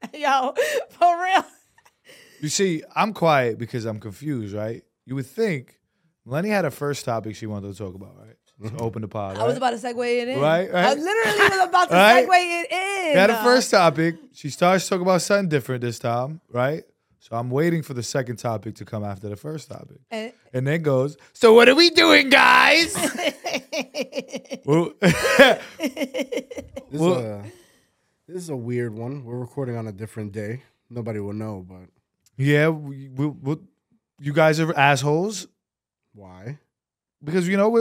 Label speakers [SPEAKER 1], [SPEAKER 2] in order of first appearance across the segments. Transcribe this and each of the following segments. [SPEAKER 1] yo, for real.
[SPEAKER 2] You see, I'm quiet because I'm confused, right? You would think Lenny had a first topic she wanted to talk about, right? To
[SPEAKER 3] Mm-hmm.
[SPEAKER 2] open the
[SPEAKER 1] I
[SPEAKER 2] pod.
[SPEAKER 1] was
[SPEAKER 2] right?
[SPEAKER 1] about to segue it in.
[SPEAKER 2] Right, right.
[SPEAKER 1] I literally was about to
[SPEAKER 2] Right.
[SPEAKER 1] segue it in.
[SPEAKER 2] We had a
[SPEAKER 1] Uh,
[SPEAKER 2] first topic. She starts talking about something different this time, right? So I'm waiting for the second topic to come after the first topic.
[SPEAKER 1] and-
[SPEAKER 2] And then goes, So what are we doing, guys? Well,
[SPEAKER 3] This,
[SPEAKER 2] Well-
[SPEAKER 3] is a, this is a weird one. We're recording on a different day. Nobody will know, but
[SPEAKER 2] yeah, we, we, we, you guys are assholes
[SPEAKER 3] why?
[SPEAKER 2] because, you know, we,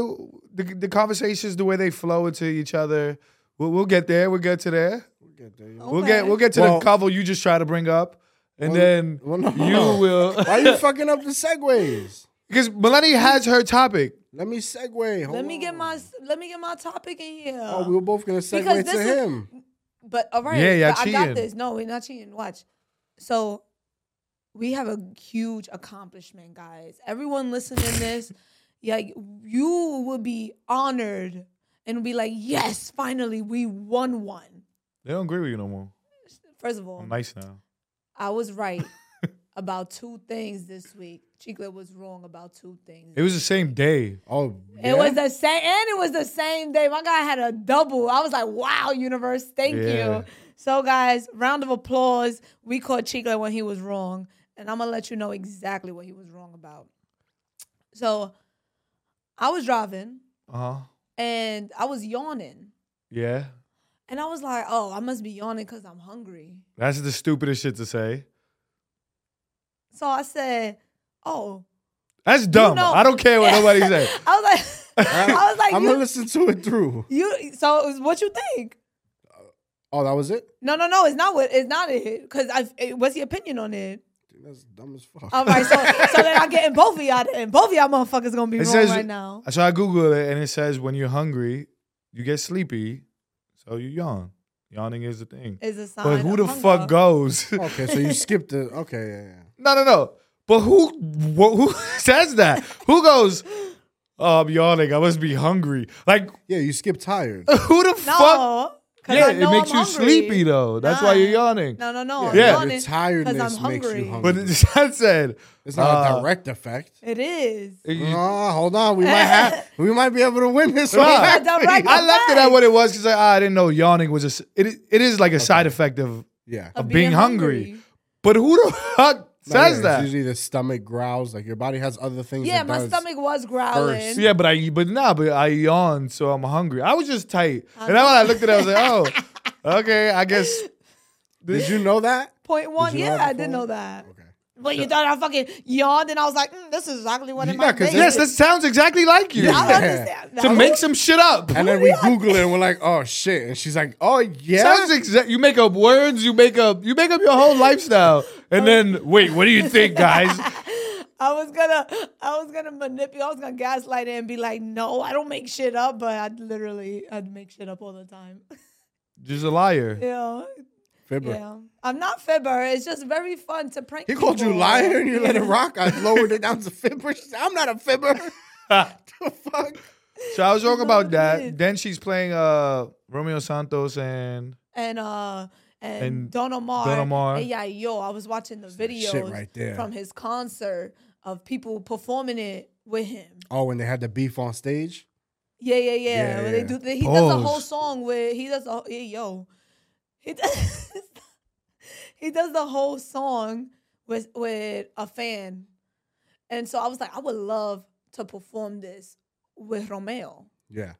[SPEAKER 2] the, the conversations, the way they flow into each other. We'll, we'll get there. We'll get to there.
[SPEAKER 3] We'll get there.
[SPEAKER 2] We'll
[SPEAKER 1] Okay.
[SPEAKER 2] get we'll get to
[SPEAKER 3] Well-
[SPEAKER 2] the cover you just try to bring up, and
[SPEAKER 3] Well,
[SPEAKER 2] then
[SPEAKER 3] well, no.
[SPEAKER 2] you will
[SPEAKER 3] Why are you fucking up the segues?
[SPEAKER 2] because Melanie has her topic.
[SPEAKER 3] Let me segue. Hold
[SPEAKER 1] Let me get
[SPEAKER 3] on.
[SPEAKER 1] my let me get my topic in here.
[SPEAKER 3] Oh, we were both gonna segue
[SPEAKER 1] Because
[SPEAKER 3] to
[SPEAKER 1] this is-
[SPEAKER 3] him.
[SPEAKER 1] But all right,
[SPEAKER 2] Yeah, y'all
[SPEAKER 1] but I
[SPEAKER 2] cheating.
[SPEAKER 1] got this. No, we're not cheating. Watch. So we have a huge accomplishment, guys. Everyone listening to this, yeah, you will be honored and be like, yes, finally, we won one.
[SPEAKER 2] They don't agree with you no more.
[SPEAKER 1] First of all,
[SPEAKER 2] I'm nice now.
[SPEAKER 1] I was right about two things this week. Chiclet was wrong about two things.
[SPEAKER 2] It was the same day.
[SPEAKER 3] Oh, yeah?
[SPEAKER 1] It was the same, and it was the same day. My guy had a double. I was like, "Wow, universe, thank
[SPEAKER 2] Yeah.
[SPEAKER 1] you." So, guys, round of applause. We caught Chico when he was wrong, and I'm gonna let you know exactly what he was wrong about. So, I was driving,
[SPEAKER 2] Uh huh.
[SPEAKER 1] and I was yawning,
[SPEAKER 2] Yeah,
[SPEAKER 1] and I was like, "Oh, I must be yawning because I'm hungry."
[SPEAKER 2] that's the stupidest shit to say.
[SPEAKER 1] So I said, "Oh."
[SPEAKER 2] That's dumb.
[SPEAKER 1] know-
[SPEAKER 2] I don't care what nobody says.
[SPEAKER 1] I was like, I was like,
[SPEAKER 3] I'm
[SPEAKER 1] you,
[SPEAKER 3] gonna listen to it through.
[SPEAKER 1] you. So it was what you think?
[SPEAKER 3] Oh, that was it.
[SPEAKER 1] No, no, no. It's not what. It's not it. Because I. it- What's your opinion on it?
[SPEAKER 3] Dude, that's dumb as fuck.
[SPEAKER 1] All right. So, so then I'm getting both of y'all. And both of y'all motherfuckers gonna be
[SPEAKER 2] It
[SPEAKER 1] wrong
[SPEAKER 2] says-
[SPEAKER 1] right now.
[SPEAKER 2] So I Googled it, and it says when you're hungry, you get sleepy, so you yawn. Yawning is the thing.
[SPEAKER 1] Is a sign.
[SPEAKER 2] But who
[SPEAKER 1] of
[SPEAKER 2] the
[SPEAKER 1] hunger.
[SPEAKER 2] fuck goes?
[SPEAKER 3] Okay, so you skipped it. Okay, yeah, yeah.
[SPEAKER 2] No, no, no. But who wh- who says that? Who goes? Oh, I'm yawning. I must be hungry. Like
[SPEAKER 3] Yeah, you skipped tired.
[SPEAKER 2] who the fuck?
[SPEAKER 1] No. 'cause
[SPEAKER 2] Yeah,
[SPEAKER 1] I know
[SPEAKER 2] it makes
[SPEAKER 1] I'm
[SPEAKER 2] you
[SPEAKER 1] hungry.
[SPEAKER 2] sleepy though. That's why you're
[SPEAKER 1] Nah.
[SPEAKER 2] yawning.
[SPEAKER 1] No, no, no. I'm
[SPEAKER 2] Yeah.
[SPEAKER 1] yawning
[SPEAKER 3] Your
[SPEAKER 1] 'cause
[SPEAKER 3] tiredness
[SPEAKER 1] I'm
[SPEAKER 3] makes you
[SPEAKER 1] hungry.
[SPEAKER 3] hungry.
[SPEAKER 2] But that said,
[SPEAKER 3] It's not
[SPEAKER 2] uh,
[SPEAKER 3] a direct effect.
[SPEAKER 1] It is.
[SPEAKER 3] Oh, hold on, we might have, we might be able to win this.
[SPEAKER 2] Nah.
[SPEAKER 3] one.
[SPEAKER 1] It's not direct
[SPEAKER 2] I left it at
[SPEAKER 1] effect
[SPEAKER 2] what it was because I, I didn't know yawning was a s- it. i- It is like a side effect of.
[SPEAKER 3] Yeah,
[SPEAKER 2] of being hungry. But who the fuck
[SPEAKER 3] Nah, yeah,
[SPEAKER 2] says
[SPEAKER 3] it's
[SPEAKER 2] that?
[SPEAKER 3] Usually the stomach growls. Like your body has other things.
[SPEAKER 1] Yeah,
[SPEAKER 3] it
[SPEAKER 1] my
[SPEAKER 3] does.
[SPEAKER 1] stomach was growling.
[SPEAKER 3] first.
[SPEAKER 2] Yeah, but I but nah, but I yawned, so I'm hungry. I was just tight,
[SPEAKER 1] I
[SPEAKER 2] and then
[SPEAKER 1] know.
[SPEAKER 2] when I looked at it, I was like, oh, okay, I guess.
[SPEAKER 3] Did you know that?
[SPEAKER 1] Point one.
[SPEAKER 3] Did you
[SPEAKER 1] Yeah,
[SPEAKER 3] have
[SPEAKER 1] I didn't
[SPEAKER 3] before?
[SPEAKER 1] know that.
[SPEAKER 3] Okay.
[SPEAKER 1] But you thought I fucking yawned, and I was like, mm, "This is exactly what it
[SPEAKER 3] Yeah,
[SPEAKER 1] might
[SPEAKER 3] 'cause
[SPEAKER 1] be."
[SPEAKER 2] Yes, that sounds exactly like
[SPEAKER 1] I
[SPEAKER 2] you.
[SPEAKER 3] Yeah.
[SPEAKER 1] understand.
[SPEAKER 2] To
[SPEAKER 1] No.
[SPEAKER 2] make some shit up.
[SPEAKER 3] And then we Google it and we're like, oh shit. And she's like, oh yeah.
[SPEAKER 2] Sounds exact. You make up words. You make up. You make up your whole lifestyle, and then wait. What do you think, guys?
[SPEAKER 1] I was gonna, I was gonna manipulate. I was gonna gaslight it and be like, "No, I don't make shit up," but I literally, I'd make shit up all the time.
[SPEAKER 2] Just a liar.
[SPEAKER 1] yeah,
[SPEAKER 3] Fibber.
[SPEAKER 1] yeah. I'm not fibber. It's just very fun to prank.
[SPEAKER 3] He called you
[SPEAKER 1] people.
[SPEAKER 3] liar and you let it
[SPEAKER 1] Yeah.
[SPEAKER 3] rock. I lowered it down to fibber. She said, I'm not a fibber. the fuck?
[SPEAKER 2] So I was
[SPEAKER 1] That's what
[SPEAKER 2] talking about
[SPEAKER 1] it is.
[SPEAKER 2] that. Then she's playing uh Romeo Santos and
[SPEAKER 1] And uh, and,
[SPEAKER 2] And
[SPEAKER 1] Don Omar.
[SPEAKER 2] Don Omar.
[SPEAKER 1] And yeah, yo, I was watching the videos
[SPEAKER 3] shit right there.
[SPEAKER 1] from his concert of people performing it with him.
[SPEAKER 3] Oh, when they had the beef on stage?
[SPEAKER 1] Yeah, yeah, yeah.
[SPEAKER 3] Yeah,
[SPEAKER 1] When
[SPEAKER 3] yeah.
[SPEAKER 1] They do, they, he does a whole
[SPEAKER 2] Pause.
[SPEAKER 1] song where he does a yeah, yo. He does he does the whole song with with a fan, and so I was like, I would love to perform this with Romeo,
[SPEAKER 3] Yeah.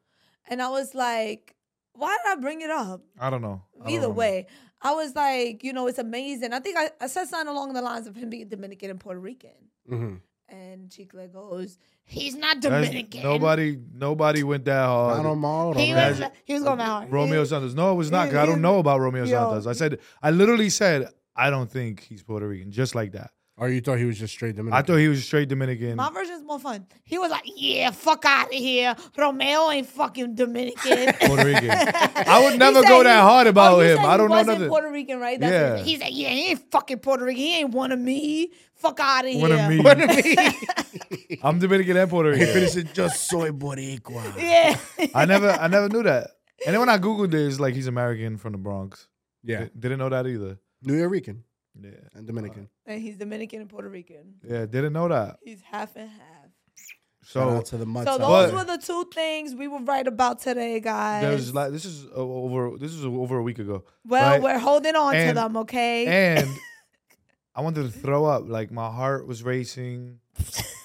[SPEAKER 1] and I was like, why did I bring it up?
[SPEAKER 2] I don't know. I don't
[SPEAKER 1] Either
[SPEAKER 2] remember.
[SPEAKER 1] way, I was like, you know, it's amazing. I think I, I said something along the lines of him being Dominican and Puerto Rican,
[SPEAKER 3] Mm-hmm.
[SPEAKER 1] and Chicla goes, he's not
[SPEAKER 2] That's-
[SPEAKER 1] Dominican.
[SPEAKER 2] Nobody, nobody went that
[SPEAKER 3] I
[SPEAKER 2] hard.
[SPEAKER 3] don't model.
[SPEAKER 1] He
[SPEAKER 3] right?
[SPEAKER 1] was, he was going that hard.
[SPEAKER 2] Romeo Santos. No, it was not. 'cause I don't know about Romeo
[SPEAKER 1] Yo.
[SPEAKER 2] Santos. I said, I literally said, I don't think he's Puerto Rican, just like that.
[SPEAKER 3] Or Oh, you thought he was just straight Dominican?
[SPEAKER 2] I thought he was straight Dominican.
[SPEAKER 1] My version's more fun. He was like, "Yeah, fuck out of here. Romeo ain't fucking Dominican."
[SPEAKER 2] Puerto Rican. I would
[SPEAKER 1] He
[SPEAKER 2] never
[SPEAKER 1] said
[SPEAKER 2] go
[SPEAKER 1] he-
[SPEAKER 2] that hard
[SPEAKER 1] oh,
[SPEAKER 2] about
[SPEAKER 1] you
[SPEAKER 2] him.
[SPEAKER 1] said
[SPEAKER 2] I
[SPEAKER 1] he
[SPEAKER 2] don't know
[SPEAKER 1] wasn't
[SPEAKER 2] nothing.
[SPEAKER 1] Puerto Rican, right? That's what
[SPEAKER 2] Yeah.
[SPEAKER 1] he- He's like, "Yeah, he ain't fucking Puerto Rican. He ain't one of me. Fuck out of here."
[SPEAKER 2] One of me.
[SPEAKER 3] What do you mean?
[SPEAKER 2] I'm Dominican and Puerto
[SPEAKER 3] He
[SPEAKER 2] Rican.
[SPEAKER 3] finished it just soy boricua.
[SPEAKER 1] Yeah.
[SPEAKER 2] I never, I never knew that. And then when I googled it, it's like he's American from the Bronx.
[SPEAKER 3] Yeah.
[SPEAKER 2] Didn't know that either.
[SPEAKER 3] New Yorican
[SPEAKER 2] Yeah.
[SPEAKER 3] and Dominican.
[SPEAKER 1] and he's Dominican and Puerto Rican.
[SPEAKER 2] Yeah, didn't know that.
[SPEAKER 1] He's half and half.
[SPEAKER 3] Shout
[SPEAKER 2] So
[SPEAKER 3] out to the mutts.
[SPEAKER 1] so
[SPEAKER 3] out
[SPEAKER 1] those
[SPEAKER 3] there.
[SPEAKER 1] were the two things we were right about today, guys.
[SPEAKER 2] there's like this is o- over this is over a week ago.
[SPEAKER 1] well,
[SPEAKER 2] right?
[SPEAKER 1] we're holding on to
[SPEAKER 2] And-
[SPEAKER 1] them, okay?
[SPEAKER 2] and I wanted to throw up. Like my heart was racing.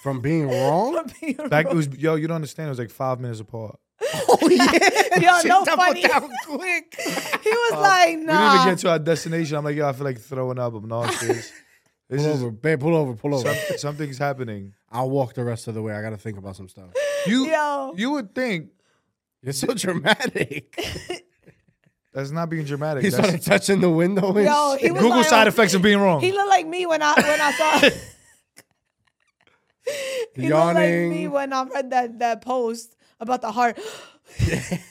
[SPEAKER 3] from being wrong.
[SPEAKER 1] For being
[SPEAKER 2] Like it
[SPEAKER 1] wrong.
[SPEAKER 2] was yo, you don't understand. It was like five minutes apart.
[SPEAKER 3] oh yeah,
[SPEAKER 1] Yo,
[SPEAKER 3] She
[SPEAKER 1] no
[SPEAKER 3] doubled
[SPEAKER 1] funny.
[SPEAKER 3] down quick.
[SPEAKER 1] he was like,
[SPEAKER 2] Uh, We didn't
[SPEAKER 1] nah.
[SPEAKER 2] even get to our destination. I'm like, yo, I feel like throwing up. I'm nauseous. This
[SPEAKER 3] Pull
[SPEAKER 2] is
[SPEAKER 3] over, babe. Pull over, pull over.
[SPEAKER 2] some- something's happening.
[SPEAKER 3] I'll walk the rest of the way. I gotta think about some stuff.
[SPEAKER 2] You
[SPEAKER 1] Yo.
[SPEAKER 2] you would think
[SPEAKER 3] You're so dramatic.
[SPEAKER 2] that's not being dramatic.
[SPEAKER 3] He
[SPEAKER 2] That's
[SPEAKER 3] started touching the window. And
[SPEAKER 1] Yo,
[SPEAKER 3] shit.
[SPEAKER 1] he was
[SPEAKER 2] Google
[SPEAKER 1] like,
[SPEAKER 2] side effects of being wrong.
[SPEAKER 1] He looked like me when I when I saw. he looked like me
[SPEAKER 3] Yawning.
[SPEAKER 1] when I read that that post about the heart.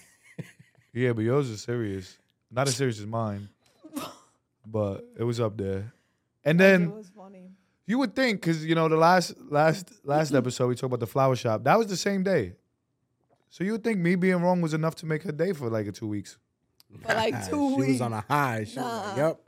[SPEAKER 2] yeah, but yours is serious. Not as serious as mine, but it was up there. And
[SPEAKER 1] it
[SPEAKER 2] then
[SPEAKER 1] was funny.
[SPEAKER 2] You would think, because you know the last last last episode we talked about the flower shop. That was the same day, so you would think me being wrong was enough to make her day for like two weeks.
[SPEAKER 1] For like
[SPEAKER 3] Nah,
[SPEAKER 1] two
[SPEAKER 3] she
[SPEAKER 1] weeks.
[SPEAKER 3] was on a high. She was like, yep.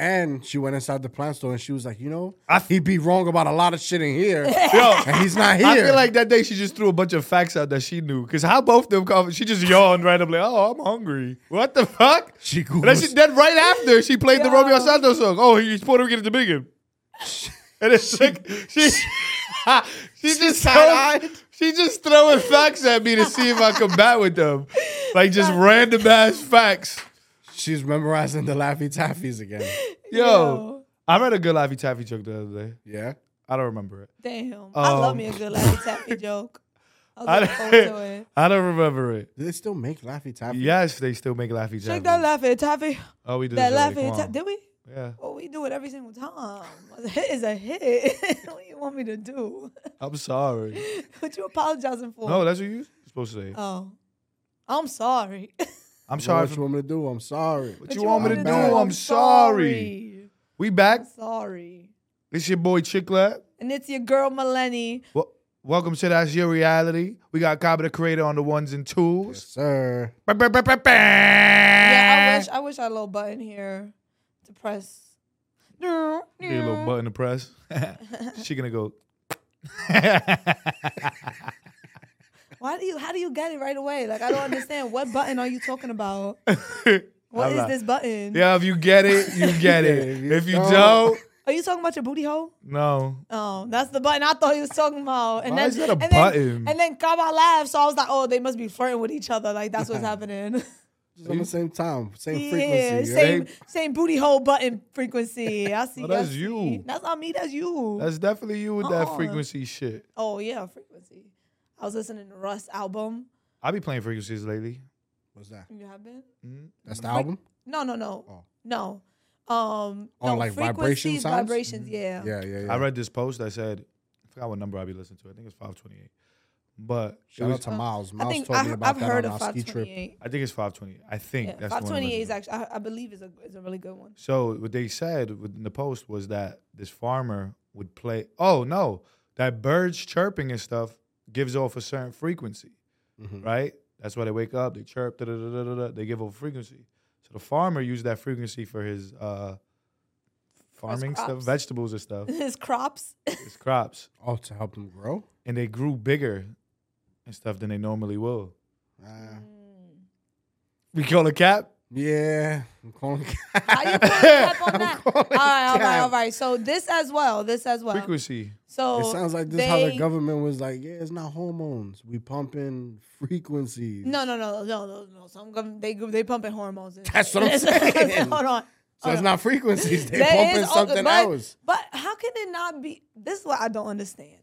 [SPEAKER 3] And she went inside the plant store and she was like, you know,
[SPEAKER 2] I f-
[SPEAKER 3] he'd be wrong about a lot of shit in here.
[SPEAKER 2] Yo,
[SPEAKER 3] and he's not here.
[SPEAKER 2] I feel like that day she just threw a bunch of facts out that she knew. Cause how both them conver- she just yawned randomly. Oh, I'm hungry. What the fuck?
[SPEAKER 3] she
[SPEAKER 2] And then she
[SPEAKER 3] Googles,
[SPEAKER 2] then right after she played the
[SPEAKER 1] Yo.
[SPEAKER 2] Romeo Santos song. Oh, he's Puerto Rican and Dominican. And it's like she, she just throw,
[SPEAKER 3] side-eyed.
[SPEAKER 2] she just throwing facts at me to see if I combat with them, like just random ass facts.
[SPEAKER 3] she's memorizing the Laffy Taffies again.
[SPEAKER 2] Yo, I read a good Laffy Taffy joke the other day.
[SPEAKER 3] Yeah.
[SPEAKER 2] I don't remember it.
[SPEAKER 1] damn! I love me a good laugh taffy joke. I was
[SPEAKER 2] Oh. I
[SPEAKER 1] looking forward to
[SPEAKER 2] don't,
[SPEAKER 1] it.
[SPEAKER 2] I don't remember it.
[SPEAKER 3] Do they still make Laffy Taffy?
[SPEAKER 2] Yes, they still make Laffy
[SPEAKER 1] Check that
[SPEAKER 2] Taffy.
[SPEAKER 1] laughing taffy.
[SPEAKER 2] Oh, we did
[SPEAKER 1] That
[SPEAKER 2] that
[SPEAKER 1] laughing taffy. Did we?
[SPEAKER 2] Yeah,
[SPEAKER 1] Well, we do it every single time. A hit is a hit. what you want me to do?
[SPEAKER 2] I'm sorry.
[SPEAKER 1] what you apologizing for?
[SPEAKER 2] No, that's what you're supposed to say.
[SPEAKER 1] Oh, I'm sorry.
[SPEAKER 2] I'm sorry.
[SPEAKER 3] Sorry. What you
[SPEAKER 2] For,
[SPEAKER 3] want me to do? I'm sorry.
[SPEAKER 2] what you want me to
[SPEAKER 1] wanna
[SPEAKER 2] do?
[SPEAKER 3] bad.
[SPEAKER 2] I'm sorry. We back.
[SPEAKER 1] Sorry.
[SPEAKER 2] It's your boy Chicklet.
[SPEAKER 1] And it's your girl Melanie.
[SPEAKER 2] Well, welcome to That's Your Reality. We got Cobb the Creator on the ones and
[SPEAKER 3] Yes,
[SPEAKER 2] twos.
[SPEAKER 3] sir.
[SPEAKER 2] Bah, bah, bah, bah, bah.
[SPEAKER 1] Yeah, I wish I wish I had a little button here to press. No,
[SPEAKER 2] Give you a little
[SPEAKER 1] no.
[SPEAKER 2] button to press. she gonna go.
[SPEAKER 1] Why do you? How do you get it right away? Like I don't understand. what button are you talking about? What
[SPEAKER 2] I'm
[SPEAKER 1] is
[SPEAKER 2] not-
[SPEAKER 1] this button?
[SPEAKER 2] yeah, if you get it, you get it.
[SPEAKER 3] Yeah,
[SPEAKER 2] if you
[SPEAKER 3] no.
[SPEAKER 2] don't,
[SPEAKER 1] Are you talking about your booty hole?
[SPEAKER 2] no.
[SPEAKER 1] Oh, that's the button I thought he was talking about. And
[SPEAKER 2] Why
[SPEAKER 1] then,
[SPEAKER 2] is that a
[SPEAKER 1] and then-
[SPEAKER 2] button?
[SPEAKER 1] and then Kaba laughed, so I was like, oh, they must be flirting with each other. Like that's what's happening.
[SPEAKER 3] Just on the same time, same
[SPEAKER 1] yeah,
[SPEAKER 3] frequency.
[SPEAKER 1] same
[SPEAKER 2] right?
[SPEAKER 1] same booty hole button frequency. I see.
[SPEAKER 2] Well, that's
[SPEAKER 1] I see.
[SPEAKER 2] you.
[SPEAKER 1] That's not me. That's you.
[SPEAKER 2] That's definitely you with
[SPEAKER 1] Uh-uh.
[SPEAKER 2] that frequency shit.
[SPEAKER 1] oh yeah, frequency. I was listening to Russ album.
[SPEAKER 2] I be playing frequencies lately. Mm-hmm.
[SPEAKER 3] What's that?
[SPEAKER 1] You have been?
[SPEAKER 3] That's the album?
[SPEAKER 1] No, no, no,
[SPEAKER 3] Oh.
[SPEAKER 1] no. Um,
[SPEAKER 3] Oh,
[SPEAKER 1] no,
[SPEAKER 3] like vibration
[SPEAKER 1] frequencies,
[SPEAKER 3] sounds?
[SPEAKER 1] Vibrations, yeah.
[SPEAKER 3] Yeah, yeah, yeah.
[SPEAKER 2] I read this post that said, I forgot what number I be listening to. I think it's 528. But it
[SPEAKER 3] Shout
[SPEAKER 2] was-
[SPEAKER 3] out to Miles.
[SPEAKER 1] I
[SPEAKER 3] Miles
[SPEAKER 1] think
[SPEAKER 3] told
[SPEAKER 1] I,
[SPEAKER 3] me about
[SPEAKER 1] I've
[SPEAKER 3] that
[SPEAKER 1] heard
[SPEAKER 3] on
[SPEAKER 1] of
[SPEAKER 3] our ski trip.
[SPEAKER 1] 528.
[SPEAKER 2] I think it's 528. I think
[SPEAKER 1] Yeah,
[SPEAKER 2] that's the one I'm
[SPEAKER 1] 528 is
[SPEAKER 2] listening to.
[SPEAKER 1] actually, I, I believe, is a is a really good one.
[SPEAKER 2] So what they said in the post was that this farmer would play. Oh no, that birds chirping and stuff gives off a certain frequency,
[SPEAKER 3] Mhm.
[SPEAKER 2] right? That's why they wake up, they chirp, da, da, da, da, da, da, they give off frequency. So the farmer used that frequency for his uh, farming stuff,
[SPEAKER 1] crops.
[SPEAKER 2] vegetables and stuff,
[SPEAKER 1] His crops.
[SPEAKER 2] his crops,
[SPEAKER 3] Oh, to help them grow?
[SPEAKER 2] and they grew bigger and stuff than they normally will.
[SPEAKER 3] Uh,
[SPEAKER 2] We call a cap.
[SPEAKER 3] yeah. I'm calling.
[SPEAKER 1] How you put a cap on
[SPEAKER 3] I'm
[SPEAKER 1] that? All
[SPEAKER 3] calling
[SPEAKER 1] right, all right,
[SPEAKER 3] cap.
[SPEAKER 1] all right. So this as well. This as well.
[SPEAKER 2] Frequency.
[SPEAKER 1] So
[SPEAKER 3] It sounds like this how the
[SPEAKER 1] they-
[SPEAKER 3] government was like, yeah, it's not hormones. We pumping frequencies.
[SPEAKER 1] No, no, no, no, no, no. Some gov- they they pumping hormones. and
[SPEAKER 3] That's
[SPEAKER 1] shit.
[SPEAKER 3] what I'm saying.
[SPEAKER 1] Hold on.
[SPEAKER 3] So it's not frequencies. They
[SPEAKER 1] There
[SPEAKER 3] pumping
[SPEAKER 1] uh, is-
[SPEAKER 3] something
[SPEAKER 1] but,
[SPEAKER 3] else.
[SPEAKER 1] But how can it not be? This is what I don't understand.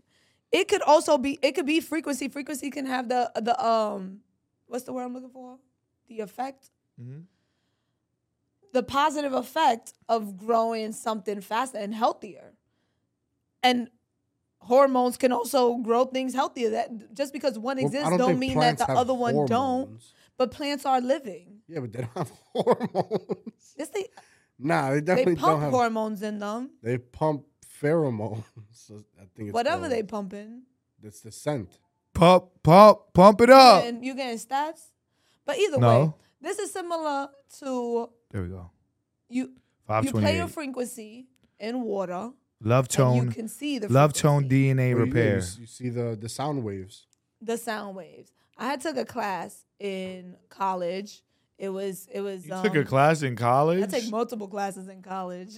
[SPEAKER 1] It could also be. It could be frequency. Frequency can have the the um, what's the word I'm looking for? The effect.
[SPEAKER 2] Mhm.
[SPEAKER 1] The positive effect of growing something faster and healthier, and hormones can also grow things healthier. That just because one
[SPEAKER 3] Well, I
[SPEAKER 1] exists
[SPEAKER 3] don't
[SPEAKER 1] don't,
[SPEAKER 3] think
[SPEAKER 1] mean that
[SPEAKER 3] plants
[SPEAKER 1] the
[SPEAKER 3] have
[SPEAKER 1] other one don't.
[SPEAKER 3] hormones.
[SPEAKER 1] But plants are living.
[SPEAKER 3] Yeah, but they don't have hormones.
[SPEAKER 1] This thing,
[SPEAKER 3] Nah, they
[SPEAKER 1] they
[SPEAKER 3] definitely don't
[SPEAKER 1] pump
[SPEAKER 3] have.
[SPEAKER 1] hormones in them.
[SPEAKER 3] They pump pheromones. So I think it's
[SPEAKER 1] Whatever
[SPEAKER 3] called.
[SPEAKER 1] they pumping,
[SPEAKER 3] It's the scent.
[SPEAKER 2] Pump, pump, pump it up.
[SPEAKER 1] and you getting stats. But either way,
[SPEAKER 2] Oh. No.
[SPEAKER 1] this is similar to
[SPEAKER 2] There we go.
[SPEAKER 1] you.
[SPEAKER 2] Five
[SPEAKER 1] You play your
[SPEAKER 2] twenty-eight.
[SPEAKER 1] frequency in water,
[SPEAKER 2] Love
[SPEAKER 1] and
[SPEAKER 2] tone.
[SPEAKER 1] you can see the
[SPEAKER 2] Love
[SPEAKER 1] frequency,
[SPEAKER 2] tone DNA
[SPEAKER 3] What do you do? You
[SPEAKER 2] repair.
[SPEAKER 3] s- You, see the the sound waves.
[SPEAKER 1] the sound waves. I had took a class in college. It was it was.
[SPEAKER 2] You
[SPEAKER 1] um,
[SPEAKER 2] took a class in college.
[SPEAKER 1] I take multiple classes in college.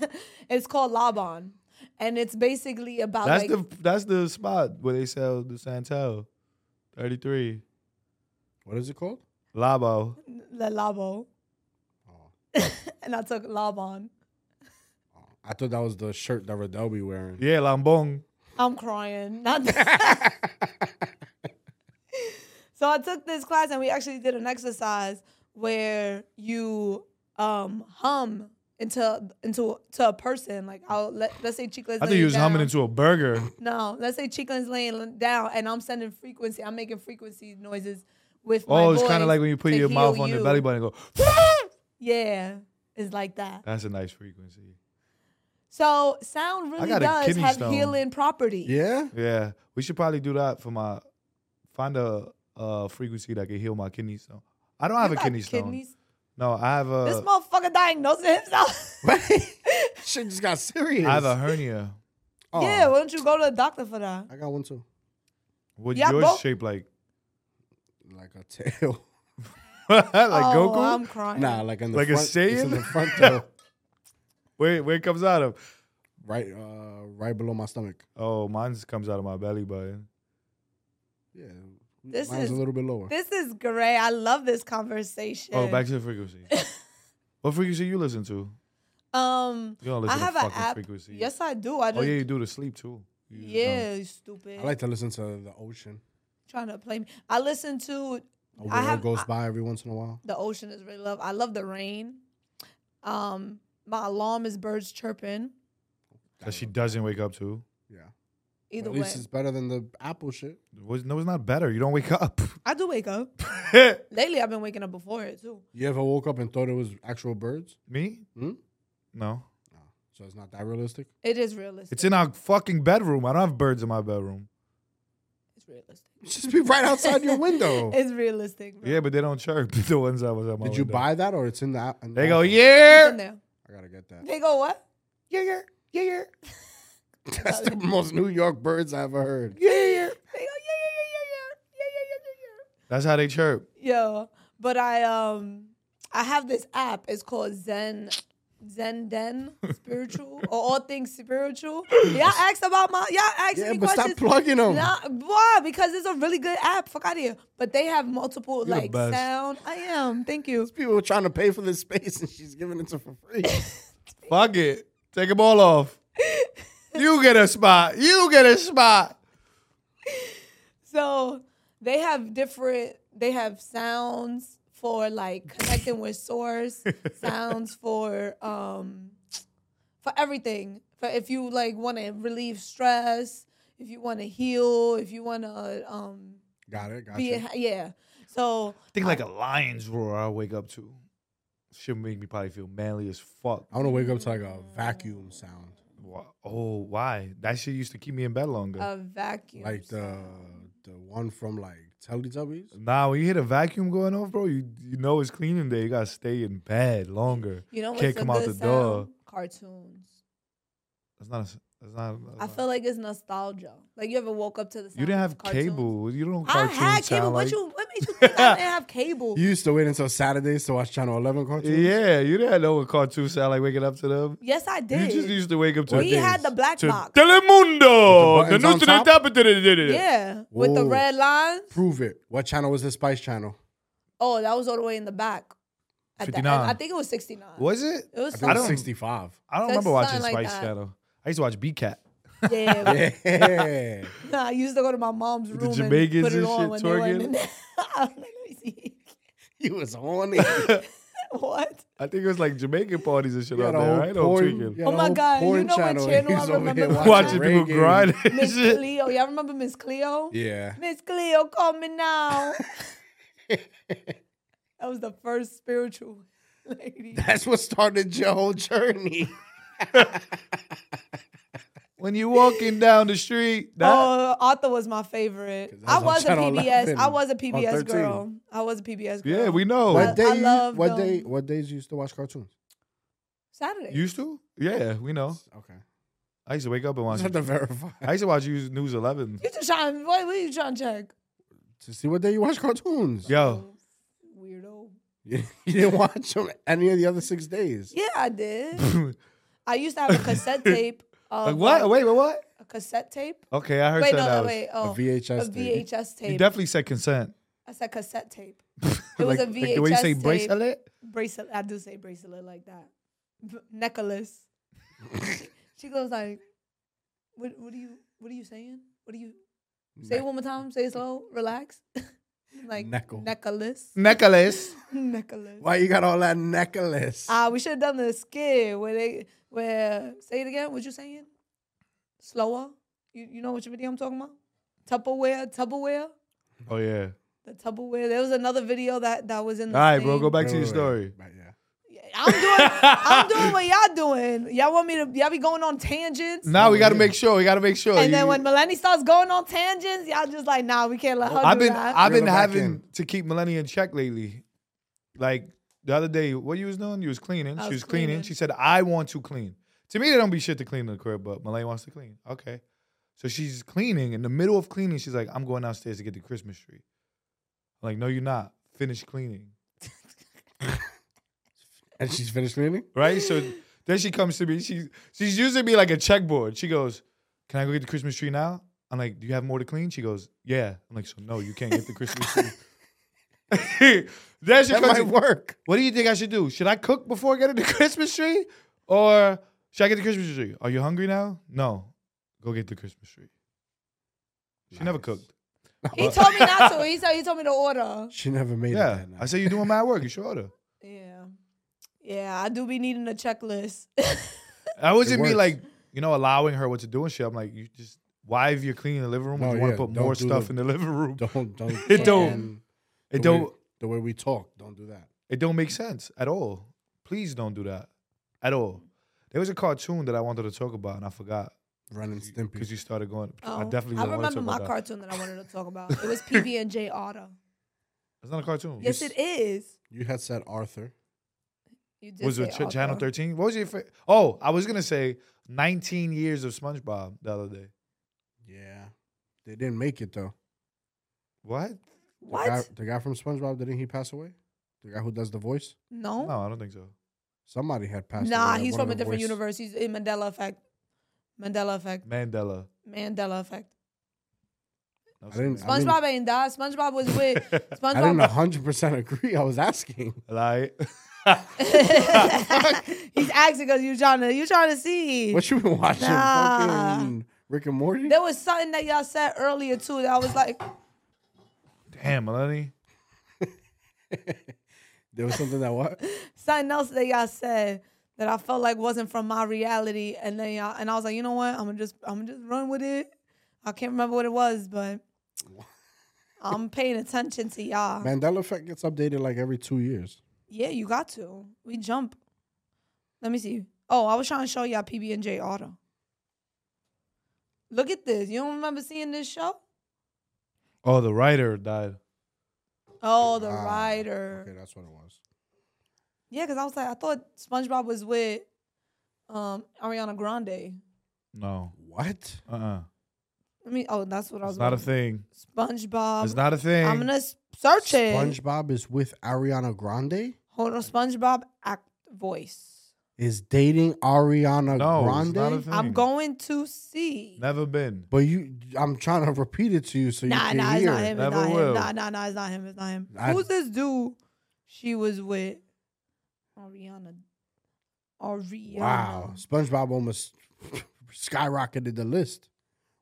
[SPEAKER 1] it's called Laban, and it's basically about
[SPEAKER 2] that's
[SPEAKER 1] like
[SPEAKER 2] the that's the spot where they sell the Santel, thirty three
[SPEAKER 3] What is it called?
[SPEAKER 2] Labo.
[SPEAKER 1] the Labo,
[SPEAKER 3] Oh,
[SPEAKER 1] and I took Laban.
[SPEAKER 3] oh. I thought that was the shirt that Riddell be wearing.
[SPEAKER 2] Yeah, Lambong.
[SPEAKER 1] I'm crying. Not that. so I took this class and we actually did an exercise where you um hum into into to a person. Like I'll let let's say Chico's
[SPEAKER 2] I
[SPEAKER 1] laying
[SPEAKER 2] think he was
[SPEAKER 1] down.
[SPEAKER 2] humming into a burger.
[SPEAKER 1] No, let's say Chico's laying down and I'm sending frequency. I'm making frequency noises with my
[SPEAKER 2] Oh, it's kind
[SPEAKER 1] voice
[SPEAKER 2] of like when you put
[SPEAKER 1] to
[SPEAKER 2] your
[SPEAKER 1] heal
[SPEAKER 2] mouth on the
[SPEAKER 1] you.
[SPEAKER 2] belly button and go.
[SPEAKER 1] Yeah, it's like that.
[SPEAKER 2] That's a nice frequency.
[SPEAKER 1] So sound really
[SPEAKER 2] got a
[SPEAKER 1] does
[SPEAKER 2] kidney
[SPEAKER 1] have
[SPEAKER 2] stone.
[SPEAKER 1] healing properties.
[SPEAKER 3] Yeah.
[SPEAKER 2] Yeah, we should probably do that for my find a, a frequency that can heal my kidney stone. I don't have
[SPEAKER 1] You
[SPEAKER 2] a
[SPEAKER 1] got
[SPEAKER 2] kidney stone. Uh,
[SPEAKER 1] kidneys.
[SPEAKER 2] No, I have
[SPEAKER 1] This
[SPEAKER 2] a
[SPEAKER 1] motherfucker diagnosing himself.
[SPEAKER 3] Shit just got serious.
[SPEAKER 2] I have a hernia.
[SPEAKER 3] Oh,
[SPEAKER 1] Yeah, why don't you go to the doctor for that?
[SPEAKER 3] I got one too.
[SPEAKER 2] What's
[SPEAKER 1] Yeah,
[SPEAKER 2] yours
[SPEAKER 1] bro.
[SPEAKER 2] shaped like?
[SPEAKER 3] Like a tail.
[SPEAKER 2] like
[SPEAKER 1] oh,
[SPEAKER 2] Goku?
[SPEAKER 1] I'm crying.
[SPEAKER 3] Nah, like in the
[SPEAKER 2] Like a
[SPEAKER 3] front. it's in
[SPEAKER 2] Saiyan?
[SPEAKER 3] the front though.
[SPEAKER 2] Where where it comes out of?
[SPEAKER 3] right, uh, right below my stomach.
[SPEAKER 2] Oh, mine just comes out of my belly oh, button.
[SPEAKER 3] Yeah.
[SPEAKER 1] This
[SPEAKER 3] Mine's
[SPEAKER 1] is-
[SPEAKER 3] a little bit lower.
[SPEAKER 1] This is great. I love this conversation.
[SPEAKER 2] Oh, back to the frequency. what frequency you listen to?
[SPEAKER 1] Um,
[SPEAKER 2] You don't
[SPEAKER 1] I
[SPEAKER 2] listen
[SPEAKER 1] have
[SPEAKER 2] to
[SPEAKER 1] an
[SPEAKER 2] fucking
[SPEAKER 1] app.
[SPEAKER 2] frequency.
[SPEAKER 1] Yes, I do. I
[SPEAKER 2] Oh
[SPEAKER 1] just,
[SPEAKER 2] yeah, you do the sleep too. You just don't.
[SPEAKER 1] yeah, you stupid.
[SPEAKER 3] I like to listen to the ocean.
[SPEAKER 1] trying to play me. I listen to
[SPEAKER 3] A
[SPEAKER 1] I
[SPEAKER 3] whale
[SPEAKER 1] have-
[SPEAKER 3] goes
[SPEAKER 1] I-
[SPEAKER 3] by every once in a while.
[SPEAKER 1] the ocean is really love. I love the rain. Um, my alarm is birds chirping.
[SPEAKER 2] That she doesn't wake up to.
[SPEAKER 3] Yeah.
[SPEAKER 1] Either
[SPEAKER 3] At least
[SPEAKER 1] way,
[SPEAKER 3] it's better than the apple shit.
[SPEAKER 2] Was, no, it's not better. You don't wake up.
[SPEAKER 1] I do wake up. Lately, I've been waking up before it too.
[SPEAKER 3] You ever woke up and thought it was actual birds?
[SPEAKER 2] Me?
[SPEAKER 3] Hmm?
[SPEAKER 2] No.
[SPEAKER 3] No. So it's not that realistic.
[SPEAKER 1] It is realistic.
[SPEAKER 2] It's in our fucking bedroom. I don't have birds in my bedroom.
[SPEAKER 1] It's realistic.
[SPEAKER 3] Just be right outside your window.
[SPEAKER 1] It's realistic. Bro.
[SPEAKER 2] Yeah, but they don't chirp. the ones that was at my
[SPEAKER 3] Did you
[SPEAKER 2] window.
[SPEAKER 3] buy that or it's in the app? in the
[SPEAKER 2] They go,
[SPEAKER 3] iPhone?
[SPEAKER 1] It's in
[SPEAKER 2] yeah,
[SPEAKER 1] there.
[SPEAKER 3] I gotta get that.
[SPEAKER 1] They go what?
[SPEAKER 2] yeah, yeah, yeah, yeah,
[SPEAKER 3] That's the most New York birds I ever heard.
[SPEAKER 2] yeah, yeah.
[SPEAKER 1] They go yeah yeah yeah yeah yeah yeah yeah yeah yeah. yeah.
[SPEAKER 2] That's how they chirp.
[SPEAKER 1] Yo, but I um I have this app. It's called Zen Zen Den Spiritual or All Things Spiritual. Y'all asked about my y'all asked
[SPEAKER 3] Yeah,
[SPEAKER 1] me
[SPEAKER 3] but stop
[SPEAKER 1] questions.
[SPEAKER 3] plugging them.
[SPEAKER 1] Nah, why? Because it's a really good app. Fuck out of here. But they have multiple
[SPEAKER 2] the
[SPEAKER 1] like
[SPEAKER 2] best.
[SPEAKER 1] sound. I am. Thank you.
[SPEAKER 3] People were trying to pay for this space and she's giving it to for free.
[SPEAKER 2] Fuck it. Take them all off. you get a spot. You get a spot.
[SPEAKER 1] So they have different. They have sounds for like connecting with source. sounds for um for everything. For if you like want to relieve stress, if you want to heal, if you want to um
[SPEAKER 3] Got it. Got
[SPEAKER 1] be
[SPEAKER 3] you.
[SPEAKER 1] in- yeah. So
[SPEAKER 2] Think like a lion's roar. I wake up to. Should make me probably feel manly as fuck.
[SPEAKER 3] I want to wake up to like a vacuum sound,
[SPEAKER 2] Wha- Oh, why? That shit used to keep me in bed longer.
[SPEAKER 1] a vacuum.
[SPEAKER 3] like the the one from like Teletubbies.
[SPEAKER 2] Nah, when you hear the vacuum going off, bro, you you know it's cleaning day. You gotta stay in bed longer.
[SPEAKER 1] you know what's
[SPEAKER 2] can't
[SPEAKER 1] a
[SPEAKER 2] come out
[SPEAKER 1] good
[SPEAKER 2] the door.
[SPEAKER 1] sound? Cartoons.
[SPEAKER 2] That's not. a s that's not. that's
[SPEAKER 1] I
[SPEAKER 2] not-
[SPEAKER 1] feel like it's nostalgia. Like you ever woke up to the sound
[SPEAKER 2] Uh-huh. you didn't
[SPEAKER 1] of
[SPEAKER 2] have
[SPEAKER 1] cartoons?
[SPEAKER 2] cable. You don't.
[SPEAKER 1] I
[SPEAKER 2] cartoon
[SPEAKER 1] had cable.
[SPEAKER 2] sound
[SPEAKER 1] What
[SPEAKER 2] like-
[SPEAKER 1] you? What made you think I didn't have cable?
[SPEAKER 3] You used to wait until Saturdays to watch Channel Eleven cartoons.
[SPEAKER 2] Yeah, you didn't know what cartoon sound like waking up to them.
[SPEAKER 1] Yes, I
[SPEAKER 2] You
[SPEAKER 1] did.
[SPEAKER 2] just used to wake up to
[SPEAKER 1] we
[SPEAKER 3] What
[SPEAKER 1] had the
[SPEAKER 3] days?
[SPEAKER 1] black
[SPEAKER 2] to
[SPEAKER 1] box.
[SPEAKER 2] Telemundo. The
[SPEAKER 3] With the buttons on
[SPEAKER 2] news to the
[SPEAKER 3] top?
[SPEAKER 2] top of the-
[SPEAKER 1] Yeah, with the
[SPEAKER 3] Whoa.
[SPEAKER 1] red lines.
[SPEAKER 3] Prove it. What channel was the Spice Channel?
[SPEAKER 1] Oh, that was all the way in the back. At the end.
[SPEAKER 2] 59.
[SPEAKER 1] I think it was 69.
[SPEAKER 2] Was it?
[SPEAKER 1] It was
[SPEAKER 3] I think
[SPEAKER 1] something.
[SPEAKER 3] it was
[SPEAKER 2] don't-
[SPEAKER 3] sixty-five.
[SPEAKER 2] I don't
[SPEAKER 1] That's
[SPEAKER 2] remember watching
[SPEAKER 1] something like
[SPEAKER 2] Spice
[SPEAKER 1] that.
[SPEAKER 2] Channel. I used to watch BCat.
[SPEAKER 1] Yeah.
[SPEAKER 3] Yeah.
[SPEAKER 1] I used to go to my mom's room
[SPEAKER 2] Jamaicans
[SPEAKER 1] and put it
[SPEAKER 2] and
[SPEAKER 1] on
[SPEAKER 2] shit
[SPEAKER 1] when they went
[SPEAKER 2] twerking?
[SPEAKER 1] in there. I was like, Let me see.
[SPEAKER 3] he was horny.
[SPEAKER 1] What?
[SPEAKER 2] I think it was like Jamaican parties and shit
[SPEAKER 3] You
[SPEAKER 2] out
[SPEAKER 3] had a
[SPEAKER 2] there.
[SPEAKER 3] whole
[SPEAKER 2] Right? No
[SPEAKER 3] porn-
[SPEAKER 2] tweaking.
[SPEAKER 3] you had
[SPEAKER 1] Oh
[SPEAKER 3] a
[SPEAKER 1] my
[SPEAKER 3] whole
[SPEAKER 1] God, you
[SPEAKER 3] porn
[SPEAKER 1] know what channel
[SPEAKER 3] He
[SPEAKER 1] I
[SPEAKER 3] was over here
[SPEAKER 1] remember
[SPEAKER 2] Watching people
[SPEAKER 3] reggae.
[SPEAKER 2] grind and
[SPEAKER 1] Miss
[SPEAKER 2] shit.
[SPEAKER 1] Cleo. Y'all remember Miss Cleo?
[SPEAKER 3] Yeah.
[SPEAKER 1] Miss Cleo, call me now. that was the first spiritual lady.
[SPEAKER 3] That's what started your whole journey.
[SPEAKER 2] When you walking down the street, that,
[SPEAKER 1] oh, Arthur was my favorite.
[SPEAKER 3] 'Cause that
[SPEAKER 1] I
[SPEAKER 3] was on
[SPEAKER 1] was a
[SPEAKER 3] Channel
[SPEAKER 1] PBS. I
[SPEAKER 3] 11,
[SPEAKER 1] was a
[SPEAKER 3] on
[SPEAKER 1] PBS
[SPEAKER 3] 13.
[SPEAKER 1] girl. I was a PBS girl.
[SPEAKER 2] yeah, we know.
[SPEAKER 1] But-
[SPEAKER 3] What
[SPEAKER 1] I
[SPEAKER 3] day? you-
[SPEAKER 1] love
[SPEAKER 3] what
[SPEAKER 1] them.
[SPEAKER 3] day? What days you used to watch cartoons?
[SPEAKER 1] Saturday.
[SPEAKER 2] Used to? Yeah, we know.
[SPEAKER 3] Okay.
[SPEAKER 2] I used to wake up and
[SPEAKER 3] I
[SPEAKER 2] watch.
[SPEAKER 3] just have to verify
[SPEAKER 2] I used to watch News 11.
[SPEAKER 1] you just trying? What, what are you trying to check?
[SPEAKER 3] to see what day you watch cartoons.
[SPEAKER 2] Yo,
[SPEAKER 1] Weirdo.
[SPEAKER 3] you didn't watch them any of the other six days.
[SPEAKER 1] Yeah, I did. I used to have a cassette tape. Of,
[SPEAKER 2] like what?
[SPEAKER 1] uh,
[SPEAKER 2] Wait, wait, what?
[SPEAKER 1] A cassette tape?
[SPEAKER 2] Okay, I heard
[SPEAKER 1] Wait,
[SPEAKER 2] that.
[SPEAKER 1] no,
[SPEAKER 2] that
[SPEAKER 1] no,
[SPEAKER 2] was-
[SPEAKER 1] wait. Oh,
[SPEAKER 3] A VHS.
[SPEAKER 1] a
[SPEAKER 3] tape.
[SPEAKER 1] VHS
[SPEAKER 2] You
[SPEAKER 1] tape.
[SPEAKER 2] definitely said consent.
[SPEAKER 1] I said cassette tape. It was
[SPEAKER 2] like,
[SPEAKER 1] a
[SPEAKER 2] like the way you
[SPEAKER 1] VHS
[SPEAKER 2] say
[SPEAKER 1] tape.
[SPEAKER 2] bracelet.
[SPEAKER 1] Bracelet. I do say bracelet like that. B- necklace. she goes like, "What? What are you? What are you saying? What are you? Say it
[SPEAKER 3] Ne-
[SPEAKER 1] one more time. Say it slow. Relax." like
[SPEAKER 3] Neckle.
[SPEAKER 1] necklace.
[SPEAKER 2] Necklace.
[SPEAKER 1] necklace.
[SPEAKER 3] Why you got all that necklace?
[SPEAKER 1] Ah, we should have done the skit where they where say it again. What you saying? Slower. You you know what video I'm talking about? Tupperware, Tupperware,
[SPEAKER 2] Oh yeah.
[SPEAKER 1] the Tupperware. There was another video that that was in.
[SPEAKER 2] All
[SPEAKER 1] The
[SPEAKER 2] right, bro.
[SPEAKER 1] same-
[SPEAKER 2] Go back to
[SPEAKER 3] Wait,
[SPEAKER 2] your
[SPEAKER 3] wait,
[SPEAKER 2] story.
[SPEAKER 3] wait. Right, yeah.
[SPEAKER 1] I'm doing I'm doing what y'all doing. Y'all want me to y'all be going on tangents.
[SPEAKER 2] Now we got to
[SPEAKER 3] yeah.
[SPEAKER 2] make sure. We got to make sure.
[SPEAKER 1] and
[SPEAKER 2] You-
[SPEAKER 1] then when Melanie starts going on tangents, y'all just like, nah, we can't let her
[SPEAKER 2] I've
[SPEAKER 1] do
[SPEAKER 2] been
[SPEAKER 1] that.
[SPEAKER 2] I've been
[SPEAKER 3] Reel it back
[SPEAKER 2] having
[SPEAKER 3] in.
[SPEAKER 2] to keep Millennia in check lately. Like the other day, what you was doing? You was cleaning.
[SPEAKER 1] I
[SPEAKER 2] she
[SPEAKER 1] was
[SPEAKER 2] was cleaning.
[SPEAKER 1] cleaning.
[SPEAKER 2] She said, "I want to clean." To me, they don't be shit to clean in the crib, but Millennia wants to clean. Okay, so she's cleaning. In the middle of cleaning, she's like, "I'm going downstairs to get the Christmas tree." I'm like, no, you're not. Finish cleaning,
[SPEAKER 3] And she's finished cleaning.
[SPEAKER 2] right? So then she comes to me. She's she's using me like a checkboard. She goes, "Can I go get the Christmas tree now?" I'm like, "Do you have more to clean?" She goes, "Yeah." I'm like, "So no, you can't get the Christmas tree." then she
[SPEAKER 3] That
[SPEAKER 2] comes
[SPEAKER 3] might work.
[SPEAKER 2] What do you think I should do? Should I cook before getting the Christmas tree? Or should I get the Christmas tree? Are you hungry now? No. Go get the Christmas tree. She never
[SPEAKER 3] Nice.
[SPEAKER 2] cooked.
[SPEAKER 1] he told me not to. He said he told me to order.
[SPEAKER 3] She never made it.
[SPEAKER 2] Yeah.
[SPEAKER 3] that
[SPEAKER 2] I
[SPEAKER 3] night.
[SPEAKER 2] said, You're doing my work. You should order.
[SPEAKER 1] Yeah. Yeah, I do be needing a checklist.
[SPEAKER 2] That wasn't me,
[SPEAKER 3] works.
[SPEAKER 2] like, you know, allowing her what to do and shit. I'm like, You just, why if you're cleaning the living room, would
[SPEAKER 3] No,
[SPEAKER 2] you want
[SPEAKER 3] yeah,
[SPEAKER 2] to put
[SPEAKER 3] don't
[SPEAKER 2] more
[SPEAKER 3] do
[SPEAKER 2] stuff
[SPEAKER 3] the-
[SPEAKER 2] in the living room?
[SPEAKER 3] Don't don't.
[SPEAKER 2] It don't.
[SPEAKER 3] and
[SPEAKER 2] It
[SPEAKER 3] the way-
[SPEAKER 2] don't,
[SPEAKER 3] the way we talk. Don't do that.
[SPEAKER 2] it don't make sense at all. Please don't do that at all. There was a cartoon that I wanted to talk about and I forgot
[SPEAKER 3] Run and
[SPEAKER 2] because
[SPEAKER 3] Stimpy.
[SPEAKER 2] you started going. I
[SPEAKER 1] Oh,
[SPEAKER 2] definitely
[SPEAKER 1] I
[SPEAKER 2] don't want
[SPEAKER 1] remember
[SPEAKER 2] to talk
[SPEAKER 1] my
[SPEAKER 2] about that.
[SPEAKER 1] cartoon that I wanted to talk about. It was PB and J Otter.
[SPEAKER 2] It's not a cartoon.
[SPEAKER 1] Yes, it is.
[SPEAKER 3] You had said Arthur.
[SPEAKER 1] You did
[SPEAKER 2] was
[SPEAKER 1] say
[SPEAKER 2] it ch- Channel
[SPEAKER 1] Otter.
[SPEAKER 2] 13? What was your favorite? Oh, I was gonna say 19 years of SpongeBob the other day.
[SPEAKER 3] Yeah. They didn't make it though.
[SPEAKER 2] What?
[SPEAKER 3] The guy,
[SPEAKER 1] What?
[SPEAKER 3] the guy from SpongeBob didn't he pass away? The guy who does the voice.
[SPEAKER 1] No.
[SPEAKER 2] No, I don't think so.
[SPEAKER 3] Somebody had passed.
[SPEAKER 1] Nah,
[SPEAKER 3] away,
[SPEAKER 1] he's
[SPEAKER 3] one of
[SPEAKER 1] from a
[SPEAKER 3] the
[SPEAKER 1] different
[SPEAKER 3] voice-
[SPEAKER 1] universe. He's in Mandela Effect. Mandela Effect.
[SPEAKER 2] Mandela.
[SPEAKER 1] Mandela Effect.
[SPEAKER 2] No,
[SPEAKER 3] I didn't. I, didn't
[SPEAKER 1] SpongeBob ain't died. SpongeBob was with
[SPEAKER 3] I didn't
[SPEAKER 1] SpongeBob.
[SPEAKER 3] 100 percent agree. I was asking.
[SPEAKER 2] Like,
[SPEAKER 1] He's asking because you trying to you trying to see.
[SPEAKER 3] What you been watching?
[SPEAKER 1] Nah.
[SPEAKER 3] Fucking Rick and Morty.
[SPEAKER 1] there was something that y'all said earlier too that I was like,
[SPEAKER 2] damn, Melanie.
[SPEAKER 3] There was something that what?
[SPEAKER 1] something else that y'all said that I felt like wasn't from my reality. And then y'all, and I was like, you know what? I'm gonna just I'm gonna just run with it. I can't remember what it was, but I'm paying attention to y'all.
[SPEAKER 3] Mandela effect gets updated like every two years.
[SPEAKER 1] Yeah, you got to. We jump. Let me see. Oh, I was trying to show y'all PB and J Auto. Look at this. You don't remember seeing this show?
[SPEAKER 2] Oh, the writer died.
[SPEAKER 1] Oh, the
[SPEAKER 3] Ah,
[SPEAKER 1] rider.
[SPEAKER 3] Okay, that's what it was.
[SPEAKER 1] Yeah, because I was like, I thought SpongeBob was with um Ariana Grande.
[SPEAKER 2] No.
[SPEAKER 3] What?
[SPEAKER 2] Uh. uh
[SPEAKER 1] I mean, oh, that's what I was.
[SPEAKER 2] It's not a
[SPEAKER 1] looking-
[SPEAKER 2] thing.
[SPEAKER 1] SpongeBob.
[SPEAKER 2] It's not a thing.
[SPEAKER 1] I'm gonna s- search it.
[SPEAKER 3] SpongeBob is with Ariana Grande.
[SPEAKER 1] Hold on, SpongeBob act voice.
[SPEAKER 3] Is dating Ariana
[SPEAKER 2] no,
[SPEAKER 3] Grande.
[SPEAKER 2] it's not a thing.
[SPEAKER 1] I'm going to see.
[SPEAKER 2] Never been.
[SPEAKER 3] But you, I'm trying to repeat it to you so you
[SPEAKER 1] Nah,
[SPEAKER 3] can
[SPEAKER 1] nah, it's
[SPEAKER 3] hear.
[SPEAKER 1] not him. It's
[SPEAKER 2] Never
[SPEAKER 1] not him.
[SPEAKER 2] will.
[SPEAKER 1] Nah, nah, nah, it's not him. It's not him.
[SPEAKER 3] I-
[SPEAKER 1] Who's this dude? She was with Ariana. Ariana.
[SPEAKER 3] Wow, SpongeBob almost skyrocketed the list.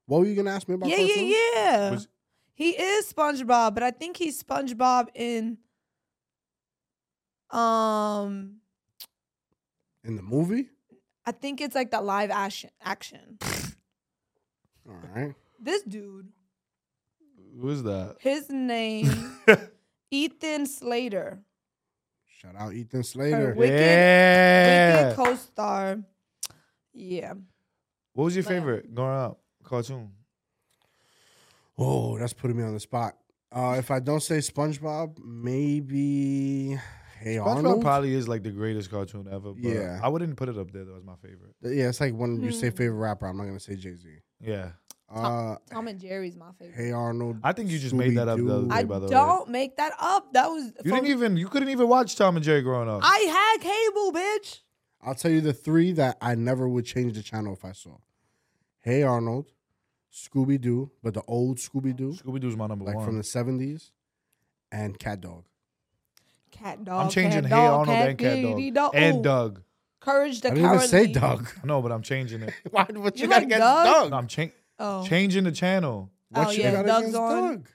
[SPEAKER 3] What were you gonna ask me about?
[SPEAKER 1] Yeah, yeah,
[SPEAKER 3] cartoons?
[SPEAKER 1] yeah.
[SPEAKER 2] Was-
[SPEAKER 1] he is SpongeBob, but I think he's SpongeBob in. Um,
[SPEAKER 3] In the movie.
[SPEAKER 1] I think it's like the live action. Action.
[SPEAKER 3] All right.
[SPEAKER 1] This dude,
[SPEAKER 2] Who's that?
[SPEAKER 1] his name, Ethan Slater.
[SPEAKER 3] Shout out Ethan Slater.
[SPEAKER 1] Wicked-
[SPEAKER 2] yeah.
[SPEAKER 1] Wicked co-star. Yeah.
[SPEAKER 2] What was your
[SPEAKER 1] But-
[SPEAKER 2] favorite growing up? Cartoon.
[SPEAKER 3] Oh, that's putting me on the spot. Uh, if I don't say SpongeBob, maybe Hey
[SPEAKER 2] SpongeBob
[SPEAKER 3] Arnold.
[SPEAKER 2] probably is like the greatest cartoon ever. But
[SPEAKER 3] Yeah.
[SPEAKER 2] I wouldn't put it up there though as my favorite.
[SPEAKER 3] yeah, it's like when you say
[SPEAKER 1] Hmm.
[SPEAKER 3] favorite rapper, I'm not gonna say Jay Z.
[SPEAKER 2] Yeah,
[SPEAKER 3] Uh,
[SPEAKER 1] Tom and Jerry's my favorite.
[SPEAKER 3] Hey Arnold.
[SPEAKER 2] I think you just made that up the other
[SPEAKER 3] Scooby-Doo.
[SPEAKER 2] day.
[SPEAKER 1] I
[SPEAKER 2] by the way.
[SPEAKER 1] don't make that up. That was
[SPEAKER 2] you
[SPEAKER 1] from-
[SPEAKER 2] didn't even you couldn't even watch Tom and Jerry growing up.
[SPEAKER 1] I had cable, bitch.
[SPEAKER 3] I'll tell you the three that I never would change the channel if I saw. Hey Arnold, Scooby Doo, but the old Scooby Doo,
[SPEAKER 2] Scooby Doo's my number
[SPEAKER 3] like
[SPEAKER 2] one.
[SPEAKER 3] from the '70s, and Cat Dog.
[SPEAKER 1] Cat dog.
[SPEAKER 2] I'm changing
[SPEAKER 1] cat
[SPEAKER 2] Hey
[SPEAKER 1] dog,
[SPEAKER 2] Arnold and Cat Dog
[SPEAKER 1] Diddy Ooh,
[SPEAKER 2] and Doug.
[SPEAKER 1] Courage the
[SPEAKER 3] I didn't even say
[SPEAKER 1] Cowardly.
[SPEAKER 3] Dog.
[SPEAKER 2] I know, but I'm changing it.
[SPEAKER 3] Why? What
[SPEAKER 1] You like Doug?
[SPEAKER 2] No, I'm cha-
[SPEAKER 1] Oh.
[SPEAKER 2] changing the channel.
[SPEAKER 3] What
[SPEAKER 1] Oh,
[SPEAKER 3] you
[SPEAKER 1] yeah,
[SPEAKER 3] got
[SPEAKER 1] Doug's
[SPEAKER 3] against
[SPEAKER 1] on.
[SPEAKER 3] Doug?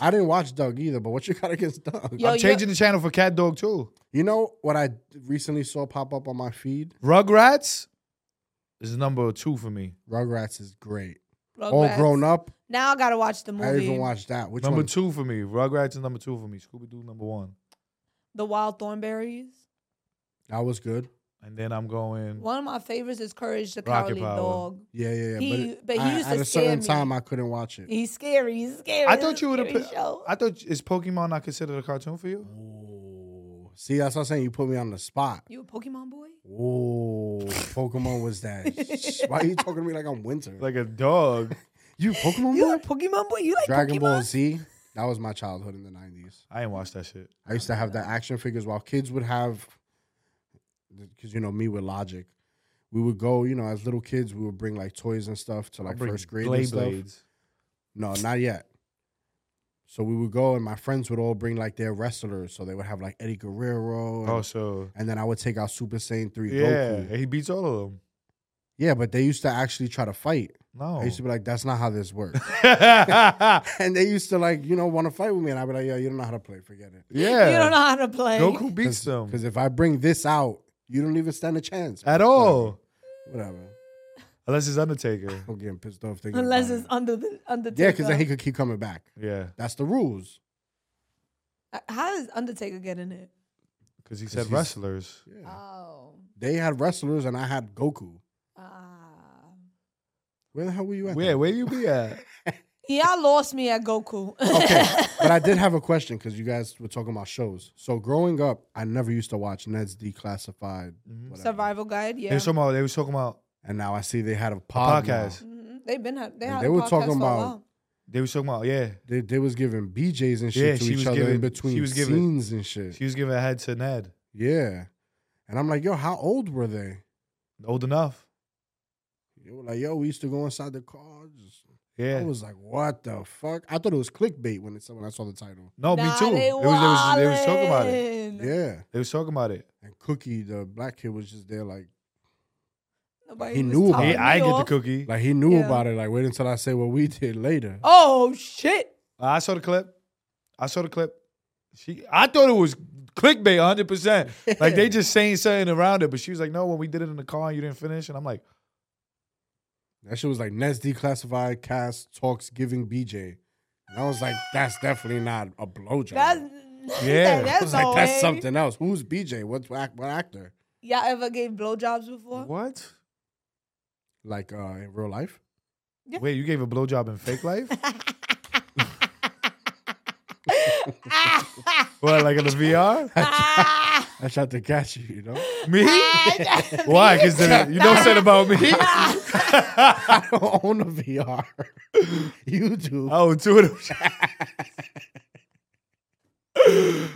[SPEAKER 3] I didn't watch Doug either, but what you got against Doug?
[SPEAKER 1] Yo,
[SPEAKER 2] I'm
[SPEAKER 1] you-
[SPEAKER 2] changing the channel for Cat Dog too.
[SPEAKER 3] You know what I recently saw pop up on my feed?
[SPEAKER 2] Rugrats is number two for me.
[SPEAKER 3] Rugrats is great.
[SPEAKER 1] Rugrats.
[SPEAKER 3] All grown up.
[SPEAKER 1] Now I gotta watch the movie.
[SPEAKER 3] I even watched that. Which
[SPEAKER 2] number
[SPEAKER 3] one?
[SPEAKER 2] two for me. Rugrats is number two for me. Scooby Doo number one.
[SPEAKER 1] The Wild Thornberries.
[SPEAKER 3] That was good.
[SPEAKER 2] And then I'm going.
[SPEAKER 1] One of my favorites is Courage the
[SPEAKER 2] Rocket
[SPEAKER 1] Cowardly
[SPEAKER 2] Power.
[SPEAKER 1] Dog.
[SPEAKER 3] Yeah, yeah, yeah.
[SPEAKER 1] He-
[SPEAKER 3] it-
[SPEAKER 1] but he
[SPEAKER 3] I-
[SPEAKER 1] used to
[SPEAKER 3] at a certain
[SPEAKER 1] scare me.
[SPEAKER 3] time, I couldn't watch it.
[SPEAKER 1] He's scary. He's scary.
[SPEAKER 2] I
[SPEAKER 1] It's
[SPEAKER 2] thought
[SPEAKER 1] a
[SPEAKER 2] you would have.
[SPEAKER 1] scary
[SPEAKER 2] Put,
[SPEAKER 1] show.
[SPEAKER 2] I thought is Pokemon not considered a cartoon for you?
[SPEAKER 3] Ooh. See, that's what I'm saying. You put me on the spot.
[SPEAKER 1] You a Pokemon boy?
[SPEAKER 3] Whoa, Pokemon was that? Why are you talking to me like I'm Winter?
[SPEAKER 2] Like a dog.
[SPEAKER 3] you Pokemon
[SPEAKER 1] You a
[SPEAKER 3] boy?
[SPEAKER 1] Pokemon boy? You like
[SPEAKER 3] Dragon
[SPEAKER 1] Pokemon?
[SPEAKER 3] Ball Z. That was my childhood in the '90s.
[SPEAKER 2] I ain't watched that shit.
[SPEAKER 3] I used to have the action figures while kids would have, because you know me with logic, we would go. You know, as little kids, we would bring like toys and stuff to
[SPEAKER 2] I'll
[SPEAKER 3] like
[SPEAKER 2] bring
[SPEAKER 3] first grade
[SPEAKER 2] Blade
[SPEAKER 3] and stuff.
[SPEAKER 2] Blades.
[SPEAKER 3] No, not yet. So we would go, and my friends would all bring like their wrestlers. So they would have like Eddie Guerrero, and,
[SPEAKER 2] Oh, so
[SPEAKER 3] and then I would take out Super Saiyan three
[SPEAKER 2] yeah,
[SPEAKER 3] Goku.
[SPEAKER 2] and he beats all of them.
[SPEAKER 3] Yeah, but they used to actually try to fight.
[SPEAKER 2] No.
[SPEAKER 3] I used to be like, "That's not how this works."
[SPEAKER 2] yeah.
[SPEAKER 3] and they used to like, you know, want to fight with me, and I'd be like, "Yo, you don't know how to play. Forget it."
[SPEAKER 1] You don't know how to play.
[SPEAKER 2] Goku beats them
[SPEAKER 3] Because if I bring this out, you don't even stand a chance
[SPEAKER 2] at all,
[SPEAKER 3] Whatever.
[SPEAKER 2] unless it's Undertaker.
[SPEAKER 3] I'm getting pissed off thinking.
[SPEAKER 1] Unless
[SPEAKER 3] about
[SPEAKER 1] it's
[SPEAKER 3] it.
[SPEAKER 1] under the Undertaker.
[SPEAKER 3] yeah, because then he could keep coming back.
[SPEAKER 2] Yeah,
[SPEAKER 3] That's the rules.
[SPEAKER 1] How does Undertaker get in it?
[SPEAKER 2] because he
[SPEAKER 3] 'Cause
[SPEAKER 2] said
[SPEAKER 3] he's-
[SPEAKER 2] wrestlers.
[SPEAKER 3] Yeah.
[SPEAKER 1] Oh.
[SPEAKER 3] They had wrestlers, and I had Goku.
[SPEAKER 1] Ah.
[SPEAKER 3] Where the hell were you at?
[SPEAKER 2] Where
[SPEAKER 3] then?
[SPEAKER 2] where you be at?
[SPEAKER 1] Y'all lost me at Goku.
[SPEAKER 3] okay, but I did have a question because you guys were talking about shows. So growing up, I never used to watch Ned's Declassified,
[SPEAKER 2] Mhm.
[SPEAKER 3] whatever.
[SPEAKER 1] Survival Guide,
[SPEAKER 2] They
[SPEAKER 1] yeah.
[SPEAKER 2] were talking about. They were talking about.
[SPEAKER 3] and now I see they had a podcast.
[SPEAKER 2] podcast.
[SPEAKER 1] Mhm. They've been had, they
[SPEAKER 3] And
[SPEAKER 1] had
[SPEAKER 3] they
[SPEAKER 1] a
[SPEAKER 3] were
[SPEAKER 1] podcast
[SPEAKER 3] talking
[SPEAKER 1] for a
[SPEAKER 3] about-
[SPEAKER 1] while.
[SPEAKER 2] They were talking about. Yeah,
[SPEAKER 3] They, they was giving BJs and shit
[SPEAKER 2] Yeah,
[SPEAKER 3] to
[SPEAKER 2] she
[SPEAKER 3] each
[SPEAKER 2] was
[SPEAKER 3] other in
[SPEAKER 2] giving-
[SPEAKER 3] between
[SPEAKER 2] she was giving-
[SPEAKER 3] scenes and shit.
[SPEAKER 2] she was giving a head to Ned.
[SPEAKER 3] yeah, and I'm like, yo, how old were they?
[SPEAKER 2] Old enough.
[SPEAKER 3] They were like, yo, we used to go inside the car. Just,
[SPEAKER 2] Yeah.
[SPEAKER 3] I was like, what the fuck? I thought it was clickbait when it's when I saw the title.
[SPEAKER 2] no, me
[SPEAKER 1] Nah,
[SPEAKER 2] too.
[SPEAKER 1] They
[SPEAKER 2] It was, they, was, they was talking about it.
[SPEAKER 1] wildin'.
[SPEAKER 3] Yeah,
[SPEAKER 2] They was talking about it.
[SPEAKER 3] and Cookie, the black kid, was just there like,
[SPEAKER 1] Nobody
[SPEAKER 3] He
[SPEAKER 1] was
[SPEAKER 3] knew about
[SPEAKER 1] topping
[SPEAKER 3] it.
[SPEAKER 2] Hey,
[SPEAKER 1] me
[SPEAKER 2] I get the
[SPEAKER 1] off.
[SPEAKER 2] cookie.
[SPEAKER 3] like he knew
[SPEAKER 1] Yeah.
[SPEAKER 3] about it. Like, wait until I say what we did later.
[SPEAKER 1] Oh shit!
[SPEAKER 2] I saw the clip. I saw the clip. She, I thought it was clickbait, hundred percent. Like they just saying something around it, but she was like, "No, when we did it in the car, and you didn't finish." And I'm like,
[SPEAKER 3] That shit was like Nets declassified cast talks giving BJ. And I was like, that's definitely not a blowjob.
[SPEAKER 1] That's
[SPEAKER 2] Yeah.
[SPEAKER 1] that's,
[SPEAKER 3] I was like,
[SPEAKER 1] no
[SPEAKER 3] that's
[SPEAKER 1] way.
[SPEAKER 3] something else. Who's BJ? What's what, what actor?
[SPEAKER 1] Y'all ever gave blowjobs before?
[SPEAKER 2] "What?
[SPEAKER 3] Like uh, in real life?
[SPEAKER 1] Yeah.
[SPEAKER 2] Wait, you gave a blowjob in fake life? what, like in the VR?
[SPEAKER 3] I tried to catch you, you know?
[SPEAKER 2] Me? Why? Because you know said about me.
[SPEAKER 3] I don't own a VR. you do.
[SPEAKER 2] Oh, two of them.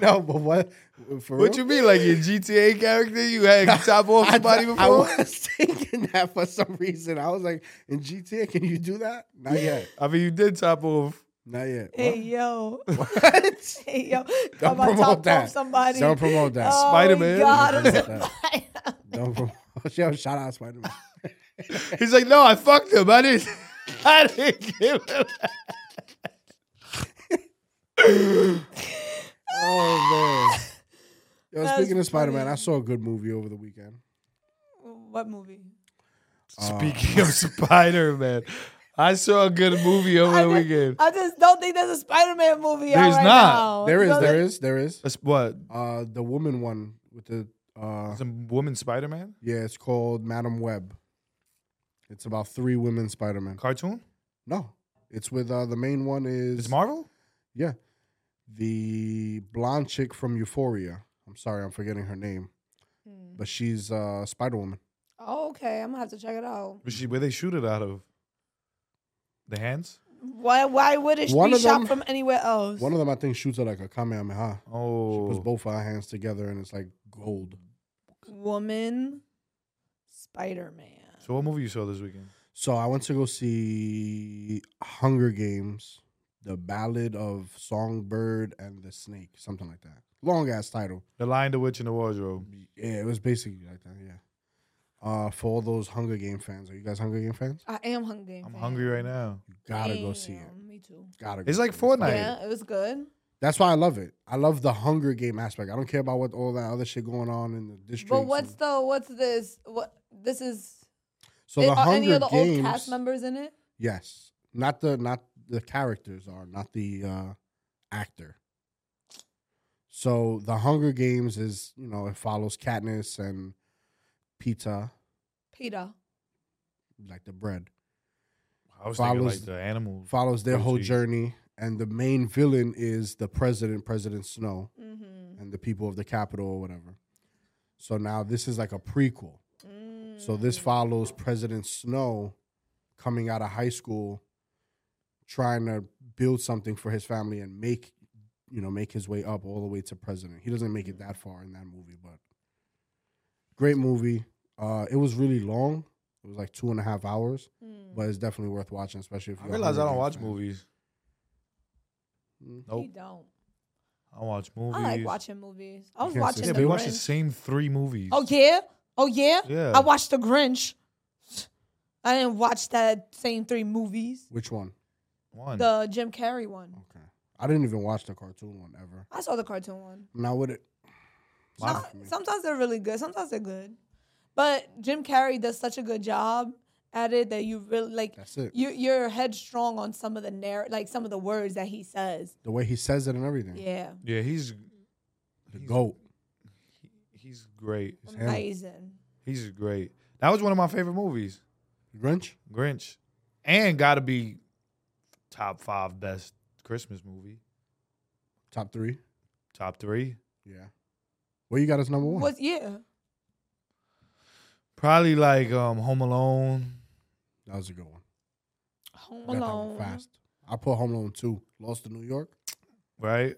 [SPEAKER 3] No, but Oh. what? For
[SPEAKER 2] What
[SPEAKER 3] real?
[SPEAKER 2] you mean, like your GTA character? You had top off
[SPEAKER 3] I,
[SPEAKER 2] somebody
[SPEAKER 3] I
[SPEAKER 2] before?
[SPEAKER 3] was thinking that for some reason. I was like, in GTA, can you do that? Not yet.
[SPEAKER 2] I mean, you did top off.
[SPEAKER 3] Not yet.
[SPEAKER 1] hey yo,
[SPEAKER 3] What?
[SPEAKER 1] hey yo,
[SPEAKER 3] Don't
[SPEAKER 1] Come on,
[SPEAKER 3] promote
[SPEAKER 1] top off
[SPEAKER 3] that.
[SPEAKER 1] Somebody.
[SPEAKER 3] Don't promote that.
[SPEAKER 1] Oh,
[SPEAKER 2] Spider-Man.
[SPEAKER 1] God, I'm
[SPEAKER 3] Don't
[SPEAKER 1] so-
[SPEAKER 3] promote that. Don't promote. Yo, shout out Spider Man.
[SPEAKER 2] He's like, no, I fucked him. I didn't. I didn't give him.
[SPEAKER 3] Oh man.
[SPEAKER 1] That
[SPEAKER 3] Yo,
[SPEAKER 1] was
[SPEAKER 3] speaking of Spider Man,
[SPEAKER 1] funny.
[SPEAKER 3] I saw a good movie over the weekend.
[SPEAKER 1] what movie?
[SPEAKER 2] Speaking of Spider Man, I saw a good movie over
[SPEAKER 1] I
[SPEAKER 2] the
[SPEAKER 1] just-
[SPEAKER 2] weekend.
[SPEAKER 1] I just don't think there's a Spider-Man movie out
[SPEAKER 2] There's
[SPEAKER 1] right
[SPEAKER 2] not.
[SPEAKER 1] now.
[SPEAKER 3] There is,
[SPEAKER 1] Oh, You know,
[SPEAKER 3] there
[SPEAKER 1] like-
[SPEAKER 3] is, there is.
[SPEAKER 2] That's what?
[SPEAKER 3] Uh, the woman one with the uh,
[SPEAKER 2] Some woman Spider Man
[SPEAKER 3] yeah, it's called Madam Web. It's about three women Spider Man.
[SPEAKER 2] cartoon?
[SPEAKER 3] No, it's with uh, the main one
[SPEAKER 2] It's
[SPEAKER 3] is
[SPEAKER 2] Marvel?
[SPEAKER 3] yeah, the blonde chick from Euphoria. I'm sorry, I'm forgetting her name, but she's uh, Spider Woman.
[SPEAKER 1] Oh, okay, I'm gonna have to check it out.
[SPEAKER 2] But she, where they shoot it out of? The hands?
[SPEAKER 1] Why? Why would it
[SPEAKER 3] One
[SPEAKER 1] be
[SPEAKER 3] of
[SPEAKER 1] shot
[SPEAKER 3] them-
[SPEAKER 1] from anywhere else?
[SPEAKER 3] One of them, I think, shoots her like a kamehameha. She
[SPEAKER 2] Oh,
[SPEAKER 3] puts both of her hands together, and it's like gold.
[SPEAKER 1] Woman, Spider Man.
[SPEAKER 2] so what movie you saw this weekend?
[SPEAKER 3] So I went to go see Hunger Games, the Ballad of Songbird and the Snake, something like that. Long ass title.
[SPEAKER 2] The Lion, the Witch, and the Wardrobe.
[SPEAKER 3] Yeah, it was basically like that. Yeah. Uh, for all those Hunger Game fans, are you guys Hunger Game fans?
[SPEAKER 1] I am hungry.
[SPEAKER 2] I'm hungry right now.
[SPEAKER 3] You gotta go see it.
[SPEAKER 1] Me too.
[SPEAKER 3] Gotta. Go
[SPEAKER 2] It's like
[SPEAKER 3] see it.
[SPEAKER 2] Fortnite.
[SPEAKER 1] Yeah, it was good.
[SPEAKER 3] That's why I love it. I love the Hunger Game aspect. I don't care about what all that other shit going on in the district.
[SPEAKER 1] But what's the what's this? What this is?
[SPEAKER 3] so
[SPEAKER 1] it-
[SPEAKER 3] the
[SPEAKER 1] are
[SPEAKER 3] Hunger
[SPEAKER 1] any of the
[SPEAKER 3] Games?
[SPEAKER 1] old cast members in it?
[SPEAKER 3] Yes, not the not the characters are not the uh, actor. So the Hunger Games is you know it follows Katniss and Pita
[SPEAKER 1] Peter.
[SPEAKER 3] like the bread
[SPEAKER 2] I was thinking like
[SPEAKER 3] Follows-
[SPEAKER 2] the animals.
[SPEAKER 3] follows their whole
[SPEAKER 2] Gucci.
[SPEAKER 3] journey and the main villain is the president President Snow
[SPEAKER 1] Mm-hmm.
[SPEAKER 3] and the people of the capital or whatever. So now this is like a prequel. So
[SPEAKER 1] Mm.
[SPEAKER 3] this follows President Snow coming out of high school, trying to build something for his family and make, you know, make his way up all the way to president. He doesn't make it that far in that movie, but great movie. Uh, it was really long. It was like two and a half hours,
[SPEAKER 1] Mm.
[SPEAKER 3] but it's definitely worth watching, especially if
[SPEAKER 2] I
[SPEAKER 3] you're a
[SPEAKER 2] realize I
[SPEAKER 3] Hunger
[SPEAKER 2] don't watch
[SPEAKER 3] Games fan.
[SPEAKER 2] movies.
[SPEAKER 3] Mm.
[SPEAKER 1] He
[SPEAKER 2] Nope,
[SPEAKER 1] don't.
[SPEAKER 2] I don't watch movies.
[SPEAKER 1] I like watching movies. I was
[SPEAKER 3] can't
[SPEAKER 1] watching
[SPEAKER 3] say
[SPEAKER 2] Yeah,
[SPEAKER 1] The
[SPEAKER 2] but we watch the
[SPEAKER 1] Grinch.
[SPEAKER 2] same three movies.
[SPEAKER 1] Oh yeah, oh yeah.
[SPEAKER 2] Yeah.
[SPEAKER 1] I watched The Grinch. I didn't watch that same three movies.
[SPEAKER 3] Which one?
[SPEAKER 2] One.
[SPEAKER 1] The Jim Carrey one.
[SPEAKER 3] Okay, I didn't even watch the cartoon one ever.
[SPEAKER 1] I saw the cartoon one.
[SPEAKER 3] Now would it?
[SPEAKER 2] Wow.
[SPEAKER 1] Some- sometimes they're really good. Sometimes they're good, but Jim Carrey does such a good job at it that you really like.
[SPEAKER 3] That's it.
[SPEAKER 1] You you're headstrong on some of the narr- like some of the words that he says.
[SPEAKER 3] The way he says it and everything.
[SPEAKER 1] Yeah,
[SPEAKER 2] yeah, he's
[SPEAKER 3] The
[SPEAKER 2] He's-
[SPEAKER 3] goat.
[SPEAKER 2] he's great.
[SPEAKER 3] him.
[SPEAKER 1] amazing.
[SPEAKER 2] He's great. That was one of my favorite movies,
[SPEAKER 3] Grinch.
[SPEAKER 2] Grinch, and gotta be top five best Christmas movie,
[SPEAKER 3] Top three.
[SPEAKER 2] top three.
[SPEAKER 3] Yeah. Well, you got us number one.
[SPEAKER 1] What's yeah?
[SPEAKER 2] Probably like um, Home Alone.
[SPEAKER 3] That was a good one.
[SPEAKER 1] Home
[SPEAKER 3] I got that one
[SPEAKER 1] Alone.
[SPEAKER 3] Fast. I put Home Alone two. Lost to New York.
[SPEAKER 2] right?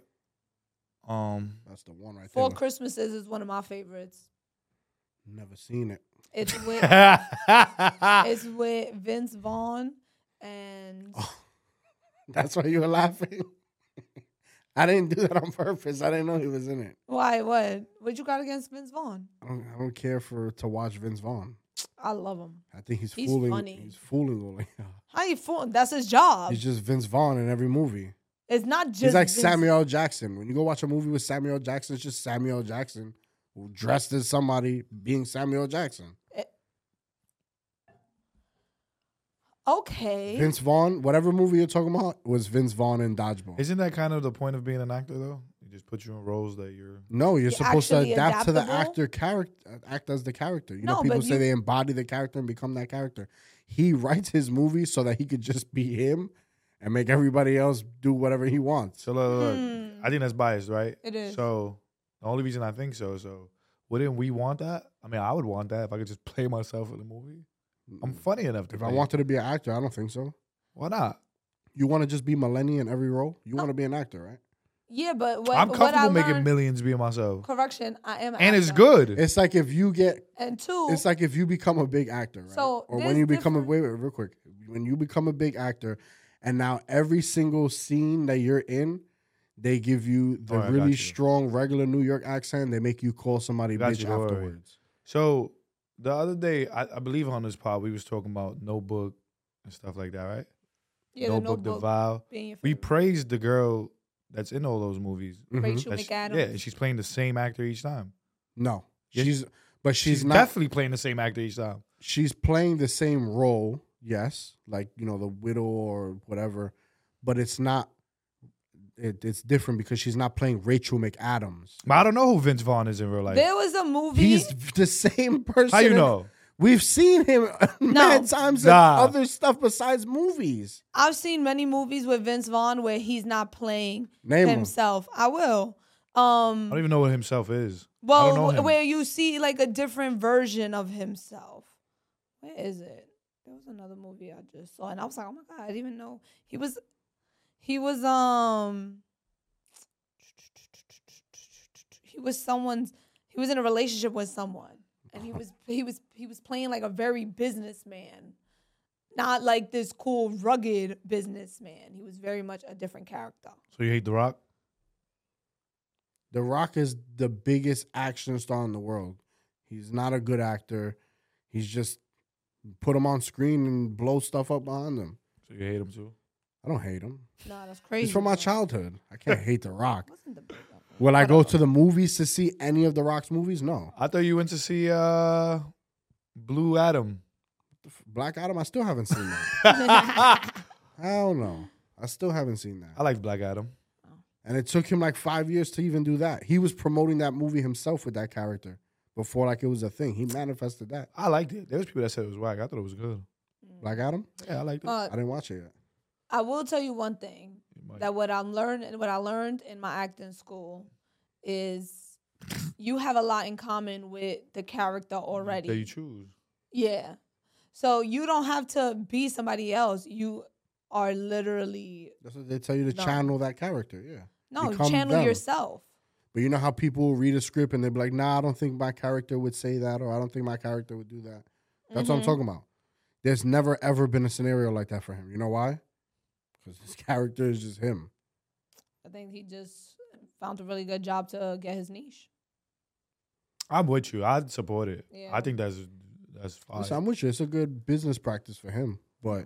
[SPEAKER 2] Um,
[SPEAKER 3] That's the one right
[SPEAKER 1] Four
[SPEAKER 3] there.
[SPEAKER 1] Christmases is one of my favorites.
[SPEAKER 3] Never seen it.
[SPEAKER 1] It's with
[SPEAKER 2] it's
[SPEAKER 1] It's with Vince Vaughn and
[SPEAKER 2] Oh.
[SPEAKER 3] That's why you were laughing. I didn't do that on purpose. I didn't know he was in it.
[SPEAKER 1] why? What? What you got against Vince Vaughn?
[SPEAKER 3] I don't, I don't care for to watch Vince Vaughn.
[SPEAKER 1] I love him.
[SPEAKER 3] I think he's,
[SPEAKER 1] He's
[SPEAKER 3] fooling.
[SPEAKER 1] funny. Uh,
[SPEAKER 3] He's fooling all.
[SPEAKER 1] How you fooling? That's his job.
[SPEAKER 3] he's just Vince Vaughn in every movie.
[SPEAKER 1] it's not just
[SPEAKER 3] he's like
[SPEAKER 1] Vince-
[SPEAKER 3] Samuel Jackson. When you go watch a movie with Samuel Jackson, it's just Samuel Jackson dressed as somebody being Samuel Jackson.
[SPEAKER 1] Okay.
[SPEAKER 3] Vince Vaughn, whatever movie you're talking about, was Vince Vaughn in Dodgeball.
[SPEAKER 2] Isn't that kind of the point of being an actor, though? They just put you in roles that you're.
[SPEAKER 3] no, you're
[SPEAKER 1] You're
[SPEAKER 3] supposed to
[SPEAKER 1] actually
[SPEAKER 3] adapt to the
[SPEAKER 1] adaptable?
[SPEAKER 3] actor character, uh, act as the character. You know,
[SPEAKER 1] No,
[SPEAKER 3] people
[SPEAKER 1] but
[SPEAKER 3] say
[SPEAKER 1] you-
[SPEAKER 3] they embody the character and become that character. He writes his movies so that he could just be him and make everybody else do whatever he wants.
[SPEAKER 2] So look, look, look,
[SPEAKER 1] Hmm.
[SPEAKER 2] I think that's biased, right?
[SPEAKER 1] It is.
[SPEAKER 2] So the only reason I think so, so wouldn't we want that? I mean, I would want that if I could just play myself in a movie. I'm funny enough to.
[SPEAKER 3] Mm. If I
[SPEAKER 2] play-
[SPEAKER 3] wanted to be an actor, I don't think so.
[SPEAKER 2] why not?
[SPEAKER 3] You want to just be millennial in every role?
[SPEAKER 1] Oh.
[SPEAKER 3] You want to be an actor, right?
[SPEAKER 1] yeah, but what,
[SPEAKER 2] I'm
[SPEAKER 1] what I
[SPEAKER 2] comfortable making
[SPEAKER 1] learned-
[SPEAKER 2] millions being myself,
[SPEAKER 1] correction. I am. an
[SPEAKER 2] and it's
[SPEAKER 1] actor.
[SPEAKER 2] good.
[SPEAKER 3] It's like if you get
[SPEAKER 1] And two.
[SPEAKER 3] It's like if you become a big actor, right?
[SPEAKER 1] So
[SPEAKER 3] or
[SPEAKER 1] there's
[SPEAKER 3] when you become a
[SPEAKER 1] different-
[SPEAKER 3] wait, wait, real quick, when you become a big actor, and now every single scene that you're in, they give you
[SPEAKER 2] Alright,
[SPEAKER 3] the
[SPEAKER 2] Oh, I got
[SPEAKER 3] really
[SPEAKER 2] you.
[SPEAKER 3] strong regular New York accent. They make you call somebody
[SPEAKER 2] Got
[SPEAKER 3] bitch
[SPEAKER 2] you, don't worry.
[SPEAKER 3] afterwards.
[SPEAKER 2] So the other day, I, I believe on this pod we was talking about notebook and stuff like that, right?
[SPEAKER 1] yeah, the
[SPEAKER 2] notebook,
[SPEAKER 1] notebook.
[SPEAKER 2] the vow.
[SPEAKER 1] being your
[SPEAKER 2] We
[SPEAKER 1] favorite.
[SPEAKER 2] praised the girl that's in all those movies.
[SPEAKER 3] Mhm.
[SPEAKER 1] Rachel
[SPEAKER 2] That's-
[SPEAKER 1] McAdams.
[SPEAKER 2] Yeah, and she's playing the same actor each time.
[SPEAKER 3] Mm-hmm. No,
[SPEAKER 2] Yeah.
[SPEAKER 3] she's but she's,
[SPEAKER 2] She's,
[SPEAKER 3] not.
[SPEAKER 2] definitely playing the same actor each time.
[SPEAKER 3] she's playing the same role, yes, like you know the widow or whatever, but it's not. It, it's different because she's not playing Rachel McAdams.
[SPEAKER 2] But I don't know who Vince Vaughn is in real life.
[SPEAKER 1] there was a movie.
[SPEAKER 3] He's the same person.
[SPEAKER 2] How you
[SPEAKER 3] in-
[SPEAKER 2] know?
[SPEAKER 3] We've seen him many times in
[SPEAKER 2] Nah.
[SPEAKER 3] other stuff besides movies.
[SPEAKER 1] I've seen many movies with Vince Vaughn where he's not playing
[SPEAKER 3] Name 'em.
[SPEAKER 1] himself. I will.
[SPEAKER 2] I
[SPEAKER 1] Um,
[SPEAKER 2] don't even know what himself is. I
[SPEAKER 1] well,
[SPEAKER 2] don't know
[SPEAKER 1] wh-
[SPEAKER 2] him.
[SPEAKER 1] where you see like a different version of himself. Where is it? There was another movie I just saw, and I was like, oh my god, I didn't even know he was. He was um. He was someone's. He was in a relationship with someone, and he was he was he was playing like a very businessman, not like this cool rugged businessman. He was very much a different character.
[SPEAKER 2] So you hate The Rock?
[SPEAKER 3] The Rock is the biggest action star in the world. He's not a good actor. He's just put him on screen and blow stuff up behind him.
[SPEAKER 2] So you hate him too?
[SPEAKER 3] I don't hate him.
[SPEAKER 1] Nah, that's crazy.
[SPEAKER 3] He's from my
[SPEAKER 1] bro.
[SPEAKER 3] childhood. I can't hate The Rock.
[SPEAKER 1] Wasn't the big one.
[SPEAKER 3] Will I go to the movies to see any of The Rock's movies? No.
[SPEAKER 2] I thought you went to see uh, Blue Adam.
[SPEAKER 3] Black Adam, I still haven't seen that.
[SPEAKER 2] I
[SPEAKER 3] I don't know. I still haven't seen that.
[SPEAKER 2] like Black Adam.
[SPEAKER 3] And it took him like five years to even do that. He was promoting that movie himself with that character before like it was a thing. He manifested that.
[SPEAKER 2] I liked it. There was people that said it was whack. I thought it was good.
[SPEAKER 3] Black Adam?
[SPEAKER 2] Yeah, I liked it.
[SPEAKER 1] Uh,
[SPEAKER 3] I didn't watch it yet.
[SPEAKER 1] I will tell you one thing
[SPEAKER 2] It might-
[SPEAKER 1] that what I'm learning, what I learned in my acting school, is you have a lot in common with the character
[SPEAKER 3] Mm-hmm.
[SPEAKER 2] That you
[SPEAKER 1] already.
[SPEAKER 2] choose.
[SPEAKER 1] Yeah, so you don't have to be somebody else. You are literally
[SPEAKER 3] That's what they tell you to
[SPEAKER 1] No.
[SPEAKER 3] channel that character, yeah.
[SPEAKER 1] no
[SPEAKER 3] Become
[SPEAKER 1] channel
[SPEAKER 3] them.
[SPEAKER 1] yourself.
[SPEAKER 3] But you know how people read a script and they'd be like, nah, I don't think my character would say that or I don't think my character would do that. That's what I'm
[SPEAKER 1] Mhm.
[SPEAKER 3] talking about. There's never ever been a scenario like that for him. You know why? Because his character is just him.
[SPEAKER 1] I think he just found a really good job to get his niche.
[SPEAKER 2] I'm with you. I'd support it.
[SPEAKER 1] Yeah.
[SPEAKER 2] I think that's that's fine.
[SPEAKER 3] Listen, I'm with you. It's a good business practice for him. But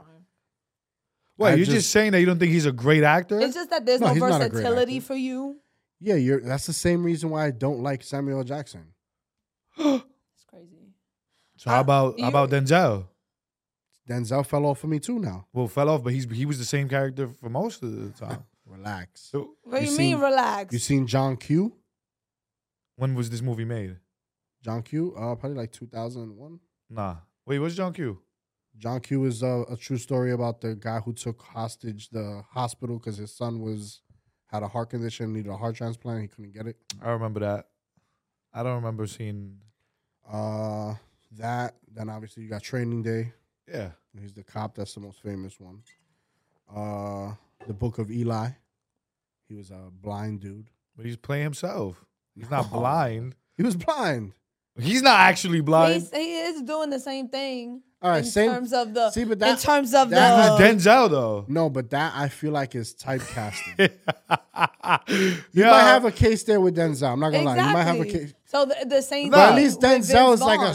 [SPEAKER 2] Wait,
[SPEAKER 3] I
[SPEAKER 2] you're
[SPEAKER 3] just-
[SPEAKER 2] just, saying that you don't think he's a great actor?
[SPEAKER 1] It's just that there's
[SPEAKER 3] No,
[SPEAKER 1] no,
[SPEAKER 3] he's not a great
[SPEAKER 1] versatility
[SPEAKER 3] actor.
[SPEAKER 1] for you.
[SPEAKER 3] yeah, you're that's the same reason why I don't like Samuel L. Jackson.
[SPEAKER 1] It's crazy.
[SPEAKER 2] so how
[SPEAKER 1] I-
[SPEAKER 2] about how about
[SPEAKER 1] you-
[SPEAKER 2] Denzel?
[SPEAKER 3] Denzel fell off for me too now.
[SPEAKER 2] Well, fell off, but he's he was the same character for most of the time.
[SPEAKER 3] Relax.
[SPEAKER 2] so
[SPEAKER 1] What do
[SPEAKER 3] You
[SPEAKER 1] you
[SPEAKER 3] seen-
[SPEAKER 1] mean relax?
[SPEAKER 3] You seen John Q?
[SPEAKER 2] when was this movie made?
[SPEAKER 3] John Q? Uh, probably like 2001.
[SPEAKER 2] Nah. Wait, what's John Q?
[SPEAKER 3] John Q is a, a true story about the guy who took hostage the hospital because his son was had a heart condition, needed a heart transplant, he couldn't get it.
[SPEAKER 2] I remember that. I don't remember seeing.
[SPEAKER 3] Uh, that then obviously you got Training Day.
[SPEAKER 2] Yeah.
[SPEAKER 3] He's the cop. That's the most famous one. Uh, the Book of Eli. He was a blind dude.
[SPEAKER 2] But he's playing himself. He's not
[SPEAKER 3] No.
[SPEAKER 2] blind.
[SPEAKER 3] He was blind.
[SPEAKER 2] He's not actually blind.
[SPEAKER 1] He's, he is doing the same thing
[SPEAKER 3] All right,
[SPEAKER 1] in
[SPEAKER 3] same.
[SPEAKER 1] terms of the
[SPEAKER 3] see, but
[SPEAKER 1] in
[SPEAKER 3] that-
[SPEAKER 1] terms of the
[SPEAKER 3] that's not
[SPEAKER 2] Denzel though.
[SPEAKER 3] no, but that I feel like is typecasting.
[SPEAKER 2] yeah.
[SPEAKER 3] You might have a case there with Denzel. I'm not gonna lie. You might have a
[SPEAKER 1] Exactly.
[SPEAKER 3] case.
[SPEAKER 1] So the, the same.
[SPEAKER 2] But
[SPEAKER 3] But
[SPEAKER 1] thing
[SPEAKER 3] at least
[SPEAKER 1] with
[SPEAKER 3] Denzel
[SPEAKER 1] Vince
[SPEAKER 3] is like a
[SPEAKER 1] Vaughn.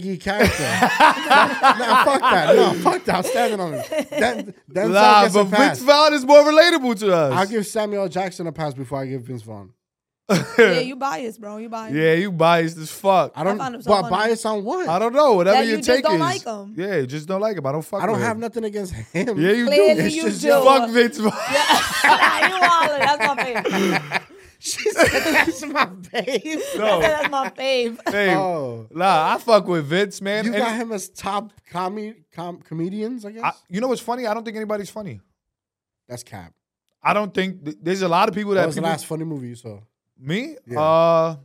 [SPEAKER 3] swaggy character. nah, fuck that. No, fuck that. I'm standing on it. Den- Denzel
[SPEAKER 2] Nah,
[SPEAKER 3] gets
[SPEAKER 2] but
[SPEAKER 3] a
[SPEAKER 2] Vince
[SPEAKER 3] pass.
[SPEAKER 2] Vaughn is more relatable to us.
[SPEAKER 3] I'll give Samuel Jackson a pass before I give Vince Vaughn.
[SPEAKER 1] Yeah, you biased, bro. You biased.
[SPEAKER 2] yeah, you biased as fuck.
[SPEAKER 3] I don't.
[SPEAKER 1] found him so
[SPEAKER 3] but
[SPEAKER 1] funny.
[SPEAKER 3] bias on what?
[SPEAKER 2] I don't know. Whatever
[SPEAKER 1] That you
[SPEAKER 2] your
[SPEAKER 1] just
[SPEAKER 2] take
[SPEAKER 1] don't
[SPEAKER 2] is.
[SPEAKER 1] like him.
[SPEAKER 2] Yeah, you just don't like him. I don't fuck.
[SPEAKER 3] I don't
[SPEAKER 2] with
[SPEAKER 3] have
[SPEAKER 2] him.
[SPEAKER 3] nothing against him.
[SPEAKER 2] Yeah, you do.
[SPEAKER 1] Clearly
[SPEAKER 2] It's
[SPEAKER 1] you
[SPEAKER 2] just
[SPEAKER 1] do.
[SPEAKER 2] fuck Vince Vaughn.
[SPEAKER 1] you all That's my fave.
[SPEAKER 3] she said that's my babe.
[SPEAKER 2] No,
[SPEAKER 1] That's my fave.
[SPEAKER 2] hey,
[SPEAKER 3] Oh.
[SPEAKER 2] nah, I fuck with Vince, man.
[SPEAKER 3] You
[SPEAKER 2] And-
[SPEAKER 3] got him as top comi- com- comedians, I guess.
[SPEAKER 2] I- you know what's funny? I don't think anybody's funny.
[SPEAKER 3] that's cap.
[SPEAKER 2] I don't think th- there's a lot of people that
[SPEAKER 3] That was the
[SPEAKER 2] people-
[SPEAKER 3] last funny movie you saw.
[SPEAKER 2] me.
[SPEAKER 3] Yeah.
[SPEAKER 2] Uh,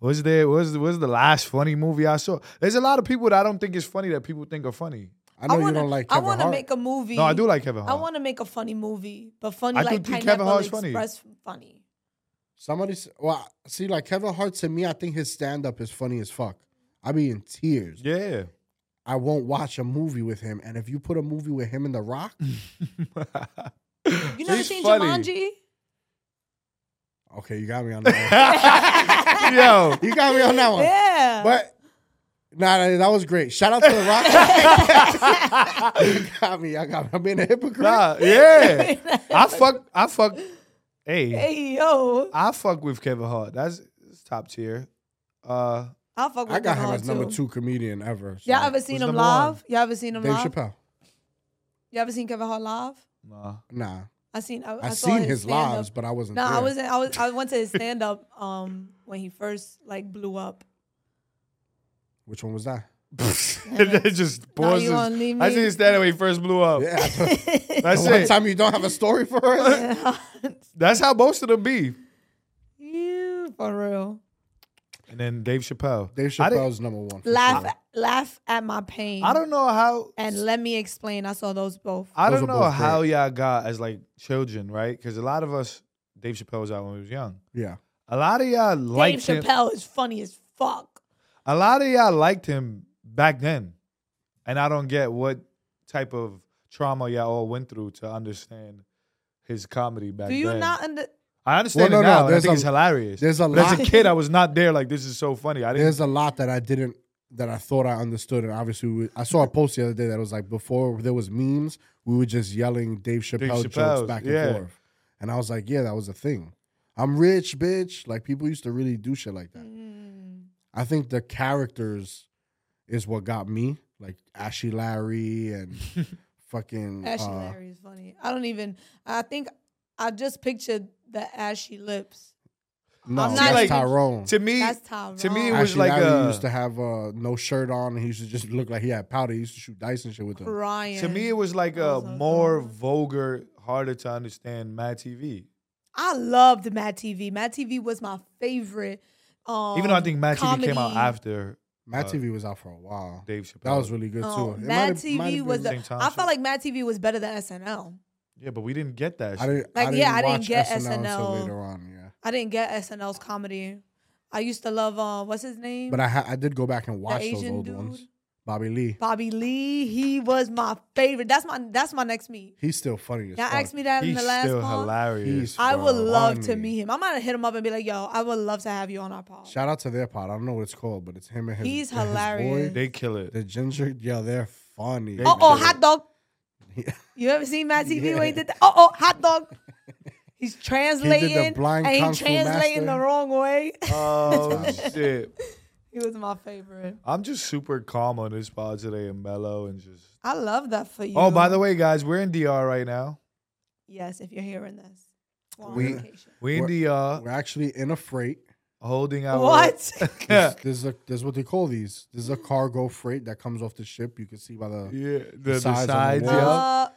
[SPEAKER 2] was there was was the last funny movie I saw? There's a lot of people that I don't think is funny that people think are funny.
[SPEAKER 3] I know
[SPEAKER 1] wanna,
[SPEAKER 3] you don't like
[SPEAKER 1] I
[SPEAKER 3] Kevin
[SPEAKER 1] want to
[SPEAKER 3] Hart.
[SPEAKER 1] make a movie.
[SPEAKER 2] No, I do like Kevin
[SPEAKER 1] I
[SPEAKER 2] Hart.
[SPEAKER 1] want to make a funny movie, but funny
[SPEAKER 2] I do
[SPEAKER 1] like
[SPEAKER 2] think
[SPEAKER 1] Pineapple
[SPEAKER 2] Kevin Hart's funny.
[SPEAKER 1] Express funny.
[SPEAKER 3] Somebody, s- well, see, like Kevin Hart to me, I think his stand up is funny as fuck. I be in tears.
[SPEAKER 2] yeah.
[SPEAKER 3] I won't watch a movie with him. And if you put a movie with him and The Rock,
[SPEAKER 1] You never
[SPEAKER 2] He's
[SPEAKER 1] seen
[SPEAKER 2] funny.
[SPEAKER 1] Jumanji?
[SPEAKER 3] okay, you got me on that one.
[SPEAKER 2] Yo,
[SPEAKER 3] You got me on that one.
[SPEAKER 1] Yeah.
[SPEAKER 3] But nah, nah, that was great. Shout out to The Rock. you got me. I got me. I'm being a hypocrite.
[SPEAKER 2] nah, yeah. I fuck. I fuck. Hey,
[SPEAKER 1] hey yo,
[SPEAKER 2] I fuck with Kevin Hart. That's, that's top tier. Uh,
[SPEAKER 1] I fuck with
[SPEAKER 3] I got
[SPEAKER 1] Kevin
[SPEAKER 3] him
[SPEAKER 1] Hart
[SPEAKER 3] as number
[SPEAKER 1] too.
[SPEAKER 3] two comedian ever. so-
[SPEAKER 1] Y'all ever seen
[SPEAKER 2] Who's
[SPEAKER 1] him
[SPEAKER 2] number one?
[SPEAKER 1] live? Y'all ever seen him
[SPEAKER 3] Dave
[SPEAKER 1] live?
[SPEAKER 3] Chappelle.
[SPEAKER 1] You ever seen Kevin Hart live?
[SPEAKER 2] nah.
[SPEAKER 3] Nah.
[SPEAKER 1] I seen. I, I
[SPEAKER 3] I've
[SPEAKER 1] saw
[SPEAKER 3] seen
[SPEAKER 1] his,
[SPEAKER 3] his
[SPEAKER 1] stand-up.
[SPEAKER 3] lives, but I wasn't
[SPEAKER 1] No,
[SPEAKER 3] there.
[SPEAKER 1] I wasn't. I was. I went to his stand up um when he first like blew up.
[SPEAKER 3] Which one was that?
[SPEAKER 2] and then just pauses.
[SPEAKER 1] gonna leave
[SPEAKER 2] I
[SPEAKER 1] me?
[SPEAKER 2] see stand away first blew up.
[SPEAKER 3] Yeah.
[SPEAKER 2] That's
[SPEAKER 3] One
[SPEAKER 2] it.
[SPEAKER 3] time you don't have a story for us.
[SPEAKER 2] That's how most of them be.
[SPEAKER 1] you for real.
[SPEAKER 2] And then Dave Chappelle.
[SPEAKER 3] Dave
[SPEAKER 2] I didn't-
[SPEAKER 3] Chappelle's number one. for
[SPEAKER 1] Laugh,
[SPEAKER 3] sure.
[SPEAKER 1] laugh at my pain.
[SPEAKER 2] I don't know how.
[SPEAKER 1] And let me explain. I saw those both.
[SPEAKER 2] I
[SPEAKER 3] Those
[SPEAKER 2] don't
[SPEAKER 3] are
[SPEAKER 2] know
[SPEAKER 3] both
[SPEAKER 2] how y'all got as like children, right? Because a lot of us, Dave Chappelle was out when we was young.
[SPEAKER 3] Yeah.
[SPEAKER 2] A lot of y'all
[SPEAKER 1] Dave
[SPEAKER 2] liked him.
[SPEAKER 1] Chappelle is funny as fuck.
[SPEAKER 2] A lot of y'all liked him back then, and I don't get what type of trauma y'all all went through to understand his comedy back
[SPEAKER 1] Do you
[SPEAKER 2] then.
[SPEAKER 1] not under?
[SPEAKER 2] I understand
[SPEAKER 3] Well,
[SPEAKER 2] it
[SPEAKER 3] no, no,
[SPEAKER 2] now. and I
[SPEAKER 3] there's
[SPEAKER 2] think
[SPEAKER 3] a-
[SPEAKER 2] it's hilarious.
[SPEAKER 3] There's a
[SPEAKER 2] But as
[SPEAKER 3] lot.
[SPEAKER 2] a kid, I was not there. Like this is so funny. I didn't.
[SPEAKER 3] There's a lot that I didn't that I thought I understood, and obviously we, I saw a post the other day that was like before there was memes, we were just yelling Dave Chappelle
[SPEAKER 2] Chappelle's,
[SPEAKER 3] jokes back
[SPEAKER 2] yeah.
[SPEAKER 3] and forth, and I was like, yeah, that was a thing. I'm rich, bitch. Like people used to really do shit like that.
[SPEAKER 1] Mm.
[SPEAKER 3] I think the characters is what got me, like Ashy Larry and
[SPEAKER 2] Mm,
[SPEAKER 3] fucking
[SPEAKER 1] Ashy
[SPEAKER 3] uh,
[SPEAKER 1] Larry is funny. I don't even. I think I just pictured the ashy lips.
[SPEAKER 3] no,
[SPEAKER 1] I'm not
[SPEAKER 3] that's
[SPEAKER 2] like-
[SPEAKER 3] Tyrone.
[SPEAKER 2] To me,
[SPEAKER 1] That's Tyrone.
[SPEAKER 2] to me, it was
[SPEAKER 3] Ashy
[SPEAKER 2] like
[SPEAKER 3] Larry
[SPEAKER 2] a.
[SPEAKER 3] used to have uh, no shirt on. He used to just look like he had powder. He used to shoot dice and shit with them.
[SPEAKER 1] Brian.
[SPEAKER 2] To me, it was like
[SPEAKER 1] That
[SPEAKER 2] a
[SPEAKER 1] was a-
[SPEAKER 2] more vulgar, harder to understand Mad TV.
[SPEAKER 1] I loved Mad TV. Mad TV was my favorite. Um,
[SPEAKER 2] Even though I think Mad TV came out
[SPEAKER 1] comedy.
[SPEAKER 2] after
[SPEAKER 3] Matt
[SPEAKER 2] Uh,
[SPEAKER 3] TV was out for a while.
[SPEAKER 2] Dave Chappelle.
[SPEAKER 3] That was really good
[SPEAKER 1] Oh,
[SPEAKER 3] too. It might
[SPEAKER 1] Mad
[SPEAKER 3] have- might
[SPEAKER 1] TV
[SPEAKER 3] have
[SPEAKER 1] was
[SPEAKER 3] been-
[SPEAKER 1] the.
[SPEAKER 2] same time
[SPEAKER 1] I felt
[SPEAKER 2] shit.
[SPEAKER 1] like Mad TV was better than SNL.
[SPEAKER 2] yeah, but we didn't get that.
[SPEAKER 3] I
[SPEAKER 2] shit.
[SPEAKER 3] didn't.
[SPEAKER 1] Like,
[SPEAKER 3] I didn't
[SPEAKER 1] yeah, I didn't
[SPEAKER 3] watch
[SPEAKER 1] get
[SPEAKER 3] SNL, until
[SPEAKER 1] SNL.
[SPEAKER 3] later on. Yeah,
[SPEAKER 1] I didn't get SNL's comedy. I used to love uh, what's his name?
[SPEAKER 3] but I ha- I did go back and watch those
[SPEAKER 1] Asian
[SPEAKER 3] old
[SPEAKER 1] dude?
[SPEAKER 3] ones. Bobby Lee.
[SPEAKER 1] Bobby Lee. He was my favorite. That's my that's my next meet.
[SPEAKER 3] He's still funny as
[SPEAKER 1] Y'all
[SPEAKER 3] fuck.
[SPEAKER 1] asked me that in
[SPEAKER 2] He's
[SPEAKER 1] the last
[SPEAKER 2] still
[SPEAKER 1] one.
[SPEAKER 2] hilarious.
[SPEAKER 3] He's-
[SPEAKER 1] I would love to
[SPEAKER 3] Funny.
[SPEAKER 1] meet him. I'm gonna hit him up and be like, "Yo, I would love to have you on our pod."
[SPEAKER 3] Shout out to their pod. I don't know what it's called, but it's him and his.
[SPEAKER 1] He's
[SPEAKER 3] and his
[SPEAKER 1] hilarious.
[SPEAKER 3] boy.
[SPEAKER 2] They kill it.
[SPEAKER 3] the ginger, yo, they're funny.
[SPEAKER 1] Oh, oh,
[SPEAKER 2] Yeah.
[SPEAKER 1] hot dog.
[SPEAKER 3] Yeah.
[SPEAKER 1] You ever seen Matt TV
[SPEAKER 3] Yeah.
[SPEAKER 1] where he did that? Oh, oh, hot dog. He's translating,
[SPEAKER 3] blind
[SPEAKER 1] and
[SPEAKER 3] Kung
[SPEAKER 1] he
[SPEAKER 3] Fu
[SPEAKER 1] translating the
[SPEAKER 3] master.
[SPEAKER 1] wrong way.
[SPEAKER 2] Oh shit!
[SPEAKER 1] He was my favorite.
[SPEAKER 2] I'm just super calm on this pod today and mellow and just.
[SPEAKER 1] I love that for you.
[SPEAKER 2] Oh, by the way, guys, we're in DR right now.
[SPEAKER 1] yes, if you're hearing this, we're on
[SPEAKER 2] We-
[SPEAKER 1] vacation.
[SPEAKER 2] We in
[SPEAKER 3] We're-
[SPEAKER 2] DR
[SPEAKER 3] We're actually in a freight.
[SPEAKER 2] holding our.
[SPEAKER 1] what?
[SPEAKER 2] yeah,
[SPEAKER 3] This, this is a, this is what they call these. This is a cargo freight that comes off the ship. You can see by the
[SPEAKER 2] the, the
[SPEAKER 3] size on the
[SPEAKER 2] sides.
[SPEAKER 3] wall.
[SPEAKER 2] yeah.
[SPEAKER 1] Uh,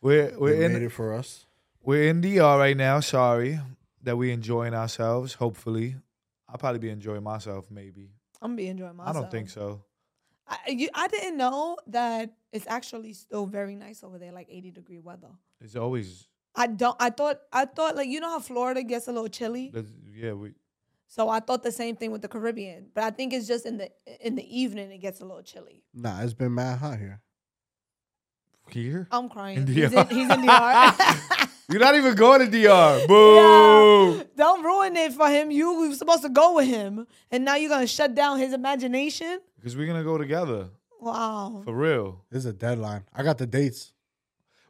[SPEAKER 2] We're we're
[SPEAKER 3] they
[SPEAKER 2] in
[SPEAKER 3] made it for us.
[SPEAKER 2] We're in DR right now. Sorry that we enjoying ourselves. Hopefully, I'll probably be enjoying myself. Maybe
[SPEAKER 1] I'm gonna be enjoying myself.
[SPEAKER 2] I don't think so.
[SPEAKER 1] I, you, I didn't know that it's actually still very nice over there, like 80 degree weather.
[SPEAKER 2] It's always
[SPEAKER 1] I don't. I thought. I thought like you know how Florida gets a little chilly,
[SPEAKER 2] that's- yeah. We
[SPEAKER 1] so I thought the same thing with the Caribbean. But I think it's just in the in the evening it gets a little chilly.
[SPEAKER 3] Nah, it's been mad hot here.
[SPEAKER 2] here.
[SPEAKER 1] I'm crying.
[SPEAKER 2] In
[SPEAKER 1] he's,
[SPEAKER 2] DR.
[SPEAKER 1] in, he's in DR.
[SPEAKER 2] You're not even going to DR. Boo!
[SPEAKER 1] Don't ruin it for him. You were supposed to go with him, and now you're gonna shut down his imagination.
[SPEAKER 2] Because we're gonna go together
[SPEAKER 1] Wow.
[SPEAKER 2] for real.
[SPEAKER 3] This is a deadline. I got the dates.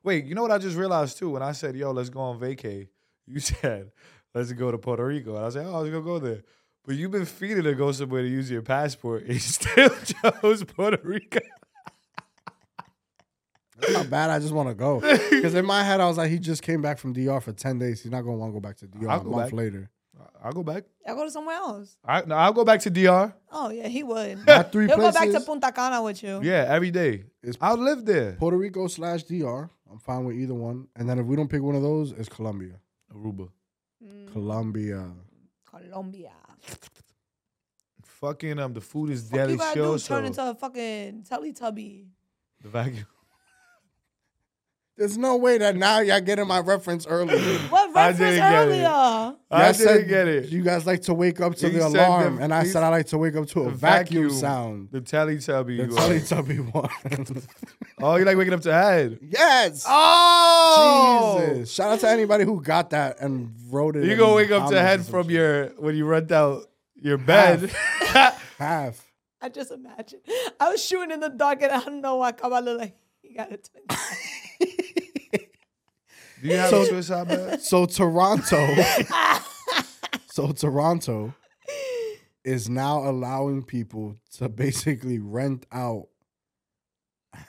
[SPEAKER 2] Wait, you know what I just realized too? When I said, "Yo, let's go on vacay," you said, "Let's go to Puerto Rico," and I said, "Oh, I was gonna go there." But you've been feeding to go somewhere to use your passport. and You still chose Puerto Rico.
[SPEAKER 3] That's not bad. I just want to go. Because in my head, I was like, he just came back from DR for 10 days. He's not going to want to go back to DR
[SPEAKER 2] I'll
[SPEAKER 3] a
[SPEAKER 2] go
[SPEAKER 3] month
[SPEAKER 2] back.
[SPEAKER 3] later.
[SPEAKER 2] I'll go back.
[SPEAKER 1] I go to somewhere else.
[SPEAKER 2] I, no, I'll go back to DR.
[SPEAKER 1] Oh yeah, he would.
[SPEAKER 3] My three
[SPEAKER 1] He'll go
[SPEAKER 3] places
[SPEAKER 1] back to Punta Cana with you.
[SPEAKER 2] Yeah, every day.
[SPEAKER 3] It's-
[SPEAKER 2] I'll live there.
[SPEAKER 3] Puerto Rico slash DR. I'm fine with either one. And then if we don't pick one of those, it's Colombia.
[SPEAKER 2] Aruba.
[SPEAKER 3] Colombia.
[SPEAKER 1] Colombia.
[SPEAKER 2] Fucking um, the food is
[SPEAKER 1] What
[SPEAKER 2] dead
[SPEAKER 1] you
[SPEAKER 2] as
[SPEAKER 1] gotta
[SPEAKER 2] show.
[SPEAKER 1] do? Turn
[SPEAKER 2] so
[SPEAKER 1] into a fucking Teletubby.
[SPEAKER 2] the vacuum.
[SPEAKER 3] There's no way that now y'all getting my reference early. Y'all
[SPEAKER 1] What
[SPEAKER 2] I
[SPEAKER 1] reference
[SPEAKER 2] didn't get it.
[SPEAKER 1] earlier?
[SPEAKER 2] I
[SPEAKER 3] said
[SPEAKER 2] didn't get it.
[SPEAKER 3] You guys like to wake up to
[SPEAKER 2] He
[SPEAKER 3] the
[SPEAKER 2] said
[SPEAKER 3] alarm,
[SPEAKER 2] the-
[SPEAKER 3] and I
[SPEAKER 2] he
[SPEAKER 3] said I like to wake up to a
[SPEAKER 2] the
[SPEAKER 3] vacuum,
[SPEAKER 2] vacuum.
[SPEAKER 3] sound.
[SPEAKER 2] The Teletubby.
[SPEAKER 3] The
[SPEAKER 2] you are.
[SPEAKER 3] Teletubby one.
[SPEAKER 2] oh, you like waking up to head.
[SPEAKER 3] yes.
[SPEAKER 2] Oh,
[SPEAKER 3] Jesus. Shout out to anybody who got that and wrote it.
[SPEAKER 2] You
[SPEAKER 3] in
[SPEAKER 2] gonna wake up to
[SPEAKER 3] comments
[SPEAKER 2] head
[SPEAKER 3] or some
[SPEAKER 2] from
[SPEAKER 3] shit.
[SPEAKER 2] your when you rent out your bed.
[SPEAKER 3] half.
[SPEAKER 1] I just imagine. I was shooting in the dark, and I don't know why Kamala like he got a twin.
[SPEAKER 2] do you have
[SPEAKER 3] So-
[SPEAKER 2] a suicide bed?
[SPEAKER 3] So Toronto, so Toronto is now allowing people to basically rent out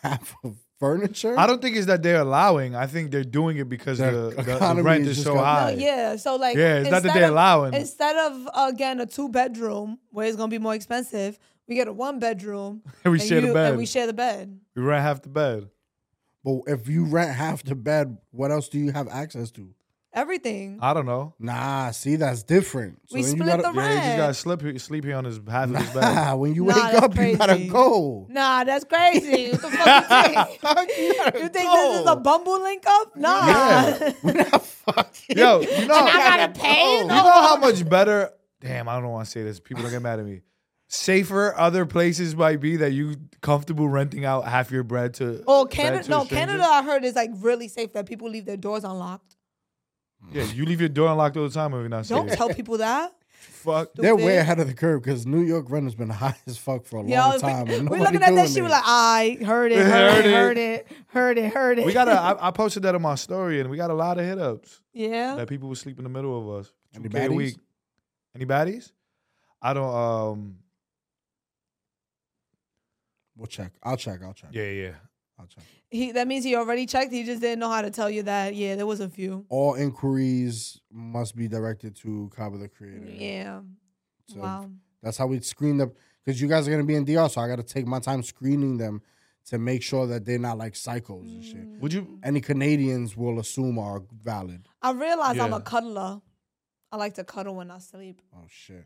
[SPEAKER 3] half of furniture.
[SPEAKER 2] I don't think it's that they're allowing. I think they're doing it because
[SPEAKER 3] The
[SPEAKER 2] the, the- the
[SPEAKER 3] economy
[SPEAKER 2] rent
[SPEAKER 3] is
[SPEAKER 2] is
[SPEAKER 3] just
[SPEAKER 2] so
[SPEAKER 3] gonna-
[SPEAKER 1] No,
[SPEAKER 2] high.
[SPEAKER 1] yeah. So like,
[SPEAKER 2] Yeah, it's not that
[SPEAKER 1] instead
[SPEAKER 2] they're
[SPEAKER 1] of-
[SPEAKER 2] allowing.
[SPEAKER 1] Instead of again a two bedroom where it's gonna be more expensive, we get a one bedroom.
[SPEAKER 2] we
[SPEAKER 1] and
[SPEAKER 2] share
[SPEAKER 1] you-
[SPEAKER 2] the bed.
[SPEAKER 1] And we share the bed.
[SPEAKER 2] we rent half the bed.
[SPEAKER 3] But if you rent half the bed, what else do you have access to?
[SPEAKER 1] Everything.
[SPEAKER 2] I don't know.
[SPEAKER 3] Nah, see, that's different.
[SPEAKER 1] We
[SPEAKER 3] then
[SPEAKER 1] split
[SPEAKER 3] you gotta,
[SPEAKER 1] the
[SPEAKER 2] Yeah, you just
[SPEAKER 1] Right.
[SPEAKER 2] gotta sleep here, sleep here on his half of his bed.
[SPEAKER 3] Nah, when you
[SPEAKER 1] Nah,
[SPEAKER 3] wake
[SPEAKER 1] that's
[SPEAKER 3] up, you gotta
[SPEAKER 1] crazy.
[SPEAKER 3] go.
[SPEAKER 1] Nah, that's crazy. What the fuck you think? You think this is a Bumble link up? Nah.
[SPEAKER 2] Yeah.
[SPEAKER 3] We're not fucking.
[SPEAKER 2] Yo, you know,
[SPEAKER 1] I gotta
[SPEAKER 3] go.
[SPEAKER 1] pay.
[SPEAKER 2] you know how much better. Damn, I don't want to say this. People don't get mad at me. Safer other places might be that you comfortable renting out half your bread to.
[SPEAKER 1] Oh,
[SPEAKER 2] bread
[SPEAKER 1] Canada!
[SPEAKER 2] to a
[SPEAKER 1] No,
[SPEAKER 2] stranger?
[SPEAKER 1] Canada. I heard is like really safe that people leave their doors unlocked.
[SPEAKER 2] Yeah, you leave your door unlocked all the time, and you're not
[SPEAKER 1] Don't
[SPEAKER 2] safe.
[SPEAKER 1] tell people that.
[SPEAKER 2] Fuck.
[SPEAKER 3] They're way
[SPEAKER 1] stupid.
[SPEAKER 3] around. ahead of the curve because New York rent has been high as fuck for a
[SPEAKER 1] Yo,
[SPEAKER 3] long
[SPEAKER 1] it's like-
[SPEAKER 3] time. and
[SPEAKER 1] we're
[SPEAKER 3] nobody
[SPEAKER 1] looking at
[SPEAKER 3] doing
[SPEAKER 1] that shit. We're
[SPEAKER 3] it.
[SPEAKER 1] like, ah. I heard it, heard it, heard it, heard it, heard it.
[SPEAKER 2] We got a. I, I posted that on my story, and we got a lot of hit ups.
[SPEAKER 1] yeah.
[SPEAKER 2] that people would sleep in the middle of us.
[SPEAKER 3] Any
[SPEAKER 2] 2K a
[SPEAKER 3] baddies?
[SPEAKER 2] week. Any baddies? I don't. Um.
[SPEAKER 3] we'll check. I'll check. I'll check.
[SPEAKER 2] Yeah, yeah.
[SPEAKER 3] I'll check.
[SPEAKER 1] He, that means he already checked. He just didn't know how to tell you that. Yeah, there was a few.
[SPEAKER 3] All inquiries must be directed to Cobb the Creator.
[SPEAKER 1] Yeah.
[SPEAKER 3] So
[SPEAKER 1] Wow.
[SPEAKER 3] That's how we screen them because you guys are gonna be in DR, so I gotta take my time screening them to make sure that they're not like psychos and shit.
[SPEAKER 1] Mm.
[SPEAKER 2] Would you?
[SPEAKER 3] Any Canadians will assume are valid.
[SPEAKER 1] I realize I'm
[SPEAKER 2] Yeah.
[SPEAKER 1] a cuddler. I like to cuddle when I sleep.
[SPEAKER 3] Oh shit.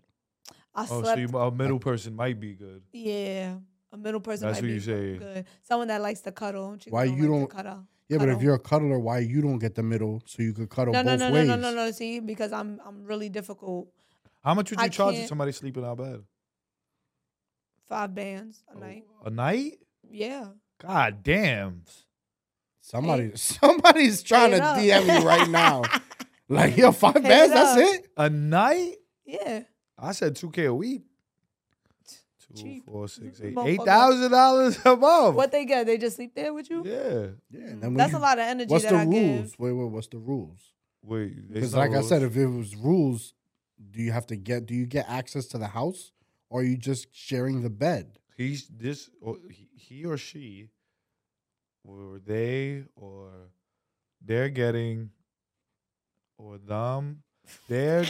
[SPEAKER 1] I
[SPEAKER 2] Oh, so
[SPEAKER 1] slept.
[SPEAKER 2] you, a middle person might be good.
[SPEAKER 1] yeah. A middle person.
[SPEAKER 2] That's
[SPEAKER 1] might
[SPEAKER 2] what
[SPEAKER 1] be
[SPEAKER 2] you say.
[SPEAKER 1] Good. Someone that likes to cuddle. Chicks
[SPEAKER 3] Why you
[SPEAKER 1] like
[SPEAKER 3] don't-
[SPEAKER 1] to cuddle?
[SPEAKER 3] Yeah, but if
[SPEAKER 1] Cuddle.
[SPEAKER 3] you're a cuddler, why you don't get the middle so you could cuddle
[SPEAKER 1] No, no,
[SPEAKER 3] both
[SPEAKER 1] no, no,
[SPEAKER 3] ways?
[SPEAKER 1] no, no, no. See, because I'm I'm really difficult.
[SPEAKER 2] How much would you
[SPEAKER 1] I
[SPEAKER 2] charge if
[SPEAKER 1] can't-
[SPEAKER 2] somebody sleep in our bed?
[SPEAKER 1] Five bands
[SPEAKER 3] Oh.
[SPEAKER 1] a night.
[SPEAKER 2] A night?
[SPEAKER 1] Yeah.
[SPEAKER 2] God damn.
[SPEAKER 3] Somebody, somebody's trying to
[SPEAKER 1] it up.
[SPEAKER 3] DM me right now. like yo, five
[SPEAKER 1] it
[SPEAKER 3] bands. That's
[SPEAKER 1] up.
[SPEAKER 3] it.
[SPEAKER 2] A night?
[SPEAKER 1] Yeah.
[SPEAKER 2] I said two k a week. Two,
[SPEAKER 1] Cheap.
[SPEAKER 2] four, six, eight,
[SPEAKER 1] Motherfucker.
[SPEAKER 2] eight thousand dollars a month.
[SPEAKER 1] What they get? They just sleep there with you?
[SPEAKER 2] Yeah.
[SPEAKER 3] Oh. Yeah. and then when
[SPEAKER 1] That's a
[SPEAKER 3] you-
[SPEAKER 1] lot of energy
[SPEAKER 3] What's
[SPEAKER 1] that
[SPEAKER 3] the
[SPEAKER 1] I
[SPEAKER 3] rules?
[SPEAKER 1] give.
[SPEAKER 3] Wait, wait. What's the rules?
[SPEAKER 2] Wait. there's
[SPEAKER 3] Because
[SPEAKER 2] no
[SPEAKER 3] like
[SPEAKER 2] rules.
[SPEAKER 3] I said, if it was rules, do you have to get? Do you get access to the house, or are you just sharing the bed?
[SPEAKER 2] he's this or he- he or she or they or they're getting or them they're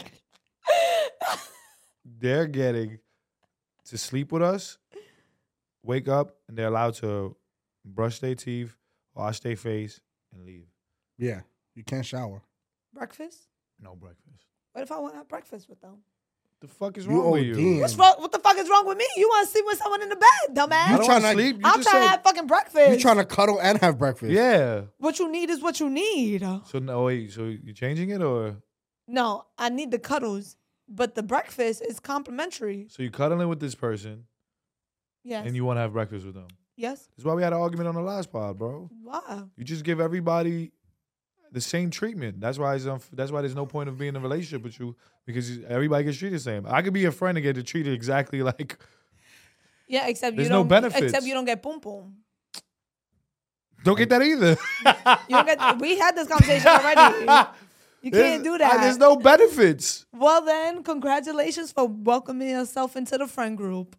[SPEAKER 2] they're getting to sleep with us wake up and they're allowed to brush their teeth wash their face and leave
[SPEAKER 3] Yeah, you can't shower.
[SPEAKER 1] Breakfast?
[SPEAKER 2] no breakfast
[SPEAKER 1] What if I want to have breakfast with them?
[SPEAKER 2] the fuck is
[SPEAKER 3] You
[SPEAKER 2] wrong with
[SPEAKER 3] ODing.
[SPEAKER 2] you
[SPEAKER 1] What's wrong? What the fuck is wrong with me? You want to sleep with someone in the bed,
[SPEAKER 2] I
[SPEAKER 1] dumbass?
[SPEAKER 2] don't
[SPEAKER 3] tryna-
[SPEAKER 2] wanna sleep you
[SPEAKER 1] I'm
[SPEAKER 2] just
[SPEAKER 1] trying to
[SPEAKER 2] said-
[SPEAKER 1] have fucking breakfast.
[SPEAKER 3] You trying to cuddle and have breakfast?
[SPEAKER 2] yeah
[SPEAKER 1] What you need is what you need.
[SPEAKER 2] so no wait so you changing it or
[SPEAKER 1] No, I need the cuddles, but the breakfast is complimentary.
[SPEAKER 2] so you cuddling with this person
[SPEAKER 1] Yes.
[SPEAKER 2] and you want to have breakfast with them
[SPEAKER 1] yes.
[SPEAKER 2] That's why we had an argument on the last pod, bro.
[SPEAKER 1] Why?
[SPEAKER 2] You just give everybody the same treatment. That's why it's unf- that's why there's no point of being in a relationship with you because you- everybody gets treated the same. I could be your friend and get treated exactly like
[SPEAKER 1] Yeah, except
[SPEAKER 2] There's
[SPEAKER 1] you
[SPEAKER 2] no
[SPEAKER 1] don't.
[SPEAKER 2] benefits.
[SPEAKER 1] Except you don't get boom boom.
[SPEAKER 2] don't get that either.
[SPEAKER 1] You don't get. we had this conversation already. You can't do that.
[SPEAKER 2] There's no benefits.
[SPEAKER 1] Well then, congratulations for welcoming yourself into the friend group.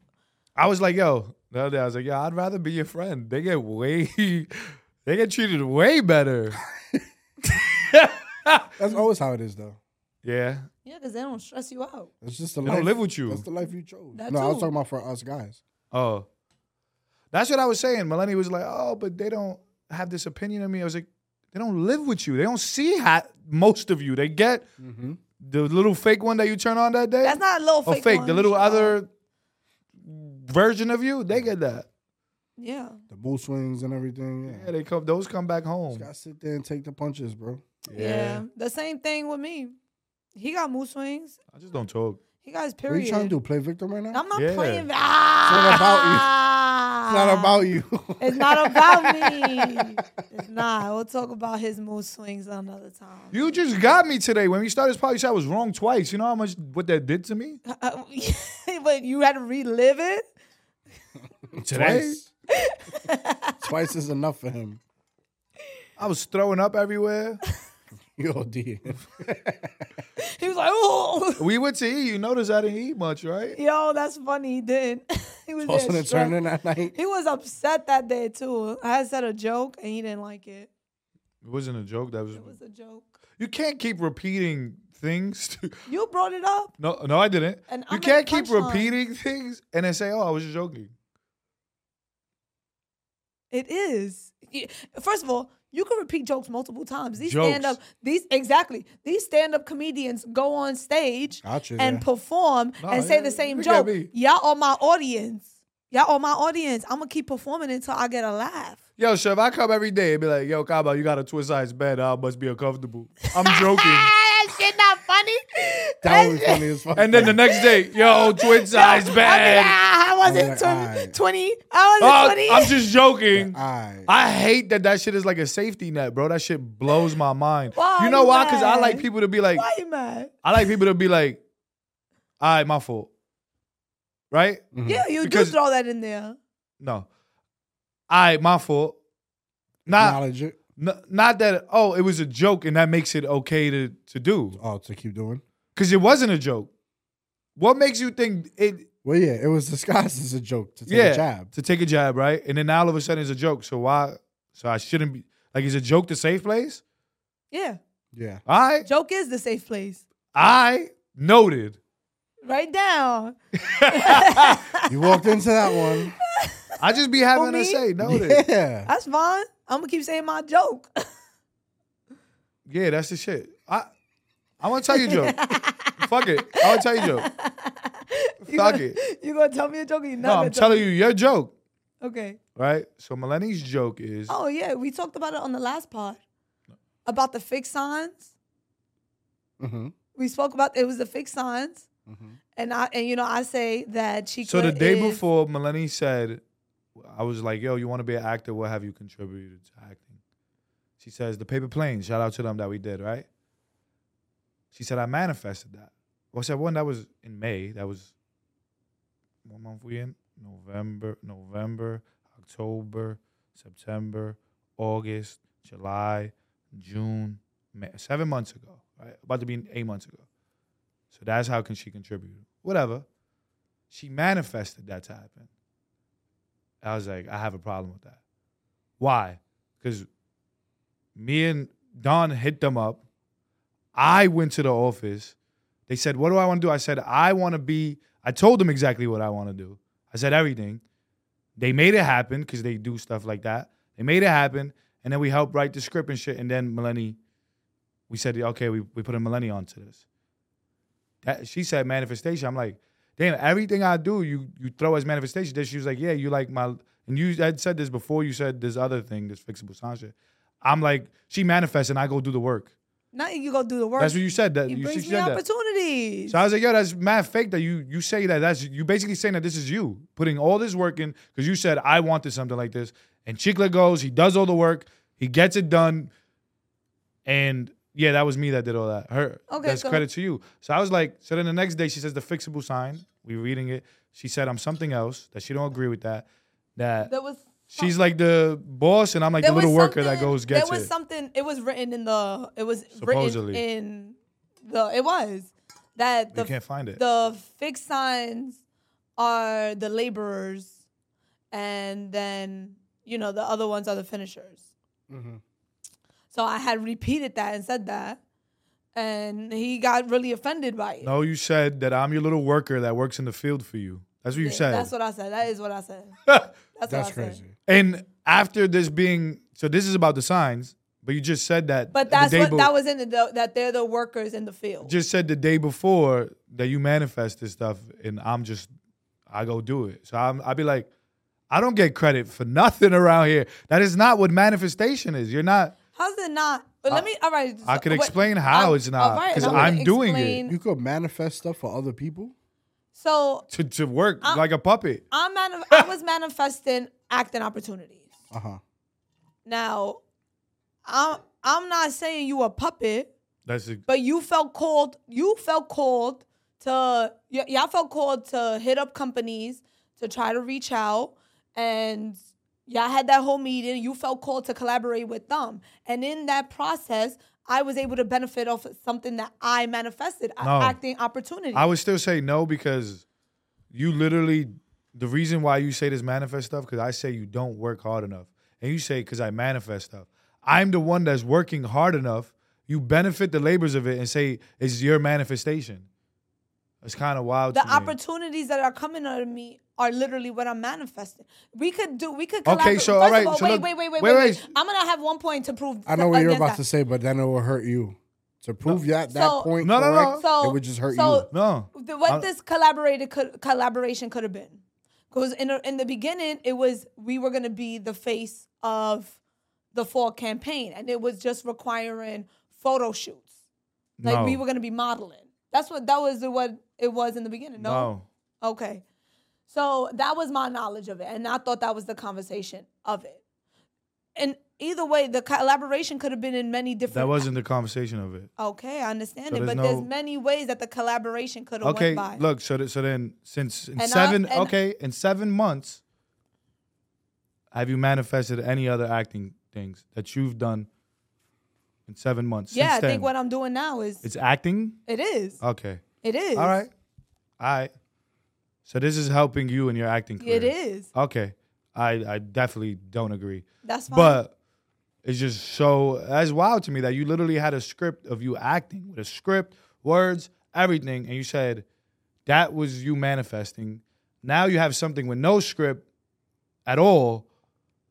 [SPEAKER 2] I was like, yo, the other day I was like, yo, I'd rather be your friend. They get way they get treated way better.
[SPEAKER 3] That's always how it is, though.
[SPEAKER 2] Yeah.
[SPEAKER 1] Yeah, because they don't stress you out.
[SPEAKER 3] It's just the
[SPEAKER 2] They
[SPEAKER 3] life.
[SPEAKER 2] don't live with you.
[SPEAKER 3] That's the life you chose.
[SPEAKER 1] That
[SPEAKER 3] no, I was
[SPEAKER 1] too.
[SPEAKER 3] talking about for us guys.
[SPEAKER 2] Oh. That's what I was saying. Melanie was like, oh, but they don't have this opinion of me. I was like, they don't live with you. They don't see ha- most of you. They get the little fake one that you turn on that day.
[SPEAKER 1] That's not a little
[SPEAKER 2] or
[SPEAKER 1] fake.
[SPEAKER 2] Oh, fake. the
[SPEAKER 1] one. Oh,
[SPEAKER 2] little
[SPEAKER 1] Shut up.
[SPEAKER 2] other version of you. They get that.
[SPEAKER 1] Yeah.
[SPEAKER 3] The bull swings and everything.
[SPEAKER 2] Yeah,
[SPEAKER 3] Yeah.
[SPEAKER 2] they come. Those come back home.
[SPEAKER 3] Just gotta sit there and take the punches, bro.
[SPEAKER 1] yeah, The same thing with me. He got mood swings.
[SPEAKER 2] I just don't talk.
[SPEAKER 1] He got his
[SPEAKER 3] What are
[SPEAKER 1] period.
[SPEAKER 3] you trying to do? Play victim right now?
[SPEAKER 1] I'm not
[SPEAKER 2] Yeah.
[SPEAKER 1] playing.
[SPEAKER 3] It's not
[SPEAKER 1] Ah!
[SPEAKER 3] about you.
[SPEAKER 1] It's not about me. it's not. We'll talk about his mood swings another time.
[SPEAKER 2] You just got me today. When we started this podcast, I was wrong twice. You know how much what that did to me
[SPEAKER 1] Uh, but you had to relive it.
[SPEAKER 2] today.
[SPEAKER 3] Twice. Twice is enough for him.
[SPEAKER 2] I was throwing up everywhere.
[SPEAKER 3] Yo, D.
[SPEAKER 1] He was like, "Oh,
[SPEAKER 2] we went to eat. You noticed I didn't eat much, right?
[SPEAKER 1] yo, that's funny." He didn't. he was
[SPEAKER 3] tossing
[SPEAKER 1] there
[SPEAKER 3] and
[SPEAKER 1] stressed.
[SPEAKER 3] turning at night.
[SPEAKER 1] He was upset that day too. I had said a joke and he didn't like it.
[SPEAKER 2] It wasn't a joke. That was,
[SPEAKER 1] It was a joke.
[SPEAKER 2] you can't keep repeating things. To,
[SPEAKER 1] You brought it up.
[SPEAKER 2] no, no, I didn't.
[SPEAKER 1] And
[SPEAKER 2] you
[SPEAKER 1] I'm at
[SPEAKER 2] can't keep
[SPEAKER 1] punchline.
[SPEAKER 2] repeating things and then say, "Oh, I was just joking."
[SPEAKER 1] It is. Y- First of all, you can repeat jokes multiple times. These
[SPEAKER 2] Jokes.
[SPEAKER 1] stand up, these exactly. These stand up comedians go on stage
[SPEAKER 3] Gotcha.
[SPEAKER 1] and
[SPEAKER 3] yeah.
[SPEAKER 1] perform
[SPEAKER 2] No,
[SPEAKER 1] and say
[SPEAKER 2] yeah,
[SPEAKER 1] the same
[SPEAKER 2] look
[SPEAKER 1] joke.
[SPEAKER 2] at me.
[SPEAKER 1] Y'all are my audience. Y'all are my audience. I'm gonna keep performing until I get a laugh.
[SPEAKER 2] Yo, so if I come every day and be like, "Yo, Cabo, you got a twin size bed. I must be uncomfortable." I'm joking.
[SPEAKER 1] Ah, that shit not funny.
[SPEAKER 3] that would be funny as fuck.
[SPEAKER 2] and then the next day, yo, twin size bed.
[SPEAKER 1] I ah,
[SPEAKER 3] I'm like,
[SPEAKER 1] wasn't
[SPEAKER 3] alright.
[SPEAKER 1] 20. I
[SPEAKER 2] Oh,
[SPEAKER 1] wasn't 20.
[SPEAKER 2] I'm just joking.
[SPEAKER 3] Aight.
[SPEAKER 2] I hate that that shit is like a safety net, bro. That shit blows my mind.
[SPEAKER 1] Why
[SPEAKER 2] you know
[SPEAKER 1] you
[SPEAKER 2] why? Because I
[SPEAKER 1] mad?
[SPEAKER 2] like people to be like,
[SPEAKER 1] Why you mad?
[SPEAKER 2] I like people to be like, all right, my fault. Right?
[SPEAKER 3] Mhm.
[SPEAKER 1] Yeah, you
[SPEAKER 2] Because-
[SPEAKER 1] do throw that in there.
[SPEAKER 2] No. All right, my fault. Not,
[SPEAKER 3] Acknowledge it.
[SPEAKER 2] n- not that, oh, it was a joke and that makes it okay to, to do.
[SPEAKER 3] Oh, to keep doing.
[SPEAKER 2] Because it wasn't a joke. What makes you think it,
[SPEAKER 3] Well, yeah, it was disguised as a joke to take
[SPEAKER 2] yeah,
[SPEAKER 3] a jab.
[SPEAKER 2] to take a jab, right? And then now all of a sudden it's a joke. So why? So I shouldn't be, like, is a joke the safe place?
[SPEAKER 1] Yeah.
[SPEAKER 3] Yeah.
[SPEAKER 2] All right.
[SPEAKER 1] Joke is the safe place.
[SPEAKER 2] I noted.
[SPEAKER 1] Right down.
[SPEAKER 3] You walked into that one.
[SPEAKER 2] I just be having to
[SPEAKER 1] me?
[SPEAKER 2] say noted.
[SPEAKER 3] yeah.
[SPEAKER 1] That's fine. I'm gonna keep saying my joke.
[SPEAKER 2] yeah, that's the shit. I I want to tell you a joke. Fuck it. I want to tell you a joke.
[SPEAKER 1] you
[SPEAKER 2] Fuck
[SPEAKER 1] gonna,
[SPEAKER 2] it.
[SPEAKER 1] You gonna tell me a joke? Or you not
[SPEAKER 2] No,
[SPEAKER 1] gonna
[SPEAKER 2] I'm
[SPEAKER 1] tell
[SPEAKER 2] telling you your joke,
[SPEAKER 1] me? Okay.
[SPEAKER 2] right? So Melanie's joke is
[SPEAKER 1] Oh yeah, we talked about it on the last pod about the fake signs.
[SPEAKER 3] hmm
[SPEAKER 1] We spoke about it was the fake signs, and I and you know I say that Chica.
[SPEAKER 2] so the day
[SPEAKER 1] is-
[SPEAKER 2] before Melanie said, I was like, yo, you want to be an actor? What have you contributed to acting? She says, the paper plane. Shout out to them that we did, right? She said, I manifested that. Well, I said one that was in May. That was what month we in? November, November, October, September, August, July, June, May. Seven months ago, right? About to be eight months ago. So that's how can she contribute? Whatever. She manifested that to happen. I was like, I have a problem with that. Why? Because me and Don hit them up. I went to the office. They said, What do I want to do? I said, I want to be, I told them exactly what I want to do. I said everything. They made it happen because they do stuff like that. They made it happen. And then we helped write the script and shit. And then Melanie, we said, okay, we, we put a Melanie onto this. That, she said manifestation. I'm like, damn, everything I do, you you throw as manifestation. Then she was like, yeah, you like my, and you had said this before you said this other thing, this fixable sound shit. I'm like, she manifests and I go do the work.
[SPEAKER 1] Now you go do the work.
[SPEAKER 2] That's what you said. That
[SPEAKER 1] it
[SPEAKER 2] you she
[SPEAKER 1] brings me
[SPEAKER 2] said that.
[SPEAKER 1] opportunities.
[SPEAKER 2] So I was like, yo, that's mad fake that you you say that. That's you basically saying that this is you putting all this work in because you said I wanted something like this. And Chicla goes, he does all the work, he gets it done, and yeah, that was me that did all that. Her
[SPEAKER 1] Okay,
[SPEAKER 2] that's
[SPEAKER 1] so-
[SPEAKER 2] credit to you. So I was like, so then the next day she says the fixable sign. We reading it. She said I'm something else that she don't agree with that. That
[SPEAKER 1] there was
[SPEAKER 2] she's like the boss and I'm like
[SPEAKER 1] there
[SPEAKER 2] the
[SPEAKER 1] was
[SPEAKER 2] little worker that
[SPEAKER 1] something-
[SPEAKER 2] goes gets
[SPEAKER 1] There was
[SPEAKER 2] it.
[SPEAKER 1] something. It was written in the. It was
[SPEAKER 2] Supposedly.
[SPEAKER 1] written in the. It was that
[SPEAKER 2] you
[SPEAKER 1] the
[SPEAKER 2] can't find it.
[SPEAKER 1] the fixed signs are the laborers, and then you know the other ones are the finishers. So I had repeated that and said that, and he got really offended by it.
[SPEAKER 2] no, you said that I'm your little worker that works in the field for you. That's what you said.
[SPEAKER 1] That's what I said. That is what I said. That's,
[SPEAKER 3] That's
[SPEAKER 1] what I said.
[SPEAKER 3] crazy.
[SPEAKER 2] And after this being, so this is about the signs, but you just said that.
[SPEAKER 1] But
[SPEAKER 2] the
[SPEAKER 1] that's
[SPEAKER 2] day
[SPEAKER 1] what
[SPEAKER 2] be-
[SPEAKER 1] that was in the, the that they're the workers in the field.
[SPEAKER 2] Just said the day before that you manifest this stuff, and I'm just, I go do it. So I'm, I'd be like, I don't get credit for nothing around here. That is not what manifestation is. You're not.
[SPEAKER 1] How's it not? But let me. All right.
[SPEAKER 2] I
[SPEAKER 1] so-
[SPEAKER 2] could
[SPEAKER 1] wait,
[SPEAKER 2] explain how it's not,
[SPEAKER 1] alright,
[SPEAKER 2] 'cause
[SPEAKER 1] I'm gonna
[SPEAKER 2] I'm doing it.
[SPEAKER 1] explain.
[SPEAKER 3] You could manifest stuff for other people.
[SPEAKER 1] So
[SPEAKER 2] To, to work
[SPEAKER 1] Uh,
[SPEAKER 2] like a puppet.
[SPEAKER 1] I'm manif- I was manifesting acting opportunities.
[SPEAKER 3] Uh huh.
[SPEAKER 1] Now, I'm I'm not saying you a puppet,
[SPEAKER 2] That's a,
[SPEAKER 1] but you felt called. You felt called to. Y- y'all felt called to hit up companies to try to reach out, and y'all had that whole meeting. You felt called to collaborate with them, and in that process, I was able to benefit off of something that I manifested, a
[SPEAKER 2] No.
[SPEAKER 1] acting opportunity.
[SPEAKER 2] I would still say no because you literally the reason why you say this manifest stuff because I say you don't work hard enough, and you say because I manifest stuff. I'm the one that's working hard enough. You benefit the labors of it and say it's your manifestation. It's kind of wild.
[SPEAKER 1] The
[SPEAKER 2] to me.
[SPEAKER 1] opportunities that are coming out of me are literally what I'm manifesting. We could do. We could.
[SPEAKER 2] Okay,
[SPEAKER 1] collaborate-
[SPEAKER 2] so,
[SPEAKER 1] First
[SPEAKER 2] all
[SPEAKER 1] of
[SPEAKER 2] right,
[SPEAKER 1] all,
[SPEAKER 2] so
[SPEAKER 1] wait,
[SPEAKER 2] look-
[SPEAKER 1] wait, wait, wait,
[SPEAKER 2] wait,
[SPEAKER 1] wait,
[SPEAKER 2] wait.
[SPEAKER 1] I'm gonna have one point to prove.
[SPEAKER 3] I know what you're
[SPEAKER 1] against
[SPEAKER 3] about
[SPEAKER 1] that.
[SPEAKER 3] to say, but then it will hurt you. To prove that that
[SPEAKER 1] So-
[SPEAKER 3] point,
[SPEAKER 2] No, no, no.
[SPEAKER 3] correct,
[SPEAKER 1] So
[SPEAKER 3] it would just hurt
[SPEAKER 1] so
[SPEAKER 3] you. Uh,
[SPEAKER 2] No,
[SPEAKER 1] the, what
[SPEAKER 2] I'm-
[SPEAKER 1] this collaborated could, collaboration could have been because in, the- in the beginning it was we were going to be the face of the fall campaign and it was just requiring photo shoots like
[SPEAKER 2] no,
[SPEAKER 1] we were going to be modeling that's what that was what it was in the beginning no,
[SPEAKER 2] no.
[SPEAKER 1] okay so that was my knowledge of it and i thought that was the conversation of it and either way the collaboration could have been in many different
[SPEAKER 2] That wasn't the conversation of it.
[SPEAKER 1] okay i understand
[SPEAKER 2] So
[SPEAKER 1] it but
[SPEAKER 2] there's
[SPEAKER 1] there's
[SPEAKER 2] no-
[SPEAKER 1] many ways that the collaboration could have
[SPEAKER 2] Okay,
[SPEAKER 1] went by
[SPEAKER 2] look. So th- so then, since in
[SPEAKER 1] And I-
[SPEAKER 2] seven,
[SPEAKER 1] and-
[SPEAKER 2] okay, in seven months, have you manifested any other acting things that you've done in seven months?
[SPEAKER 1] Yeah,
[SPEAKER 2] since
[SPEAKER 1] I
[SPEAKER 2] then?
[SPEAKER 1] think what I'm doing now is
[SPEAKER 2] it's acting.
[SPEAKER 1] it is.
[SPEAKER 2] Okay,
[SPEAKER 1] It is.
[SPEAKER 2] all right, all right. So this is helping you in your acting career.
[SPEAKER 1] It is.
[SPEAKER 2] Okay, I I definitely don't agree,
[SPEAKER 1] That's fine.
[SPEAKER 2] but. It's just so that's wild to me that you literally had a script of you acting with a script, words, everything, and you said that was you manifesting. Now you have something with no script at all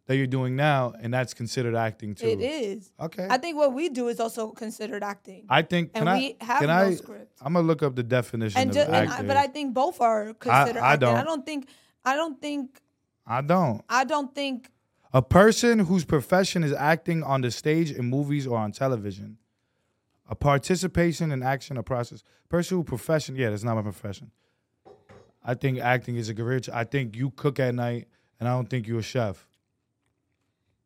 [SPEAKER 2] that you're doing now, and that's considered acting too.
[SPEAKER 1] it is.
[SPEAKER 2] Okay.
[SPEAKER 1] I think what we do is also considered acting.
[SPEAKER 2] I think
[SPEAKER 1] And
[SPEAKER 2] can I,
[SPEAKER 1] we have
[SPEAKER 2] can
[SPEAKER 1] no
[SPEAKER 2] I,
[SPEAKER 1] script.
[SPEAKER 2] I'm gonna look up the definition
[SPEAKER 1] and,
[SPEAKER 2] of
[SPEAKER 1] ju- and I,
[SPEAKER 2] acting.
[SPEAKER 1] but I think both are considered
[SPEAKER 2] I
[SPEAKER 1] acting. I
[SPEAKER 2] don't.
[SPEAKER 1] don't think I don't think
[SPEAKER 2] I don't.
[SPEAKER 1] I don't think
[SPEAKER 2] A person whose profession is acting on the stage in movies or on television. A participation in action or process. Person who profession, yeah, that's not my profession. I think acting is a career. cho- I think you cook at night, and I don't think you're a chef.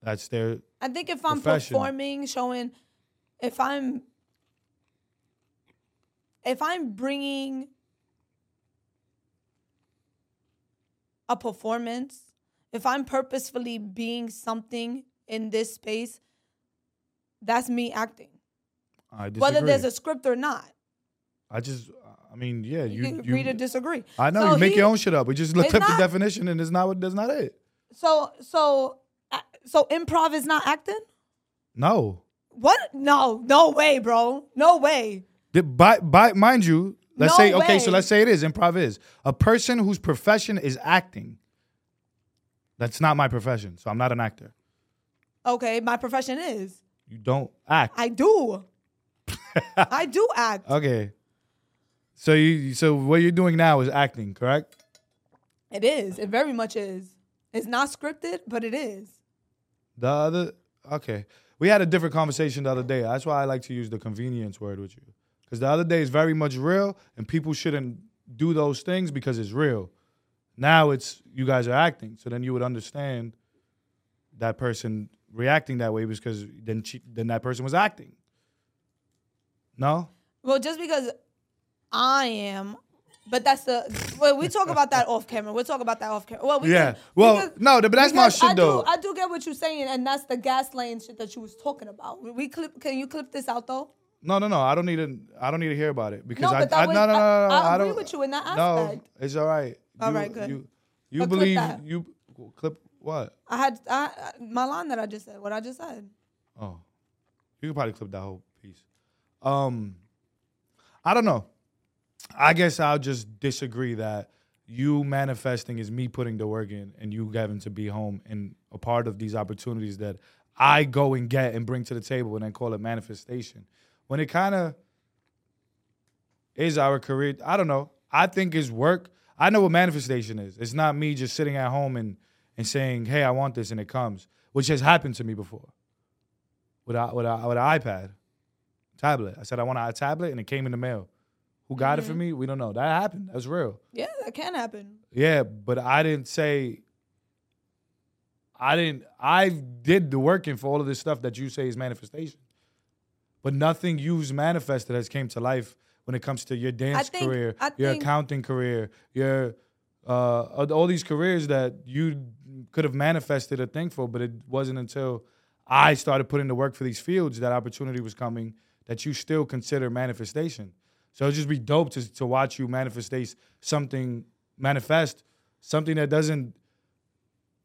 [SPEAKER 2] That's their.
[SPEAKER 1] I think if I'm
[SPEAKER 2] Profession.
[SPEAKER 1] performing, showing if I'm if I'm bringing a performance, if I'm purposefully being something in this space, that's me acting.
[SPEAKER 2] I disagree.
[SPEAKER 1] Whether there's a script or not.
[SPEAKER 2] I just. I mean, yeah,
[SPEAKER 1] You,
[SPEAKER 2] you.
[SPEAKER 1] can
[SPEAKER 2] you-
[SPEAKER 1] read or disagree.
[SPEAKER 2] I know
[SPEAKER 1] So
[SPEAKER 2] you make
[SPEAKER 1] he-
[SPEAKER 2] your own shit up. We just looked
[SPEAKER 1] It's
[SPEAKER 2] up
[SPEAKER 1] not-
[SPEAKER 2] the definition, and it's not what. That's not it.
[SPEAKER 1] So so uh, so improv is not acting?
[SPEAKER 2] No.
[SPEAKER 1] What? No, no way, bro. No way.
[SPEAKER 2] The- By, by, mind you, let's
[SPEAKER 1] No
[SPEAKER 2] say okay.
[SPEAKER 1] way.
[SPEAKER 2] So let's say it is improv is a person whose profession is acting. That's not my profession, so I'm not an actor.
[SPEAKER 1] Okay, my profession is
[SPEAKER 2] You don't act.
[SPEAKER 1] I do. I do act.
[SPEAKER 2] okay. So you so what you're doing now is acting, correct?
[SPEAKER 1] It is. It very much is. It's not scripted, but it is.
[SPEAKER 2] The other okay. We had a different conversation the other day. That's why I like to use the convenience word with you. Because the other day is very much real and people shouldn't do those things because it's real. Now it's you guys are acting. So then you would understand that person reacting that way because then she, then that person was acting. No?
[SPEAKER 1] Well, just because I am, but that's the. Well, we talk about that off camera. We'll talk about that off camera. Well, we
[SPEAKER 2] Yeah.
[SPEAKER 1] can- we
[SPEAKER 2] Well,
[SPEAKER 1] can-
[SPEAKER 2] no, th- but that's my
[SPEAKER 1] because
[SPEAKER 2] shit
[SPEAKER 1] I
[SPEAKER 2] though.
[SPEAKER 1] Do, I do get what you're saying, and that's the gas lane shit that you was talking about. We- We clip. Can you clip this out though?
[SPEAKER 2] No, no, no. I don't need to. I don't need to hear about it because
[SPEAKER 1] No,
[SPEAKER 2] I,
[SPEAKER 1] but that
[SPEAKER 2] I,
[SPEAKER 1] was-
[SPEAKER 2] no, no, no,
[SPEAKER 1] I-
[SPEAKER 2] no, no.
[SPEAKER 1] I
[SPEAKER 2] I
[SPEAKER 1] agree
[SPEAKER 2] don't-
[SPEAKER 1] with you in that aspect.
[SPEAKER 2] No, it's all right.
[SPEAKER 1] All
[SPEAKER 2] You-
[SPEAKER 1] right, good.
[SPEAKER 2] You, you
[SPEAKER 1] But clip
[SPEAKER 2] believe
[SPEAKER 1] that.
[SPEAKER 2] you clip what?
[SPEAKER 1] I had I, I- my line that I just said. What I just said.
[SPEAKER 2] Oh, you could probably clip that whole piece. Um, I don't know. I guess I'll just disagree that you manifesting is me putting the work in and you having to be home and a part of these opportunities that I go and get and bring to the table and then call it manifestation. When it kind of is our career, I don't know. I think it's work. I know what manifestation is. It's not me just sitting at home and, and saying, hey, I want this and it comes, which has happened to me before with a, with a, with an iPad, tablet. I said I want a tablet, and it came in the mail. Who got it for me? We don't know. That happened. That's real.
[SPEAKER 1] Yeah, that can happen.
[SPEAKER 2] Yeah, but I didn't say. I didn't. I did the working for all of this stuff that you say is manifestation, but nothing you've manifested has came to life when it comes to your dance
[SPEAKER 1] think-
[SPEAKER 2] career,
[SPEAKER 1] I
[SPEAKER 2] your
[SPEAKER 1] think-
[SPEAKER 2] accounting career, your uh, all these careers that you could have manifested a thing for, but it wasn't until I started putting the work for these fields that opportunity was coming that you still consider manifestation. So it'd just be dope to, to watch you manifestate something manifest something that doesn't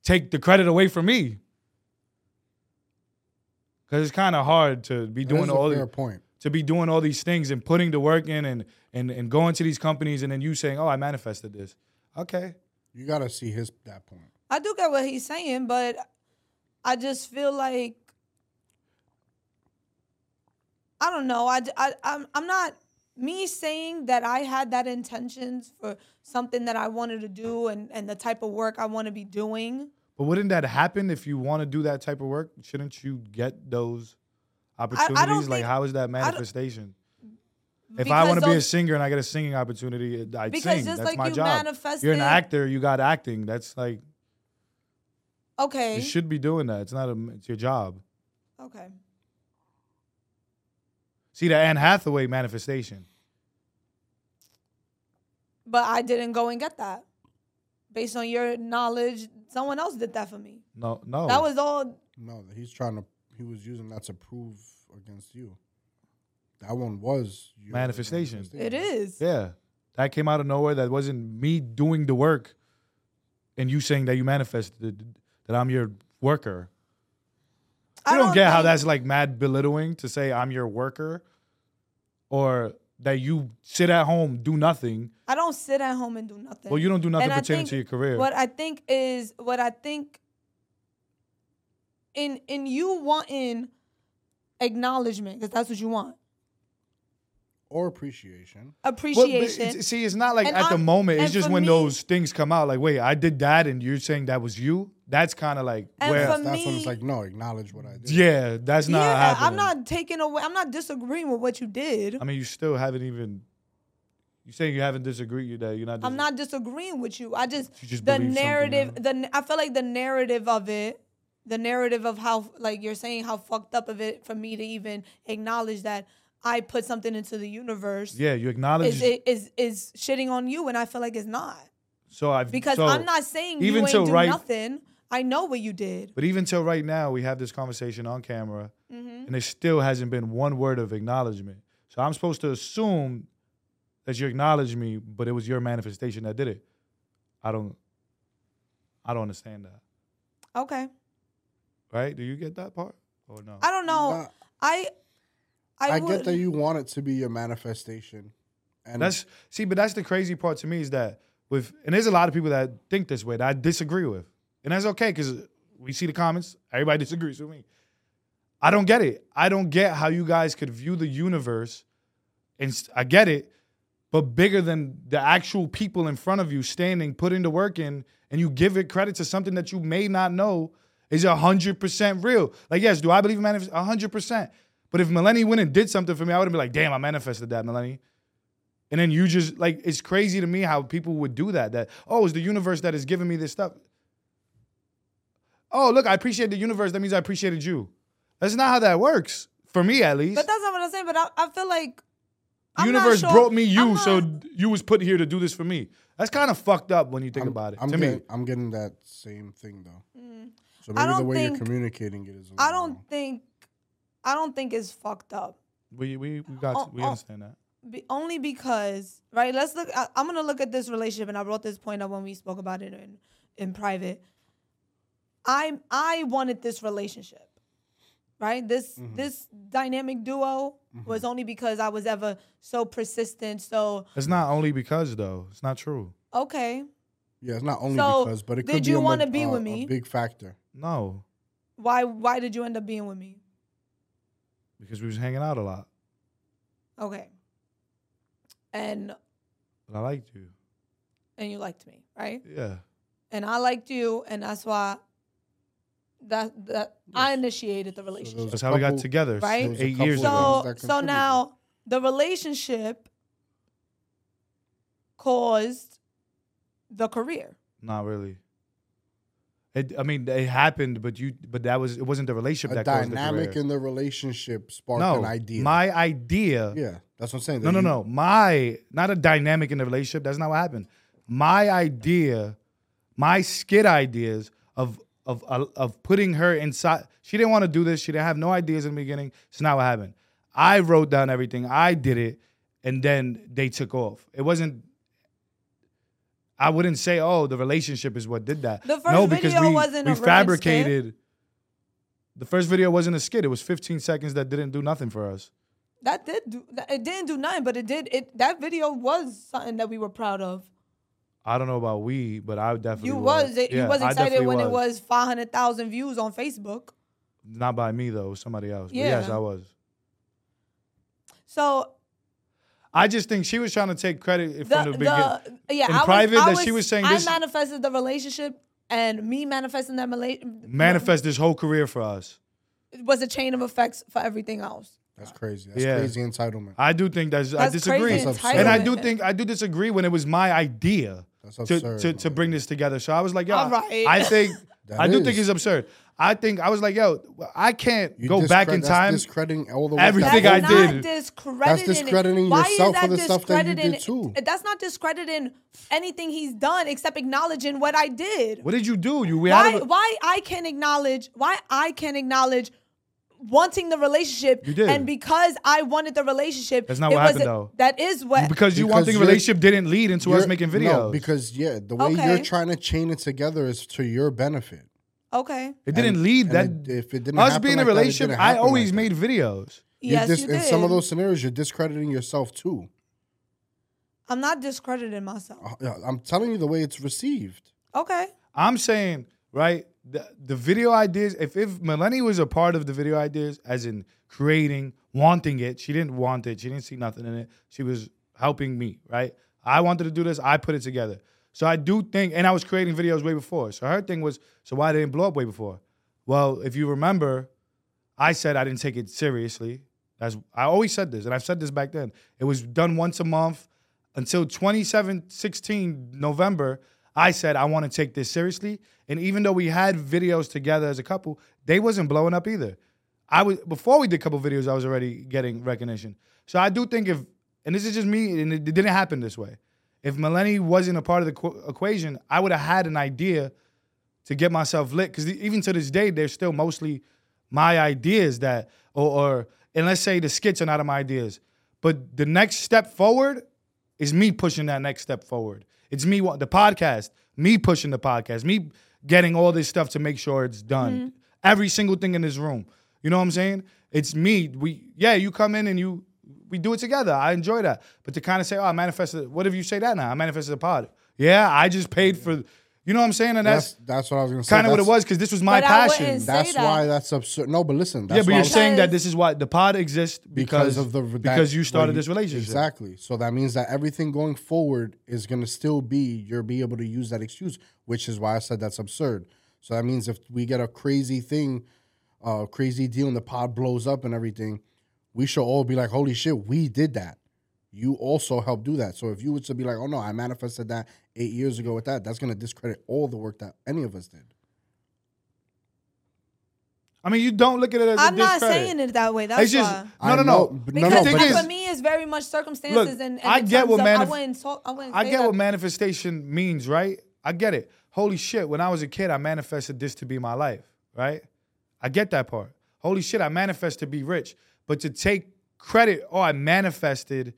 [SPEAKER 2] take the credit away from me. Cause it's kind of hard to be
[SPEAKER 3] That
[SPEAKER 2] doing
[SPEAKER 3] is
[SPEAKER 2] all
[SPEAKER 3] a
[SPEAKER 2] the,
[SPEAKER 3] fair point.
[SPEAKER 2] to be doing all these things and putting the work in and and and going to these companies and then you saying, "Oh, I manifested this." Okay,
[SPEAKER 3] You gotta see his that point.
[SPEAKER 1] I do get what he's saying, but I just feel like I don't know. I, I I'm I'm not me saying that I had that intentions for something that I wanted to do and and the type of work I want to be doing.
[SPEAKER 2] but wouldn't that happen if you want to do that type of work? Shouldn't you get those
[SPEAKER 1] I don't
[SPEAKER 2] opportunities? like,
[SPEAKER 1] think-
[SPEAKER 2] how is that
[SPEAKER 1] don't-
[SPEAKER 2] manifestation? If I
[SPEAKER 1] Because
[SPEAKER 2] want to be a
[SPEAKER 1] those-
[SPEAKER 2] singer and I get a singing opportunity, it- I
[SPEAKER 1] Because
[SPEAKER 2] sing.
[SPEAKER 1] just
[SPEAKER 2] That's
[SPEAKER 1] like
[SPEAKER 2] my
[SPEAKER 1] you
[SPEAKER 2] job. You're
[SPEAKER 1] manifested-
[SPEAKER 2] an actor. You got acting. That's like
[SPEAKER 1] okay,
[SPEAKER 2] you should be doing that. It's not a. It's your job.
[SPEAKER 1] okay.
[SPEAKER 2] See the Anne Hathaway manifestation.
[SPEAKER 1] But I didn't go and get that. Based on your knowledge, someone else did that for me.
[SPEAKER 2] No, no.
[SPEAKER 1] That was all.
[SPEAKER 3] No, he's trying to. He was using that to prove against you. That one was your
[SPEAKER 2] Manifestation.
[SPEAKER 1] It is.
[SPEAKER 2] yeah. That came out of nowhere. That wasn't me doing the work, and you saying that you manifested that I'm your worker.
[SPEAKER 1] I
[SPEAKER 2] you don't, get how
[SPEAKER 1] think-
[SPEAKER 2] that's like mad belittling to say I'm your worker, or that you sit at home do nothing.
[SPEAKER 1] I don't sit at home and do nothing.
[SPEAKER 2] Well, you don't do nothing
[SPEAKER 1] And I
[SPEAKER 2] pertaining to your
[SPEAKER 1] think
[SPEAKER 2] career.
[SPEAKER 1] What I think is what I think in in you wanting acknowledgement because that's what you want
[SPEAKER 3] Or appreciation.
[SPEAKER 2] Well, but
[SPEAKER 1] appreciation.
[SPEAKER 2] it's- see, it's not like
[SPEAKER 1] And
[SPEAKER 2] at the
[SPEAKER 1] I'm-
[SPEAKER 2] moment. It's
[SPEAKER 1] and
[SPEAKER 2] just
[SPEAKER 1] for
[SPEAKER 2] when
[SPEAKER 1] me-
[SPEAKER 2] those things come out. Like, wait, I did that, and you're saying that was you. That's kind of like
[SPEAKER 1] And
[SPEAKER 2] where,
[SPEAKER 1] for
[SPEAKER 3] That's when
[SPEAKER 1] me-
[SPEAKER 3] it's like, no, acknowledge what I did.
[SPEAKER 2] yeah, that's not
[SPEAKER 1] yeah,
[SPEAKER 2] happening.
[SPEAKER 1] I'm not taking away. I'm not disagreeing with what you did.
[SPEAKER 2] I
[SPEAKER 1] I'm,
[SPEAKER 2] mean, you still haven't even. You saying you haven't disagreed. You that you're not. dis-
[SPEAKER 1] not disagreeing with you. I just,
[SPEAKER 2] You just
[SPEAKER 1] the
[SPEAKER 2] believe something
[SPEAKER 1] narrative.
[SPEAKER 2] now.
[SPEAKER 1] The n- I feel like the narrative of it. The narrative of how, like you're saying, how fucked up of it for me to even acknowledge that I put something into the universe
[SPEAKER 2] Yeah, you acknowledge.
[SPEAKER 1] is, is is shitting on you, and I feel like it's not.
[SPEAKER 2] so I've
[SPEAKER 1] Because
[SPEAKER 2] so-
[SPEAKER 1] I'm not saying
[SPEAKER 2] even
[SPEAKER 1] you
[SPEAKER 2] till
[SPEAKER 1] ain't do
[SPEAKER 2] right-
[SPEAKER 1] nothing. I know what you did.
[SPEAKER 2] But even till right now, we have this conversation on camera,
[SPEAKER 1] Mm-hmm.
[SPEAKER 2] and there still hasn't been one word of acknowledgement. So I'm supposed to assume that you acknowledged me, but it was your manifestation that did it. I don't. I don't understand that.
[SPEAKER 1] Okay.
[SPEAKER 2] Right? Do you get that part or no?
[SPEAKER 1] I don't know.
[SPEAKER 3] Nah,
[SPEAKER 1] I I,
[SPEAKER 3] I
[SPEAKER 1] would,
[SPEAKER 3] get that you want it to be your manifestation, and
[SPEAKER 2] That's see, but that's the crazy part to me is that with and there's a lot of people that think this way that I disagree with, and that's okay because we see the comments. Everybody disagrees with me. I don't get it. I don't get how you guys could view the universe, and s- I get it, but bigger than the actual people in front of you standing, putting the work in, and you give it credit to something that you may not know is hundred percent real. Like yes, do I believe in manifest? hundred percent. But if Melanie went and did something for me, I would have been like, damn, I manifested that, Melanie. And then you just like it's crazy to me how people would do that. That oh, it's the universe that is giving me this stuff. Oh, look, I appreciate the universe. That means I appreciated you. That's not how that works for me, at least.
[SPEAKER 1] but that's not what I'm saying. But I, I feel like
[SPEAKER 2] The
[SPEAKER 1] I'm not
[SPEAKER 2] universe
[SPEAKER 1] sure-
[SPEAKER 2] brought me you,
[SPEAKER 1] I'm
[SPEAKER 2] so
[SPEAKER 1] not-
[SPEAKER 2] you was put here to do this for me. That's kind of fucked up when you think about it.
[SPEAKER 3] I'm
[SPEAKER 2] to
[SPEAKER 3] getting,
[SPEAKER 2] me,
[SPEAKER 3] I'm getting that same thing though. So
[SPEAKER 1] I
[SPEAKER 3] maybe the
[SPEAKER 1] don't
[SPEAKER 3] way you're
[SPEAKER 1] think-
[SPEAKER 3] communicating it is. a
[SPEAKER 1] mm, I
[SPEAKER 3] little
[SPEAKER 1] don't
[SPEAKER 3] wrong.
[SPEAKER 1] think I don't think it's fucked up.
[SPEAKER 2] we we we got
[SPEAKER 1] Oh,
[SPEAKER 2] we
[SPEAKER 1] oh.
[SPEAKER 2] understand that.
[SPEAKER 1] Be, only because right. Let's look. I, I'm gonna look at this relationship, and I brought this point up when we spoke about it in in private. I I wanted this relationship, right? This this dynamic duo was only because I was ever so persistent. So
[SPEAKER 2] It's not only because though. It's not true.
[SPEAKER 1] okay,
[SPEAKER 3] Yeah, it's not only
[SPEAKER 1] So,
[SPEAKER 3] because, but it
[SPEAKER 1] did
[SPEAKER 3] could be
[SPEAKER 1] you
[SPEAKER 3] a mo-
[SPEAKER 1] wanna be
[SPEAKER 3] a-
[SPEAKER 1] with
[SPEAKER 3] a
[SPEAKER 1] me?
[SPEAKER 3] big factor.
[SPEAKER 2] No,
[SPEAKER 1] why why did you end up being with me?
[SPEAKER 2] because we was hanging out a lot,
[SPEAKER 1] Okay, and
[SPEAKER 2] but I liked you.
[SPEAKER 1] and you liked me, right?
[SPEAKER 2] Yeah,
[SPEAKER 1] And I liked you, and that's why that that I initiated the relationship.
[SPEAKER 2] that's how we got
[SPEAKER 3] couple-
[SPEAKER 2] together.
[SPEAKER 1] Right?
[SPEAKER 2] Right?
[SPEAKER 1] There was
[SPEAKER 3] a
[SPEAKER 2] Eight years ago.
[SPEAKER 3] couple
[SPEAKER 1] so
[SPEAKER 3] of- things that
[SPEAKER 1] so now
[SPEAKER 3] contributed.
[SPEAKER 1] the relationship caused the career
[SPEAKER 2] Not really. It, I mean, it happened, but you, but that was it. Wasn't the relationship
[SPEAKER 3] A
[SPEAKER 2] that caused the
[SPEAKER 3] dynamic
[SPEAKER 2] career.
[SPEAKER 3] in the relationship sparked
[SPEAKER 2] no
[SPEAKER 3] an idea.
[SPEAKER 2] My idea.
[SPEAKER 3] yeah, that's what I'm saying.
[SPEAKER 2] No,
[SPEAKER 3] that
[SPEAKER 2] no, no.
[SPEAKER 3] you-
[SPEAKER 2] My not a dynamic in the relationship. That's not what happened. My idea, my skit ideas of of uh, of putting her inside. She didn't want to do this. She didn't have no ideas in the beginning. It's not what happened. I wrote down everything. I did it, and then they took off. It wasn't. I wouldn't say, oh, the relationship is what did that.
[SPEAKER 1] The first
[SPEAKER 2] no, because
[SPEAKER 1] video
[SPEAKER 2] we,
[SPEAKER 1] wasn't
[SPEAKER 2] we
[SPEAKER 1] a written
[SPEAKER 2] fabricated. The first video wasn't a skit. It was 15 seconds that didn't do nothing for us.
[SPEAKER 1] That did do. that- It didn't do nothing, but it did. It that video was something that we were proud of.
[SPEAKER 2] I don't know about we, but I definitely
[SPEAKER 1] You
[SPEAKER 2] was.
[SPEAKER 1] was it,
[SPEAKER 2] Yeah,
[SPEAKER 1] you was
[SPEAKER 2] I
[SPEAKER 1] excited
[SPEAKER 2] definitely
[SPEAKER 1] when it was five hundred thousand views on Facebook.
[SPEAKER 2] not by me though, it was somebody else. But yes,
[SPEAKER 1] Yeah.
[SPEAKER 2] I was.
[SPEAKER 1] So
[SPEAKER 2] I just think she was trying to take credit
[SPEAKER 1] the,
[SPEAKER 2] from the,
[SPEAKER 1] the,
[SPEAKER 2] beginning.
[SPEAKER 1] yeah,
[SPEAKER 2] in
[SPEAKER 1] I was-
[SPEAKER 2] private
[SPEAKER 1] I
[SPEAKER 2] that she was saying
[SPEAKER 1] I
[SPEAKER 2] this-
[SPEAKER 1] manifested the relationship, and me manifesting that mala-
[SPEAKER 2] Manifest this whole career for us.
[SPEAKER 1] was a chain of effects for everything else.
[SPEAKER 3] That's crazy. That's
[SPEAKER 2] Yeah.
[SPEAKER 3] crazy entitlement.
[SPEAKER 2] I do think that's, I
[SPEAKER 1] That's
[SPEAKER 2] disagree.
[SPEAKER 1] crazy
[SPEAKER 3] That's
[SPEAKER 2] and I do
[SPEAKER 1] entitlement.
[SPEAKER 2] think I do disagree when it was my idea
[SPEAKER 3] That's
[SPEAKER 2] to,
[SPEAKER 3] absurd.
[SPEAKER 2] to, to bring this together. So I was like, yo,
[SPEAKER 1] All right.
[SPEAKER 2] I think
[SPEAKER 3] That
[SPEAKER 2] I do
[SPEAKER 3] is.
[SPEAKER 2] think it's absurd. I think I was like, yo, I can't
[SPEAKER 3] You
[SPEAKER 2] go back
[SPEAKER 3] discred-
[SPEAKER 2] in
[SPEAKER 3] that's
[SPEAKER 2] time.
[SPEAKER 3] Discrediting all the work
[SPEAKER 2] Everything I
[SPEAKER 3] that went
[SPEAKER 1] that's
[SPEAKER 2] did.
[SPEAKER 1] not
[SPEAKER 3] into it.
[SPEAKER 1] discrediting.
[SPEAKER 3] That's
[SPEAKER 1] it.
[SPEAKER 3] discrediting
[SPEAKER 1] Why is
[SPEAKER 3] yourself
[SPEAKER 1] that
[SPEAKER 3] for the stuff that you did
[SPEAKER 1] discrediting-
[SPEAKER 3] too.
[SPEAKER 1] That's not discrediting anything he's done except acknowledging what I did.
[SPEAKER 2] What did you do? You we
[SPEAKER 1] why
[SPEAKER 2] out of a-
[SPEAKER 1] why I can't acknowledge why I can't acknowledge wanting the relationship
[SPEAKER 2] You did.
[SPEAKER 1] and because I wanted the relationship
[SPEAKER 2] That's not
[SPEAKER 1] it
[SPEAKER 2] what happened,
[SPEAKER 1] wasn't-
[SPEAKER 2] though.
[SPEAKER 1] that is what
[SPEAKER 2] because you
[SPEAKER 3] Because
[SPEAKER 2] one thing
[SPEAKER 3] you're-
[SPEAKER 2] relationship didn't lead into us
[SPEAKER 3] You're-
[SPEAKER 2] making
[SPEAKER 3] no,
[SPEAKER 2] videos.
[SPEAKER 3] because yeah, the way
[SPEAKER 1] Okay.
[SPEAKER 3] you're trying to chain it together is to your benefit.
[SPEAKER 1] okay
[SPEAKER 2] it didn't
[SPEAKER 3] and-
[SPEAKER 2] lead
[SPEAKER 3] and
[SPEAKER 2] that.
[SPEAKER 3] it- if it didn't
[SPEAKER 2] us
[SPEAKER 3] happen
[SPEAKER 2] being in
[SPEAKER 3] like
[SPEAKER 2] a
[SPEAKER 3] that, it
[SPEAKER 2] relationship,
[SPEAKER 3] didn't
[SPEAKER 2] I
[SPEAKER 3] happen
[SPEAKER 2] always
[SPEAKER 3] like
[SPEAKER 2] made videos.
[SPEAKER 3] You
[SPEAKER 1] yes
[SPEAKER 3] dis-
[SPEAKER 1] you did
[SPEAKER 3] In some of those scenarios, you're discrediting yourself too.
[SPEAKER 1] I'm not discrediting myself
[SPEAKER 3] Uh, yeah, I'm telling you the way it's received.
[SPEAKER 1] okay
[SPEAKER 2] I'm saying, right? The, the video ideas, if, if Melanie was a part of the video ideas, as in creating, wanting it, she didn't want it, she didn't see nothing in it. She was helping me, right? I wanted to do this, I put it together. So I do think, and I was creating videos way before. So her thing was, so why didn't it blow up way before? Well, if you remember, I said I didn't take it seriously. That's I always said this, and I've said this back then. It was done once a month until 27, 16 November. I said I want to take this seriously, and even though we had videos together as a couple, they wasn't blowing up either. I was before we did a couple videos, I was already getting recognition. So I do think if, and this is just me, and it didn't happen this way. If Melanie wasn't a part of the qu- equation, I would have had an idea to get myself lit. Because even to this day, they're still mostly my ideas that, or, or and let's say the skits are not of my ideas, but the next step forward is me pushing that next step forward. It's me wa- the podcast, me pushing the podcast, me getting all this stuff to make sure it's done. Every single thing in this room. You know what I'm saying? It's me. We yeah, you come in and you we do it together. I enjoy that. But to kind of say, oh, I manifested. What if you say that now? I manifested a pod. Yeah, I just paid for. You know what I'm saying? And
[SPEAKER 3] That's
[SPEAKER 2] that's
[SPEAKER 3] that's what I was gonna say.
[SPEAKER 2] kind of what it
[SPEAKER 3] That's-
[SPEAKER 2] was because this was my
[SPEAKER 1] But I wouldn't
[SPEAKER 2] passion.
[SPEAKER 1] say
[SPEAKER 3] That's
[SPEAKER 1] that.
[SPEAKER 3] why that's absurd. No, but listen. That's
[SPEAKER 2] Yeah, but
[SPEAKER 3] why
[SPEAKER 2] you're
[SPEAKER 3] I'm-
[SPEAKER 2] saying that
[SPEAKER 1] Because-
[SPEAKER 2] this is why the pod exists because,
[SPEAKER 3] because of the that-
[SPEAKER 2] because you started
[SPEAKER 3] when
[SPEAKER 2] this relationship.
[SPEAKER 3] Exactly. So that means that everything going forward is going to still be you're be able to use that excuse, which is why I said that's absurd. So that means if we get a crazy thing, uh, crazy deal, and the pod blows up and everything, we should all be like, "Holy shit, we did that." You also helped do that. So if you were to be like, "Oh no, I manifested that eight years ago with that," that's going to discredit all the work that any of us did.
[SPEAKER 2] I mean, you don't look at it as
[SPEAKER 1] I'm
[SPEAKER 2] a
[SPEAKER 1] not
[SPEAKER 2] discredit.
[SPEAKER 1] saying it that way that's
[SPEAKER 2] it's just
[SPEAKER 1] why
[SPEAKER 2] no,
[SPEAKER 3] I
[SPEAKER 2] no,
[SPEAKER 3] know,
[SPEAKER 2] no.
[SPEAKER 3] but
[SPEAKER 2] The
[SPEAKER 3] no,
[SPEAKER 1] because
[SPEAKER 3] no,
[SPEAKER 2] thing
[SPEAKER 1] that
[SPEAKER 2] is,
[SPEAKER 1] for me is very much circumstances and, and
[SPEAKER 2] I
[SPEAKER 1] in
[SPEAKER 2] get
[SPEAKER 1] terms
[SPEAKER 2] what
[SPEAKER 1] of- I
[SPEAKER 2] manif-
[SPEAKER 1] wouldn't talk I wouldn't
[SPEAKER 2] I
[SPEAKER 1] say
[SPEAKER 2] get
[SPEAKER 1] that.
[SPEAKER 2] what manifestation means, right? I get it. Holy shit, when I was a kid, I manifested this to be my life, right? I get that part. Holy shit, I manifest to be rich. But to take credit, oh, I manifested,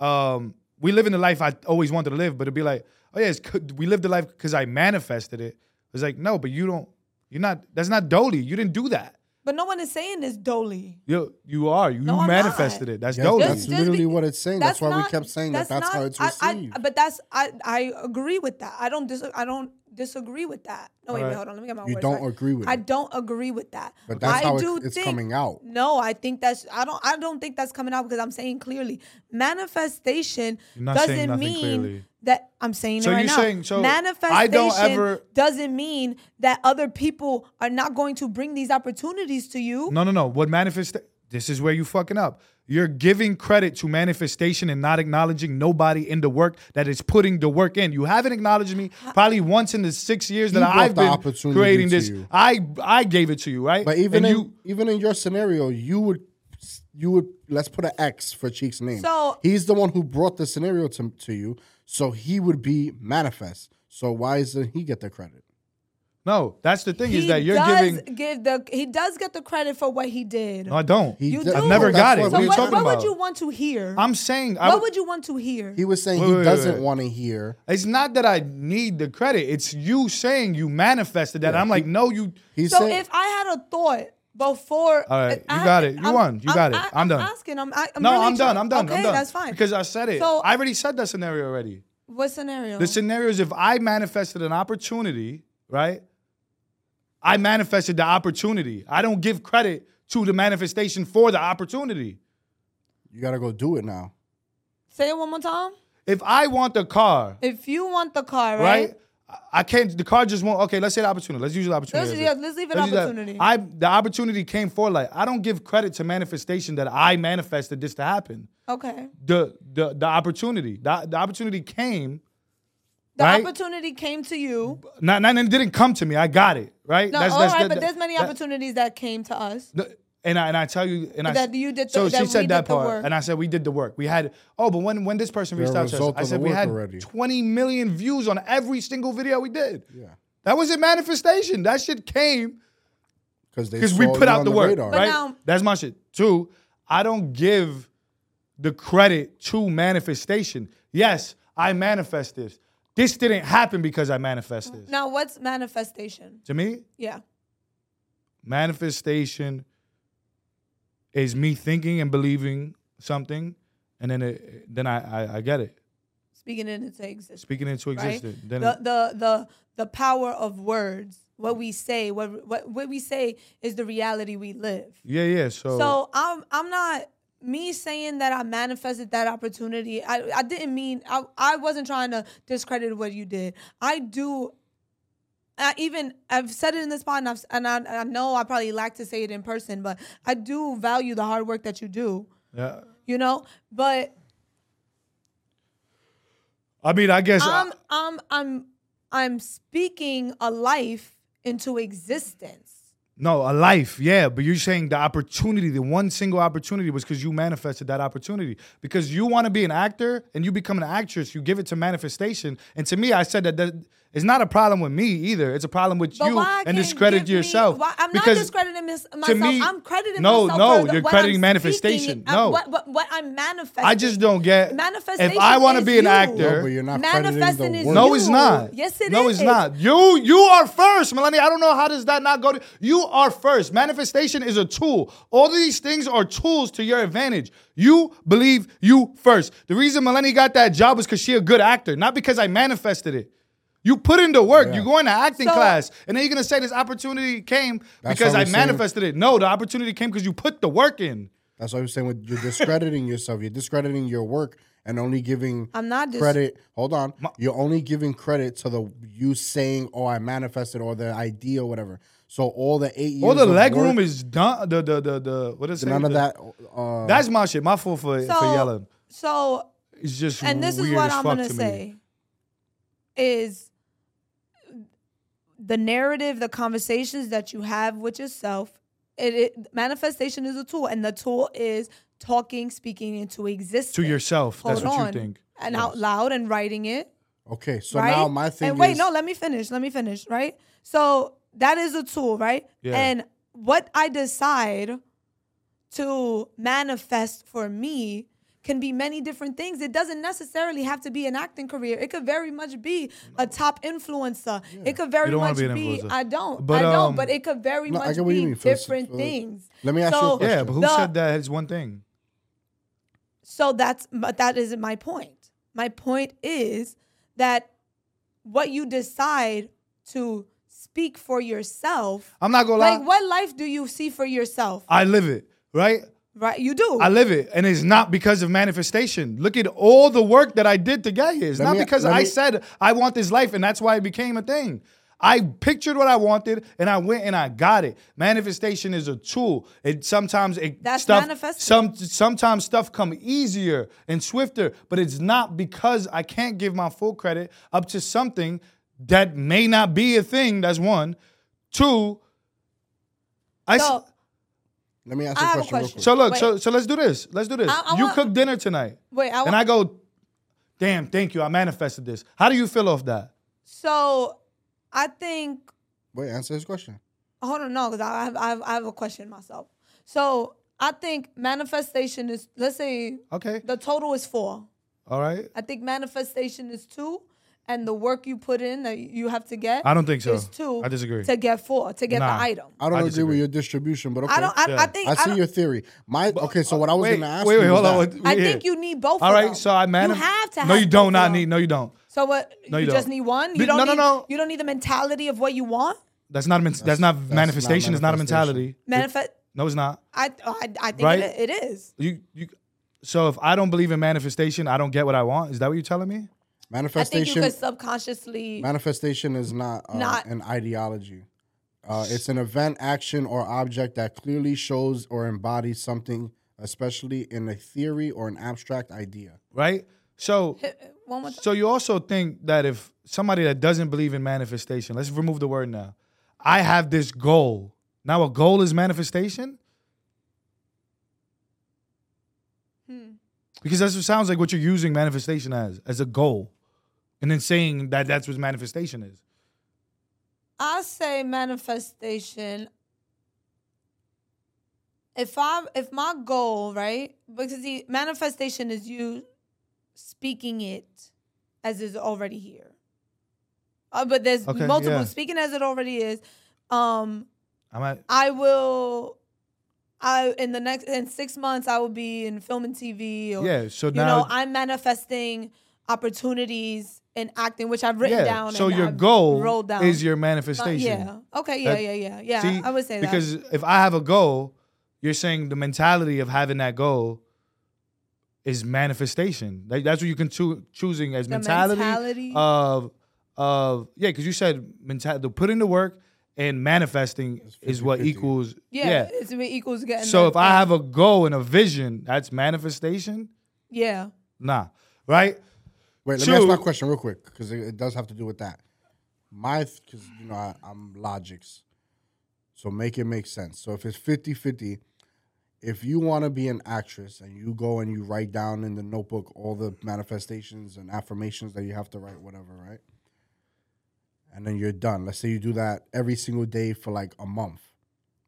[SPEAKER 2] um, we live in the life I always wanted to live, but it'd be like, oh yeah, it's, c- we lived the life because I manifested it. It's like, no, but you don't, you're not, that's not Dolly. You didn't do that.
[SPEAKER 1] but no one is saying this dolly
[SPEAKER 2] You, you are, you
[SPEAKER 1] No, I'm
[SPEAKER 2] manifested
[SPEAKER 1] not.
[SPEAKER 2] it. That's
[SPEAKER 3] Yeah,
[SPEAKER 2] Dolly.
[SPEAKER 3] that's literally what it's saying. That's why we kept saying that that's how it's
[SPEAKER 1] I- I,
[SPEAKER 3] received.
[SPEAKER 1] but that's I I agree with that. I don't dis, I don't disagree with that. No wait,
[SPEAKER 2] Alright.
[SPEAKER 1] wait hold on. Let me get my
[SPEAKER 3] You
[SPEAKER 1] words
[SPEAKER 3] don't
[SPEAKER 1] right.
[SPEAKER 3] agree with
[SPEAKER 1] I
[SPEAKER 3] it.
[SPEAKER 1] don't agree with that.
[SPEAKER 3] But that's
[SPEAKER 1] I
[SPEAKER 3] how it-
[SPEAKER 1] do
[SPEAKER 3] it's
[SPEAKER 1] think-
[SPEAKER 3] coming out.
[SPEAKER 1] No, I think that's I don't I don't think that's coming out because I'm saying clearly manifestation
[SPEAKER 2] not saying
[SPEAKER 1] doesn't
[SPEAKER 2] nothing
[SPEAKER 1] mean
[SPEAKER 2] clearly.
[SPEAKER 1] that I'm saying
[SPEAKER 2] So
[SPEAKER 1] it right
[SPEAKER 2] you're
[SPEAKER 1] now.
[SPEAKER 2] saying- so I don't
[SPEAKER 1] manifestation
[SPEAKER 2] ever-
[SPEAKER 1] doesn't mean that other people are not going to bring these opportunities to you.
[SPEAKER 2] No, no, no. What manifest? This is where you fucking up. You're giving credit to manifestation and not acknowledging nobody in the work that is putting the work in. You haven't acknowledged me probably once in the six years that
[SPEAKER 3] He brought
[SPEAKER 2] I've
[SPEAKER 3] the
[SPEAKER 2] been
[SPEAKER 3] opportunity
[SPEAKER 2] creating
[SPEAKER 3] to
[SPEAKER 2] this.
[SPEAKER 3] you.
[SPEAKER 2] I I gave it to you, right?
[SPEAKER 3] But even
[SPEAKER 2] And
[SPEAKER 3] in,
[SPEAKER 2] you,
[SPEAKER 3] even in your scenario, you would you would let's put an X for Cheek's name.
[SPEAKER 1] So-
[SPEAKER 3] he's the one who brought the scenario to, to you, so he would be manifest. So why doesn't he get the credit?
[SPEAKER 2] No, that's the thing is
[SPEAKER 1] He
[SPEAKER 2] that you're
[SPEAKER 1] does
[SPEAKER 2] giving.
[SPEAKER 1] give the he does get the credit for what he did.
[SPEAKER 2] No, I don't.
[SPEAKER 3] He
[SPEAKER 1] You
[SPEAKER 3] does-
[SPEAKER 1] do.
[SPEAKER 2] I've never got it.
[SPEAKER 1] so
[SPEAKER 2] What are you
[SPEAKER 1] what,
[SPEAKER 2] talking
[SPEAKER 1] what
[SPEAKER 2] about?
[SPEAKER 1] would you want to hear?
[SPEAKER 2] I'm saying. I
[SPEAKER 1] what
[SPEAKER 2] w-
[SPEAKER 1] would you want to hear?
[SPEAKER 3] He was saying
[SPEAKER 2] Wait,
[SPEAKER 3] he
[SPEAKER 2] wait, wait,
[SPEAKER 3] doesn't
[SPEAKER 2] wait.
[SPEAKER 3] want to hear.
[SPEAKER 2] it's not that I need the credit. It's you saying you manifested that. I'm like, no, you.
[SPEAKER 3] He
[SPEAKER 1] so
[SPEAKER 3] said
[SPEAKER 1] if I had a thought before,
[SPEAKER 2] All right, you
[SPEAKER 1] I-
[SPEAKER 2] got it. You
[SPEAKER 1] I'm-
[SPEAKER 2] won. You got it.
[SPEAKER 1] I,
[SPEAKER 2] I'm done.
[SPEAKER 1] asking. I'm, I, I'm
[SPEAKER 2] No,
[SPEAKER 1] really
[SPEAKER 2] I'm done.
[SPEAKER 1] trying-
[SPEAKER 2] I'm done.
[SPEAKER 1] Okay,
[SPEAKER 2] I'm done.
[SPEAKER 1] that's fine.
[SPEAKER 2] Because I said it.
[SPEAKER 1] So-
[SPEAKER 2] I already said that scenario already.
[SPEAKER 1] what scenario?
[SPEAKER 2] The scenario is if I manifested an opportunity, right? I manifested the opportunity. I don't give credit to the manifestation for the opportunity.
[SPEAKER 3] you gotta go do it now.
[SPEAKER 1] Say it one more time.
[SPEAKER 2] If I want the car,
[SPEAKER 1] If you want the car,
[SPEAKER 2] right?
[SPEAKER 1] right?
[SPEAKER 2] I- I can't. The car just won't. Okay, let's say the opportunity. Let's use the opportunity.
[SPEAKER 1] Let's,
[SPEAKER 2] as it-
[SPEAKER 1] yeah, let's leave an
[SPEAKER 2] Let's use that.
[SPEAKER 1] opportunity.
[SPEAKER 2] I the opportunity came for like I don't give credit to manifestation that I manifested this to happen.
[SPEAKER 1] okay.
[SPEAKER 2] The the the opportunity the, the opportunity came
[SPEAKER 1] The
[SPEAKER 2] right?
[SPEAKER 1] opportunity came to you.
[SPEAKER 2] not, not and it didn't come to me. I got it right.
[SPEAKER 1] No, all right,
[SPEAKER 2] That's- that's- that-
[SPEAKER 1] but there's many
[SPEAKER 2] that-
[SPEAKER 1] opportunities that came to us.
[SPEAKER 2] the- and I and I tell you and I
[SPEAKER 1] That you did the-
[SPEAKER 2] so she
[SPEAKER 1] that we
[SPEAKER 2] said
[SPEAKER 1] did
[SPEAKER 2] that
[SPEAKER 1] the
[SPEAKER 2] part
[SPEAKER 1] work.
[SPEAKER 2] and I said we did the work. We had oh, but when when this person reached out to us,
[SPEAKER 3] result
[SPEAKER 2] I
[SPEAKER 3] of
[SPEAKER 2] said
[SPEAKER 3] the
[SPEAKER 2] we
[SPEAKER 3] work
[SPEAKER 2] had
[SPEAKER 3] already.
[SPEAKER 2] 20 million views on every single video we did.
[SPEAKER 3] Yeah.
[SPEAKER 2] That wasn't manifestation. That shit came
[SPEAKER 3] Because they
[SPEAKER 2] because we
[SPEAKER 3] saw
[SPEAKER 2] put
[SPEAKER 3] you
[SPEAKER 2] out
[SPEAKER 3] on
[SPEAKER 2] the, work,
[SPEAKER 3] radar.
[SPEAKER 1] But
[SPEAKER 2] right?
[SPEAKER 1] now-
[SPEAKER 2] That's my shit. Two, I don't give the credit to manifestation. Yes, I manifest this. This didn't happen because I manifest this.
[SPEAKER 1] Now, what's manifestation?
[SPEAKER 2] To me,
[SPEAKER 1] Yeah.
[SPEAKER 2] manifestation is me thinking and believing something, and then it, then I, I I get it.
[SPEAKER 1] Speaking it into existence.
[SPEAKER 2] Speaking into
[SPEAKER 1] right?
[SPEAKER 2] existence. Then
[SPEAKER 1] the,
[SPEAKER 2] it-
[SPEAKER 1] the the the power of words. What we say, what what what we say is the reality we live.
[SPEAKER 2] yeah, yeah. So,
[SPEAKER 1] So I'm I'm not me saying that I manifested that opportunity. I I didn't mean I I wasn't trying to discredit what you did. I do. I even I've said it in this pod, and, I've, and I, I know I probably lack to say it in person, but I do value the hard work that you do.
[SPEAKER 2] yeah.
[SPEAKER 1] You know, but
[SPEAKER 2] I mean, I guess I-
[SPEAKER 1] I'm I'm I'm I'm speaking a life into existence.
[SPEAKER 2] no a life. Yeah, but you're saying the opportunity, the one single opportunity, was because you manifested that opportunity because you want to be an actor and you become an actress. You give it to manifestation, and to me, I said that. that it's not a problem with me either. It's a problem with
[SPEAKER 1] But
[SPEAKER 2] you
[SPEAKER 1] why I
[SPEAKER 2] and
[SPEAKER 1] can't
[SPEAKER 2] discredit
[SPEAKER 1] give me-
[SPEAKER 2] yourself.
[SPEAKER 1] why- I'm not
[SPEAKER 2] because
[SPEAKER 1] discrediting mis- myself.
[SPEAKER 2] me-
[SPEAKER 1] I'm crediting
[SPEAKER 2] No,
[SPEAKER 1] myself.
[SPEAKER 2] no,
[SPEAKER 1] for the-
[SPEAKER 2] you're
[SPEAKER 1] what
[SPEAKER 2] crediting
[SPEAKER 1] I'm
[SPEAKER 2] manifestation.
[SPEAKER 1] speaking, uh,
[SPEAKER 2] No.
[SPEAKER 1] what, what, what I'm manifesting.
[SPEAKER 2] I just don't get
[SPEAKER 1] Manifestation
[SPEAKER 2] If I wanna
[SPEAKER 1] is
[SPEAKER 2] be an
[SPEAKER 1] you.
[SPEAKER 2] actor,
[SPEAKER 3] No, but you're not
[SPEAKER 1] Manifesting
[SPEAKER 3] crediting
[SPEAKER 1] is
[SPEAKER 3] the work.
[SPEAKER 2] No,
[SPEAKER 1] you.
[SPEAKER 2] it's not.
[SPEAKER 1] Yes, it
[SPEAKER 2] no, it's
[SPEAKER 1] is.
[SPEAKER 2] not. You you are first, Melanie. I don't know how does that not go to you are first. Manifestation is a tool. All these things are tools to your advantage. You believe you first. The reason Melanie got that job was because she a good actor, not because I manifested it. You put in the work. You go into acting
[SPEAKER 1] So-
[SPEAKER 2] class, and then you're gonna say this opportunity came
[SPEAKER 3] That's
[SPEAKER 2] because
[SPEAKER 3] why
[SPEAKER 2] I
[SPEAKER 3] we're saying-
[SPEAKER 2] manifested it. No, the opportunity came because you put the work in.
[SPEAKER 3] That's why I'm saying with you're discrediting yourself. You're discrediting your work and only giving
[SPEAKER 1] I'm not dis-
[SPEAKER 3] credit. Hold on. you're only giving credit to the you saying, "Oh, I manifested," or the idea, or whatever. So all the eight years,
[SPEAKER 2] All the
[SPEAKER 3] of
[SPEAKER 2] leg
[SPEAKER 3] work,
[SPEAKER 2] room is done. The the the the what is it?
[SPEAKER 3] none of
[SPEAKER 2] The-
[SPEAKER 3] that. Uh,
[SPEAKER 2] That's my shit. My fault for, for yelling.
[SPEAKER 1] So,
[SPEAKER 2] It's just
[SPEAKER 1] and this is
[SPEAKER 2] weird
[SPEAKER 1] what
[SPEAKER 2] as
[SPEAKER 1] I'm
[SPEAKER 2] fuck
[SPEAKER 1] gonna
[SPEAKER 2] to me.
[SPEAKER 1] say is the narrative, the conversations that you have with yourself. It, it manifestation is a tool, and the tool is talking, speaking into existence
[SPEAKER 2] to yourself.
[SPEAKER 1] Hold
[SPEAKER 2] That's what
[SPEAKER 1] on.
[SPEAKER 2] you think.
[SPEAKER 1] and out loud and writing it.
[SPEAKER 3] okay. So
[SPEAKER 1] right?
[SPEAKER 3] now my thing
[SPEAKER 1] And wait,
[SPEAKER 3] is
[SPEAKER 1] no, let me finish. Let me finish, right? So that is a tool, right?
[SPEAKER 2] Yeah.
[SPEAKER 1] And what I decide to manifest for me can be many different things. It doesn't necessarily have to be an acting career. It could very much be a top influencer. It could very
[SPEAKER 2] You don't wanna
[SPEAKER 1] much
[SPEAKER 2] be
[SPEAKER 1] be,
[SPEAKER 2] an influencer.
[SPEAKER 1] I don't.
[SPEAKER 2] But,
[SPEAKER 1] I don't,
[SPEAKER 2] um,
[SPEAKER 1] but it could very
[SPEAKER 3] No, I
[SPEAKER 1] much
[SPEAKER 3] get what you
[SPEAKER 1] be
[SPEAKER 3] mean, for-
[SPEAKER 1] different
[SPEAKER 3] for-
[SPEAKER 1] things.
[SPEAKER 3] Let me ask you a
[SPEAKER 1] So-
[SPEAKER 3] question.
[SPEAKER 2] Yeah, but who
[SPEAKER 1] The-
[SPEAKER 2] said that is one thing?
[SPEAKER 1] So that's but that isn't my point. My point is that what you decide to speak for yourself,
[SPEAKER 2] I'm not gonna lie.
[SPEAKER 1] like what life do you see for yourself?
[SPEAKER 2] I live it, right?
[SPEAKER 1] Right, you do.
[SPEAKER 3] Oh.
[SPEAKER 2] I live it, and it's not because of manifestation. Look at all the work that I did to get here. It's
[SPEAKER 3] Let
[SPEAKER 2] not
[SPEAKER 3] me-
[SPEAKER 2] because
[SPEAKER 3] let
[SPEAKER 2] I
[SPEAKER 3] me-
[SPEAKER 2] said I want this life, and that's why it became a thing. I pictured what I wanted, and I went and I got it. Manifestation is a tool. It sometimes it
[SPEAKER 1] That's
[SPEAKER 2] stuff
[SPEAKER 1] manifesting.
[SPEAKER 2] some sometimes stuff come easier and swifter, but it's not because I can't give my full credit up to something that may not be a thing. That's one. Two. I s-
[SPEAKER 1] so
[SPEAKER 3] Let me ask
[SPEAKER 1] I
[SPEAKER 3] you a
[SPEAKER 1] have a
[SPEAKER 3] question. Real
[SPEAKER 1] question.
[SPEAKER 3] quick.
[SPEAKER 2] so look,
[SPEAKER 1] Wait.
[SPEAKER 2] so so let's do this. Let's do this.
[SPEAKER 1] I- I
[SPEAKER 2] you
[SPEAKER 1] want-
[SPEAKER 2] cook dinner tonight.
[SPEAKER 1] wait, I,
[SPEAKER 2] and I go, damn, thank you. I manifested this. How do you feel off that?
[SPEAKER 1] so I think
[SPEAKER 3] Wait, answer his question.
[SPEAKER 1] Hold on, no, because I have, I have I have a question myself. So I think manifestation is let's say
[SPEAKER 2] Okay.
[SPEAKER 1] the total is four.
[SPEAKER 2] All right.
[SPEAKER 1] I think manifestation is two, and the work you put in that you have to get.
[SPEAKER 2] I don't think so.
[SPEAKER 1] Is two.
[SPEAKER 2] I disagree.
[SPEAKER 1] To get four, to get
[SPEAKER 2] Nah.
[SPEAKER 1] the item.
[SPEAKER 3] I don't
[SPEAKER 2] I
[SPEAKER 3] agree
[SPEAKER 2] disagree.
[SPEAKER 3] with your distribution, but okay.
[SPEAKER 1] I don't. I,
[SPEAKER 2] Yeah.
[SPEAKER 1] I think.
[SPEAKER 3] I see
[SPEAKER 1] don't-
[SPEAKER 3] your theory. My okay. So what I was
[SPEAKER 2] uh, wait,
[SPEAKER 3] going to ask
[SPEAKER 2] wait,
[SPEAKER 3] you
[SPEAKER 2] wait,
[SPEAKER 3] was
[SPEAKER 2] hold on.
[SPEAKER 3] that-
[SPEAKER 2] Wait,
[SPEAKER 1] I
[SPEAKER 2] here.
[SPEAKER 1] think you need both.
[SPEAKER 2] All
[SPEAKER 1] of
[SPEAKER 2] right,
[SPEAKER 1] them.
[SPEAKER 2] so I
[SPEAKER 1] You
[SPEAKER 2] manif-
[SPEAKER 1] have to.
[SPEAKER 2] No,
[SPEAKER 1] have
[SPEAKER 2] you don't.
[SPEAKER 1] both
[SPEAKER 2] Not
[SPEAKER 1] of them.
[SPEAKER 2] need. No, you don't.
[SPEAKER 1] So what?
[SPEAKER 2] No,
[SPEAKER 1] you,
[SPEAKER 2] you
[SPEAKER 1] just
[SPEAKER 2] don't.
[SPEAKER 1] need one. You
[SPEAKER 2] Be-
[SPEAKER 1] don't
[SPEAKER 2] no, no,
[SPEAKER 1] need,
[SPEAKER 2] no.
[SPEAKER 1] You don't need the mentality of what you want.
[SPEAKER 2] That's not. A men- that's, not
[SPEAKER 3] not
[SPEAKER 2] manifestation. It's not a
[SPEAKER 3] manifestation.
[SPEAKER 2] mentality.
[SPEAKER 1] Manifest.
[SPEAKER 2] No, it's not.
[SPEAKER 1] I, I I think
[SPEAKER 2] Right?
[SPEAKER 1] it, it is.
[SPEAKER 2] You you. So if I don't believe in manifestation, I don't get what I want. Is that what you're telling me?
[SPEAKER 1] I think you
[SPEAKER 3] manifestation.
[SPEAKER 1] could subconsciously.
[SPEAKER 3] Manifestation is not, uh,
[SPEAKER 1] Not-
[SPEAKER 3] an ideology. Uh, it's an event, action, or object that clearly shows or embodies something, especially in a theory or an abstract idea.
[SPEAKER 2] Right. So
[SPEAKER 1] one more time.
[SPEAKER 2] so you also think that if somebody that doesn't believe in manifestation, let's remove the word now. I have this goal. Now a goal is manifestation.
[SPEAKER 1] Hmm.
[SPEAKER 2] Because that's what sounds like what you're using manifestation as, as a goal, and then saying that that's what manifestation is.
[SPEAKER 1] I say manifestation. If I if my goal right because the manifestation is you speaking it as is already here, uh, but there's
[SPEAKER 2] Okay,
[SPEAKER 1] multiple
[SPEAKER 2] yeah.
[SPEAKER 1] speaking as it already is. Um,
[SPEAKER 2] I'm at
[SPEAKER 1] I will. I in the next in six months I will be in film and TV. Or,
[SPEAKER 2] yeah. So
[SPEAKER 1] you
[SPEAKER 2] now
[SPEAKER 1] know I'm manifesting opportunities in acting, which I've written
[SPEAKER 2] yeah.
[SPEAKER 1] down.
[SPEAKER 2] so
[SPEAKER 1] and
[SPEAKER 2] your
[SPEAKER 1] I've
[SPEAKER 2] goal
[SPEAKER 1] rolled down.
[SPEAKER 2] is your
[SPEAKER 1] Uh,
[SPEAKER 2] manifestation.
[SPEAKER 1] Yeah. Okay. Yeah.
[SPEAKER 2] That-
[SPEAKER 1] yeah. Yeah. Yeah.
[SPEAKER 2] See,
[SPEAKER 1] I would say that.
[SPEAKER 2] because if I have a goal, you're saying the mentality of having that goal is manifestation. That- that's what you can choo- choosing as
[SPEAKER 1] The
[SPEAKER 2] mentality, uh,
[SPEAKER 1] mentality.
[SPEAKER 2] of of yeah. Because you said mentality, the putting the work and manifesting is what
[SPEAKER 3] 50-50.
[SPEAKER 2] equals
[SPEAKER 1] yeah,
[SPEAKER 2] yeah.
[SPEAKER 1] It's it equals getting.
[SPEAKER 2] So
[SPEAKER 1] the-
[SPEAKER 2] if I have a goal and a vision, that's manifestation.
[SPEAKER 1] yeah.
[SPEAKER 2] Nah, right?
[SPEAKER 3] Wait, let me ask
[SPEAKER 2] Two.
[SPEAKER 3] my question real quick because it, it does have to do with that. My, because you know, I, I'm logics, so make it make sense. So if it's 50 50, if you want to be an actress and you go and you write down in the notebook all the manifestations and affirmations that you have to write, whatever, right? And then you're done. Let's say you do that every single day for like a month,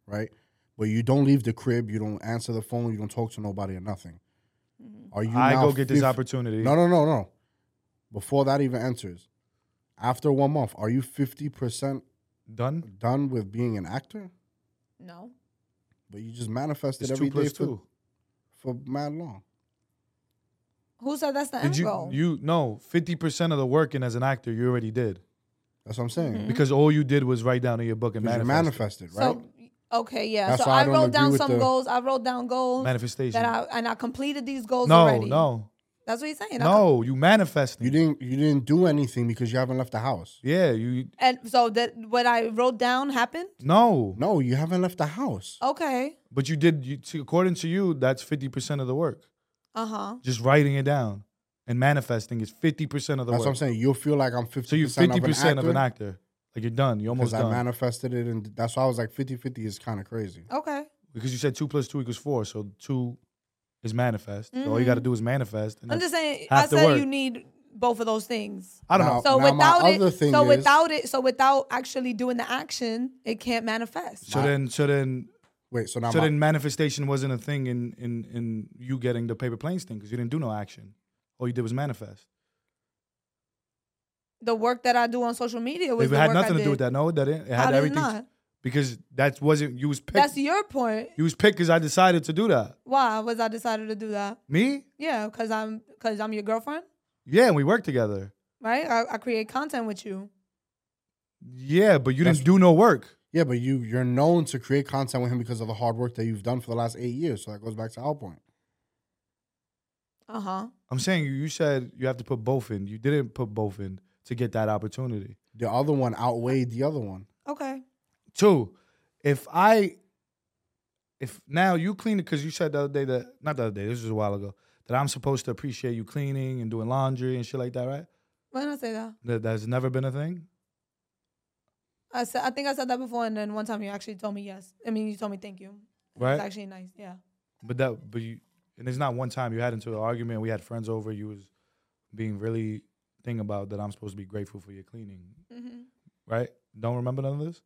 [SPEAKER 3] right? But you don't leave the crib, you don't answer the phone, you don't talk to nobody or nothing. Are you?
[SPEAKER 2] I
[SPEAKER 3] now
[SPEAKER 2] go get this
[SPEAKER 3] 50
[SPEAKER 2] opportunity.
[SPEAKER 3] no, no, no, no. Before that even enters, after one month, are you 50%
[SPEAKER 2] Done.
[SPEAKER 3] done with being an actor?
[SPEAKER 1] No.
[SPEAKER 3] But you just manifested
[SPEAKER 2] It's
[SPEAKER 3] every
[SPEAKER 2] two
[SPEAKER 3] day
[SPEAKER 2] plus
[SPEAKER 3] for,
[SPEAKER 2] two.
[SPEAKER 3] for mad long.
[SPEAKER 1] Who said that's the end
[SPEAKER 2] Did you
[SPEAKER 1] goal?
[SPEAKER 2] you no fifty percent of the working as an actor you already did.
[SPEAKER 1] Mm-hmm.
[SPEAKER 3] That's what I'm saying.
[SPEAKER 2] because all you did was write down in your book and
[SPEAKER 3] 'Cause you
[SPEAKER 2] manifest.
[SPEAKER 3] manifested, right?
[SPEAKER 1] So okay, yeah.
[SPEAKER 3] That's
[SPEAKER 1] so
[SPEAKER 3] why I
[SPEAKER 1] I
[SPEAKER 3] don't
[SPEAKER 1] wrote
[SPEAKER 3] agree
[SPEAKER 1] down
[SPEAKER 3] with
[SPEAKER 1] some
[SPEAKER 3] the-
[SPEAKER 1] goals. I wrote down goals
[SPEAKER 2] manifestation.
[SPEAKER 1] that I and I completed these goals
[SPEAKER 2] no,
[SPEAKER 1] already.
[SPEAKER 2] no,
[SPEAKER 1] That's what he's saying. I com-
[SPEAKER 2] no. You manifesting.
[SPEAKER 3] you didn't you didn't do anything because you haven't left the house.
[SPEAKER 2] Yeah, you.
[SPEAKER 1] and so that what I wrote down happened.
[SPEAKER 2] No,
[SPEAKER 3] No, you haven't left the house.
[SPEAKER 1] Okay.
[SPEAKER 2] but you did. You, to, according to you, that's fifty percent of the work.
[SPEAKER 1] Uh huh.
[SPEAKER 2] Just writing it down and manifesting is fifty percent of the
[SPEAKER 3] That's what I'm
[SPEAKER 2] work.
[SPEAKER 3] saying. You'll feel like I'm 50%
[SPEAKER 2] so you fifty percent of an actor. Like you're done. You're almost
[SPEAKER 3] Because I
[SPEAKER 2] done.
[SPEAKER 3] manifested it, and that's why I was like 50 50 is kind of crazy.
[SPEAKER 1] Okay.
[SPEAKER 2] because you said two plus two equals four, so two is manifest. So all you got to do is manifest. And
[SPEAKER 1] Mm-hmm. I'm
[SPEAKER 2] that's-
[SPEAKER 1] just saying. I
[SPEAKER 2] half the
[SPEAKER 1] said
[SPEAKER 2] work.
[SPEAKER 1] you need both of those things.
[SPEAKER 2] I don't
[SPEAKER 3] Now-
[SPEAKER 2] know.
[SPEAKER 1] So
[SPEAKER 3] my
[SPEAKER 1] without it,
[SPEAKER 3] other thing
[SPEAKER 1] so
[SPEAKER 3] is-
[SPEAKER 1] without it, so without actually doing the action, it can't manifest.
[SPEAKER 2] So then, so then,
[SPEAKER 3] Wait, so now
[SPEAKER 2] so
[SPEAKER 3] my-
[SPEAKER 2] then, manifestation wasn't a thing in in in you getting the paper planes thing because you didn't do no action. All you did was manifest.
[SPEAKER 1] The work that I do on social media was
[SPEAKER 2] It
[SPEAKER 1] the
[SPEAKER 2] had
[SPEAKER 1] work I
[SPEAKER 2] nothing to
[SPEAKER 1] did.
[SPEAKER 2] do with that. No, that didn't. It
[SPEAKER 1] How
[SPEAKER 2] had
[SPEAKER 1] did it
[SPEAKER 2] everything
[SPEAKER 1] not?
[SPEAKER 2] because that wasn't you was picked.
[SPEAKER 1] That's your point.
[SPEAKER 2] you was picked because I decided to do that.
[SPEAKER 1] Why was I decided to do that?
[SPEAKER 2] Me,
[SPEAKER 1] Yeah, because I'm because I'm your girlfriend,
[SPEAKER 2] yeah, and we worked together.
[SPEAKER 1] right? I, I create content with you.
[SPEAKER 2] Yeah, but you
[SPEAKER 3] That's-
[SPEAKER 2] didn't do no work.
[SPEAKER 3] Yeah, but you you're known to create content with him because of the hard work that you've done for the last eight years. So that goes back to our point.
[SPEAKER 1] Uh huh.
[SPEAKER 2] I'm saying you, you said you have to put both in. You didn't put both in to get that opportunity.
[SPEAKER 3] The other one outweighed the other one.
[SPEAKER 1] Okay.
[SPEAKER 2] Two, if I, if now you clean it because you said the other day that not the other day this was a while ago that I'm supposed to appreciate you cleaning and doing laundry and shit like that, right?
[SPEAKER 1] Why did I say that?
[SPEAKER 2] That that's never been a thing.
[SPEAKER 1] I said I think I said that before, and then one time you actually told me yes. I mean, you told me thank you.
[SPEAKER 2] Right.
[SPEAKER 1] It's actually nice. Yeah.
[SPEAKER 2] But that, but you, and it's not one time you had into an argument. We had friends over. You was being really thing about that. I'm supposed to be grateful for your cleaning,
[SPEAKER 1] hmm
[SPEAKER 2] right? Don't remember none of this.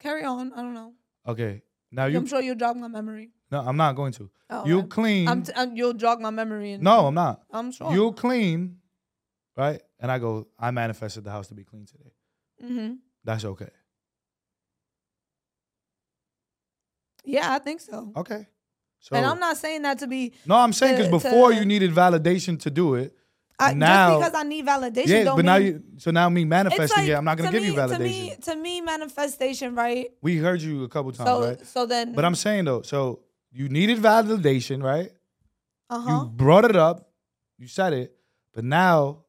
[SPEAKER 1] Carry on. I don't know.
[SPEAKER 2] Okay. Now you.
[SPEAKER 1] I'm sure you'll jog my memory.
[SPEAKER 2] no, I'm not going to.
[SPEAKER 1] Oh,
[SPEAKER 2] you
[SPEAKER 1] I'm-
[SPEAKER 2] clean.
[SPEAKER 1] I'm t- I'm, you'll jog my memory. And
[SPEAKER 2] no, I'm not.
[SPEAKER 1] I'm sure.
[SPEAKER 2] You clean, right? And I go. I manifested the house to be clean today.
[SPEAKER 1] hmm
[SPEAKER 2] That's okay.
[SPEAKER 1] Yeah, I think so.
[SPEAKER 2] Okay. Oh, So
[SPEAKER 1] And I'm not saying that to be
[SPEAKER 2] no, I'm saying
[SPEAKER 1] to-
[SPEAKER 2] because before
[SPEAKER 1] to-
[SPEAKER 2] you needed validation to do it.
[SPEAKER 1] I,
[SPEAKER 2] Now-
[SPEAKER 1] just because I need validation.
[SPEAKER 2] Yeah,
[SPEAKER 1] don't
[SPEAKER 2] but now
[SPEAKER 1] mean-
[SPEAKER 2] you. So now me
[SPEAKER 1] It's
[SPEAKER 2] manifesting
[SPEAKER 1] like,
[SPEAKER 2] it. I'm not gonna
[SPEAKER 1] to
[SPEAKER 2] give you
[SPEAKER 1] me-
[SPEAKER 2] validation.
[SPEAKER 1] To me, to me, manifestation, right?
[SPEAKER 2] we heard you a couple times,
[SPEAKER 1] so, mm.
[SPEAKER 2] right?
[SPEAKER 1] so then,
[SPEAKER 2] But I'm saying though, so you needed validation, right?
[SPEAKER 1] uh
[SPEAKER 2] You
[SPEAKER 1] huh.
[SPEAKER 2] brought it up, you said it, but now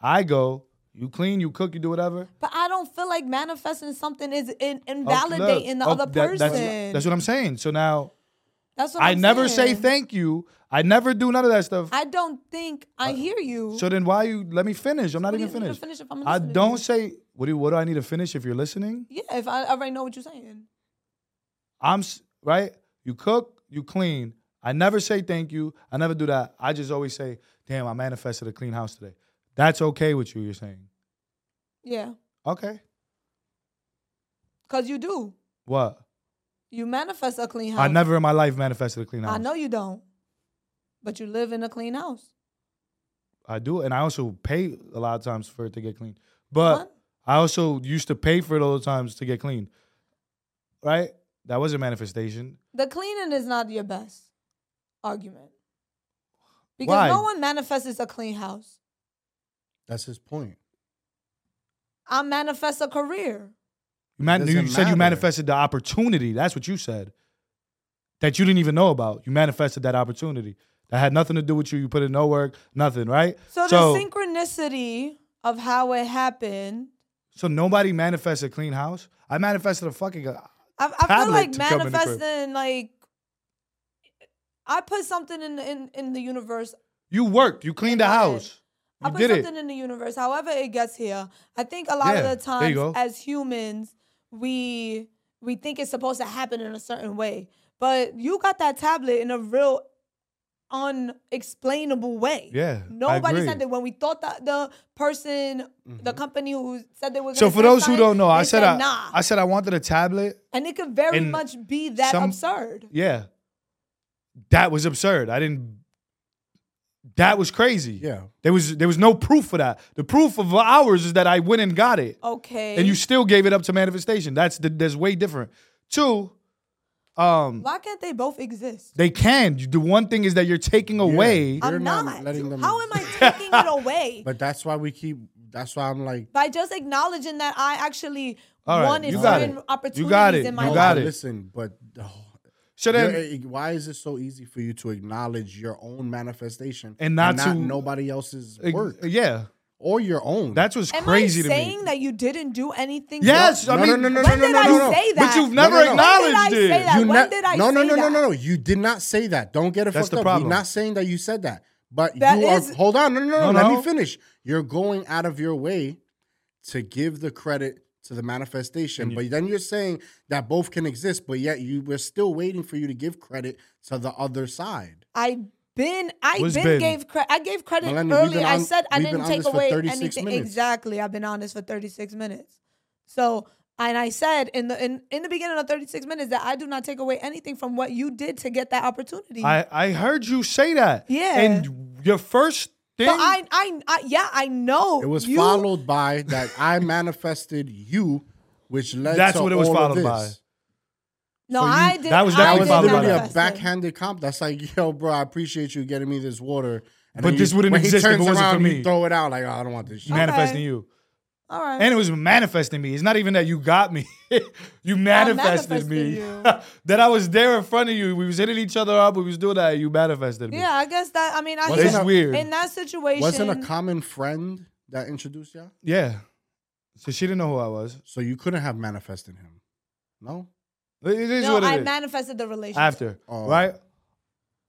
[SPEAKER 2] I go, you clean, you cook, you do whatever.
[SPEAKER 1] But I don't feel like manifesting something is in,
[SPEAKER 2] Oh, look,
[SPEAKER 1] invalidating the
[SPEAKER 2] oh,
[SPEAKER 1] other
[SPEAKER 2] that-
[SPEAKER 1] person.
[SPEAKER 2] that's- That's what I'm saying. So now
[SPEAKER 1] That's what
[SPEAKER 2] i
[SPEAKER 1] I'm
[SPEAKER 2] never say
[SPEAKER 1] saying.
[SPEAKER 2] thank you. I never do none of that stuff.
[SPEAKER 1] I don't think I hear you.
[SPEAKER 2] Uh, so then why you let me finish? I'm not
[SPEAKER 1] What do
[SPEAKER 2] even
[SPEAKER 1] you mean to
[SPEAKER 2] finished.
[SPEAKER 1] finish if I'm
[SPEAKER 2] I
[SPEAKER 1] listening to you?
[SPEAKER 2] don't say what do what do I need to finish if you're listening?
[SPEAKER 1] yeah, if I already know what you're saying.
[SPEAKER 2] I'm s- right. You cook, you clean. I never say thank you. I never do that. I just always say, "Damn, I manifested a clean house today." That's okay with you. You're saying,
[SPEAKER 1] Yeah,
[SPEAKER 2] okay,
[SPEAKER 1] because you do.
[SPEAKER 2] what?
[SPEAKER 1] You manifest a clean house.
[SPEAKER 2] I never in my life manifested a clean house.
[SPEAKER 1] I know you don't. But you live in a clean house.
[SPEAKER 2] I do, and I also pay a lot of times for it to get clean. But
[SPEAKER 1] What?
[SPEAKER 2] I also used to pay for it all the times to get clean. Right? That was a manifestation.
[SPEAKER 1] The cleaning is not your best argument. Because
[SPEAKER 2] Why?
[SPEAKER 1] no one manifests a clean house.
[SPEAKER 3] That's his point.
[SPEAKER 1] I manifest a career.
[SPEAKER 2] You, man- you
[SPEAKER 3] Doesn't
[SPEAKER 2] said you
[SPEAKER 3] matter.
[SPEAKER 2] manifested the opportunity. That's what you said. That you didn't even know about. You manifested that opportunity. That had nothing to do with you. You put in no work, nothing, right?
[SPEAKER 1] So,
[SPEAKER 2] so,
[SPEAKER 1] the synchronicity of how it happened.
[SPEAKER 2] so nobody manifested a clean house. I manifested a fucking.
[SPEAKER 1] I, I
[SPEAKER 2] Tablet
[SPEAKER 1] feel like
[SPEAKER 2] to come in the crib.
[SPEAKER 1] manifesting like I put something in the in, in the universe.
[SPEAKER 2] You worked. You cleaned the
[SPEAKER 1] I did.
[SPEAKER 2] house.
[SPEAKER 1] I
[SPEAKER 2] You
[SPEAKER 1] put
[SPEAKER 2] did it.
[SPEAKER 1] something in the universe. However it gets here. I think a lot
[SPEAKER 2] Yeah,
[SPEAKER 1] of the
[SPEAKER 2] there you
[SPEAKER 1] times
[SPEAKER 2] go.
[SPEAKER 1] as humans, we we think it's supposed to happen in a certain way. But you got that tablet in a real unexplainable way.
[SPEAKER 2] Yeah, I
[SPEAKER 1] Nobody
[SPEAKER 2] agree. Mm-hmm.
[SPEAKER 1] said that when we thought that the person, the company who said they were
[SPEAKER 2] So
[SPEAKER 1] gonna
[SPEAKER 2] for
[SPEAKER 1] say
[SPEAKER 2] those who
[SPEAKER 1] something,
[SPEAKER 2] don't know, I
[SPEAKER 1] they
[SPEAKER 2] said I,
[SPEAKER 1] nah.
[SPEAKER 2] I said I wanted a tablet.
[SPEAKER 1] and it could very
[SPEAKER 2] and
[SPEAKER 1] much be that
[SPEAKER 2] some-
[SPEAKER 1] absurd.
[SPEAKER 2] Yeah. That was absurd. I didn't that was crazy.
[SPEAKER 3] Yeah.
[SPEAKER 2] There was there was no proof for that. The proof of ours is that I went and got it.
[SPEAKER 1] Okay.
[SPEAKER 2] And you still gave it up to manifestation. That's the, that's way different. Two, um,
[SPEAKER 1] Why can't they both exist?
[SPEAKER 2] they can. You- The one thing is that you're taking away.
[SPEAKER 3] You're
[SPEAKER 1] I'm
[SPEAKER 3] not
[SPEAKER 1] not.
[SPEAKER 3] letting them-
[SPEAKER 1] How am I taking it away?
[SPEAKER 3] But that's why we keep. That's why I'm like.
[SPEAKER 1] By just acknowledging that I actually
[SPEAKER 2] All right,
[SPEAKER 1] wanted
[SPEAKER 2] you got
[SPEAKER 1] certain
[SPEAKER 2] it.
[SPEAKER 1] opportunities
[SPEAKER 2] You got it.
[SPEAKER 1] in my
[SPEAKER 2] You
[SPEAKER 1] life.
[SPEAKER 2] got
[SPEAKER 3] no,
[SPEAKER 2] it.
[SPEAKER 3] oh, Listen, but oh,
[SPEAKER 2] So then
[SPEAKER 3] you're- why is it so easy for you to acknowledge your own manifestation
[SPEAKER 2] And not to-
[SPEAKER 3] nobody else's
[SPEAKER 2] eh,
[SPEAKER 3] work
[SPEAKER 2] yeah,
[SPEAKER 3] or your own?
[SPEAKER 2] that's what's
[SPEAKER 1] Am
[SPEAKER 2] crazy
[SPEAKER 1] I
[SPEAKER 2] to
[SPEAKER 1] saying
[SPEAKER 2] me.
[SPEAKER 1] that you didn't do anything?
[SPEAKER 2] yes,
[SPEAKER 1] wrong?
[SPEAKER 2] I
[SPEAKER 3] No, no,
[SPEAKER 2] mean
[SPEAKER 3] no, no,
[SPEAKER 1] When
[SPEAKER 3] no,
[SPEAKER 1] did
[SPEAKER 3] no,
[SPEAKER 1] I
[SPEAKER 3] no, no.
[SPEAKER 1] say
[SPEAKER 2] But
[SPEAKER 1] that?
[SPEAKER 2] you've never
[SPEAKER 3] no, no. When did
[SPEAKER 1] I
[SPEAKER 2] acknowledged
[SPEAKER 1] say
[SPEAKER 2] it.
[SPEAKER 1] that?
[SPEAKER 3] You
[SPEAKER 1] when
[SPEAKER 3] not-
[SPEAKER 1] did I
[SPEAKER 3] no, no,
[SPEAKER 1] say
[SPEAKER 3] no, no,
[SPEAKER 1] that?
[SPEAKER 3] no, no. You did not say that. Don't get it
[SPEAKER 2] That's
[SPEAKER 3] fucked
[SPEAKER 2] the
[SPEAKER 3] up.
[SPEAKER 2] problem.
[SPEAKER 3] We're not saying that you said that. But
[SPEAKER 1] That
[SPEAKER 3] you are.
[SPEAKER 1] is-
[SPEAKER 3] Hold on. No, no, no.
[SPEAKER 2] No,
[SPEAKER 3] Let
[SPEAKER 2] no.
[SPEAKER 3] me finish. You're going out of your way to give the credit to the manifestation, but then you're saying that both can exist, but yet you we're still waiting for you to give credit to the other side.
[SPEAKER 1] I been I
[SPEAKER 2] What's
[SPEAKER 1] been,
[SPEAKER 2] been?
[SPEAKER 1] gave credit. I gave credit
[SPEAKER 3] Melanie, we've
[SPEAKER 1] early.
[SPEAKER 3] been
[SPEAKER 1] I
[SPEAKER 3] on-
[SPEAKER 1] said I
[SPEAKER 3] we've been
[SPEAKER 1] didn't
[SPEAKER 3] on
[SPEAKER 1] take
[SPEAKER 3] this for
[SPEAKER 1] away
[SPEAKER 3] 36
[SPEAKER 1] anything.
[SPEAKER 3] minutes.
[SPEAKER 1] Exactly. I've been on this for 36 minutes. So and I said in the in, in the beginning of 36 minutes that I do not take away anything from what you did to get that opportunity.
[SPEAKER 2] I I heard you say that.
[SPEAKER 1] Yeah.
[SPEAKER 2] and your first thing.
[SPEAKER 1] but I, I I yeah I know
[SPEAKER 3] It was
[SPEAKER 1] you-
[SPEAKER 3] followed by that I manifested you, which led
[SPEAKER 2] That's
[SPEAKER 3] to
[SPEAKER 2] what it was
[SPEAKER 3] all of
[SPEAKER 2] followed
[SPEAKER 3] this.
[SPEAKER 2] by.
[SPEAKER 1] No,
[SPEAKER 2] so you-
[SPEAKER 1] I did.
[SPEAKER 2] that was
[SPEAKER 1] I
[SPEAKER 2] definitely
[SPEAKER 1] did
[SPEAKER 3] That
[SPEAKER 2] followed
[SPEAKER 3] was
[SPEAKER 2] by
[SPEAKER 3] literally a
[SPEAKER 1] manifest it.
[SPEAKER 3] backhanded comp. That's like, yo, bro, I appreciate you getting me this water. And
[SPEAKER 2] But
[SPEAKER 3] then
[SPEAKER 2] this
[SPEAKER 3] you-
[SPEAKER 2] wouldn't
[SPEAKER 3] when
[SPEAKER 2] exist if
[SPEAKER 3] he
[SPEAKER 2] it
[SPEAKER 3] turns
[SPEAKER 2] wasn't
[SPEAKER 3] around,
[SPEAKER 2] for
[SPEAKER 3] you
[SPEAKER 2] me.
[SPEAKER 3] Throw it out like, oh, I don't want this. Shit.
[SPEAKER 2] manifesting
[SPEAKER 1] Okay.
[SPEAKER 2] you.
[SPEAKER 1] All right.
[SPEAKER 2] And it was manifesting me. It's not even that you got me. you manifested,
[SPEAKER 1] manifested
[SPEAKER 2] me.
[SPEAKER 1] you.
[SPEAKER 2] that I was there in front of you. We was hitting each other up. We was doing that. You manifested me.
[SPEAKER 1] yeah, I guess that. I mean, I
[SPEAKER 3] Wasn't
[SPEAKER 1] guess
[SPEAKER 2] It's
[SPEAKER 3] a-
[SPEAKER 2] weird.
[SPEAKER 1] in that situation.
[SPEAKER 3] Wasn't a common friend that introduced you?
[SPEAKER 2] yeah. So she didn't know who I was.
[SPEAKER 3] So you couldn't have manifested him. No.
[SPEAKER 2] It it is
[SPEAKER 1] no,
[SPEAKER 2] what it is.
[SPEAKER 1] I manifested the relationship.
[SPEAKER 2] After.
[SPEAKER 3] Oh.
[SPEAKER 2] Right?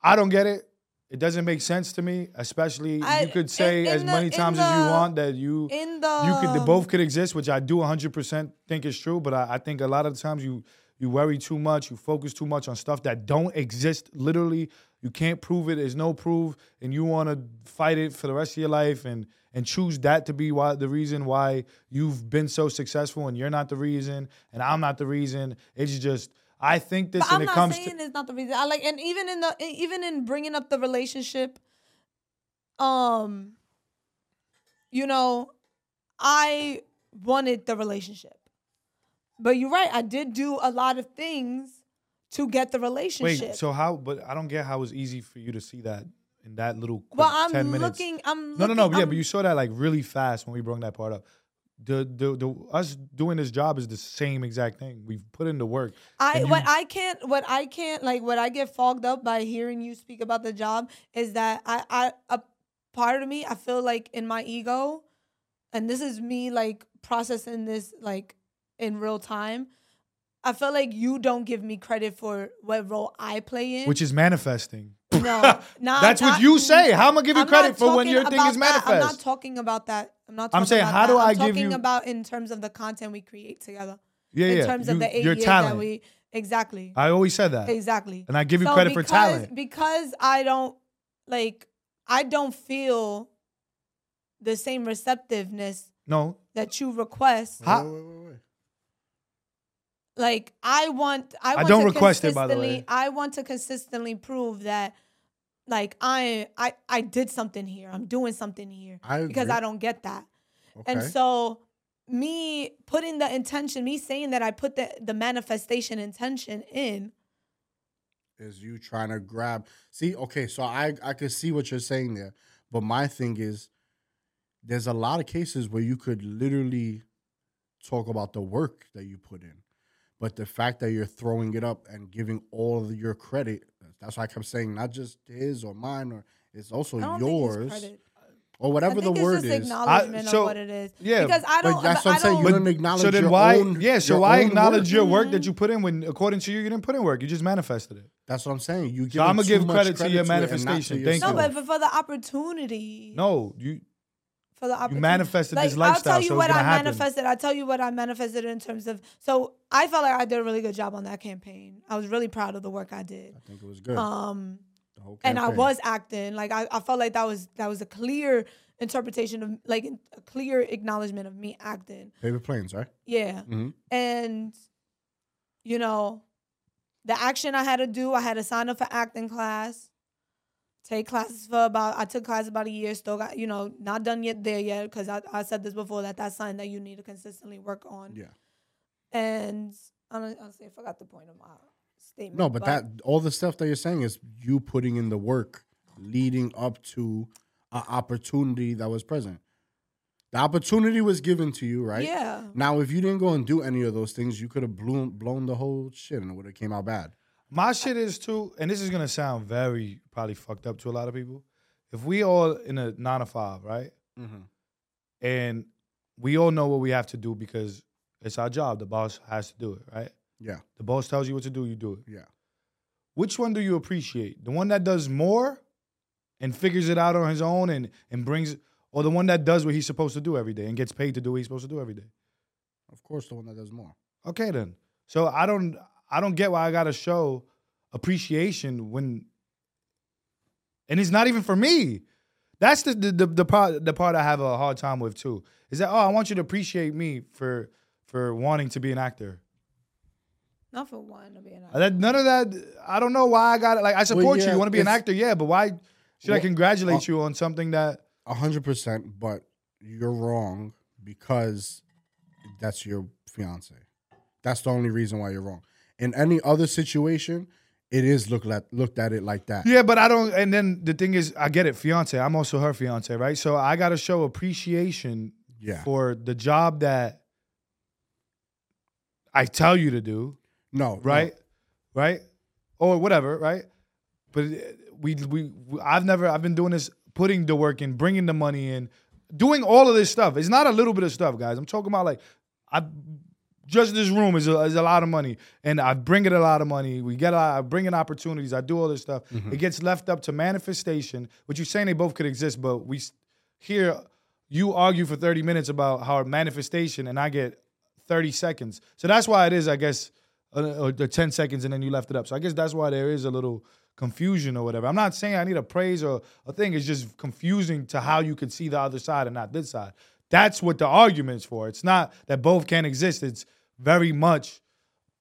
[SPEAKER 2] I don't get it. It doesn't make sense to me, especially
[SPEAKER 1] I-
[SPEAKER 2] you could say
[SPEAKER 1] in- in
[SPEAKER 2] as
[SPEAKER 1] the-
[SPEAKER 2] many
[SPEAKER 1] in
[SPEAKER 2] times as you
[SPEAKER 1] the-
[SPEAKER 2] want that you
[SPEAKER 1] in the
[SPEAKER 2] you could they both could exist, which I do 100% think is true. But I, I think a lot of the times you you worry too much, you focus too much on stuff that don't exist. Literally, you can't prove it. There's no proof, and you want to fight it for the rest of your life, and and choose that to be why the reason why you've been so successful and you're not the reason and I'm not the reason. It's just I think this
[SPEAKER 1] But
[SPEAKER 2] and
[SPEAKER 1] I'm
[SPEAKER 2] it
[SPEAKER 1] not
[SPEAKER 2] comes to
[SPEAKER 1] saying it's not the reason. I like, and even in the e, even in bringing up the relationship, um, you know, I wanted the relationship, but you're right. I did do a lot of things to get the relationship.
[SPEAKER 2] Wait, so how? But I don't get how it's easy for you to see that in that little quick
[SPEAKER 1] well, I'm
[SPEAKER 2] ten minutes.
[SPEAKER 1] looking. I'm
[SPEAKER 2] no, no,
[SPEAKER 1] looking-
[SPEAKER 2] no. yeah,
[SPEAKER 1] I'm-
[SPEAKER 2] but you saw that like really fast when we brought that part up. The, the the us doing this job is the same exact thing. We've put in the work.
[SPEAKER 1] I
[SPEAKER 2] and you-
[SPEAKER 1] what I can't what I can't like what I get fogged up by hearing you speak about the job is that I I a part of me I feel like in my ego, and this is me like processing this like in real time. I feel like you don't give me credit for what role I play in.
[SPEAKER 2] which is manifesting.
[SPEAKER 1] no, nah,
[SPEAKER 2] That's what
[SPEAKER 1] not-
[SPEAKER 2] you say. How am I giving you
[SPEAKER 1] I'm not
[SPEAKER 2] credit for when
[SPEAKER 1] talking
[SPEAKER 2] your thing
[SPEAKER 1] about
[SPEAKER 2] is
[SPEAKER 1] that.
[SPEAKER 2] manifest?
[SPEAKER 1] I'm not talking about that. I'm not. Talking
[SPEAKER 2] I'm saying,
[SPEAKER 1] about
[SPEAKER 2] how
[SPEAKER 1] that.
[SPEAKER 2] do
[SPEAKER 1] I'm
[SPEAKER 2] I give
[SPEAKER 1] talking
[SPEAKER 2] you-
[SPEAKER 1] about in terms of the content we create together.
[SPEAKER 2] yeah,
[SPEAKER 1] in
[SPEAKER 2] yeah.
[SPEAKER 1] terms
[SPEAKER 2] you-
[SPEAKER 1] of the eight
[SPEAKER 2] your
[SPEAKER 1] years
[SPEAKER 2] talent.
[SPEAKER 1] that we exactly
[SPEAKER 2] I always said that,
[SPEAKER 1] exactly
[SPEAKER 2] and I give you
[SPEAKER 1] So
[SPEAKER 2] credit for
[SPEAKER 1] because-
[SPEAKER 2] talent.
[SPEAKER 1] because I don't like I don't feel the same receptiveness
[SPEAKER 2] No,
[SPEAKER 1] that you request.
[SPEAKER 2] How-
[SPEAKER 3] Wait, wait, wait, wait.
[SPEAKER 1] Like I want I, want
[SPEAKER 2] don't
[SPEAKER 1] to
[SPEAKER 2] request it, by the
[SPEAKER 1] consistently-
[SPEAKER 2] way.
[SPEAKER 1] I want to consistently prove that like I I I did something here. I'm doing something here
[SPEAKER 3] I
[SPEAKER 1] because
[SPEAKER 3] agree.
[SPEAKER 1] I don't get that.
[SPEAKER 3] Okay.
[SPEAKER 1] And so me putting the intention, me saying that I put the the manifestation intention in
[SPEAKER 3] is you trying to grab see okay so i i could see what you're saying there but my thing is there's a lot of cases where you could literally talk about the work that you put in but the fact that you're throwing it up and giving all of your credit that's why i kept saying not just his or mine or it's also
[SPEAKER 1] I don't think it's
[SPEAKER 3] yours
[SPEAKER 1] credit.
[SPEAKER 3] or whatever
[SPEAKER 1] I think
[SPEAKER 3] the
[SPEAKER 1] it's
[SPEAKER 3] word
[SPEAKER 1] just
[SPEAKER 3] is
[SPEAKER 1] acknowledgement
[SPEAKER 2] so-
[SPEAKER 1] of what it is.
[SPEAKER 2] yeah,
[SPEAKER 1] because I don't.
[SPEAKER 3] but that's what
[SPEAKER 1] I
[SPEAKER 3] I'm saying. You
[SPEAKER 1] don't-
[SPEAKER 3] don't acknowledge
[SPEAKER 2] so then
[SPEAKER 3] your
[SPEAKER 2] why?
[SPEAKER 3] own.
[SPEAKER 2] yeah, so
[SPEAKER 3] your
[SPEAKER 2] why
[SPEAKER 3] own
[SPEAKER 2] acknowledge
[SPEAKER 3] work.
[SPEAKER 2] your work
[SPEAKER 1] Mm-hmm.
[SPEAKER 2] that you put in when, according to you, you didn't put in work. You just manifested it.
[SPEAKER 3] That's what I'm saying. You give.
[SPEAKER 2] So I'ma give
[SPEAKER 3] too much
[SPEAKER 2] credit to your
[SPEAKER 3] it and not
[SPEAKER 2] manifestation. Thank
[SPEAKER 1] no,
[SPEAKER 2] you.
[SPEAKER 3] yourself.
[SPEAKER 1] but for- for the opportunity.
[SPEAKER 2] No, you
[SPEAKER 1] for the opportunity.
[SPEAKER 2] manifested this lifestyle,
[SPEAKER 1] I'll tell you
[SPEAKER 2] so it's
[SPEAKER 1] what
[SPEAKER 2] gonna
[SPEAKER 1] I
[SPEAKER 2] happen.
[SPEAKER 1] manifested. I'll tell you what I manifested in terms of. So I felt like I did a really good job on that campaign. I was really proud of the work I did.
[SPEAKER 3] I think it was good.
[SPEAKER 1] Um,
[SPEAKER 3] the whole
[SPEAKER 1] and I
[SPEAKER 3] campaign.
[SPEAKER 1] was acting like I, I felt like that was that was a clear interpretation of like a clear acknowledgement of me acting.
[SPEAKER 3] paper planes, right?
[SPEAKER 1] Yeah.
[SPEAKER 3] Mhm.
[SPEAKER 1] And, you know, the action I had to do, I had to sign up for acting class, take classes for about, I took classes about a year, still got, you know, not done yet there yet, because I, I said this before that that's something that you need to consistently work on.
[SPEAKER 3] Yeah.
[SPEAKER 1] And I don't- honestly, I forgot the point of my statement.
[SPEAKER 3] No, but that all the stuff that you're saying is you putting in the work leading up to an opportunity that was present. The opportunity was given to you, right?
[SPEAKER 1] Yeah.
[SPEAKER 3] Now, if you didn't go and do any of those things, you could have blown blown the whole shit and it would have came out bad.
[SPEAKER 2] My shit is too, and this is gonna sound very probably fucked up to a lot of people. If we all in a nine to five, right, and we all know what we have to do because it's our job. The boss has to do it, right?
[SPEAKER 3] Yeah,
[SPEAKER 2] The boss tells you what to do, you do it.
[SPEAKER 3] yeah.
[SPEAKER 2] Which one do you appreciate? The one that does more and figures it out on his own and and brings, or the one that does what he's supposed to do every day and gets paid to do what he's supposed to do every day?
[SPEAKER 3] Of course, the one that does more.
[SPEAKER 2] Okay then. So I don't I don't get why I gotta show appreciation when and it's not even for me. That's the the, the, the part the part I have a hard time with too. Is that oh I want you to appreciate me for for wanting to be an actor.
[SPEAKER 1] Not for one to be an actor.
[SPEAKER 2] That, none of that I don't know why I got it. Like I support you.
[SPEAKER 3] yeah,
[SPEAKER 2] You want to be an
[SPEAKER 3] it's-
[SPEAKER 2] actor, yeah, but why should I
[SPEAKER 3] Well,
[SPEAKER 2] congratulate
[SPEAKER 3] uh,
[SPEAKER 2] you on something that
[SPEAKER 3] A hundred percent, but you're wrong because that's your fiance. That's the only reason why you're wrong. In any other situation, it is looked at looked at it like that.
[SPEAKER 2] Yeah, but I don't. And then the thing is, I get it, fiance. I'm also her fiance, right? So I got to show appreciation
[SPEAKER 3] Yeah.
[SPEAKER 2] for the job that I tell you to do,
[SPEAKER 3] No, no.
[SPEAKER 2] right? Right, or whatever, right? But it- we, we, I've never, I've been doing this, putting the work in, bringing the money in, doing all of this stuff. It's not a little bit of stuff, guys. I'm talking about like, I just this room is a, is a lot of money, and I bring in a lot of money. We get, a lot, I bring in opportunities. I do all this stuff. It gets left up to manifestation. Which you're saying they both could exist, but we s- here you argue for 30 minutes about how manifestation, and I get 30 seconds. So that's why it is, I guess, uh, or the 10 seconds and then you left it up. So I guess that's why there is a little confusion or whatever. I'm not saying I need a praise or a thing. It's just confusing to how you could see the other side and not this side. That's what the argument's for. It's not that both can't exist. It's very much,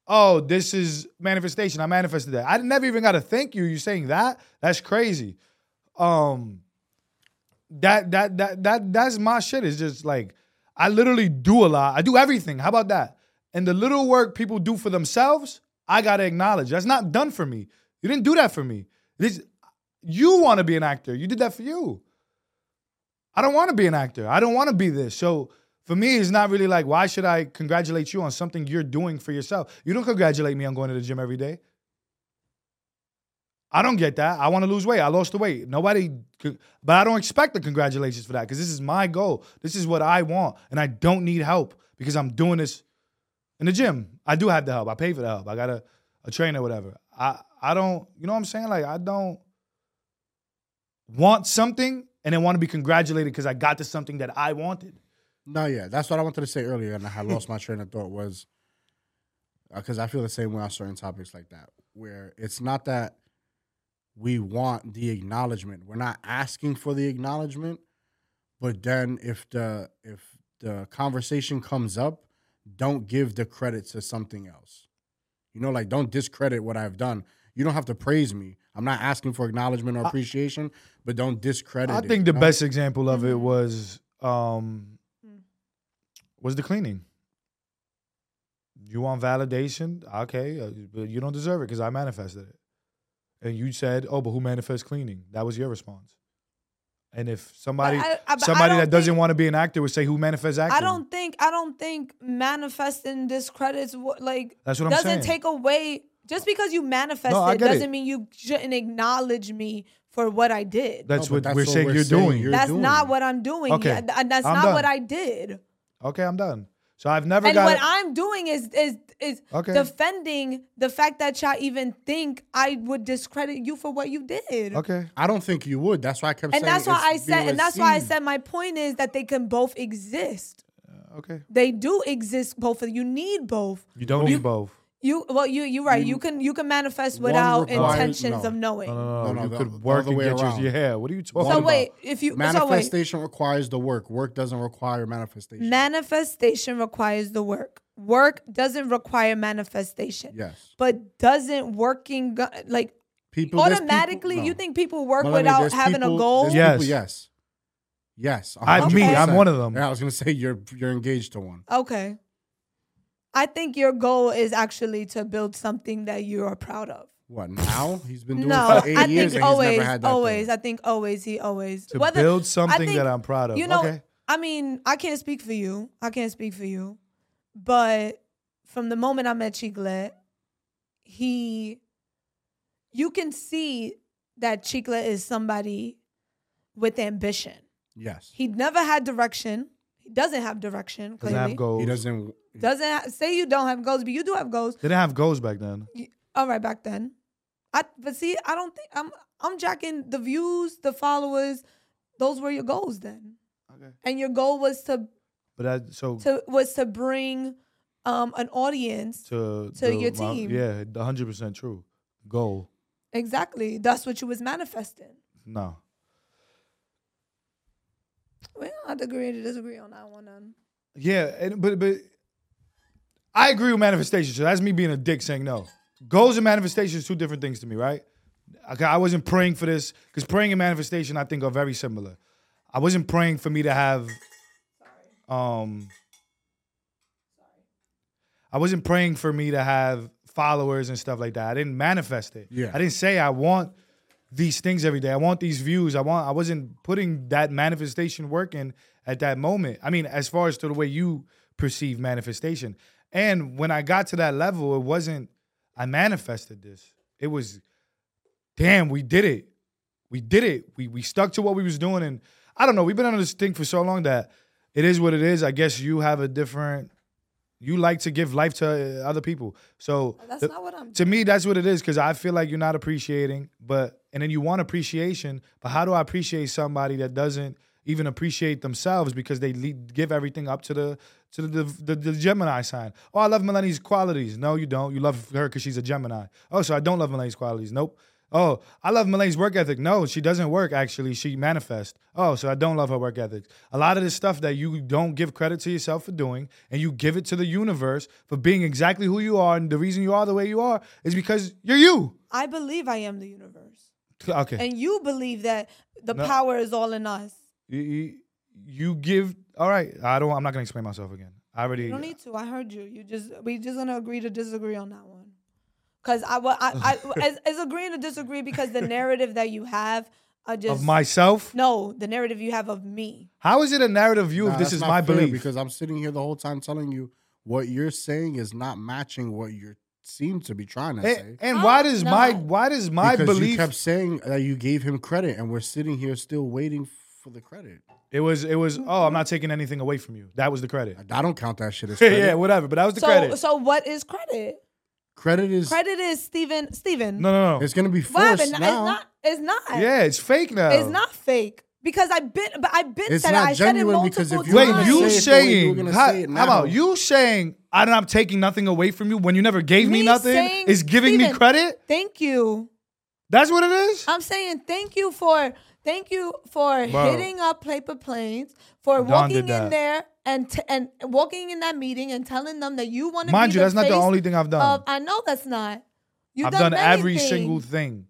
[SPEAKER 2] oh, this is manifestation. I manifested that. I never even got to thank you. You saying that? That's crazy. Um, that that that that that's my shit. It's just like I literally do a lot. I do everything. How about that? And the little work people do for themselves, I gotta acknowledge. That's not done for me. You didn't do that for me. This, you want to be an actor. You did that for you. I don't want to be an actor. I don't want to be this. So for me, it's not really like why should I congratulate you on something you're doing for yourself? You don't congratulate me on going to the gym every day. I don't get that. I want to lose weight. I lost the weight. Nobody, could, but I don't expect the congratulations for that because this is my goal. This is what I want, and I don't need help because I'm doing this in the gym. I do have the help. I pay for the help. I got a, a trainer, whatever. I I don't. You know what I'm saying? Like I don't want something and then want to be congratulated because I got to something that I wanted.
[SPEAKER 3] No, yeah, that's what I wanted to say earlier, and I lost my train of thought was because I feel the same way on certain topics like that, where it's not that we want the acknowledgement, we're not asking for the acknowledgement, but then if the if the conversation comes up, don't give the credit to something else. You know, like don't discredit what I've done. You don't have to praise me. I'm not asking for acknowledgement or appreciation, but don't discredit.
[SPEAKER 2] I
[SPEAKER 3] it,
[SPEAKER 2] think the
[SPEAKER 3] you know?
[SPEAKER 2] best example of it was um,
[SPEAKER 1] Mm-hmm. Mm.
[SPEAKER 2] was the cleaning. You want validation? Okay, uh, but you don't deserve it because I manifested it. And you said, "Oh, but who manifests cleaning?" That was your response. And if somebody
[SPEAKER 1] I- I- but I
[SPEAKER 2] somebody
[SPEAKER 1] don't
[SPEAKER 2] that doesn't
[SPEAKER 1] think-
[SPEAKER 2] want to be an actor would say, "Who manifests acting?"
[SPEAKER 1] I don't think I don't think manifesting discredits what like
[SPEAKER 2] That's what I'm
[SPEAKER 1] doesn't
[SPEAKER 2] saying.
[SPEAKER 1] take away just because you manifest
[SPEAKER 2] No, I
[SPEAKER 1] it
[SPEAKER 2] get it.
[SPEAKER 1] doesn't mean you shouldn't acknowledge me for what I did.
[SPEAKER 2] that's
[SPEAKER 3] No, but
[SPEAKER 2] what
[SPEAKER 3] that's
[SPEAKER 2] we're
[SPEAKER 3] what
[SPEAKER 2] saying.
[SPEAKER 3] we're
[SPEAKER 2] you're
[SPEAKER 3] saying.
[SPEAKER 2] doing.
[SPEAKER 3] You're-
[SPEAKER 1] that's
[SPEAKER 3] doing
[SPEAKER 1] not
[SPEAKER 3] it.
[SPEAKER 1] what I'm doing.
[SPEAKER 2] Okay.
[SPEAKER 1] Yeah, th- that's
[SPEAKER 2] I'm
[SPEAKER 1] not
[SPEAKER 2] done.
[SPEAKER 1] what I did.
[SPEAKER 2] okay, I'm done. So I've never
[SPEAKER 1] And
[SPEAKER 2] got.
[SPEAKER 1] what
[SPEAKER 2] it.
[SPEAKER 1] I'm doing is is is
[SPEAKER 2] Okay.
[SPEAKER 1] defending the fact that y'all even think I would discredit you for what you did.
[SPEAKER 2] okay,
[SPEAKER 3] I don't think you would. That's why I
[SPEAKER 1] And
[SPEAKER 3] kept saying.
[SPEAKER 1] that's why
[SPEAKER 3] it's
[SPEAKER 1] I said
[SPEAKER 3] being
[SPEAKER 1] and that's why I
[SPEAKER 3] received.
[SPEAKER 1] said my point is that they can both exist.
[SPEAKER 2] okay.
[SPEAKER 1] They do exist both of you need both.
[SPEAKER 2] You don't need both.
[SPEAKER 1] You well, you you're right. You can you can manifest without
[SPEAKER 3] requires-
[SPEAKER 1] intentions
[SPEAKER 3] no.
[SPEAKER 1] of knowing.
[SPEAKER 2] No,
[SPEAKER 3] No, no,
[SPEAKER 2] you
[SPEAKER 3] the- the
[SPEAKER 2] could work
[SPEAKER 3] other
[SPEAKER 2] and
[SPEAKER 3] way
[SPEAKER 2] get your
[SPEAKER 3] around.
[SPEAKER 2] your hair. What are you talking
[SPEAKER 1] So
[SPEAKER 2] about?
[SPEAKER 1] wait, if you so wait,
[SPEAKER 3] Manifestation requires the work. Work doesn't require manifestation.
[SPEAKER 1] manifestation requires the work. Work doesn't require manifestation.
[SPEAKER 3] yes.
[SPEAKER 1] But doesn't working go- like
[SPEAKER 3] People there's
[SPEAKER 1] automatically?
[SPEAKER 3] people-
[SPEAKER 1] you
[SPEAKER 3] no.
[SPEAKER 1] think people work
[SPEAKER 3] Melanie,
[SPEAKER 1] without
[SPEAKER 3] there's
[SPEAKER 1] having
[SPEAKER 3] people-
[SPEAKER 1] a goal?
[SPEAKER 3] there's
[SPEAKER 2] Yeah. Yes.
[SPEAKER 3] people- yes. Yes.
[SPEAKER 2] I-
[SPEAKER 1] me,
[SPEAKER 3] 100%.
[SPEAKER 1] I'm
[SPEAKER 2] one of them.
[SPEAKER 3] Yeah, I was gonna say you're you're engaged to one.
[SPEAKER 1] Okay. I think your goal is actually to build something that you are proud of.
[SPEAKER 3] What now? He's been doing
[SPEAKER 1] No,
[SPEAKER 3] it for eight
[SPEAKER 1] I
[SPEAKER 3] years
[SPEAKER 1] think
[SPEAKER 3] and he's
[SPEAKER 1] always,
[SPEAKER 3] never had that.
[SPEAKER 1] always.
[SPEAKER 3] Thing.
[SPEAKER 1] I think always he always
[SPEAKER 2] to
[SPEAKER 1] Whether-
[SPEAKER 2] build
[SPEAKER 1] I
[SPEAKER 2] something
[SPEAKER 1] think-
[SPEAKER 2] that I'm proud of.
[SPEAKER 1] You know,
[SPEAKER 2] okay.
[SPEAKER 1] I mean, I can't speak for you. I can't speak for you. But from the moment I met Chiclet, he, you can see that Chiclet is somebody with ambition.
[SPEAKER 3] Yes.
[SPEAKER 1] He never had direction. He doesn't have direction.
[SPEAKER 2] Doesn't
[SPEAKER 1] Clearly.
[SPEAKER 2] have goals.
[SPEAKER 3] He doesn't.
[SPEAKER 1] Doesn't ha- say you don't have goals, but you do have goals.
[SPEAKER 2] They didn't have goals back then.
[SPEAKER 1] Y- All right, back then. I but see, I don't think I'm I'm jacking the views, the followers. Those were your goals then.
[SPEAKER 2] Okay.
[SPEAKER 1] And your goal was to
[SPEAKER 2] But that so to,
[SPEAKER 1] to was to bring um an audience.
[SPEAKER 2] to,
[SPEAKER 1] to your
[SPEAKER 2] my-
[SPEAKER 1] team.
[SPEAKER 2] Yeah, 100 percent true. Goal,
[SPEAKER 1] Exactly. That's what you was manifesting.
[SPEAKER 2] no.
[SPEAKER 1] Well, I agree to disagree on that one. Then.
[SPEAKER 2] Yeah, and but but I agree with manifestation. So that's me being a dick saying no. Goals and manifestation is two different things to me, right? Okay, I wasn't praying for this because praying and manifestation I think are very similar. I wasn't praying for me to have, um, I wasn't praying for me to have followers and stuff like that. I didn't manifest it.
[SPEAKER 3] Yeah.
[SPEAKER 2] I didn't say I want these things every day. I want these views. I want. I wasn't putting that manifestation work in at that moment. I mean, as far as to the way you perceive manifestation, and when I got to that level, it wasn't. I manifested this. It was, damn, we did it. We did it. We we stuck to what we was doing, and I don't know. We've been on this thing for so long that it is what it is. I guess you have a different. You like to give life to uh, other people, so
[SPEAKER 1] That's
[SPEAKER 2] the-
[SPEAKER 1] not what I'm.
[SPEAKER 2] to me that's what it is because i feel like you're not appreciating but and then you want appreciation but how do i appreciate somebody that doesn't even appreciate themselves because they lead, give everything up to the to the, the the Gemini sign. Oh, I love Melanie's qualities. No, you don't. You love her because she's a Gemini. Oh, so I don't love Melanie's qualities. Nope. Oh, I love Melanie's work ethic. No, she doesn't work actually. She manifests. Oh, so I don't love her work ethic. A lot of this stuff that you don't give credit to yourself for doing and you give it to the universe for being exactly who you are and the reason you are the way you are is because you're you.
[SPEAKER 1] I believe I am the universe.
[SPEAKER 2] Okay.
[SPEAKER 1] And you believe that the
[SPEAKER 2] No.
[SPEAKER 1] power is all in us.
[SPEAKER 2] You- you, you give all right i don't i'm not gonna explain myself again i already
[SPEAKER 1] You don't need to. I heard you. You just we just gonna agree to disagree on that one. Cause I wa- I, I is, is agreeing to disagree because the narrative that you have, I just
[SPEAKER 2] of myself
[SPEAKER 1] no the narrative you have of me.
[SPEAKER 2] how is it a narrative view
[SPEAKER 3] Nah,
[SPEAKER 2] if this
[SPEAKER 3] that's
[SPEAKER 2] is
[SPEAKER 3] not
[SPEAKER 2] my
[SPEAKER 3] fair
[SPEAKER 2] belief
[SPEAKER 3] because I'm sitting here the whole time telling you what you're saying is not matching what you seem to be trying to
[SPEAKER 2] A-
[SPEAKER 3] say.
[SPEAKER 2] Eh, and, why
[SPEAKER 1] I'm
[SPEAKER 2] does my
[SPEAKER 1] not.
[SPEAKER 2] why does my
[SPEAKER 3] because you
[SPEAKER 2] belief
[SPEAKER 3] kept saying that you gave him credit, and we're sitting here still waiting for the credit.
[SPEAKER 2] it was it was oh i'm not taking anything away from you that was the credit
[SPEAKER 3] I don't count that shit as credit.
[SPEAKER 2] yeah whatever but that was the
[SPEAKER 1] So
[SPEAKER 2] credit
[SPEAKER 1] so what is credit?
[SPEAKER 3] Credit is
[SPEAKER 1] Credit is Steven Steven.
[SPEAKER 2] no no no
[SPEAKER 3] it's gonna be
[SPEAKER 1] What happened?
[SPEAKER 3] forced
[SPEAKER 1] It's
[SPEAKER 3] now.
[SPEAKER 1] not. It's not.
[SPEAKER 2] yeah it's fake now
[SPEAKER 1] It's not fake because I been but I been
[SPEAKER 3] It's
[SPEAKER 1] said it.
[SPEAKER 3] not
[SPEAKER 1] I said it
[SPEAKER 3] genuine
[SPEAKER 1] multiple
[SPEAKER 3] because if you
[SPEAKER 2] Wait,
[SPEAKER 3] were
[SPEAKER 1] times.
[SPEAKER 3] gonna
[SPEAKER 2] you
[SPEAKER 3] say it the way you were
[SPEAKER 2] saying
[SPEAKER 3] gonna
[SPEAKER 2] how,
[SPEAKER 3] say it
[SPEAKER 2] how about
[SPEAKER 3] now.
[SPEAKER 2] you saying I'm not taking nothing away from you when you never gave me,
[SPEAKER 1] Me
[SPEAKER 2] nothing
[SPEAKER 1] saying-
[SPEAKER 2] is giving me
[SPEAKER 1] Steven.
[SPEAKER 2] credit?
[SPEAKER 1] Thank you.
[SPEAKER 2] That's what it is.
[SPEAKER 1] I'm saying thank you for thank you for
[SPEAKER 2] Bro.
[SPEAKER 1] hitting up paper planes for
[SPEAKER 2] Don did
[SPEAKER 1] walking
[SPEAKER 2] that.
[SPEAKER 1] in there and t- and walking in that meeting and telling them that you want to
[SPEAKER 2] Mind
[SPEAKER 1] be
[SPEAKER 2] you,
[SPEAKER 1] the
[SPEAKER 2] that's not the
[SPEAKER 1] face
[SPEAKER 2] only thing I've done.
[SPEAKER 1] Of, I know that's not. You've
[SPEAKER 2] I've done,
[SPEAKER 1] many
[SPEAKER 2] every
[SPEAKER 1] things.
[SPEAKER 2] single thing.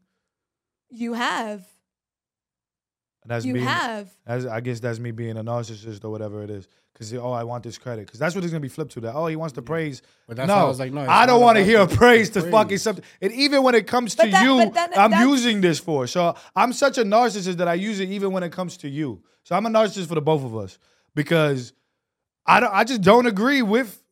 [SPEAKER 1] You have.
[SPEAKER 2] That's
[SPEAKER 1] you
[SPEAKER 2] being,
[SPEAKER 1] have.
[SPEAKER 2] That's, I guess that's me being a narcissist or whatever it is. Because, oh, I want this credit. Because that's what it's going to be flipped to. That, oh, he wants the praise.
[SPEAKER 3] But that's
[SPEAKER 2] no,
[SPEAKER 3] why I was like, no, it's
[SPEAKER 2] I don't
[SPEAKER 3] not
[SPEAKER 2] want to
[SPEAKER 3] about
[SPEAKER 2] hear
[SPEAKER 3] the
[SPEAKER 2] praise to
[SPEAKER 3] praise.
[SPEAKER 2] fucking something. And even when it comes to
[SPEAKER 1] But that-
[SPEAKER 2] you,
[SPEAKER 1] but then
[SPEAKER 2] I'm
[SPEAKER 1] that's-
[SPEAKER 2] using this for. So I'm such a narcissist that I use it even when it comes to you. So I'm a narcissist for the both of us because I don't. I just don't agree with.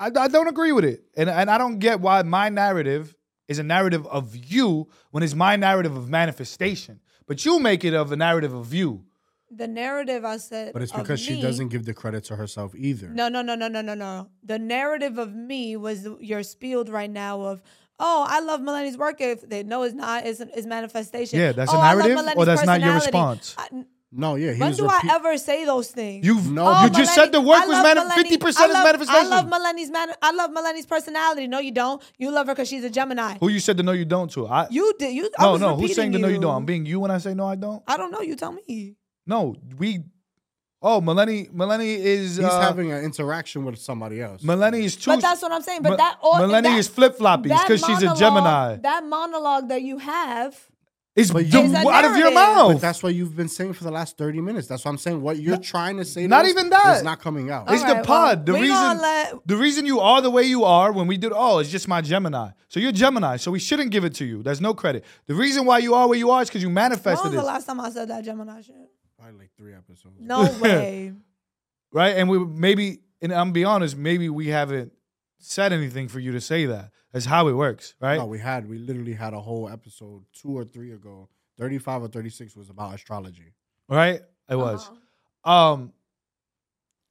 [SPEAKER 2] I, I don't agree with it, and and I don't get why my narrative is a narrative of you when it's my narrative of manifestation. But you make it of a narrative of you.
[SPEAKER 1] The narrative I said.
[SPEAKER 3] But it's
[SPEAKER 1] of
[SPEAKER 3] because she
[SPEAKER 1] me-
[SPEAKER 3] doesn't give the credit to herself either.
[SPEAKER 1] No, no, no, no, no, no, no. The narrative of me was your spieled right now of, oh, I love Melanie's work. If they no, it's not. It's, it's manifestation.
[SPEAKER 2] Yeah, that's a
[SPEAKER 1] oh, I love
[SPEAKER 2] narrative, or
[SPEAKER 1] Melanie's
[SPEAKER 2] that's not your
[SPEAKER 1] personality.
[SPEAKER 2] response?
[SPEAKER 1] I- n-
[SPEAKER 3] No, yeah, he
[SPEAKER 1] when
[SPEAKER 3] was
[SPEAKER 1] do
[SPEAKER 3] repeat-
[SPEAKER 1] I ever say those things?
[SPEAKER 2] You've
[SPEAKER 3] No, Oh,
[SPEAKER 2] you just said the work was
[SPEAKER 1] manif-
[SPEAKER 2] fifty percent is manifestation.
[SPEAKER 1] I love Melanie's man. I love Melanie's personality. No, you don't. You love her because she's a Gemini.
[SPEAKER 2] Who you said the no you don't to? I
[SPEAKER 1] you did. You I
[SPEAKER 2] no
[SPEAKER 1] was
[SPEAKER 2] no. Who's
[SPEAKER 1] repeating
[SPEAKER 2] saying the
[SPEAKER 1] you.
[SPEAKER 2] no you don't? I'm being you when I say no I don't.
[SPEAKER 1] I don't know. You tell me.
[SPEAKER 2] No, we. Oh, Melanie. Melanie is.
[SPEAKER 3] He's
[SPEAKER 2] uh,
[SPEAKER 3] having an interaction with somebody else.
[SPEAKER 2] Melanie is too.
[SPEAKER 1] But that's what I'm saying. But
[SPEAKER 2] Me-
[SPEAKER 1] that all
[SPEAKER 2] Melanie
[SPEAKER 1] that-
[SPEAKER 2] is flip floppy
[SPEAKER 1] that
[SPEAKER 2] because she's a
[SPEAKER 1] monologue-
[SPEAKER 2] Gemini.
[SPEAKER 1] That monologue that you have.
[SPEAKER 2] It's
[SPEAKER 3] But
[SPEAKER 2] the-
[SPEAKER 3] you- It's
[SPEAKER 1] a
[SPEAKER 2] out of your
[SPEAKER 1] narrative.
[SPEAKER 2] mouth.
[SPEAKER 3] But that's what you've been saying for the last 30 minutes. That's what I'm saying. What you're trying to say to
[SPEAKER 2] not
[SPEAKER 3] us
[SPEAKER 2] even that.
[SPEAKER 3] is not coming out.
[SPEAKER 2] it's
[SPEAKER 1] All
[SPEAKER 2] the
[SPEAKER 1] right,
[SPEAKER 2] pod.
[SPEAKER 1] well,
[SPEAKER 2] the
[SPEAKER 1] we gonna
[SPEAKER 2] reason
[SPEAKER 1] let-
[SPEAKER 2] the reason you are the way you are when we did oh, it's just my Gemini. So you're Gemini, so we shouldn't give it to you. There's no credit. The reason why you are where you are is because you
[SPEAKER 1] When was
[SPEAKER 2] manifested
[SPEAKER 1] the
[SPEAKER 2] it.
[SPEAKER 1] last time I said that Gemini shit?
[SPEAKER 3] Probably like three episodes.
[SPEAKER 1] No way.
[SPEAKER 2] Right? And we maybe and I'm gonna be honest, maybe we haven't said anything for you to say that. That's how it works, right?
[SPEAKER 3] No, we had. We literally had a whole episode two or three ago. 35 or 36 was about astrology.
[SPEAKER 2] Right? It
[SPEAKER 1] Uh-huh.
[SPEAKER 2] was. Um,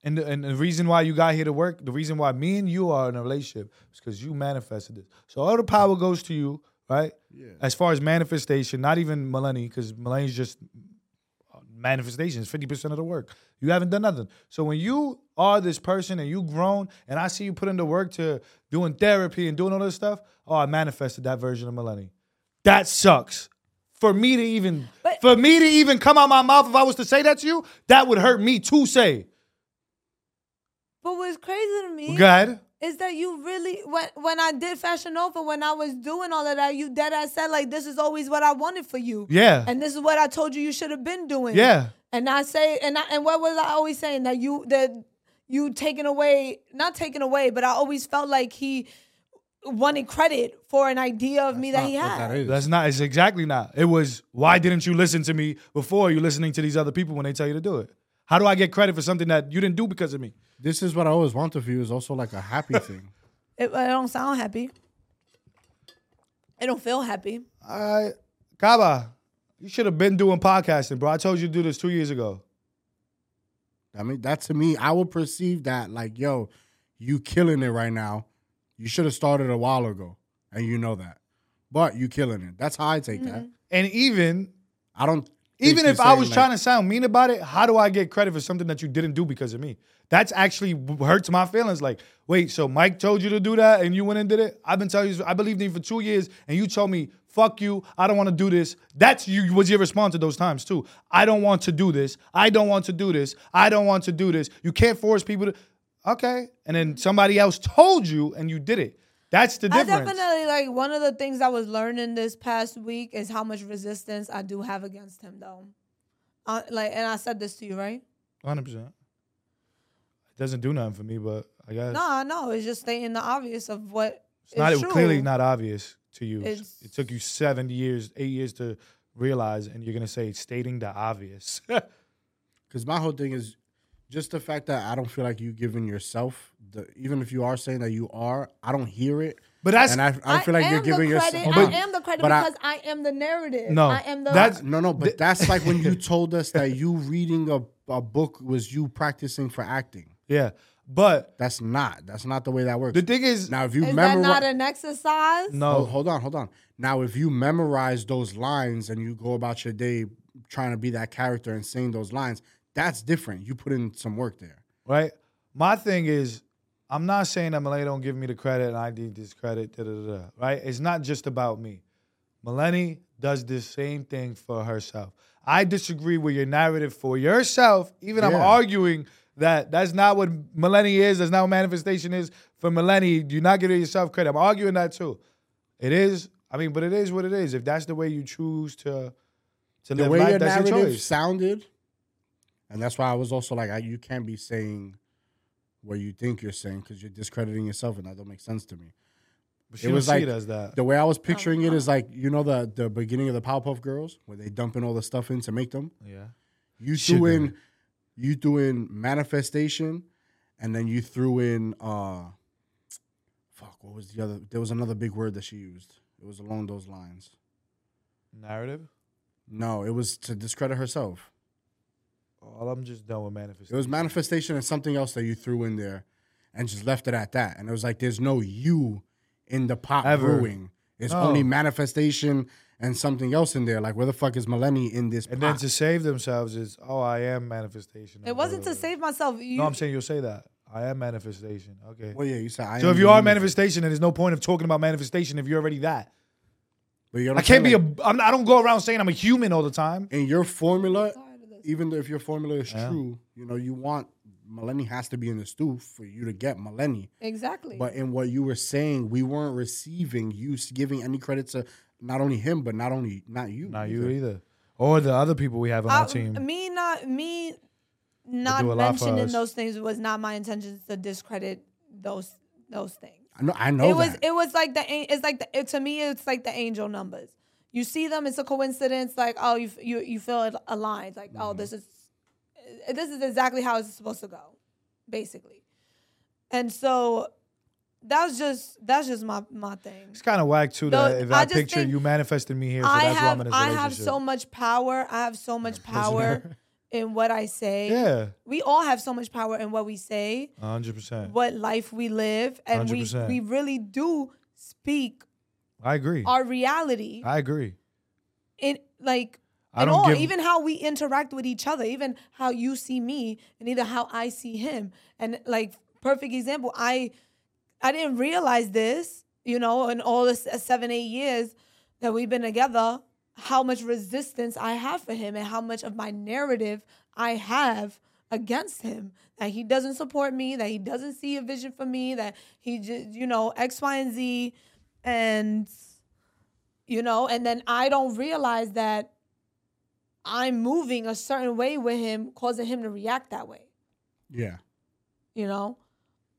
[SPEAKER 2] and the, and the reason why you got here to work, the reason why me and you are in a relationship is because you manifested this. So all the power goes to you, right?
[SPEAKER 3] Yeah.
[SPEAKER 2] As far as manifestation, not even Melanie, because Melanie's just uh, manifestation is 50% of the work. You haven't done nothing. So when you are this person and you grown, and I see you put in the work to doing therapy and doing all this stuff, oh, I manifested that version of Melanie. That sucks. For me to even
[SPEAKER 1] But-
[SPEAKER 2] for me to even come out my mouth if I was to say that to you, that would hurt me to say.
[SPEAKER 1] But what's crazy to me
[SPEAKER 2] Go ahead.
[SPEAKER 1] is that you really when when I did Fashion Nova when I was doing all of that, you dead ass said like this is always what I wanted for you.
[SPEAKER 2] Yeah.
[SPEAKER 1] And this is what I told you you should have been doing.
[SPEAKER 2] yeah.
[SPEAKER 1] And I say and I and what was I always saying? That you that you taking away not taking away, but I always felt like he wanted credit for an idea of me that
[SPEAKER 3] Not
[SPEAKER 1] he
[SPEAKER 3] what
[SPEAKER 1] had.
[SPEAKER 3] that is.
[SPEAKER 2] That's not it's exactly not. It was why didn't you listen to me before you listening to these other people when they tell you to do it? How do I get credit for something that you didn't do because of me?
[SPEAKER 3] This is what I always wanted for you is also like a happy thing.
[SPEAKER 1] It, I don't sound happy. I don't feel happy.
[SPEAKER 2] I Kaba, you should have been doing podcasting, bro. I told you to do this two years ago.
[SPEAKER 3] I mean, that to me, I would perceive that like, yo, you killing it right now. You should have started a while ago, and you know that. But you killing it. That's how I take that.
[SPEAKER 2] And even
[SPEAKER 3] I don't
[SPEAKER 2] Mm-hmm. Even
[SPEAKER 3] you
[SPEAKER 2] if I
[SPEAKER 3] saying,
[SPEAKER 2] was
[SPEAKER 3] like-
[SPEAKER 2] trying to sound mean about it, how do I get credit for something that you didn't do because of me? That's actually w- hurts my feelings. Like, wait, so Mike told you to do that and you went and did it? I've been telling you, I believed in you for two years and you told me, fuck you, I don't want to do this. That's you was your response at those times too. I don't want to do this. I don't want to do this. I don't want to do this. You can't force people to Okay. And then somebody else told you and you did it. That's the
[SPEAKER 1] I
[SPEAKER 2] difference.
[SPEAKER 1] definitely like one of the things I was learning this past week is how much resistance I do have against him, though. Uh, like, and I said this to you, right?
[SPEAKER 2] Hundred percent. It doesn't do nothing for me, but I guess
[SPEAKER 1] No, I know. It's just stating the obvious of what
[SPEAKER 2] it's not
[SPEAKER 1] is true.
[SPEAKER 2] clearly not obvious to you.
[SPEAKER 1] It's-
[SPEAKER 2] it took you seven years, eight years to realize, and you're gonna say stating the obvious.
[SPEAKER 3] Because my whole thing is just the fact that I don't feel like you giving yourself the even if you are saying that you are, I don't hear it.
[SPEAKER 2] but that's
[SPEAKER 3] and I, I don't feel like you're
[SPEAKER 1] am the
[SPEAKER 3] giving yourself.
[SPEAKER 1] credit.
[SPEAKER 2] But-
[SPEAKER 1] I am the credit
[SPEAKER 3] but I-
[SPEAKER 1] because I, am the narrative.
[SPEAKER 2] No,
[SPEAKER 1] I am the
[SPEAKER 2] that's-
[SPEAKER 3] no, no,
[SPEAKER 2] Th-
[SPEAKER 3] but that's like when you told us that you reading a, a book was you practicing for acting.
[SPEAKER 2] yeah. But
[SPEAKER 3] That's not. That's not the way that works.
[SPEAKER 2] the thing is,
[SPEAKER 3] now, if you
[SPEAKER 1] is that
[SPEAKER 3] memorize,
[SPEAKER 1] not an exercise?
[SPEAKER 3] hold,
[SPEAKER 2] no,
[SPEAKER 3] hold on, hold on. Now, if you memorize those lines and you go about your day trying to be that character and sing those lines, that's different. You put in some work there.
[SPEAKER 2] right? My thing is, I'm not saying that Milani don't give me the credit and I need this credit, da, da, da, da, right? It's not just about me. Melanie does the same thing for herself. I disagree with your narrative for yourself. Even I'm
[SPEAKER 3] Yeah.
[SPEAKER 2] arguing that that's not what Melanie is. That's not what manifestation is for Melanie. You're not giving yourself credit. I'm arguing that too. It is. I mean, but it is what it is. If that's the way you choose to to
[SPEAKER 3] the
[SPEAKER 2] live
[SPEAKER 3] way your
[SPEAKER 2] life, that's your
[SPEAKER 3] narrative
[SPEAKER 2] choice.
[SPEAKER 3] sounded, and that's why I was also like, I, you can't be saying what you think you're saying because you're discrediting yourself, and that don't make sense to me.
[SPEAKER 2] But she
[SPEAKER 3] it
[SPEAKER 2] don't
[SPEAKER 3] was
[SPEAKER 2] see
[SPEAKER 3] like
[SPEAKER 2] it as that.
[SPEAKER 3] The way I was picturing
[SPEAKER 1] Uh-huh.
[SPEAKER 3] it is like you know the the beginning of the Powerpuff Girls where they dumping all the stuff in to make them.
[SPEAKER 2] yeah.
[SPEAKER 3] You
[SPEAKER 2] Sugar.
[SPEAKER 3] threw in, you threw in manifestation, and then you threw in, uh fuck, what was the other? There was another big word that she used. It was along those lines.
[SPEAKER 2] Narrative.
[SPEAKER 3] No, it was to discredit herself.
[SPEAKER 2] All I'm just done with manifestation.
[SPEAKER 3] It was manifestation and something else that you threw in there and just left it at that. And it was like, there's no you in the pot
[SPEAKER 2] Ever.
[SPEAKER 3] brewing. It's
[SPEAKER 2] No.
[SPEAKER 3] only manifestation and something else in there. Like, where the fuck is Melanie in this
[SPEAKER 2] And then
[SPEAKER 3] pot?
[SPEAKER 2] to save themselves is, oh, I am manifestation.
[SPEAKER 1] It wasn't to save myself. You,
[SPEAKER 2] No, I'm saying you'll say that. I am manifestation. Okay.
[SPEAKER 3] well, yeah, you said I
[SPEAKER 2] So
[SPEAKER 3] am
[SPEAKER 2] if you are
[SPEAKER 3] you.
[SPEAKER 2] manifestation, then there's no point of talking about manifestation if you're already that.
[SPEAKER 3] But you know
[SPEAKER 2] I
[SPEAKER 3] what I'm
[SPEAKER 2] can't be
[SPEAKER 3] saying?
[SPEAKER 2] a. I'm, I don't go around saying I'm a human all the time.
[SPEAKER 3] Like, in your formula,
[SPEAKER 1] Tired of this.
[SPEAKER 3] even though if your formula is
[SPEAKER 2] Yeah.
[SPEAKER 3] true, you know, you want Melanie has to be in the stew for you to get Melanie.
[SPEAKER 1] exactly.
[SPEAKER 3] But in what you were saying, we weren't receiving you s- giving any credit to not only him, but not only not you.
[SPEAKER 2] Not you either, or the other people we have on
[SPEAKER 1] I-
[SPEAKER 2] our team.
[SPEAKER 1] Uh, Me not me not
[SPEAKER 2] do a lot for
[SPEAKER 1] mentioning
[SPEAKER 2] us.
[SPEAKER 1] those things was not my intention to discredit those those things.
[SPEAKER 3] I know. I know
[SPEAKER 1] it was
[SPEAKER 3] that.
[SPEAKER 1] it was like the an- it's like the, it, to me it's like the angel numbers. You see them, it's a coincidence. Like oh, you f- you you feel it aligned. Like oh,
[SPEAKER 2] Mm-hmm.
[SPEAKER 1] this is eh, this is exactly how it's supposed to go, basically. And so that's just that's just my my thing.
[SPEAKER 2] It's kind of whack too.
[SPEAKER 1] No,
[SPEAKER 2] That if
[SPEAKER 1] I
[SPEAKER 2] I,
[SPEAKER 1] just
[SPEAKER 2] picture
[SPEAKER 1] think
[SPEAKER 2] you manifesting me here, so
[SPEAKER 1] I
[SPEAKER 2] that's why I'm
[SPEAKER 1] have
[SPEAKER 2] in this
[SPEAKER 1] I
[SPEAKER 2] relationship.
[SPEAKER 1] have so much power. I have so much power in what I say.
[SPEAKER 2] yeah,
[SPEAKER 1] We all have so much power in what we say,
[SPEAKER 2] hundred percent.
[SPEAKER 1] what life we live, and we
[SPEAKER 2] 100%.
[SPEAKER 1] we really do speak
[SPEAKER 2] I agree.
[SPEAKER 1] our reality
[SPEAKER 2] I agree.
[SPEAKER 1] in like
[SPEAKER 2] I
[SPEAKER 1] in
[SPEAKER 2] don't
[SPEAKER 1] all,
[SPEAKER 2] give-
[SPEAKER 1] even how we interact with each other, even how you see me and either how I see him. And like perfect example, I I didn't realize this, you know, in all this uh, seven, eight years that we've been together, how much resistance I have for him and how much of my narrative I have against him. That he doesn't support me, that he doesn't see a vision for me, that he just, you know, X, Y, and Z. And, you know, and then I don't realize that I'm moving a certain way with him, causing him to react that way
[SPEAKER 3] yeah.
[SPEAKER 1] you know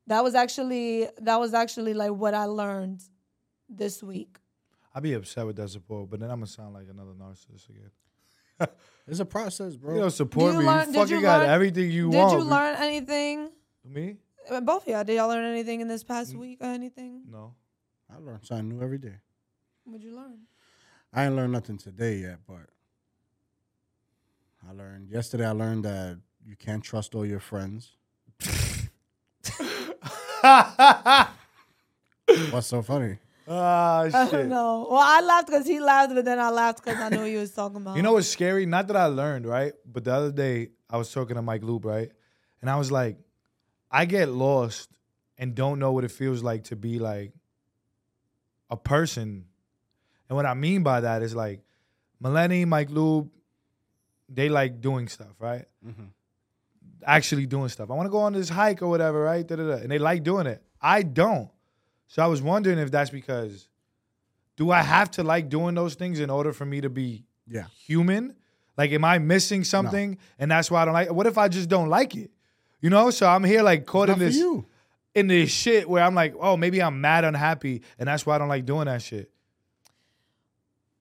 [SPEAKER 1] that was actually that was actually like what i learned this week
[SPEAKER 2] I'd be upset with that support, but then I'm gonna sound like another narcissist again.
[SPEAKER 3] It's a process, bro.
[SPEAKER 2] You don't support
[SPEAKER 1] you
[SPEAKER 2] me.
[SPEAKER 1] learn-
[SPEAKER 2] you
[SPEAKER 1] did
[SPEAKER 2] fucking
[SPEAKER 1] you
[SPEAKER 2] got
[SPEAKER 1] learn-
[SPEAKER 2] everything you
[SPEAKER 1] did
[SPEAKER 2] want.
[SPEAKER 1] you learn anything
[SPEAKER 2] me?
[SPEAKER 1] Uh, both of y'all did y'all learn anything in this past week or anything
[SPEAKER 2] No.
[SPEAKER 3] I learn something new every day.
[SPEAKER 1] what'd you learn
[SPEAKER 3] I ain't learned nothing today yet, but I learned yesterday. I learned that you can't trust all your friends.
[SPEAKER 2] I
[SPEAKER 3] What's so funny?
[SPEAKER 2] Ah,
[SPEAKER 1] I
[SPEAKER 2] shit.
[SPEAKER 1] don't know. Well, I laughed because he laughed, but then I laughed because I knew what he was talking about.
[SPEAKER 2] You know what's scary? Not that I learned, right? But the other day I was talking to Mike Loop, right? And I was like, I get lost and don't know what it feels like to be like a person. And what I mean by that is like Melanie, Mike Loop, they like doing stuff, right? Actually doing stuff. I want to go on this hike or whatever, right? Da-da-da. And they like doing it. I don't. So I was wondering if that's because do I have to like doing those things in order for me to be
[SPEAKER 3] Yeah.
[SPEAKER 2] human? Like, am I missing something? And that's why I don't like. What if I just don't like it? You know. So I'm here like caught
[SPEAKER 3] Not
[SPEAKER 2] in
[SPEAKER 3] for
[SPEAKER 2] this
[SPEAKER 3] you.
[SPEAKER 2] in this shit where I'm like, oh, maybe I'm mad, unhappy, and that's why I don't like doing that shit.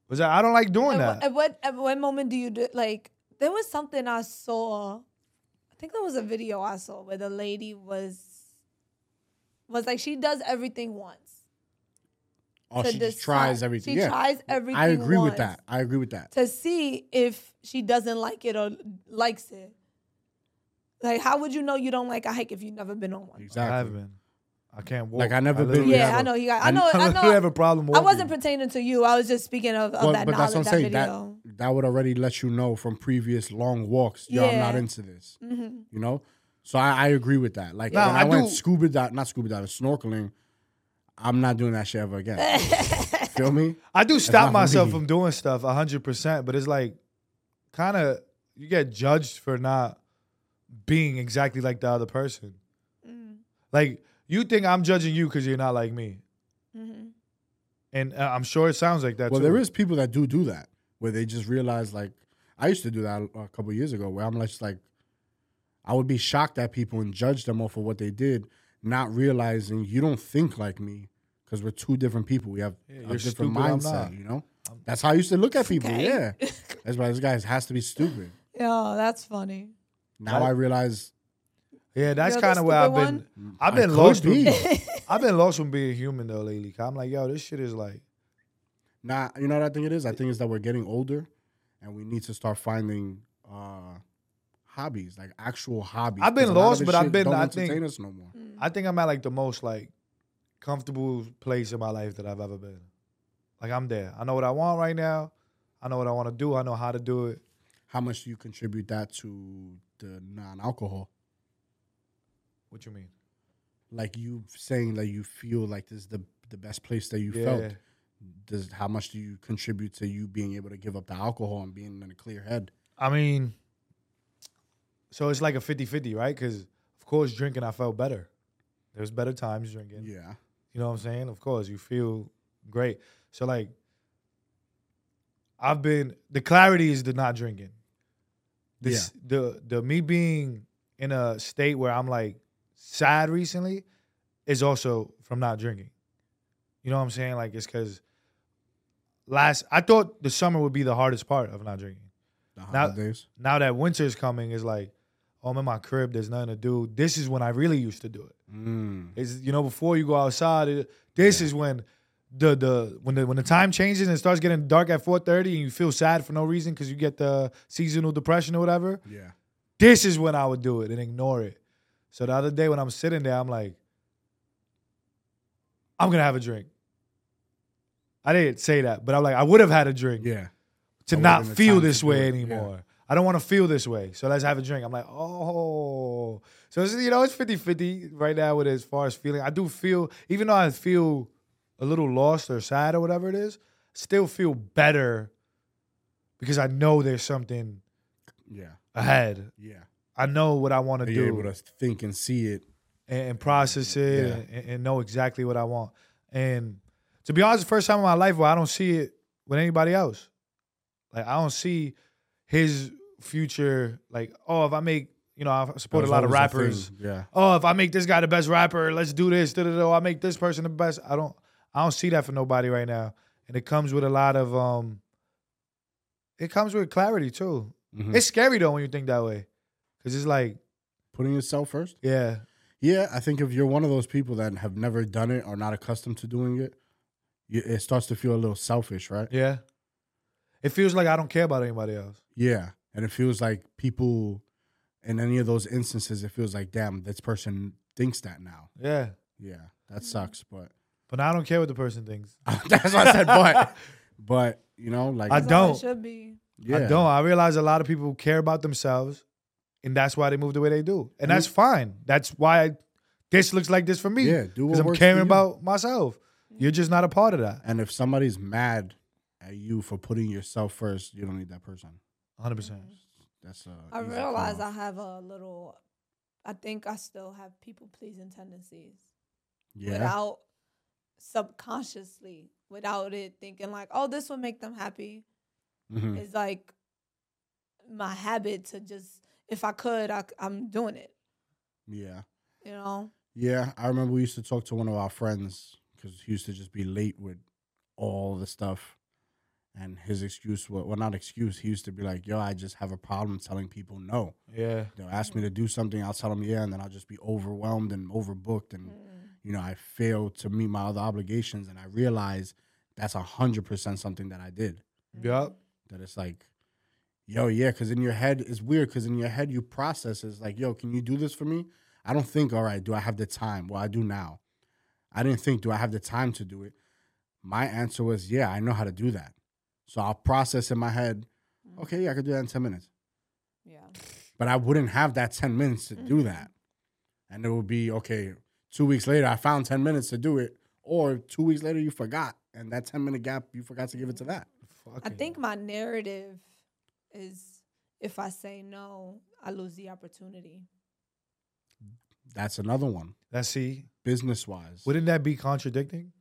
[SPEAKER 2] Was that I don't like doing
[SPEAKER 1] At
[SPEAKER 2] that?
[SPEAKER 1] what, at what at what moment do you do like? There was something I saw. I think there was a video I saw where the lady was was like she does everything once.
[SPEAKER 3] Oh,
[SPEAKER 1] to
[SPEAKER 3] she just
[SPEAKER 1] decide-
[SPEAKER 3] tries everything.
[SPEAKER 1] She
[SPEAKER 3] yeah.
[SPEAKER 1] tries everything.
[SPEAKER 3] I agree
[SPEAKER 1] once
[SPEAKER 3] with that. I agree with that.
[SPEAKER 1] To see if she doesn't like it or likes it. Like, how would you know you don't like a hike if you've never been on one?
[SPEAKER 2] I
[SPEAKER 3] Exactly.
[SPEAKER 2] haven't been. I can't walk.
[SPEAKER 3] Like, I never been-
[SPEAKER 2] literally
[SPEAKER 1] Yeah,
[SPEAKER 2] have
[SPEAKER 1] I
[SPEAKER 2] a-
[SPEAKER 1] know you got. I
[SPEAKER 3] I-
[SPEAKER 1] know.
[SPEAKER 2] I
[SPEAKER 1] I
[SPEAKER 2] literally have
[SPEAKER 1] know.
[SPEAKER 2] a problem
[SPEAKER 1] I
[SPEAKER 2] walking.
[SPEAKER 1] wasn't pertaining to you. I was just speaking of, of
[SPEAKER 3] Well,
[SPEAKER 1] that
[SPEAKER 3] but
[SPEAKER 1] knowledge,
[SPEAKER 3] that's what I'm
[SPEAKER 1] that
[SPEAKER 3] saying. That
[SPEAKER 1] video.
[SPEAKER 3] that would already let you know from previous long walks, yo, I'm not
[SPEAKER 1] Yeah.
[SPEAKER 3] into this. You know, so I, I agree with that. Like
[SPEAKER 2] Nah,
[SPEAKER 3] when I,
[SPEAKER 2] I
[SPEAKER 3] went
[SPEAKER 2] do-
[SPEAKER 3] scuba diving, not scuba diving, snorkeling. I'm not doing that shit ever
[SPEAKER 1] Mm-hmm.
[SPEAKER 3] again. Feel me?
[SPEAKER 2] I do stop
[SPEAKER 3] not for
[SPEAKER 2] myself
[SPEAKER 3] me.
[SPEAKER 2] from doing stuff 100%, but it's like kind of you get judged for not being exactly like the other person.
[SPEAKER 1] Mm-hmm.
[SPEAKER 2] Like you think I'm judging you cuz you're not like me.
[SPEAKER 1] Mm-hmm.
[SPEAKER 2] And uh, I'm sure it sounds like that
[SPEAKER 3] Well,
[SPEAKER 2] too.
[SPEAKER 3] there is people that do do that where they just realize like I used to do that a couple years ago where I'm just like I would be shocked at people and judge them off of what they did, not realizing you don't think like me because we're two different people. We have
[SPEAKER 2] Yeah,
[SPEAKER 3] a
[SPEAKER 2] you're
[SPEAKER 3] different
[SPEAKER 2] stupid, I'm not.
[SPEAKER 3] mindset. You know, that's how I used to look at people.
[SPEAKER 1] Okay.
[SPEAKER 3] Yeah, that's why this guy has to be stupid.
[SPEAKER 1] Yeah, that's funny.
[SPEAKER 3] Now I realize
[SPEAKER 2] Yeah, that's
[SPEAKER 1] You're the
[SPEAKER 2] kind of where I've
[SPEAKER 1] stupid
[SPEAKER 2] been. I've
[SPEAKER 3] I
[SPEAKER 2] been
[SPEAKER 3] could
[SPEAKER 2] lost.
[SPEAKER 3] be.
[SPEAKER 2] With, I've been lost from being human though lately. 'Cause I'm like, yo, this shit is like
[SPEAKER 3] Nah, you know what I think it is? I think it's that we're getting older and we need to start finding uh hobbies, like actual hobbies.
[SPEAKER 2] I've been
[SPEAKER 3] 'Cause a lot of
[SPEAKER 2] lost,
[SPEAKER 3] this
[SPEAKER 2] but I've
[SPEAKER 3] shit
[SPEAKER 2] been-
[SPEAKER 3] don't
[SPEAKER 2] I
[SPEAKER 3] entertain
[SPEAKER 2] think-
[SPEAKER 3] us no more.
[SPEAKER 1] Mm.
[SPEAKER 2] I think I'm at like the most like comfortable place in my life that I've ever been. Like I'm there. I know what I want right now. I know what I want to do. I know how to do it.
[SPEAKER 3] How much do you contribute that to the non alcohol?
[SPEAKER 2] What you mean?
[SPEAKER 3] Like you saying that you feel like this is the the best place that you felt. Does how much do you contribute to you being able to give up the alcohol and being in a clear head?
[SPEAKER 2] I mean, so it's like a 50-50, right? Because of course drinking I felt better. There's better times drinking.
[SPEAKER 3] Yeah.
[SPEAKER 2] You know what I'm saying? Of course, you feel great. So like I've been the clarity is the not drinking. This the the me being in a state where I'm like sad recently is also from not drinking. You know what I'm saying? Like it's cause last I thought the summer would be the hardest part of not drinking
[SPEAKER 3] The
[SPEAKER 2] Now-
[SPEAKER 3] holidays.
[SPEAKER 2] now that winter's coming, it's like, oh, I'm in my crib. There's nothing to do. This is when I really used to do it.
[SPEAKER 3] Mm.
[SPEAKER 2] Is you know before you go outside. It, this is when the the when the when the time changes and it starts getting dark at 4:30 and you feel sad for no reason because you get the seasonal depression or whatever.
[SPEAKER 3] Yeah.
[SPEAKER 2] This is when I would do it and ignore it. So the other day when I'm sitting there, I'm like, I'm gonna have a drink. I didn't say that, but I'm like, I would have had a drink
[SPEAKER 3] Yeah.
[SPEAKER 2] to
[SPEAKER 3] I
[SPEAKER 2] not
[SPEAKER 3] wouldn't have
[SPEAKER 2] feel
[SPEAKER 3] time to
[SPEAKER 2] this
[SPEAKER 3] do
[SPEAKER 2] way
[SPEAKER 3] it, yeah.
[SPEAKER 2] anymore. I don't want to feel this way. So let's have a drink. I'm like, oh. So, it's, you know, it's 50 50 right now with as far as feeling. I do feel, even though I feel a little lost or sad or whatever it is, still feel better because I know there's something
[SPEAKER 3] Yeah.
[SPEAKER 2] ahead.
[SPEAKER 3] Yeah.
[SPEAKER 2] I know what I want to
[SPEAKER 3] Are you able
[SPEAKER 2] do
[SPEAKER 3] to think and see it?
[SPEAKER 2] and, and process it and, and know exactly what I want. And to be honest, the first time in my life where I don't see it with anybody else. Like I don't see his future. Like oh, if I make you know I support a
[SPEAKER 3] That was
[SPEAKER 2] lot of
[SPEAKER 3] always the
[SPEAKER 2] rappers.
[SPEAKER 3] thing, Yeah.
[SPEAKER 2] Oh, if I make this guy the best rapper, let's do this. Da, da, da. I make this person the best. I don't. I don't see that for nobody right now. And it comes with a lot of um. It comes with clarity too.
[SPEAKER 3] Mhm.
[SPEAKER 2] It's scary though when you think that way, because it's like
[SPEAKER 3] Putting yourself first.
[SPEAKER 2] yeah,
[SPEAKER 3] Yeah, I think if you're one of those people that have never done it or not accustomed to doing it, you, it starts to feel a little selfish, right?
[SPEAKER 2] Yeah. It feels like I don't care about anybody else.
[SPEAKER 3] Yeah. And it feels like people, in any of those instances, it feels like, damn, this person thinks that now.
[SPEAKER 2] Yeah.
[SPEAKER 3] Yeah, that sucks. But
[SPEAKER 2] But I don't care what the person thinks.
[SPEAKER 3] That's what I said. But but you know, like
[SPEAKER 2] I
[SPEAKER 1] That's how
[SPEAKER 2] don't.
[SPEAKER 1] It should be.
[SPEAKER 3] yeah,
[SPEAKER 2] I don't. I realize a lot of people care about themselves, and that's why they move the way they do, and that's fine. That's why I, this looks like this for me.
[SPEAKER 3] Mm-hmm. Yeah, do what
[SPEAKER 2] because I'm
[SPEAKER 3] works for
[SPEAKER 2] caring
[SPEAKER 3] you.
[SPEAKER 2] about myself. You're just not a part of that.
[SPEAKER 3] And if somebody's mad at you for putting yourself first, you don't need that person.
[SPEAKER 2] 100. percent
[SPEAKER 3] That's a
[SPEAKER 1] I
[SPEAKER 3] easy
[SPEAKER 1] realize I
[SPEAKER 3] call.
[SPEAKER 1] have a little. I think I still have people pleasing tendencies
[SPEAKER 3] yeah.
[SPEAKER 1] without subconsciously, without it thinking like, oh, this will make them happy.
[SPEAKER 3] Mhm.
[SPEAKER 1] It's like my habit to just, if I could, I, am doing it.
[SPEAKER 3] Yeah.
[SPEAKER 1] You know,
[SPEAKER 3] Yeah, I remember we used to talk to one of our friends because he used to just be late with all the stuff. And his excuse, wa- well, not excuse, he used to be like, yo, I just have a problem telling people no.
[SPEAKER 2] Yeah.
[SPEAKER 3] They'll ask me to do something, I'll tell them yeah, and then I'll just be overwhelmed and overbooked. And,
[SPEAKER 1] Mm. Mm-hmm.
[SPEAKER 3] you know, I fail to meet my other obligations. And I realize that's 100% something that I did.
[SPEAKER 2] Yup.
[SPEAKER 3] That it's like, yo, yeah, because in your head, it's weird because in your head, you process it's like, yo, can you do this for me? I don't think, all right, do I have the time? Well, I do now. I didn't think, do I have the time to do it? My answer was, yeah, I know how to do that. So I'll process in my head, okay, yeah, I could do that in 10 minutes.
[SPEAKER 1] Mm-hmm. yeah,
[SPEAKER 3] But I wouldn't have that 10 minutes to do that. And it would be, okay, two weeks later, I found 10 minutes to do it. Or two weeks later, you forgot. And that 10 minute gap, you forgot to give it to that.
[SPEAKER 1] I
[SPEAKER 2] Fucking-
[SPEAKER 1] think my narrative is if I say no, I lose the opportunity.
[SPEAKER 3] That's another one,
[SPEAKER 2] That's see.
[SPEAKER 3] business wise.
[SPEAKER 2] Wouldn't that be contradicting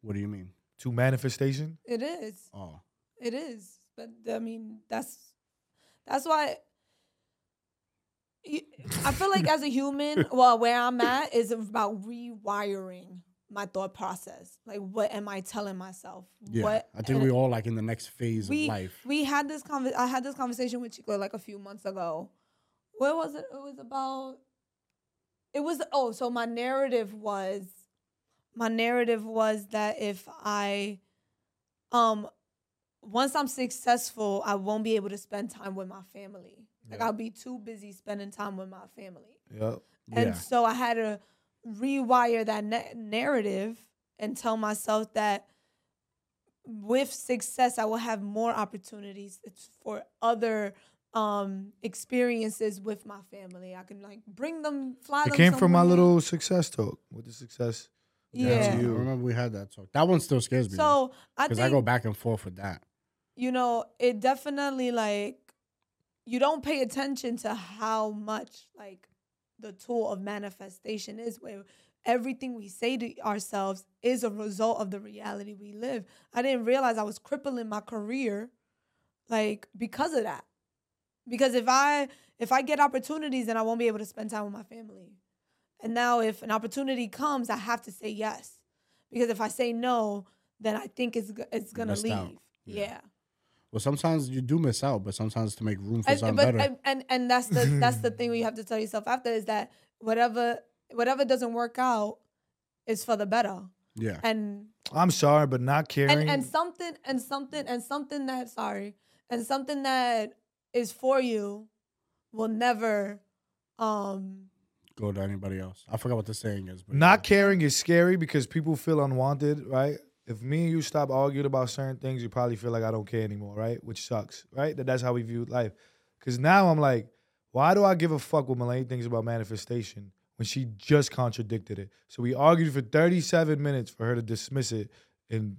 [SPEAKER 3] What do you mean?
[SPEAKER 2] to manifestation?
[SPEAKER 1] It is.
[SPEAKER 3] Oh,
[SPEAKER 1] It is, but I mean that's that's why. you- I feel like as a human, well, where I'm at is about rewiring my thought process. Like, what am I telling myself?
[SPEAKER 3] yeah.
[SPEAKER 1] What
[SPEAKER 3] I think
[SPEAKER 1] and
[SPEAKER 3] we all like in the next phase
[SPEAKER 1] we
[SPEAKER 3] of life.
[SPEAKER 1] we had this conver- I had this conversation with Chico like a few months ago. Where was it? It was about. It was oh, so my narrative was, my narrative was that if I, um, once I'm successful, I won't be able to spend time with my family. Like
[SPEAKER 2] Yeah.
[SPEAKER 1] I'll be too busy spending time with my family.
[SPEAKER 2] Yup.
[SPEAKER 1] And
[SPEAKER 3] yeah.
[SPEAKER 1] so I had to rewire that na- narrative and tell myself that with success, I will have more opportunities for other um experiences with my family. I can like bring them, fly
[SPEAKER 2] It
[SPEAKER 1] them.
[SPEAKER 2] came from my
[SPEAKER 1] somewhere.
[SPEAKER 2] little success talk with the success.
[SPEAKER 1] yeah.
[SPEAKER 3] I
[SPEAKER 2] you.
[SPEAKER 3] remember we had that talk. That one still scares me.
[SPEAKER 1] So I
[SPEAKER 3] because
[SPEAKER 1] think
[SPEAKER 3] I, go back and forth with that.
[SPEAKER 1] you know it definitely like you don't pay attention to how much like the tool of manifestation is where everything we say to ourselves is a result of the reality we live i didn't realize i was crippling my career like because of that because if i if i get opportunities then i won't be able to spend time with my family and now if an opportunity comes i have to say yes because if i say no then i think it's go- it's gonna
[SPEAKER 3] missed
[SPEAKER 1] leave
[SPEAKER 3] out. Yeah.
[SPEAKER 1] yeah.
[SPEAKER 3] Well, sometimes you do miss out, but sometimes to make room for
[SPEAKER 1] and,
[SPEAKER 3] something
[SPEAKER 1] but
[SPEAKER 3] better.
[SPEAKER 1] and, and and that's the that's the thing you have to tell yourself after is that whatever whatever doesn't work out is for the better
[SPEAKER 3] yeah.
[SPEAKER 1] and
[SPEAKER 2] I'm sorry, but not caring.
[SPEAKER 1] and and something and something and something that sorry and something that is for you will never um
[SPEAKER 3] Go to anybody else. I forgot what the saying is, but
[SPEAKER 2] Not caring is scary because people feel unwanted, right? If me and you stop arguing about certain things, you probably feel like I don't care anymore, right? Which sucks, right? That that's how we view life. Cause now I'm like, why do I give a fuck what Melanie thinks about manifestation when she just contradicted it? So we argued for 37 minutes for her to dismiss it in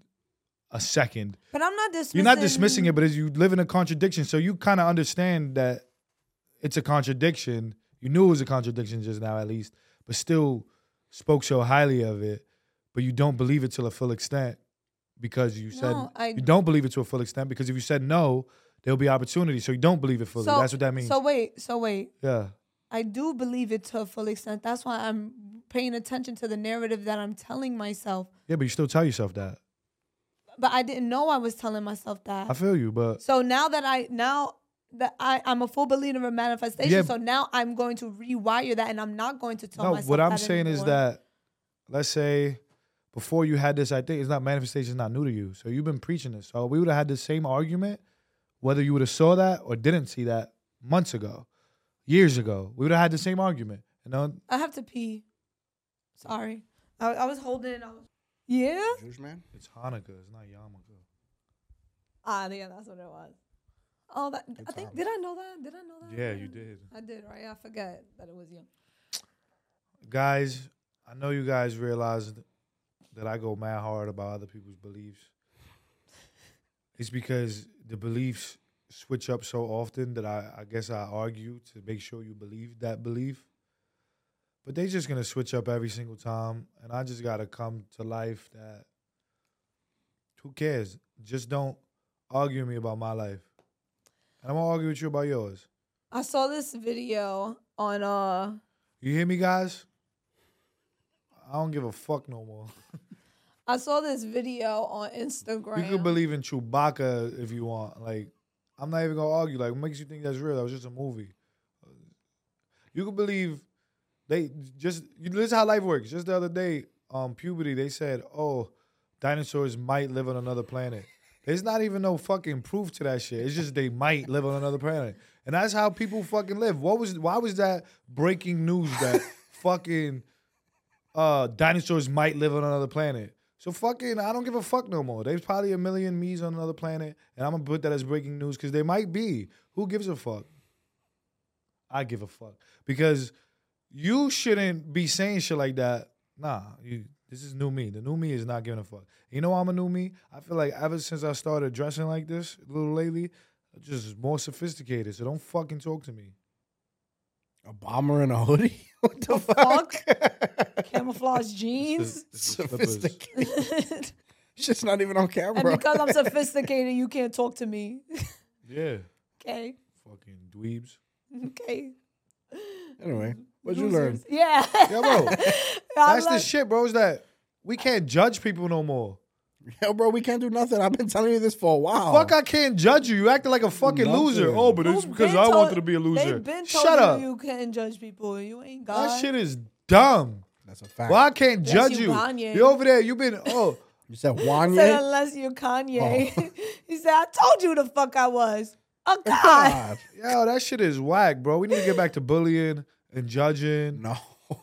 [SPEAKER 2] a second.
[SPEAKER 1] but i'm not dismissing
[SPEAKER 2] You're not dismissing it, but as you live in a contradiction, so you kind of understand that it's a contradiction. You knew it was a contradiction just now, at least, but still spoke so highly of it. But you don't believe it to a full extent because you said
[SPEAKER 1] No, I-
[SPEAKER 2] you don't believe it to a full extent because if you said no, there'll be opportunity. So you don't believe it fully.
[SPEAKER 1] so,
[SPEAKER 2] That's what that means.
[SPEAKER 1] so wait so wait
[SPEAKER 2] yeah,
[SPEAKER 1] I do believe it to a full extent. That's why I'm paying attention to the narrative that I'm telling myself.
[SPEAKER 2] yeah, but you still tell yourself that.
[SPEAKER 1] But I didn't know I was telling myself that.
[SPEAKER 2] I feel you, but
[SPEAKER 1] So now that I now that I I'm a full believer in manifestation.
[SPEAKER 2] Yeah.
[SPEAKER 1] So now I'm going to rewire that, and I'm not going to tell
[SPEAKER 2] no.
[SPEAKER 1] myself.
[SPEAKER 2] What I'm
[SPEAKER 1] that
[SPEAKER 2] saying is
[SPEAKER 1] anymore.
[SPEAKER 2] that, let's say. Before you had this, I think it's not manifestation, it's not new to you. So you've been preaching this. So we would have had the same argument whether you would have saw that or didn't see that months ago, years ago, we would have had the same argument. You know,
[SPEAKER 1] I have to pee. Sorry, I, I was holding. it. I was, Yeah.
[SPEAKER 3] Jewish man?
[SPEAKER 2] It's Hanukkah. It's not Yarmulke.
[SPEAKER 1] Ah, yeah, that's what it was. Oh, that I think
[SPEAKER 3] times.
[SPEAKER 1] did I know that? Did I know that?
[SPEAKER 2] Yeah, you did.
[SPEAKER 1] I did, right? I forgot that it was you.
[SPEAKER 2] Guys, I know you guys realized that I go mad hard about other people's beliefs. It's because the beliefs switch up so often that I, I guess I argue to make sure you believe that belief. But they just gonna switch up every single time, and I just gotta come to life that who cares? Just don't argue with me about my life, and I'm gonna argue with you about yours.
[SPEAKER 1] I saw this video on uh
[SPEAKER 2] You hear me, guys? I don't give a fuck no more.
[SPEAKER 1] I saw this video on Instagram.
[SPEAKER 2] You could believe in Chewbacca if you want. Like, I'm not even gonna argue. Like, what makes you think that's real? That was just a movie. You could believe they just you, this is how life works. Just the other day, um, puberty, they said, oh, dinosaurs might live on another planet. There's not even no fucking proof to that shit. It's just they might live on another planet, and that's how people fucking live. What was why was that breaking news that fucking uh, dinosaurs might live on another planet. So fucking, I don't give a fuck no more. There's probably a million me's on another planet, and I'm gonna put that as breaking news because they might be. Who gives a fuck? I give a fuck because you shouldn't be saying shit like that. Nah, you. This is new me. The new me is not giving a fuck. You know I'm a new me. I feel like ever since I started dressing like this, a little lately, I'm just more sophisticated. So don't fucking talk to me.
[SPEAKER 3] A bomber and a hoodie? What the,
[SPEAKER 1] fuck?
[SPEAKER 3] fuck?
[SPEAKER 1] camouflage jeans.
[SPEAKER 2] It's the slippers.
[SPEAKER 3] Sophisticated.
[SPEAKER 1] and
[SPEAKER 3] Shit's not even on camera.
[SPEAKER 1] because I'm sophisticated, you can't talk to me.
[SPEAKER 2] Yeah,
[SPEAKER 1] okay.
[SPEAKER 2] fucking dweebs.
[SPEAKER 1] Okay.
[SPEAKER 3] anyway, what'd you learn?
[SPEAKER 1] Yeah.
[SPEAKER 2] Yo,
[SPEAKER 1] I'm
[SPEAKER 2] bro. That's the
[SPEAKER 1] like-
[SPEAKER 2] shit, bro. Is that we can't judge people no more.
[SPEAKER 3] Hell, bro, we can't do nothing. I've been telling you this for a while.
[SPEAKER 2] Fuck, I can't judge you. You acting like a fucking
[SPEAKER 3] Nothing.
[SPEAKER 2] loser. Oh, but it's
[SPEAKER 1] Who've
[SPEAKER 2] because
[SPEAKER 1] been
[SPEAKER 2] I
[SPEAKER 1] told-
[SPEAKER 2] wanted to be a loser.
[SPEAKER 1] They've been told
[SPEAKER 2] Shut
[SPEAKER 1] you
[SPEAKER 2] up.
[SPEAKER 1] You can't judge people. You ain't God.
[SPEAKER 2] that shit is dumb.
[SPEAKER 3] That's a fact.
[SPEAKER 2] Well, I can't
[SPEAKER 1] Yes,
[SPEAKER 2] judge
[SPEAKER 1] you
[SPEAKER 2] you.
[SPEAKER 1] Kanye.
[SPEAKER 2] You're over there. You've been. Oh,
[SPEAKER 3] You said
[SPEAKER 1] He said,
[SPEAKER 3] Wanye?
[SPEAKER 1] unless you're Kanye. he said, I told you the fuck I was. A god.
[SPEAKER 3] God.
[SPEAKER 2] yo, that shit is whack, bro. We need to get back to bullying and judging.
[SPEAKER 3] No.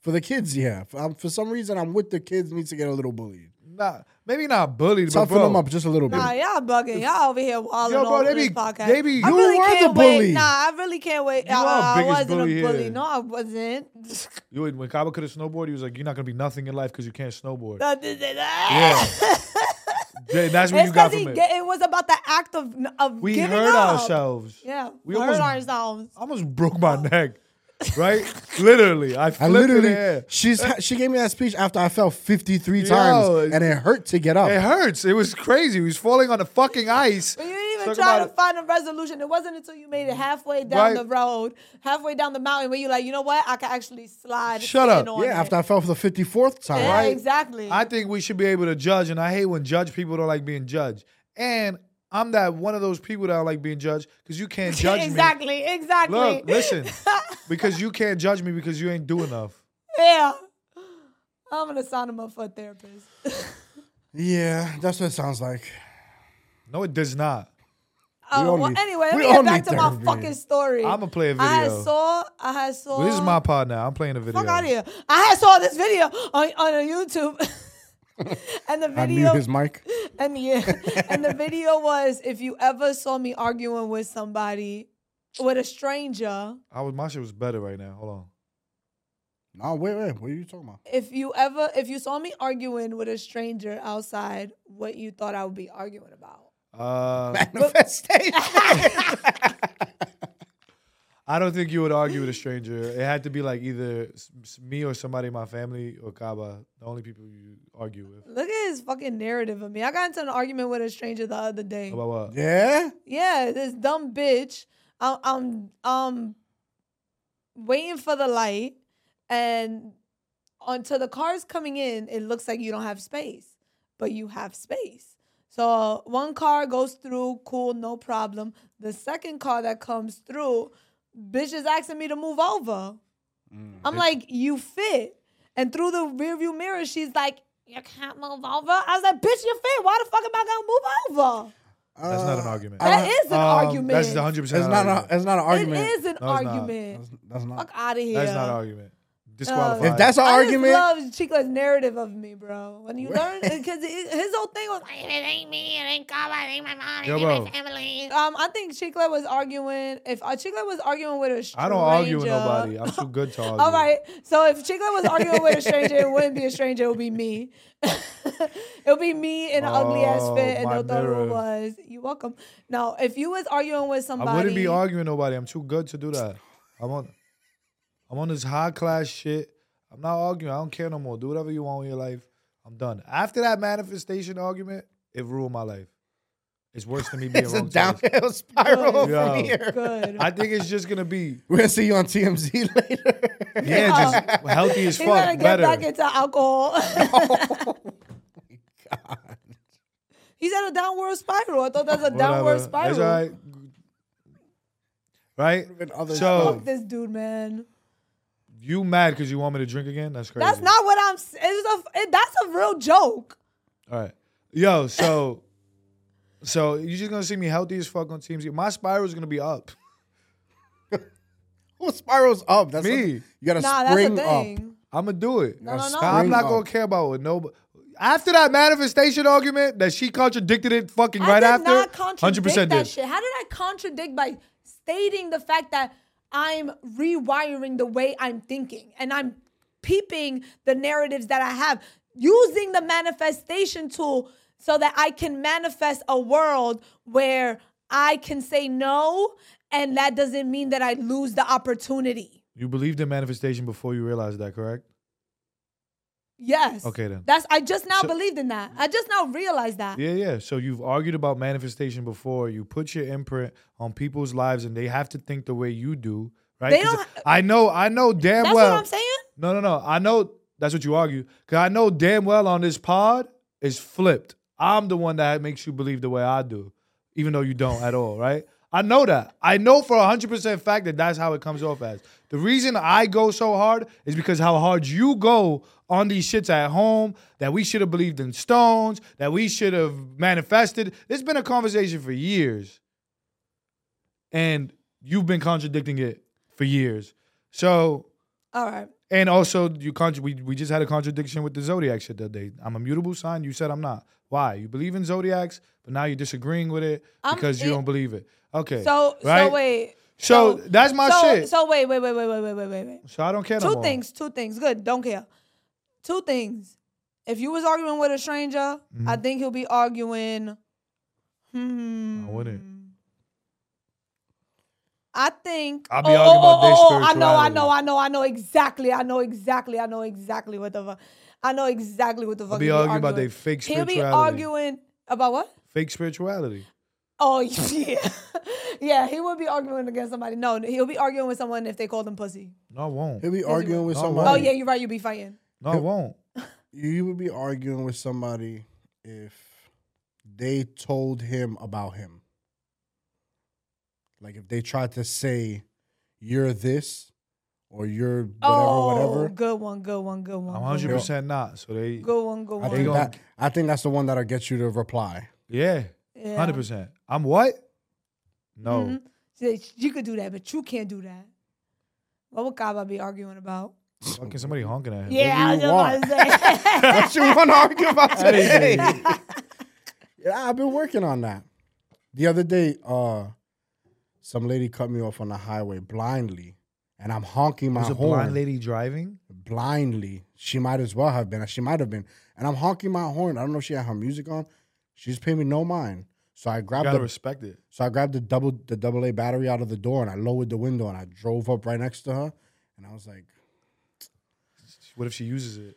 [SPEAKER 3] for the kids, yeah. For, um, for some reason, I'm with the kids needs to get a little bullied.
[SPEAKER 2] Nah, maybe not bullied, but
[SPEAKER 3] Toughen
[SPEAKER 2] bro,
[SPEAKER 3] them up just a little
[SPEAKER 1] Nah,
[SPEAKER 3] bit.
[SPEAKER 1] y'all bugging. Y'all over here wilding
[SPEAKER 2] Yo,
[SPEAKER 1] Yo,
[SPEAKER 2] bro,
[SPEAKER 1] bro,
[SPEAKER 2] they
[SPEAKER 1] over this
[SPEAKER 2] be-
[SPEAKER 1] podcast.
[SPEAKER 2] they be-
[SPEAKER 1] I
[SPEAKER 2] You
[SPEAKER 1] really
[SPEAKER 3] were the
[SPEAKER 1] can't
[SPEAKER 3] bully.
[SPEAKER 1] Wait. Nah, I really can't wait.
[SPEAKER 2] You are
[SPEAKER 1] I, I
[SPEAKER 2] biggest
[SPEAKER 1] wasn't
[SPEAKER 2] bully
[SPEAKER 1] a bully.
[SPEAKER 2] here.
[SPEAKER 1] No, I wasn't.
[SPEAKER 2] you when Kaba could have snowboarded, he was like, "You're not gonna be nothing in life because you can't snowboard."
[SPEAKER 1] yeah.
[SPEAKER 2] yeah, Yeah, that's what
[SPEAKER 1] It's
[SPEAKER 2] you got
[SPEAKER 1] because
[SPEAKER 2] from
[SPEAKER 1] he
[SPEAKER 2] it.
[SPEAKER 1] get, it was about the act of of
[SPEAKER 2] we
[SPEAKER 1] giving
[SPEAKER 2] hurt
[SPEAKER 1] up.
[SPEAKER 2] ourselves.
[SPEAKER 1] Yeah, we
[SPEAKER 2] We
[SPEAKER 1] hurt
[SPEAKER 2] almost-
[SPEAKER 1] ourselves.
[SPEAKER 2] I almost broke my neck, right? literally, I
[SPEAKER 3] I
[SPEAKER 2] flipped in the
[SPEAKER 3] literally,
[SPEAKER 2] air.
[SPEAKER 3] she's she gave me that speech after I fell 53
[SPEAKER 2] Yo,
[SPEAKER 3] times and it hurt to get up.
[SPEAKER 2] It hurts. It was crazy. He was falling on the fucking ice.
[SPEAKER 1] But you didn't even
[SPEAKER 2] Talk
[SPEAKER 1] try
[SPEAKER 2] about
[SPEAKER 1] to
[SPEAKER 2] it.
[SPEAKER 1] find a resolution. It wasn't until you made it halfway down
[SPEAKER 2] Right.
[SPEAKER 1] the road, halfway down the mountain, where you're like, you know what? I can actually slide.
[SPEAKER 2] Shut
[SPEAKER 1] in
[SPEAKER 2] up.
[SPEAKER 1] On
[SPEAKER 3] yeah,
[SPEAKER 1] it.
[SPEAKER 3] after I fell for the 54th time.
[SPEAKER 1] Yeah,
[SPEAKER 2] Right.
[SPEAKER 1] exactly.
[SPEAKER 2] I think we should be able to judge, and I hate when judge people don't like being judged. And I'm that one of those people that don't like being judged because you can't judge me.
[SPEAKER 1] exactly. Exactly.
[SPEAKER 2] Look, listen, because you can't judge me because you ain't do enough.
[SPEAKER 1] Yeah. I'm gonna sign him up for a therapist.
[SPEAKER 3] Yeah, that's what it sounds like.
[SPEAKER 2] No, it does not.
[SPEAKER 1] Oh,
[SPEAKER 3] all
[SPEAKER 1] well,
[SPEAKER 3] need-
[SPEAKER 1] anyway, let
[SPEAKER 3] we
[SPEAKER 1] me
[SPEAKER 3] all
[SPEAKER 1] get back
[SPEAKER 3] need
[SPEAKER 1] to my
[SPEAKER 3] therapy.
[SPEAKER 1] fucking story.
[SPEAKER 2] I'ma play a
[SPEAKER 1] I had
[SPEAKER 2] video.
[SPEAKER 1] saw. I had saw.
[SPEAKER 2] Well, this is my pod now. I'm playing a video.
[SPEAKER 1] Uh, Fuck out here. I had saw this video on on YouTube, and the
[SPEAKER 3] I mute
[SPEAKER 1] video
[SPEAKER 3] his mic.
[SPEAKER 1] and yeah, and the video was if you ever saw me arguing with somebody, with a stranger,
[SPEAKER 2] I was my shit was better right now. Hold on.
[SPEAKER 3] No, wait, wait. What are you talking about?
[SPEAKER 1] if you ever if you saw me arguing with a stranger outside, what you thought I would be arguing about?
[SPEAKER 2] Uh,
[SPEAKER 3] Manifestation.
[SPEAKER 2] I don't think you would argue with a stranger. It had to be like either s- s- me or somebody in my family or Kaba. The only people you argue with.
[SPEAKER 1] Look at his fucking narrative of me. I got into an argument with a stranger the other day.
[SPEAKER 2] About what?
[SPEAKER 3] yeah?
[SPEAKER 1] Yeah, this dumb bitch. I'm I'm um waiting for the light and until the car's coming in, it looks like you don't have space, but you have space. So one car goes through, cool, no problem. The second car that comes through, bitch is asking me to move over. I'm like, you fit. And through the rearview mirror, she's like, you can't move over. I was like, bitch, you fit. Why the fuck am I gonna move over?
[SPEAKER 2] That's not an argument.
[SPEAKER 1] That is an
[SPEAKER 2] Um,
[SPEAKER 1] argument.
[SPEAKER 2] That's 100 percent.
[SPEAKER 3] That's Uh, not, a, that's not an
[SPEAKER 1] It
[SPEAKER 3] argument.
[SPEAKER 1] is an
[SPEAKER 2] No, it's not.
[SPEAKER 1] argument.
[SPEAKER 3] That's, that's not.
[SPEAKER 1] Fuck out of here. Um,
[SPEAKER 2] That's not an argument. disqualified.
[SPEAKER 3] If that's our
[SPEAKER 1] I
[SPEAKER 3] argument,
[SPEAKER 1] just love Chico's narrative of me, bro. When you learn, because his whole thing was,
[SPEAKER 4] It ain't me, it ain't Kaba, it ain't my mom, it
[SPEAKER 2] Yo,
[SPEAKER 4] ain't
[SPEAKER 2] bro.
[SPEAKER 4] my family.
[SPEAKER 1] um, I think Chico was arguing. If uh, Chico was arguing with a stranger,
[SPEAKER 2] I don't argue with nobody. I'm too good to argue.
[SPEAKER 1] All right. So if Chico was arguing with a stranger, it wouldn't be a stranger. It would be me. it would be me in an ugly ass
[SPEAKER 2] Oh,
[SPEAKER 1] fit, and
[SPEAKER 2] my
[SPEAKER 1] they'll thought
[SPEAKER 2] mirror.
[SPEAKER 1] it was. You're welcome. Now, if you was arguing with somebody,
[SPEAKER 2] I wouldn't be arguing with nobody. I'm too good to do that. I'm on I'm on this high class shit. I'm not arguing. I don't care no more. Do whatever you want with your life. I'm done. After that manifestation argument, it ruined my life. It's worse than me being
[SPEAKER 3] It's a
[SPEAKER 2] wrong. twice.
[SPEAKER 3] downhill spiral
[SPEAKER 1] Good.
[SPEAKER 2] Yeah.
[SPEAKER 3] from here.
[SPEAKER 1] good.
[SPEAKER 2] I think it's just gonna be
[SPEAKER 3] We're gonna see you on TMZ later.
[SPEAKER 2] yeah, just healthy as
[SPEAKER 1] He's gonna
[SPEAKER 2] fuck.
[SPEAKER 1] get
[SPEAKER 2] Better. Oh
[SPEAKER 1] back into alcohol. He's at a downward spiral. I thought that's a
[SPEAKER 2] Whatever.
[SPEAKER 1] downward spiral.
[SPEAKER 2] It's all right. Right?
[SPEAKER 3] Been other
[SPEAKER 2] So
[SPEAKER 1] Fuck this dude, man.
[SPEAKER 2] you mad because you want me to drink again? That's crazy.
[SPEAKER 1] That's not what I'm. s- It's a. It, that's a real joke.
[SPEAKER 2] All right. Yo, so so you just gonna see me healthy as fuck on TMZ. My spiral's gonna be up.
[SPEAKER 3] Who spirals up? That's
[SPEAKER 2] Me.
[SPEAKER 3] something- you gotta
[SPEAKER 1] Nah, that's a
[SPEAKER 3] spring
[SPEAKER 2] oh.
[SPEAKER 1] thing.
[SPEAKER 2] I'ma do it.
[SPEAKER 1] No, no, no.
[SPEAKER 2] I'm not
[SPEAKER 3] Spring
[SPEAKER 2] gonna
[SPEAKER 3] up.
[SPEAKER 2] care about what nobody after that manifestation argument that she contradicted it fucking right
[SPEAKER 1] I did
[SPEAKER 2] after.
[SPEAKER 1] not contradict
[SPEAKER 2] 100%
[SPEAKER 1] that
[SPEAKER 2] did.
[SPEAKER 1] shit. How did I contradict by stating the fact that I'm rewiring the way I'm thinking and I'm peeping the narratives that I have, using the manifestation tool so that I can manifest a world where I can say no, and that doesn't mean that I lose the opportunity.
[SPEAKER 2] You believed in manifestation before you realized that, correct?
[SPEAKER 1] Yes.
[SPEAKER 2] Okay, then.
[SPEAKER 1] That's I just now
[SPEAKER 2] So-
[SPEAKER 1] believed in that. I just now realized that.
[SPEAKER 2] Yeah, yeah. So you've argued about manifestation before. You put your imprint on people's lives, and they have to think the way you do, right?
[SPEAKER 1] They
[SPEAKER 2] 'Cause
[SPEAKER 1] don't ha-
[SPEAKER 2] I know, I know damn
[SPEAKER 1] That's
[SPEAKER 2] well.
[SPEAKER 1] what I'm saying.
[SPEAKER 2] No, no, no. I know that's what you argue. Cause I know damn well on this pod is flipped. I'm the one that makes you believe the way I do, even though you don't at all, right? I know that. I know for a hundred percent fact that that's how it comes off as. The reason I go so hard is because how hard you go on these shits at home that we should have believed in stones, that we should have manifested. It's been a conversation for years, and you've been contradicting it for years. So
[SPEAKER 1] All right.
[SPEAKER 2] and also, you contra- we, we just had a contradiction with the zodiac shit the other day. I'm a mutable sign. You said I'm not. Why? You believe in zodiacs, but now you're disagreeing with it
[SPEAKER 1] I'm-
[SPEAKER 2] because
[SPEAKER 1] Um, it-
[SPEAKER 2] you don't believe it. Okay.
[SPEAKER 1] So
[SPEAKER 2] right?
[SPEAKER 1] so wait.
[SPEAKER 2] So, that's my
[SPEAKER 1] so,
[SPEAKER 2] shit. So,
[SPEAKER 1] So wait, wait, wait, wait, wait, wait, wait, wait, wait.
[SPEAKER 2] I don't care. no
[SPEAKER 1] Two
[SPEAKER 2] more.
[SPEAKER 1] things, two things. Good, don't care. Two things. If you was arguing with a stranger, I
[SPEAKER 2] Mm-hmm.
[SPEAKER 1] think he'll be arguing. Hmm.
[SPEAKER 2] I wouldn't.
[SPEAKER 1] I think. Oh,
[SPEAKER 2] I'll be arguing about their
[SPEAKER 1] I know, I
[SPEAKER 2] spirituality.
[SPEAKER 1] know, I know, I know exactly. I know exactly. I know exactly what the fuck. I know exactly what the fuck.
[SPEAKER 2] I'll be
[SPEAKER 1] he'll
[SPEAKER 2] arguing about their fake
[SPEAKER 1] He'll
[SPEAKER 2] spirituality.
[SPEAKER 1] be arguing about what?
[SPEAKER 2] Fake spirituality.
[SPEAKER 1] Oh yeah, yeah. He would be arguing against somebody. No, he'll be arguing with someone if they called him pussy.
[SPEAKER 2] No, I won't.
[SPEAKER 3] He'll be arguing with
[SPEAKER 2] No,
[SPEAKER 3] somebody.
[SPEAKER 1] Oh yeah, you're right. You'll be fighting.
[SPEAKER 2] No, I won't.
[SPEAKER 3] You would be arguing with somebody if they told him about him. Like if they tried to say, "You're this," or "You're whatever,
[SPEAKER 1] oh,
[SPEAKER 3] whatever."
[SPEAKER 1] good one, good one, good one.
[SPEAKER 2] I'm
[SPEAKER 1] good
[SPEAKER 2] 100
[SPEAKER 1] one.
[SPEAKER 2] percent not. So they.
[SPEAKER 1] Good one, good
[SPEAKER 3] I
[SPEAKER 1] one.
[SPEAKER 3] think
[SPEAKER 2] They
[SPEAKER 3] that I think that's the one that'll get you to reply.
[SPEAKER 2] Yeah.
[SPEAKER 1] Yeah.
[SPEAKER 2] Hundred percent. I'm what? No.
[SPEAKER 1] Mhm. She said, You could do that, but you can't do that. What would Kaba be arguing about?
[SPEAKER 2] Fucking somebody honking at him.
[SPEAKER 1] Yeah, I was
[SPEAKER 3] you
[SPEAKER 1] just about to say.
[SPEAKER 3] What you want to argue about today? yeah, I've been working on that. The other day, uh, some lady cut me off on the highway blindly, and I'm honking my
[SPEAKER 2] There's a
[SPEAKER 3] horn
[SPEAKER 2] blind lady driving.
[SPEAKER 3] blindly. She might as well have been. She might have been. And I'm honking my horn. I don't know if she had her music on. She just paid me no mind. So I
[SPEAKER 2] You
[SPEAKER 3] grabbed
[SPEAKER 2] gotta
[SPEAKER 3] the
[SPEAKER 2] respect it.
[SPEAKER 3] so I grabbed the double the double A battery out of the door and I lowered the window and I drove up right next to her and I was like,
[SPEAKER 2] What if she uses it?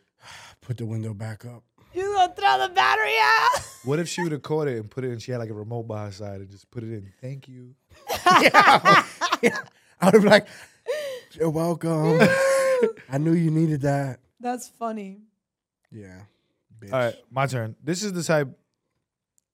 [SPEAKER 3] put the window back up.
[SPEAKER 1] you gonna throw the battery out?
[SPEAKER 2] What if she would have caught it and put it in? She had like a remote by her side and just put it in. Thank you.
[SPEAKER 3] I would have been like, You're welcome. I knew you needed that.
[SPEAKER 1] That's funny.
[SPEAKER 3] Yeah. Bitch.
[SPEAKER 2] All right, my turn. This is the type.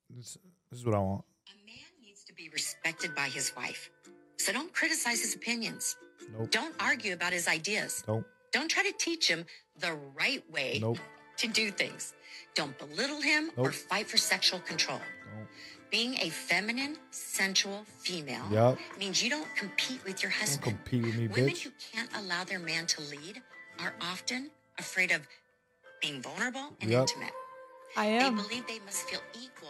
[SPEAKER 2] This, this is what I want.
[SPEAKER 5] A man needs to be respected by his wife. So don't criticize his opinions.
[SPEAKER 2] Nope.
[SPEAKER 5] Don't argue about his ideas.
[SPEAKER 2] Nope.
[SPEAKER 5] Don't try to teach him the right way
[SPEAKER 2] Nope.
[SPEAKER 5] to do things. Don't belittle him or
[SPEAKER 2] Nope.
[SPEAKER 5] fight for sexual control.
[SPEAKER 2] Nope.
[SPEAKER 5] Being a feminine, sensual female
[SPEAKER 2] Yup.
[SPEAKER 5] means you don't compete with your
[SPEAKER 2] Don't
[SPEAKER 5] husband.
[SPEAKER 2] compete with me,
[SPEAKER 5] Women
[SPEAKER 2] bitch.
[SPEAKER 5] who can't allow their man to lead are often afraid of being vulnerable and
[SPEAKER 2] Yep.
[SPEAKER 5] intimate.
[SPEAKER 1] I
[SPEAKER 5] They
[SPEAKER 1] am.
[SPEAKER 5] believe they must feel equal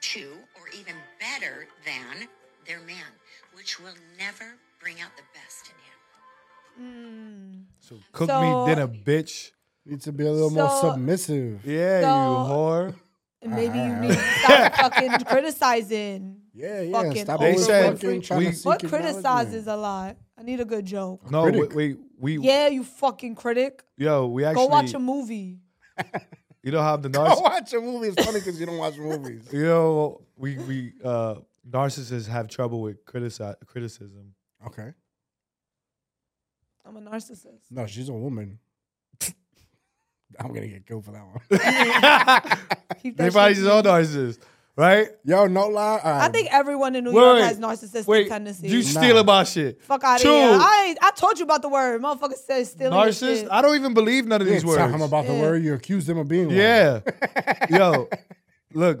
[SPEAKER 5] to or even better than their man, which will never bring out the best in him.
[SPEAKER 1] Mm.
[SPEAKER 2] So cook
[SPEAKER 1] So-
[SPEAKER 2] me dinner, bitch.
[SPEAKER 3] Need to be a little more
[SPEAKER 1] So-
[SPEAKER 3] submissive.
[SPEAKER 2] Yeah, you
[SPEAKER 1] So-
[SPEAKER 2] whore.
[SPEAKER 1] And maybe you
[SPEAKER 3] Ah.
[SPEAKER 1] need to stop fucking criticizing.
[SPEAKER 3] Yeah, yeah.
[SPEAKER 1] Fucking
[SPEAKER 3] Stop
[SPEAKER 1] They
[SPEAKER 3] always
[SPEAKER 2] said
[SPEAKER 3] fucking
[SPEAKER 1] we-
[SPEAKER 3] trying
[SPEAKER 2] What
[SPEAKER 3] to seek
[SPEAKER 1] What
[SPEAKER 3] acknowledgement.
[SPEAKER 1] criticizes a lot? I need a good joke.
[SPEAKER 2] No,
[SPEAKER 3] critic.
[SPEAKER 2] wait, wait, we
[SPEAKER 1] Yeah, you fucking critic.
[SPEAKER 2] yo, we
[SPEAKER 1] Go
[SPEAKER 2] actually
[SPEAKER 1] watch a movie.
[SPEAKER 2] you know how the
[SPEAKER 3] Don't
[SPEAKER 2] narciss
[SPEAKER 3] watch a movie. It's funny because you don't watch movies.
[SPEAKER 2] you know we we uh narcissists have trouble with critici- criticism.
[SPEAKER 3] Okay.
[SPEAKER 1] I'm a narcissist.
[SPEAKER 3] No, she's a woman. I'm gonna get killed for that one.
[SPEAKER 1] Keep that
[SPEAKER 2] Everybody's
[SPEAKER 1] shit
[SPEAKER 2] his own
[SPEAKER 1] to me.
[SPEAKER 2] narcissist, right?
[SPEAKER 3] Yo, no lie. All
[SPEAKER 1] I
[SPEAKER 3] right.
[SPEAKER 1] think everyone in New
[SPEAKER 2] Wait,
[SPEAKER 1] York
[SPEAKER 2] wait,
[SPEAKER 1] has narcissistic
[SPEAKER 2] Wait,
[SPEAKER 1] tendencies.
[SPEAKER 2] you stealing
[SPEAKER 3] Nah.
[SPEAKER 2] my shit.
[SPEAKER 1] Fuck out of
[SPEAKER 2] Two.
[SPEAKER 1] here. I, ain't- I told you about the word. Motherfucker says stealing. your
[SPEAKER 2] Narcissist?
[SPEAKER 1] shit.
[SPEAKER 2] I don't even believe none of
[SPEAKER 3] You
[SPEAKER 2] these
[SPEAKER 3] didn't tell
[SPEAKER 2] words.
[SPEAKER 3] him about the
[SPEAKER 1] Yeah.
[SPEAKER 3] word you accused him of being. one.
[SPEAKER 2] yeah. Yo, look,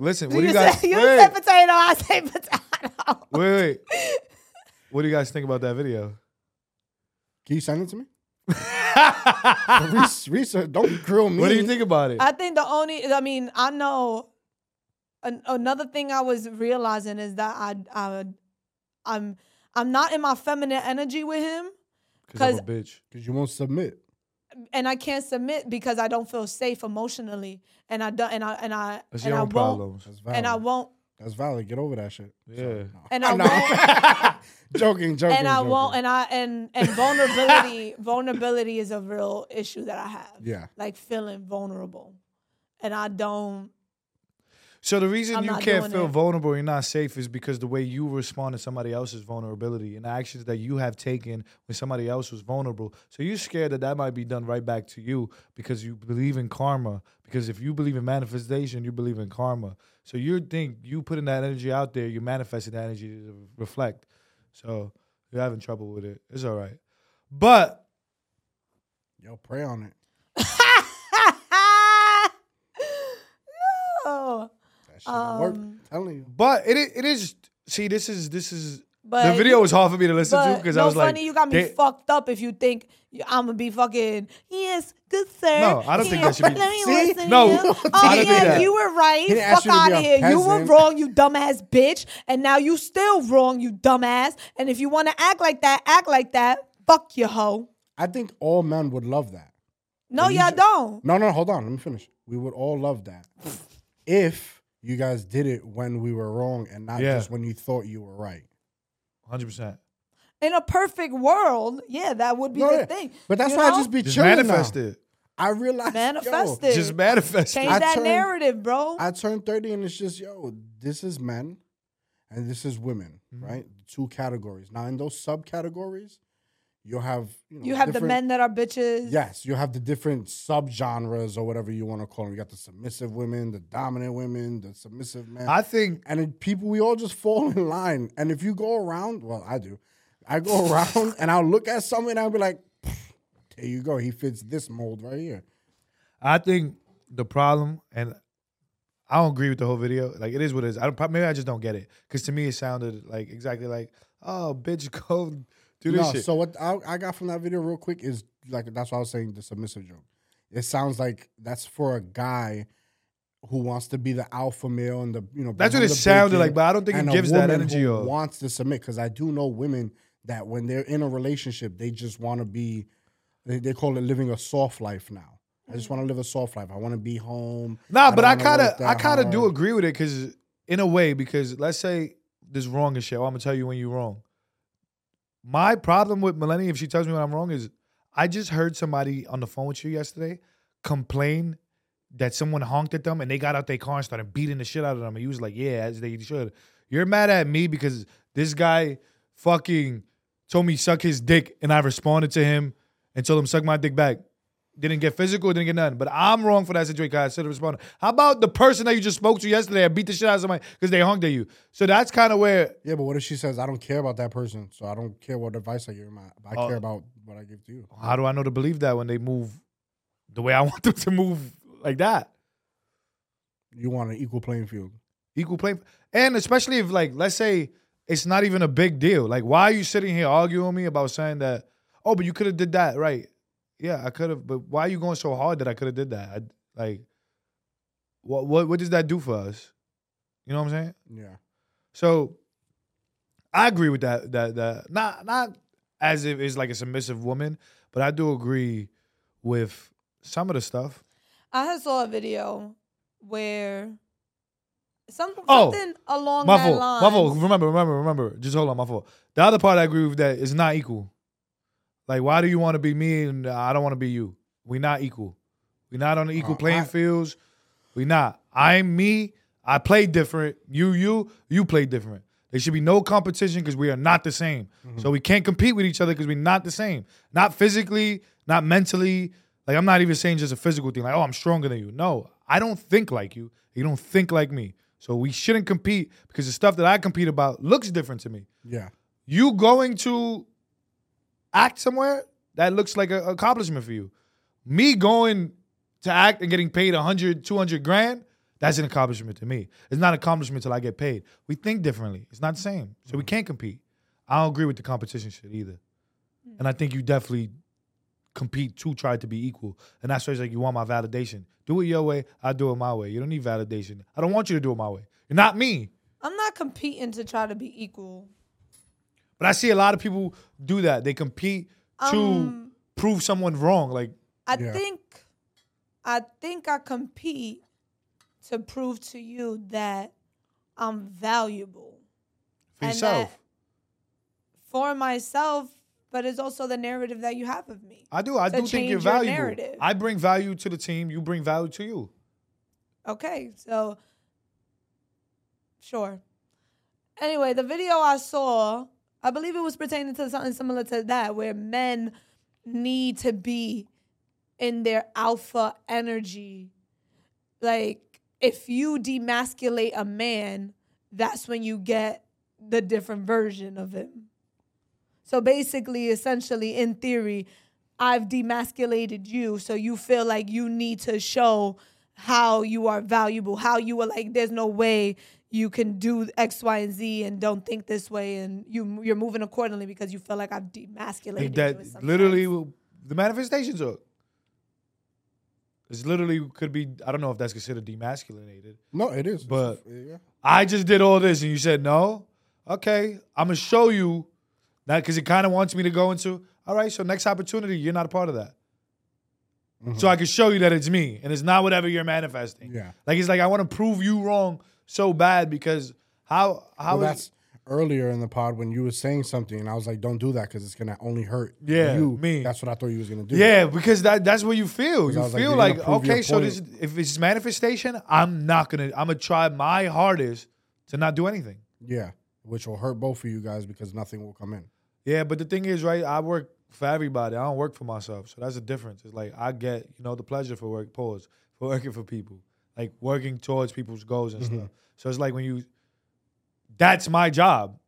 [SPEAKER 2] listen. What do you guys?
[SPEAKER 1] said, you
[SPEAKER 2] wait,
[SPEAKER 1] said potato, I say potato.
[SPEAKER 2] wait, wait. What do you guys think about that video?
[SPEAKER 3] Can you send it to me?
[SPEAKER 1] Ah.
[SPEAKER 3] Res- Research. Don't grill me.
[SPEAKER 2] What do you think about it?
[SPEAKER 1] I think the only, I mean, I know an, another thing I was realizing is that I, I, I'm, I'm not in my feminine energy with him,
[SPEAKER 2] Because I'm a bitch.
[SPEAKER 3] Because you won't submit.
[SPEAKER 1] and I can't submit because I don't feel safe emotionally, and I don't, and I, and I,
[SPEAKER 2] That's
[SPEAKER 1] and
[SPEAKER 2] your
[SPEAKER 1] I
[SPEAKER 2] own
[SPEAKER 1] won't,
[SPEAKER 2] problems.
[SPEAKER 3] That's valid.
[SPEAKER 1] and I won't,
[SPEAKER 3] That's valid. Get over that shit.
[SPEAKER 2] Yeah.
[SPEAKER 1] and I
[SPEAKER 3] No.
[SPEAKER 1] won't.
[SPEAKER 3] joking, joking.
[SPEAKER 1] and I
[SPEAKER 3] joking.
[SPEAKER 1] won't, and I and and vulnerability, vulnerability is a real issue that I have.
[SPEAKER 3] Yeah.
[SPEAKER 1] like feeling vulnerable, and I don't.
[SPEAKER 2] So the reason
[SPEAKER 1] I'm
[SPEAKER 2] you
[SPEAKER 1] not
[SPEAKER 2] can't
[SPEAKER 1] doing
[SPEAKER 2] feel
[SPEAKER 1] it.
[SPEAKER 2] vulnerable, you're not safe, is because the way you respond to somebody else's vulnerability and the actions that you have taken when somebody else was vulnerable. So you're scared that that might be done right back to you because you believe in karma. Because if you believe in manifestation, you believe in karma. So you think you putting that energy out there, you're manifesting that energy to reflect. So you're having trouble with it. It's all right, but
[SPEAKER 3] Yo, pray on it.
[SPEAKER 1] no,
[SPEAKER 3] That shit don't work.
[SPEAKER 1] Um,
[SPEAKER 3] telling you.
[SPEAKER 2] but it i- it is. See, this is this is.
[SPEAKER 1] but
[SPEAKER 2] the video was hard for me to listen to
[SPEAKER 1] but
[SPEAKER 2] because
[SPEAKER 1] no
[SPEAKER 2] I was
[SPEAKER 1] funny,
[SPEAKER 2] like,
[SPEAKER 1] you got me
[SPEAKER 2] they-
[SPEAKER 1] fucked up if you think I'm gonna be fucking yes, good sir.
[SPEAKER 2] No, I don't think that should be-
[SPEAKER 1] Let me
[SPEAKER 3] See?
[SPEAKER 1] listen to
[SPEAKER 2] No,
[SPEAKER 1] you.
[SPEAKER 2] don't
[SPEAKER 1] Oh,
[SPEAKER 2] do
[SPEAKER 1] yeah,
[SPEAKER 2] that.
[SPEAKER 1] you were right.
[SPEAKER 3] He didn't
[SPEAKER 1] Fuck
[SPEAKER 3] ask you to
[SPEAKER 1] out
[SPEAKER 3] be
[SPEAKER 1] of
[SPEAKER 3] a
[SPEAKER 1] here. You were
[SPEAKER 3] peasant.
[SPEAKER 1] wrong, you dumbass bitch, and now you still wrong, you dumbass. And if you want to act like that, act like that. Fuck you, hoe.
[SPEAKER 3] I think all men would love that.
[SPEAKER 1] No,
[SPEAKER 3] you
[SPEAKER 1] y'all
[SPEAKER 3] ju-
[SPEAKER 1] don't.
[SPEAKER 3] No, no, hold on. Let me finish. We would all love that if you guys did it when we were wrong and not
[SPEAKER 2] Yeah.
[SPEAKER 3] just when you thought you were right.
[SPEAKER 2] 100. percent
[SPEAKER 1] In a perfect world, yeah, that would be
[SPEAKER 3] No,
[SPEAKER 1] the
[SPEAKER 3] yeah.
[SPEAKER 1] thing.
[SPEAKER 3] But that's
[SPEAKER 1] you
[SPEAKER 3] why I
[SPEAKER 1] know?
[SPEAKER 3] just be
[SPEAKER 2] Just
[SPEAKER 3] chilling.
[SPEAKER 2] manifest
[SPEAKER 3] now.
[SPEAKER 2] it.
[SPEAKER 3] I realized yo,
[SPEAKER 1] Manifest it.
[SPEAKER 2] Just manifest
[SPEAKER 1] Change
[SPEAKER 3] I
[SPEAKER 2] it.
[SPEAKER 1] that
[SPEAKER 3] turned-
[SPEAKER 1] narrative, bro.
[SPEAKER 3] I turned 30 and it's just, yo, this is men and this is women,
[SPEAKER 2] Mm-hmm.
[SPEAKER 3] right? Two categories. Now, in those subcategories, you'll have, you, know,
[SPEAKER 1] you have the
[SPEAKER 3] different-
[SPEAKER 1] men that are bitches.
[SPEAKER 3] Yes, you have the different subgenres or whatever you want to call them. You got the submissive women, the dominant women, the submissive men.
[SPEAKER 2] I think
[SPEAKER 3] and it, people, we all just fall in line. And if you go around, well, I do. I go around and I'll look at something and I'll be like, there you go. He fits this mold right here.
[SPEAKER 2] I think the problem, and I don't agree with the whole video. Like it is what it is. I don't, prob- maybe I just don't get it because to me it sounded like exactly like oh bitch go do this
[SPEAKER 3] no,
[SPEAKER 2] shit.
[SPEAKER 3] so what I, I got from that video real quick is like that's why I was saying the submissive joke. It sounds like that's for a guy who wants to be the alpha male and the you know.
[SPEAKER 2] That's what
[SPEAKER 3] behind
[SPEAKER 2] it
[SPEAKER 3] the
[SPEAKER 2] sounded
[SPEAKER 3] bacon,
[SPEAKER 2] like, but I don't think it
[SPEAKER 3] and a
[SPEAKER 2] gives that
[SPEAKER 3] woman
[SPEAKER 2] energy
[SPEAKER 3] who
[SPEAKER 2] off.
[SPEAKER 3] Wants to submit because I do know women that when they're in a relationship, they just want to be. They, they call it living a soft life now. I just want to live a soft life. I want to be home.
[SPEAKER 2] Nah,
[SPEAKER 3] don't
[SPEAKER 2] but I
[SPEAKER 3] wanna
[SPEAKER 2] kind
[SPEAKER 3] work
[SPEAKER 2] of
[SPEAKER 3] that
[SPEAKER 2] I kind of do
[SPEAKER 3] hard.
[SPEAKER 2] agree with it because in a way because let's say this wrong as shit. Well, I'm gonna tell you when you're wrong. My problem with Millennium, if she tells me when I'm wrong, is I just heard somebody on the phone with you yesterday complain that someone honked at them and they got out their car and started beating the shit out of them. And he was like, "Yeah, as they should." You're mad at me because this guy fucking told me suck his dick, and I responded to him and told him suck my dick back. Didn't get physical, didn't get nothing. But I'm wrong for that situation. 'cause I should have responded. How about the person that you just spoke to yesterday? I beat the shit out of somebody because they honked at you. So that's kind of where
[SPEAKER 3] Yeah, but what if she says I don't care about that person, so I don't care what advice I give him. I, I
[SPEAKER 2] Oh.
[SPEAKER 3] care about what I give to you.
[SPEAKER 2] how do I know to believe that when they move the way I want them to move like that?
[SPEAKER 3] You want an equal playing field.
[SPEAKER 2] Equal play, and especially if like let's say it's not even a big deal. Like why are you sitting here arguing with me about saying that? Oh, but you could have did that right. yeah, I could have, but why are you going so hard that I could have did that? I, like, what what what does that do for us? You know what I'm saying?
[SPEAKER 3] Yeah.
[SPEAKER 2] So I agree with that that that not not as if it's like a submissive woman, but I do agree with some of the stuff.
[SPEAKER 1] I had saw a video where some,
[SPEAKER 2] Oh,
[SPEAKER 1] something along
[SPEAKER 2] My
[SPEAKER 1] that
[SPEAKER 2] fault.
[SPEAKER 1] line.
[SPEAKER 2] My fault. Remember, remember, remember. Just hold on, my fault. The other part I agree with that is not equal. Like, why do you want to be me and I don't want to be you? we not equal. we not on the equal
[SPEAKER 3] Uh,
[SPEAKER 2] playing
[SPEAKER 3] I-
[SPEAKER 2] fields. we not. I'm me. I play different. You, you, you play different. There should be no competition because we are not the same.
[SPEAKER 3] Mm-hmm.
[SPEAKER 2] So we can't compete with each other because we're not the same. Not physically, not mentally. Like I'm not even saying just a physical thing. Like oh, I'm stronger than you. No, I don't think like you. You don't think like me. So we shouldn't compete because the stuff that I compete about looks different to me.
[SPEAKER 3] Yeah.
[SPEAKER 2] You going to act somewhere that looks like an accomplishment for you. Me going to act and getting paid 100, 200 grand, that's an accomplishment to me. It's not an accomplishment till I get paid. We think differently. It's not the same. So we can't compete. I don't agree with the competition shit either. And I think you definitely compete to try to be equal. And that's why it's like you want my validation. Do it your way, I do it my way. You don't need validation. I don't want you to do it my way. You're not me.
[SPEAKER 1] I'm not competing to try to be equal.
[SPEAKER 2] But I see a lot of people do that. They compete
[SPEAKER 1] Um,
[SPEAKER 2] to prove someone wrong. Like
[SPEAKER 1] I
[SPEAKER 3] Yeah.
[SPEAKER 1] think I think I compete to prove to you that I'm valuable
[SPEAKER 2] for
[SPEAKER 1] and
[SPEAKER 2] yourself.
[SPEAKER 1] that- for myself, but it's also the narrative that you have of me.
[SPEAKER 2] I do. I
[SPEAKER 1] to
[SPEAKER 2] do think
[SPEAKER 1] change
[SPEAKER 2] you're
[SPEAKER 1] your
[SPEAKER 2] valuable.
[SPEAKER 1] narrative.
[SPEAKER 2] I bring value to the team. You bring value to you.
[SPEAKER 1] Okay, so sure. Anyway, the video I saw, I believe it was pertaining to something similar to that, where men need to be in their alpha energy. Like, if you demasculate a man, that's when you get the different version of him. So basically, essentially, in theory, I've demasculated you, so you feel like you need to show how you are valuable, how you are like, there's no way you can do X, Y, and Z, and don't think this way, and you you're moving accordingly because you feel like I've demasculated
[SPEAKER 2] Like
[SPEAKER 1] you. in
[SPEAKER 2] that
[SPEAKER 1] some
[SPEAKER 2] literally,
[SPEAKER 1] sense.
[SPEAKER 2] will- the manifestations are. It's literally could be. I don't know if that's considered demasculinated.
[SPEAKER 3] No, it is. It's a-
[SPEAKER 2] But-
[SPEAKER 3] yeah.
[SPEAKER 2] I just did all this and you said no. Okay, I'm gonna show you that because it kind of wants me to go into. All right, so next opportunity, you're not a part of that. So I can show you that it's me and it's not whatever you're manifesting.
[SPEAKER 3] Mm-hmm. Yeah.
[SPEAKER 2] like it's like I want to prove you wrong so bad because how how is-
[SPEAKER 3] Well, that's earlier in the pod when you were saying something, and I was like, "Don't do that because it's gonna only hurt
[SPEAKER 2] Yeah,
[SPEAKER 3] you."
[SPEAKER 2] me.
[SPEAKER 3] That's what I thought you was gonna do.
[SPEAKER 2] yeah because that that's what you feel.
[SPEAKER 3] 'Cause I
[SPEAKER 2] You
[SPEAKER 3] was
[SPEAKER 2] feel
[SPEAKER 3] like, you're gonna
[SPEAKER 2] like,
[SPEAKER 3] prove your
[SPEAKER 2] okay, so this
[SPEAKER 3] point.
[SPEAKER 2] if it's manifestation, I'm not gonna. I'm gonna try my hardest to not do anything.
[SPEAKER 3] yeah, which will hurt both of you guys because nothing will come in.
[SPEAKER 2] Yeah, but the thing is, right? I work for everybody. I don't work for myself, so that's the difference. It's like I get, you know, the pleasure for work, pause, for working for people, like working towards people's goals and stuff. So it's like when you, that's my job.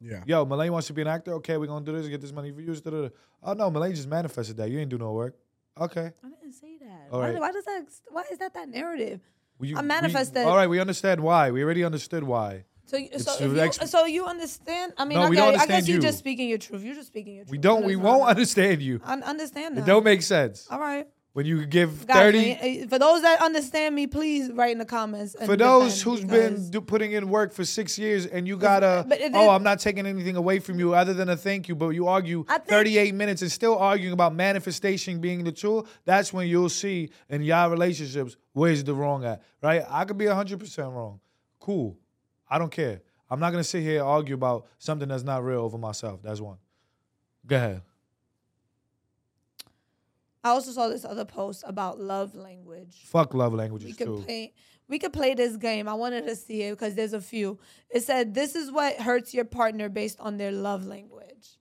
[SPEAKER 3] Yeah,
[SPEAKER 2] Yo, Malay wants to be an actor. Okay, we're gonna do this, get this money for you. da, da, da. Oh no, Malay just manifested that. You didn't do no work. Okay,
[SPEAKER 1] I didn't say that.
[SPEAKER 2] All
[SPEAKER 1] Why,
[SPEAKER 2] right.
[SPEAKER 1] why does that? Why is that that narrative?
[SPEAKER 2] Well, you-
[SPEAKER 1] I manifested.
[SPEAKER 2] all right, we understand why. We already understood why.
[SPEAKER 1] So, you- so,
[SPEAKER 2] It's
[SPEAKER 1] if you,
[SPEAKER 2] ex-
[SPEAKER 1] so you understand? I mean,
[SPEAKER 2] No,
[SPEAKER 1] I,
[SPEAKER 2] we don't
[SPEAKER 1] guess, I guess
[SPEAKER 2] understand
[SPEAKER 1] you're
[SPEAKER 2] you.
[SPEAKER 1] just speaking your truth. You're just speaking your truth.
[SPEAKER 2] We don't. We
[SPEAKER 1] That's
[SPEAKER 2] won't
[SPEAKER 1] not-
[SPEAKER 2] understand you.
[SPEAKER 1] I understand
[SPEAKER 2] It
[SPEAKER 1] that.
[SPEAKER 2] don't make sense
[SPEAKER 1] All right,
[SPEAKER 2] when you give
[SPEAKER 1] guys.
[SPEAKER 2] thirty.
[SPEAKER 1] eh, For those that understand me, please write in the comments. and
[SPEAKER 2] for those
[SPEAKER 1] defend,
[SPEAKER 2] who's
[SPEAKER 1] because-
[SPEAKER 2] been do, putting in work for six years and you got to
[SPEAKER 1] but it
[SPEAKER 2] oh
[SPEAKER 1] is-
[SPEAKER 2] i'm not taking anything away from you other than a thank you but you argue
[SPEAKER 1] I think-
[SPEAKER 2] 38 minutes and still arguing about manifestation being the tool that's when you'll see in y'all relationships where's the wrong at right i could be 100% wrong cool i don't care i'm not going to sit here and argue about something that's not real over myself that's one go ahead
[SPEAKER 1] I also saw this other post about love language.
[SPEAKER 2] fuck love
[SPEAKER 1] We
[SPEAKER 2] languages
[SPEAKER 1] could
[SPEAKER 2] too
[SPEAKER 1] play. We could play this game. I wanted to see it because there's a few. It said this is what hurts your partner based on their love language.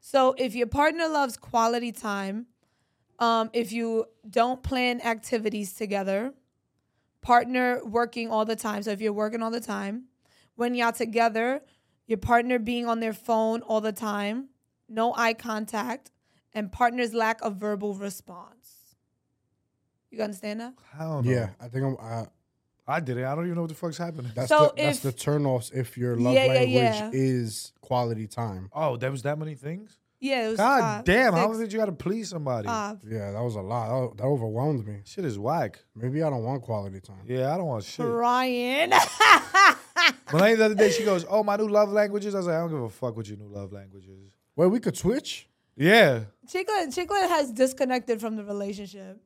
[SPEAKER 1] So if your partner loves quality time, um, if you don't plan activities together, partner working all the time. So if you're working all the time, when y'all together, your partner being on their phone all the time, no eye contact, and partner's lack of verbal response. You understand that?
[SPEAKER 2] i don't know
[SPEAKER 3] yeah. I think I'm. Uh,
[SPEAKER 2] i did it i don't even know what the fuck's happening
[SPEAKER 3] that's
[SPEAKER 1] So
[SPEAKER 3] the, that's
[SPEAKER 1] if-
[SPEAKER 3] the turnoffs if your love
[SPEAKER 1] Yeah, yeah,
[SPEAKER 3] language
[SPEAKER 1] yeah.
[SPEAKER 3] is quality time.
[SPEAKER 2] oh there was that many things
[SPEAKER 1] Yeah, it was
[SPEAKER 2] God
[SPEAKER 1] five,
[SPEAKER 2] damn! How
[SPEAKER 1] uh, six, Uh,
[SPEAKER 2] did you got to please somebody?
[SPEAKER 1] five.
[SPEAKER 3] Yeah, that was a lot. That, that overwhelmed me.
[SPEAKER 2] shit is whack.
[SPEAKER 3] Maybe I don't want quality time.
[SPEAKER 2] Yeah, I don't want shit.
[SPEAKER 1] Brian.
[SPEAKER 2] Melania the other day, she goes, "Oh, my new love languages." I was like, "I don't give a fuck what your new love languages."
[SPEAKER 3] Wait, we could switch?
[SPEAKER 2] Yeah,
[SPEAKER 1] Chiclet Chiclet has disconnected from the relationship.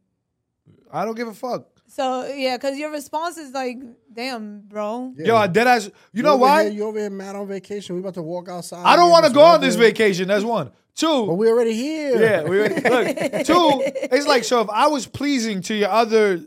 [SPEAKER 2] I don't give a fuck.
[SPEAKER 1] So yeah, because your response is like, "Damn, bro."
[SPEAKER 3] Yeah.
[SPEAKER 2] Yo, I dead ass. You, know
[SPEAKER 3] over
[SPEAKER 2] why?
[SPEAKER 3] Here, you over here mad on vacation. We about to walk outside.
[SPEAKER 2] I don't
[SPEAKER 3] Get
[SPEAKER 2] want to
[SPEAKER 3] this
[SPEAKER 2] go on
[SPEAKER 3] weather.
[SPEAKER 2] this vacation. That's one.
[SPEAKER 3] But
[SPEAKER 2] Two.
[SPEAKER 3] we already here.
[SPEAKER 2] Yeah, we look. Two. It's like so. If I was pleasing to your other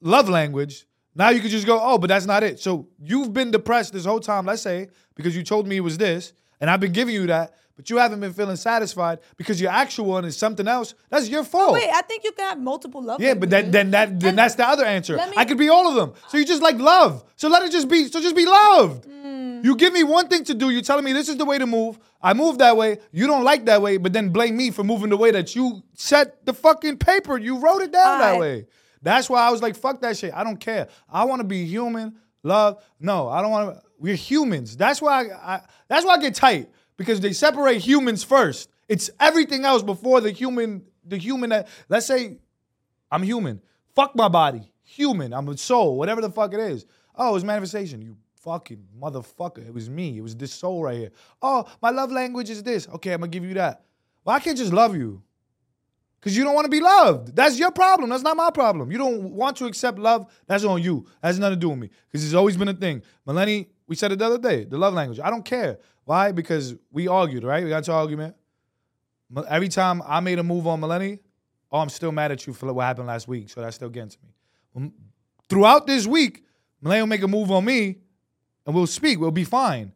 [SPEAKER 2] love language, now you could just go, "Oh, but that's not it." So you've been depressed this whole time. Let's say because you told me it was this, and I've been giving you that, but you haven't been feeling satisfied because your actual one is something else. That's your fault.
[SPEAKER 1] Wait, I think you can have multiple love.
[SPEAKER 2] Yeah, but that,
[SPEAKER 1] languages.
[SPEAKER 2] then that then
[SPEAKER 1] And-
[SPEAKER 2] that's the other answer.
[SPEAKER 1] Let me-
[SPEAKER 2] I could be all of them. So you just like love. So let it just be. So just be loved.
[SPEAKER 1] Hmm.
[SPEAKER 2] You give me one thing to do. You're telling me this is the way to move. I move that way. You don't like that way, but then blame me for moving the way that you set the fucking paper. You wrote it down that
[SPEAKER 1] Alright.
[SPEAKER 2] way. That's why I was like, fuck that shit. I don't care. I want to be human. Love. No, I don't want to. We're humans. That's why I, I. That's why I get tight because they separate humans first. It's everything else before the human. The human that let's say I'm human. Fuck my body. Human. I'm a soul. Whatever the fuck it is. Oh, it's manifestation. You fucking motherfucker. It was me. It was this soul right here. Oh, my love language is this. Okay, I'm gonna give you that. Well, I can't just love you. Cause you don't want to be loved. That's your problem. That's not my problem. You don't want to accept love. That's on you. That has nothing to do with me. Cause it's always been a thing. Melanie, we said it the other day. The love language. I don't care. Why? Because we argued, right? We got into an argument. Mel- Every time I made a move on Melanie, oh, I'm still mad at you for what happened last week. So that's still getting to me. Um, Throughout this week, Malay will make a move on me and we'll speak. We'll be fine.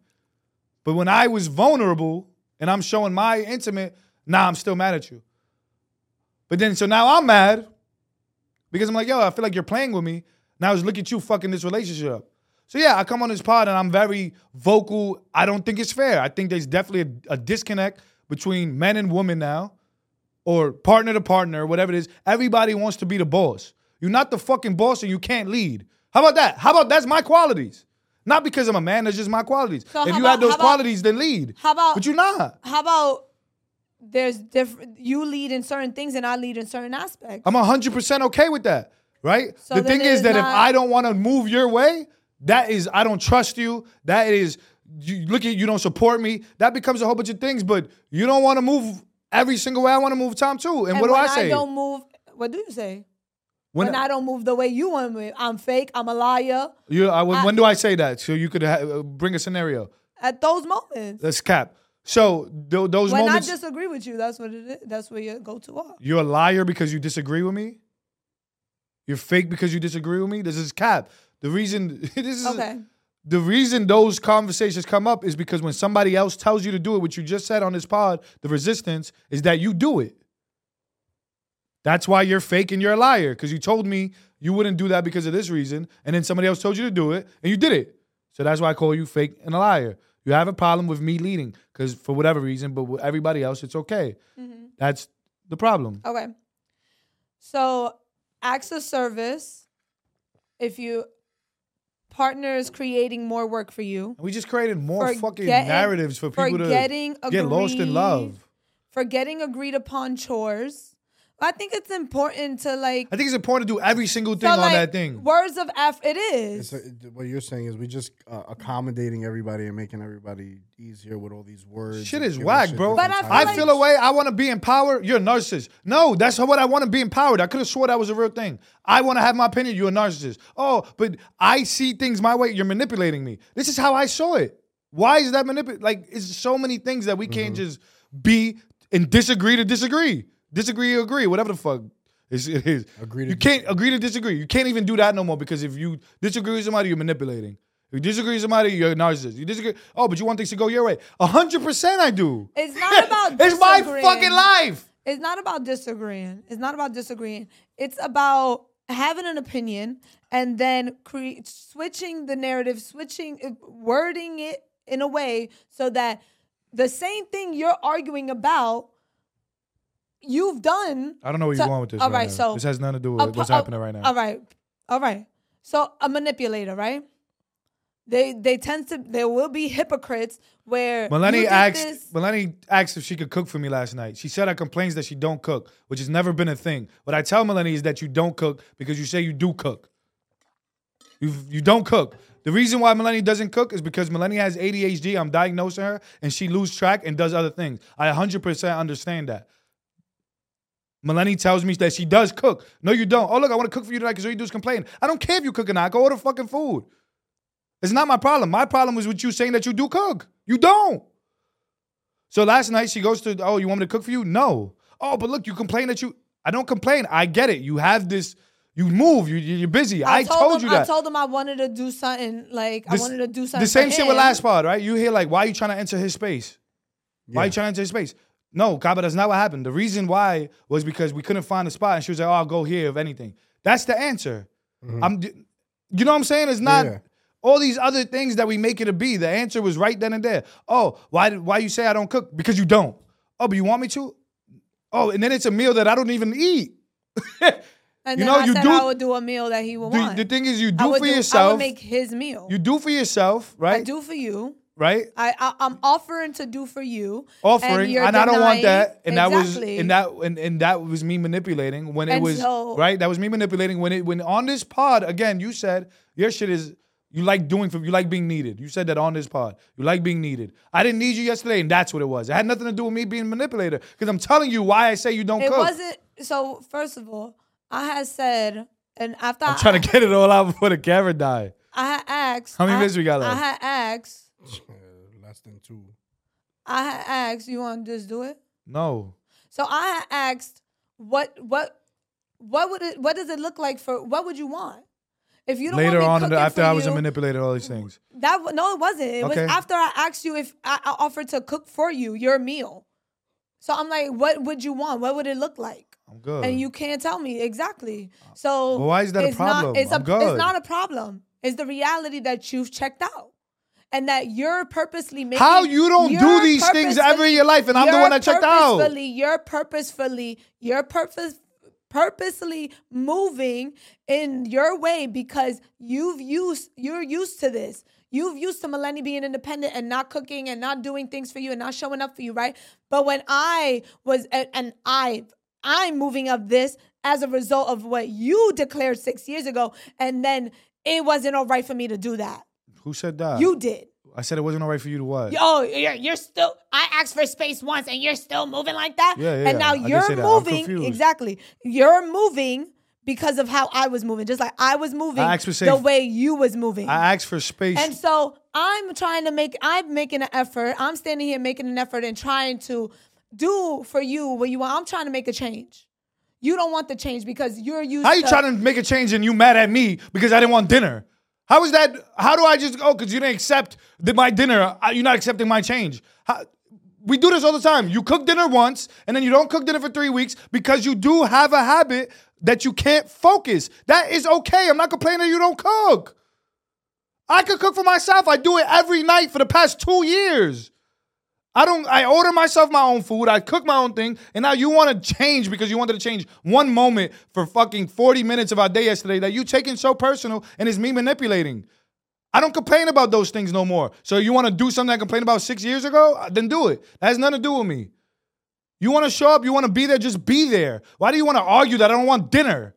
[SPEAKER 2] But when I was vulnerable and I'm showing my intimate, nah, I'm still mad at you. But then, so now I'm mad because I'm like, yo, I feel like you're playing with me. Now it's look at you fucking this relationship up. So yeah, I come on this pod and I'm very vocal. I don't think it's fair. I think there's definitely a, a disconnect between men and women now or partner to partner, whatever it is, everybody wants to be the boss. You're not the fucking boss and you can't lead. How about that? How about that's my qualities? Not because I'm a man, that's just my qualities.
[SPEAKER 1] So
[SPEAKER 2] if
[SPEAKER 1] how
[SPEAKER 2] you
[SPEAKER 1] about-
[SPEAKER 2] had those
[SPEAKER 1] how about-
[SPEAKER 2] qualities, then lead.
[SPEAKER 1] How about-
[SPEAKER 2] But you're not.
[SPEAKER 1] How about there's different? You lead in certain things, and I lead in certain aspects.
[SPEAKER 2] I'm 100% okay with that, right?
[SPEAKER 1] So
[SPEAKER 2] the
[SPEAKER 1] then
[SPEAKER 2] thing
[SPEAKER 1] it
[SPEAKER 2] is,
[SPEAKER 1] is
[SPEAKER 2] that if
[SPEAKER 1] not-
[SPEAKER 2] I don't want to move your way, that is, I don't trust you. That is, you look at you don't support me. That becomes a whole bunch of things, but you don't want to move every single way I want to move Tom too. And, what do
[SPEAKER 1] when
[SPEAKER 2] I say?
[SPEAKER 1] don't move. What do you say?
[SPEAKER 2] when,
[SPEAKER 1] when I don't move the way you want me, I'm fake. I'm a liar.
[SPEAKER 2] You, I, when, when do I say that? So you could ha- uh, bring a scenario.
[SPEAKER 1] At those moments,
[SPEAKER 2] Let's cap. So tho- those
[SPEAKER 1] when
[SPEAKER 2] moments,
[SPEAKER 1] I disagree with you, that's what it is. That's where you go to are.
[SPEAKER 2] you're a liar because you disagree with me. You're fake because you disagree with me. This is cap. The reason this is
[SPEAKER 1] Okay.
[SPEAKER 2] the reason those conversations come up is because when somebody else tells you to do it, what you just said on this pod, the resistance is that you do it. That's why you're fake and you're a liar because you told me you wouldn't do that because of this reason, and then somebody else told you to do it, and you did it. So that's why I call you fake and a liar. You have a problem with me leading because for whatever reason, but with everybody else, it's okay.
[SPEAKER 1] Mm-hmm.
[SPEAKER 2] That's the problem.
[SPEAKER 1] Okay. So, acts of service. If you partner is creating more work for you,
[SPEAKER 2] And we just created more fucking
[SPEAKER 1] Forgetting-
[SPEAKER 2] narratives for people to
[SPEAKER 1] forgetting
[SPEAKER 2] get lost
[SPEAKER 1] agreed.
[SPEAKER 2] in love.
[SPEAKER 1] forgetting agreed upon chores. I think it's important to like.
[SPEAKER 2] I think it's important to do every single thing
[SPEAKER 1] so,
[SPEAKER 2] on
[SPEAKER 1] like,
[SPEAKER 2] that thing.
[SPEAKER 1] Words of F. It
[SPEAKER 3] It's
[SPEAKER 1] is.
[SPEAKER 3] a, what you're saying is we just uh, accommodating everybody and making everybody easier with all these words.
[SPEAKER 2] Shit
[SPEAKER 3] and
[SPEAKER 2] is
[SPEAKER 3] giving
[SPEAKER 2] whack,
[SPEAKER 3] shit
[SPEAKER 2] bro.
[SPEAKER 1] But
[SPEAKER 3] different
[SPEAKER 1] I feel
[SPEAKER 2] I
[SPEAKER 3] titles.
[SPEAKER 2] feel a way. I want to be empowered. You're a narcissist. No, that's what I want to be empowered. I could have swore that was a real thing. I want to have my opinion. You're a narcissist. Oh, but I see things my way. You're manipulating me. This is how I saw it. Why is that manipulate? Like, it's so many things that we can't
[SPEAKER 3] Mm-hmm.
[SPEAKER 2] just be and disagree to disagree, disagree or agree, whatever the fuck. It's, it is.
[SPEAKER 3] Agree to
[SPEAKER 2] you can't agree to disagree. You can't even do that no more because if you disagree with somebody, you're manipulating. If you disagree with somebody, you're a narcissist. You disagree. Oh, but you want things to go your way. hundred percent, I do.
[SPEAKER 1] It's not about.
[SPEAKER 2] It's my
[SPEAKER 1] disagreeing.
[SPEAKER 2] fucking life.
[SPEAKER 1] It's not about disagreeing. It's not about disagreeing. It's about having an opinion and then cre- switching the narrative, switching, uh, wording it in a way so that the same thing you're arguing about, you've done.
[SPEAKER 2] I don't know where
[SPEAKER 1] So-
[SPEAKER 2] you're going with this.
[SPEAKER 1] all
[SPEAKER 2] right,
[SPEAKER 1] right,
[SPEAKER 2] now.
[SPEAKER 1] so-
[SPEAKER 2] this has nothing to do
[SPEAKER 1] a oh,
[SPEAKER 2] with
[SPEAKER 1] pa-
[SPEAKER 2] Oh, what's
[SPEAKER 1] a-
[SPEAKER 2] happening right now.
[SPEAKER 1] All right. All right. So a manipulator, right? they they tend to there will be hypocrites where
[SPEAKER 2] Melanie
[SPEAKER 1] you did
[SPEAKER 2] asked
[SPEAKER 1] this-
[SPEAKER 2] Melanie asked if she could cook for me last night. She said I complains that she don't cook, which has never been a thing. What I tell Melanie is that you don't cook because you say you do cook. You you don't cook. The reason why Melanie doesn't cook is because Melanie has ADHD. I'm diagnosing her, and she lose track and does other things. I 100% understand that. Melanie tells me that she does cook. No, you don't. Oh look, I want to cook for you tonight because all you do is complain. I don't care if you cook or not. Go order fucking food. It's not my problem. My problem is with you saying that you do cook. You don't. So last night she goes to, oh, you want me to cook for you? No. Oh, but look, you complain that you. I don't complain. I get it. You have this. You move. You you- you're busy. I, told,
[SPEAKER 1] him,
[SPEAKER 2] you that.
[SPEAKER 1] I told him I wanted to do something. Like I wanted to do something.
[SPEAKER 2] The same
[SPEAKER 1] for
[SPEAKER 2] shit with
[SPEAKER 1] him.
[SPEAKER 2] last pod, right? You hear like, why you trying to enter his space? Why you trying to enter his space? No, Kaba, that's not what happened. The reason why was because we couldn't find a spot, and she was like, "Oh, I'll go here if anything." That's the answer. I'm, you know what I'm saying? It's not
[SPEAKER 3] Yeah.
[SPEAKER 2] all these other things that we make it to be. The answer was right then and there. Oh, why? did- Why you say I don't cook? Because you don't. Oh, but you want me to? Oh, and then it's a meal that I don't even eat.
[SPEAKER 1] And
[SPEAKER 2] You
[SPEAKER 1] then
[SPEAKER 2] know,
[SPEAKER 1] I
[SPEAKER 2] you
[SPEAKER 1] said
[SPEAKER 2] do-
[SPEAKER 1] I would do a meal that he would
[SPEAKER 2] The,
[SPEAKER 1] want.
[SPEAKER 2] the thing is, you
[SPEAKER 1] I
[SPEAKER 2] do
[SPEAKER 1] would
[SPEAKER 2] for
[SPEAKER 1] do, I
[SPEAKER 2] yourself.
[SPEAKER 1] would make his meal.
[SPEAKER 2] you do for yourself,
[SPEAKER 1] I
[SPEAKER 2] right?
[SPEAKER 1] do for you.
[SPEAKER 2] Right?
[SPEAKER 1] I, I I'm offering to do for you.
[SPEAKER 2] offering, and,
[SPEAKER 1] you're
[SPEAKER 2] I don't
[SPEAKER 1] denying-
[SPEAKER 2] want that. And that was
[SPEAKER 1] Exactly.
[SPEAKER 2] and that and, and that was me manipulating when it
[SPEAKER 1] And
[SPEAKER 2] was
[SPEAKER 1] so-
[SPEAKER 2] right. That was me manipulating when it when on this pod again. You said your shit is you like doing for you like being needed. You said that on this pod. You like being needed. I didn't need you yesterday, and that's what it was. It had nothing to do with me being manipulator because I'm telling you why I say you don't
[SPEAKER 1] It
[SPEAKER 2] cook.
[SPEAKER 1] wasn't. So first of all, I had said, and after
[SPEAKER 2] I'm trying
[SPEAKER 1] I,
[SPEAKER 2] to get it all out before the camera die.
[SPEAKER 1] I had asked,
[SPEAKER 2] How many
[SPEAKER 1] I-
[SPEAKER 2] minutes we got left?
[SPEAKER 1] I had asked,
[SPEAKER 3] Less than two.
[SPEAKER 1] I had asked, you want to just do it?
[SPEAKER 2] No,
[SPEAKER 1] So I had asked, what what what would it what does it look like for what would you want? If you don't
[SPEAKER 2] later
[SPEAKER 1] want
[SPEAKER 2] on
[SPEAKER 1] me
[SPEAKER 2] in
[SPEAKER 1] cooking
[SPEAKER 2] the, after
[SPEAKER 1] for
[SPEAKER 2] I was
[SPEAKER 1] you,
[SPEAKER 2] a manipulator, all these things.
[SPEAKER 1] That w- no, it wasn't. It was
[SPEAKER 2] Okay.
[SPEAKER 1] after I asked you if I, I offered to cook for you your meal. So I'm like, what would you want? What would it look like?
[SPEAKER 2] I'm good.
[SPEAKER 1] And you can't tell me exactly. So
[SPEAKER 2] But why is that a
[SPEAKER 1] it's
[SPEAKER 2] problem?
[SPEAKER 1] Not, it's,
[SPEAKER 2] I'm
[SPEAKER 1] a,
[SPEAKER 2] good.
[SPEAKER 1] it's not a problem. It's the reality that you've checked out, and that you're purposely making.
[SPEAKER 2] how you don't do
[SPEAKER 1] you're
[SPEAKER 2] these things
[SPEAKER 1] purposefully-
[SPEAKER 2] ever in your life, and I'm the
[SPEAKER 1] you're
[SPEAKER 2] one that checked out.
[SPEAKER 1] purposefully- You're purposefully, you're purpose, purposely moving in your way because you've used, you're used to this. You've used to Melanie being independent and not cooking and not doing things for you and not showing up for you, right? But when I was, and, and I, I'm moving of this as a result of what you declared six years ago, and then it wasn't all right for me to do that.
[SPEAKER 2] Who said that?
[SPEAKER 1] You did.
[SPEAKER 2] I said it wasn't all right for you to what?
[SPEAKER 1] Oh, you're, you're still. I asked for space once, and you're still moving like that.
[SPEAKER 2] Yeah, yeah,
[SPEAKER 1] And now
[SPEAKER 2] I did say
[SPEAKER 1] you're
[SPEAKER 2] that. I'm confused.
[SPEAKER 1] moving exactly. You're moving because of how I was moving, just like I was moving
[SPEAKER 2] I asked for
[SPEAKER 1] the
[SPEAKER 2] safe-
[SPEAKER 1] way you was moving.
[SPEAKER 2] I asked for space.
[SPEAKER 1] and so I'm trying to make. I'm making an effort. I'm standing here making an effort and trying to do for you what you want. I'm trying to make a change. You don't want the change because you're used.
[SPEAKER 2] how you
[SPEAKER 1] to,
[SPEAKER 2] trying to make a change and you mad at me because I didn't want dinner? How is that? How do I just go? Because you didn't accept the, my dinner. uh, You're not accepting my change. How, we do this all the time. You cook dinner once and then you don't cook dinner for three weeks because you do have a habit that you can't focus. That is okay. I'm not complaining that you don't cook. I could cook for myself. I do it every night for the past two years. I don't. I order myself my own food. I cook my own thing, and now you want to change because you wanted to change one moment for fucking forty minutes of our day yesterday that you taking so personal, and it's me manipulating. I don't complain about those things no more. So you want to do something I complained about six years ago? Uh, Then do it. That has nothing to do with me. You want to show up? You want to be there? Just be there. Why do you want to argue that I don't want dinner?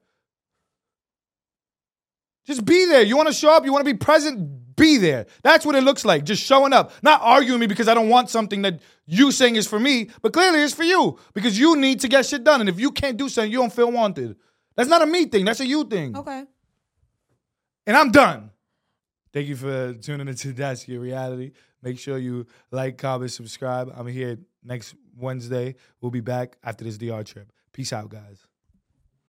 [SPEAKER 2] Just be there. You want to show up, you want to be present, be there. That's what it looks like. Just showing up. Not arguing me because I don't want something that you saying is for me, but clearly it's for you because you need to get shit done. And if you can't do something, you don't feel wanted. That's not a me thing, that's a you thing.
[SPEAKER 1] Okay.
[SPEAKER 2] And I'm done. Thank you for tuning into That's Your Reality. Make sure you like, comment, subscribe. I'm here next Wednesday. We'll be back after this DR trip. Peace out, guys.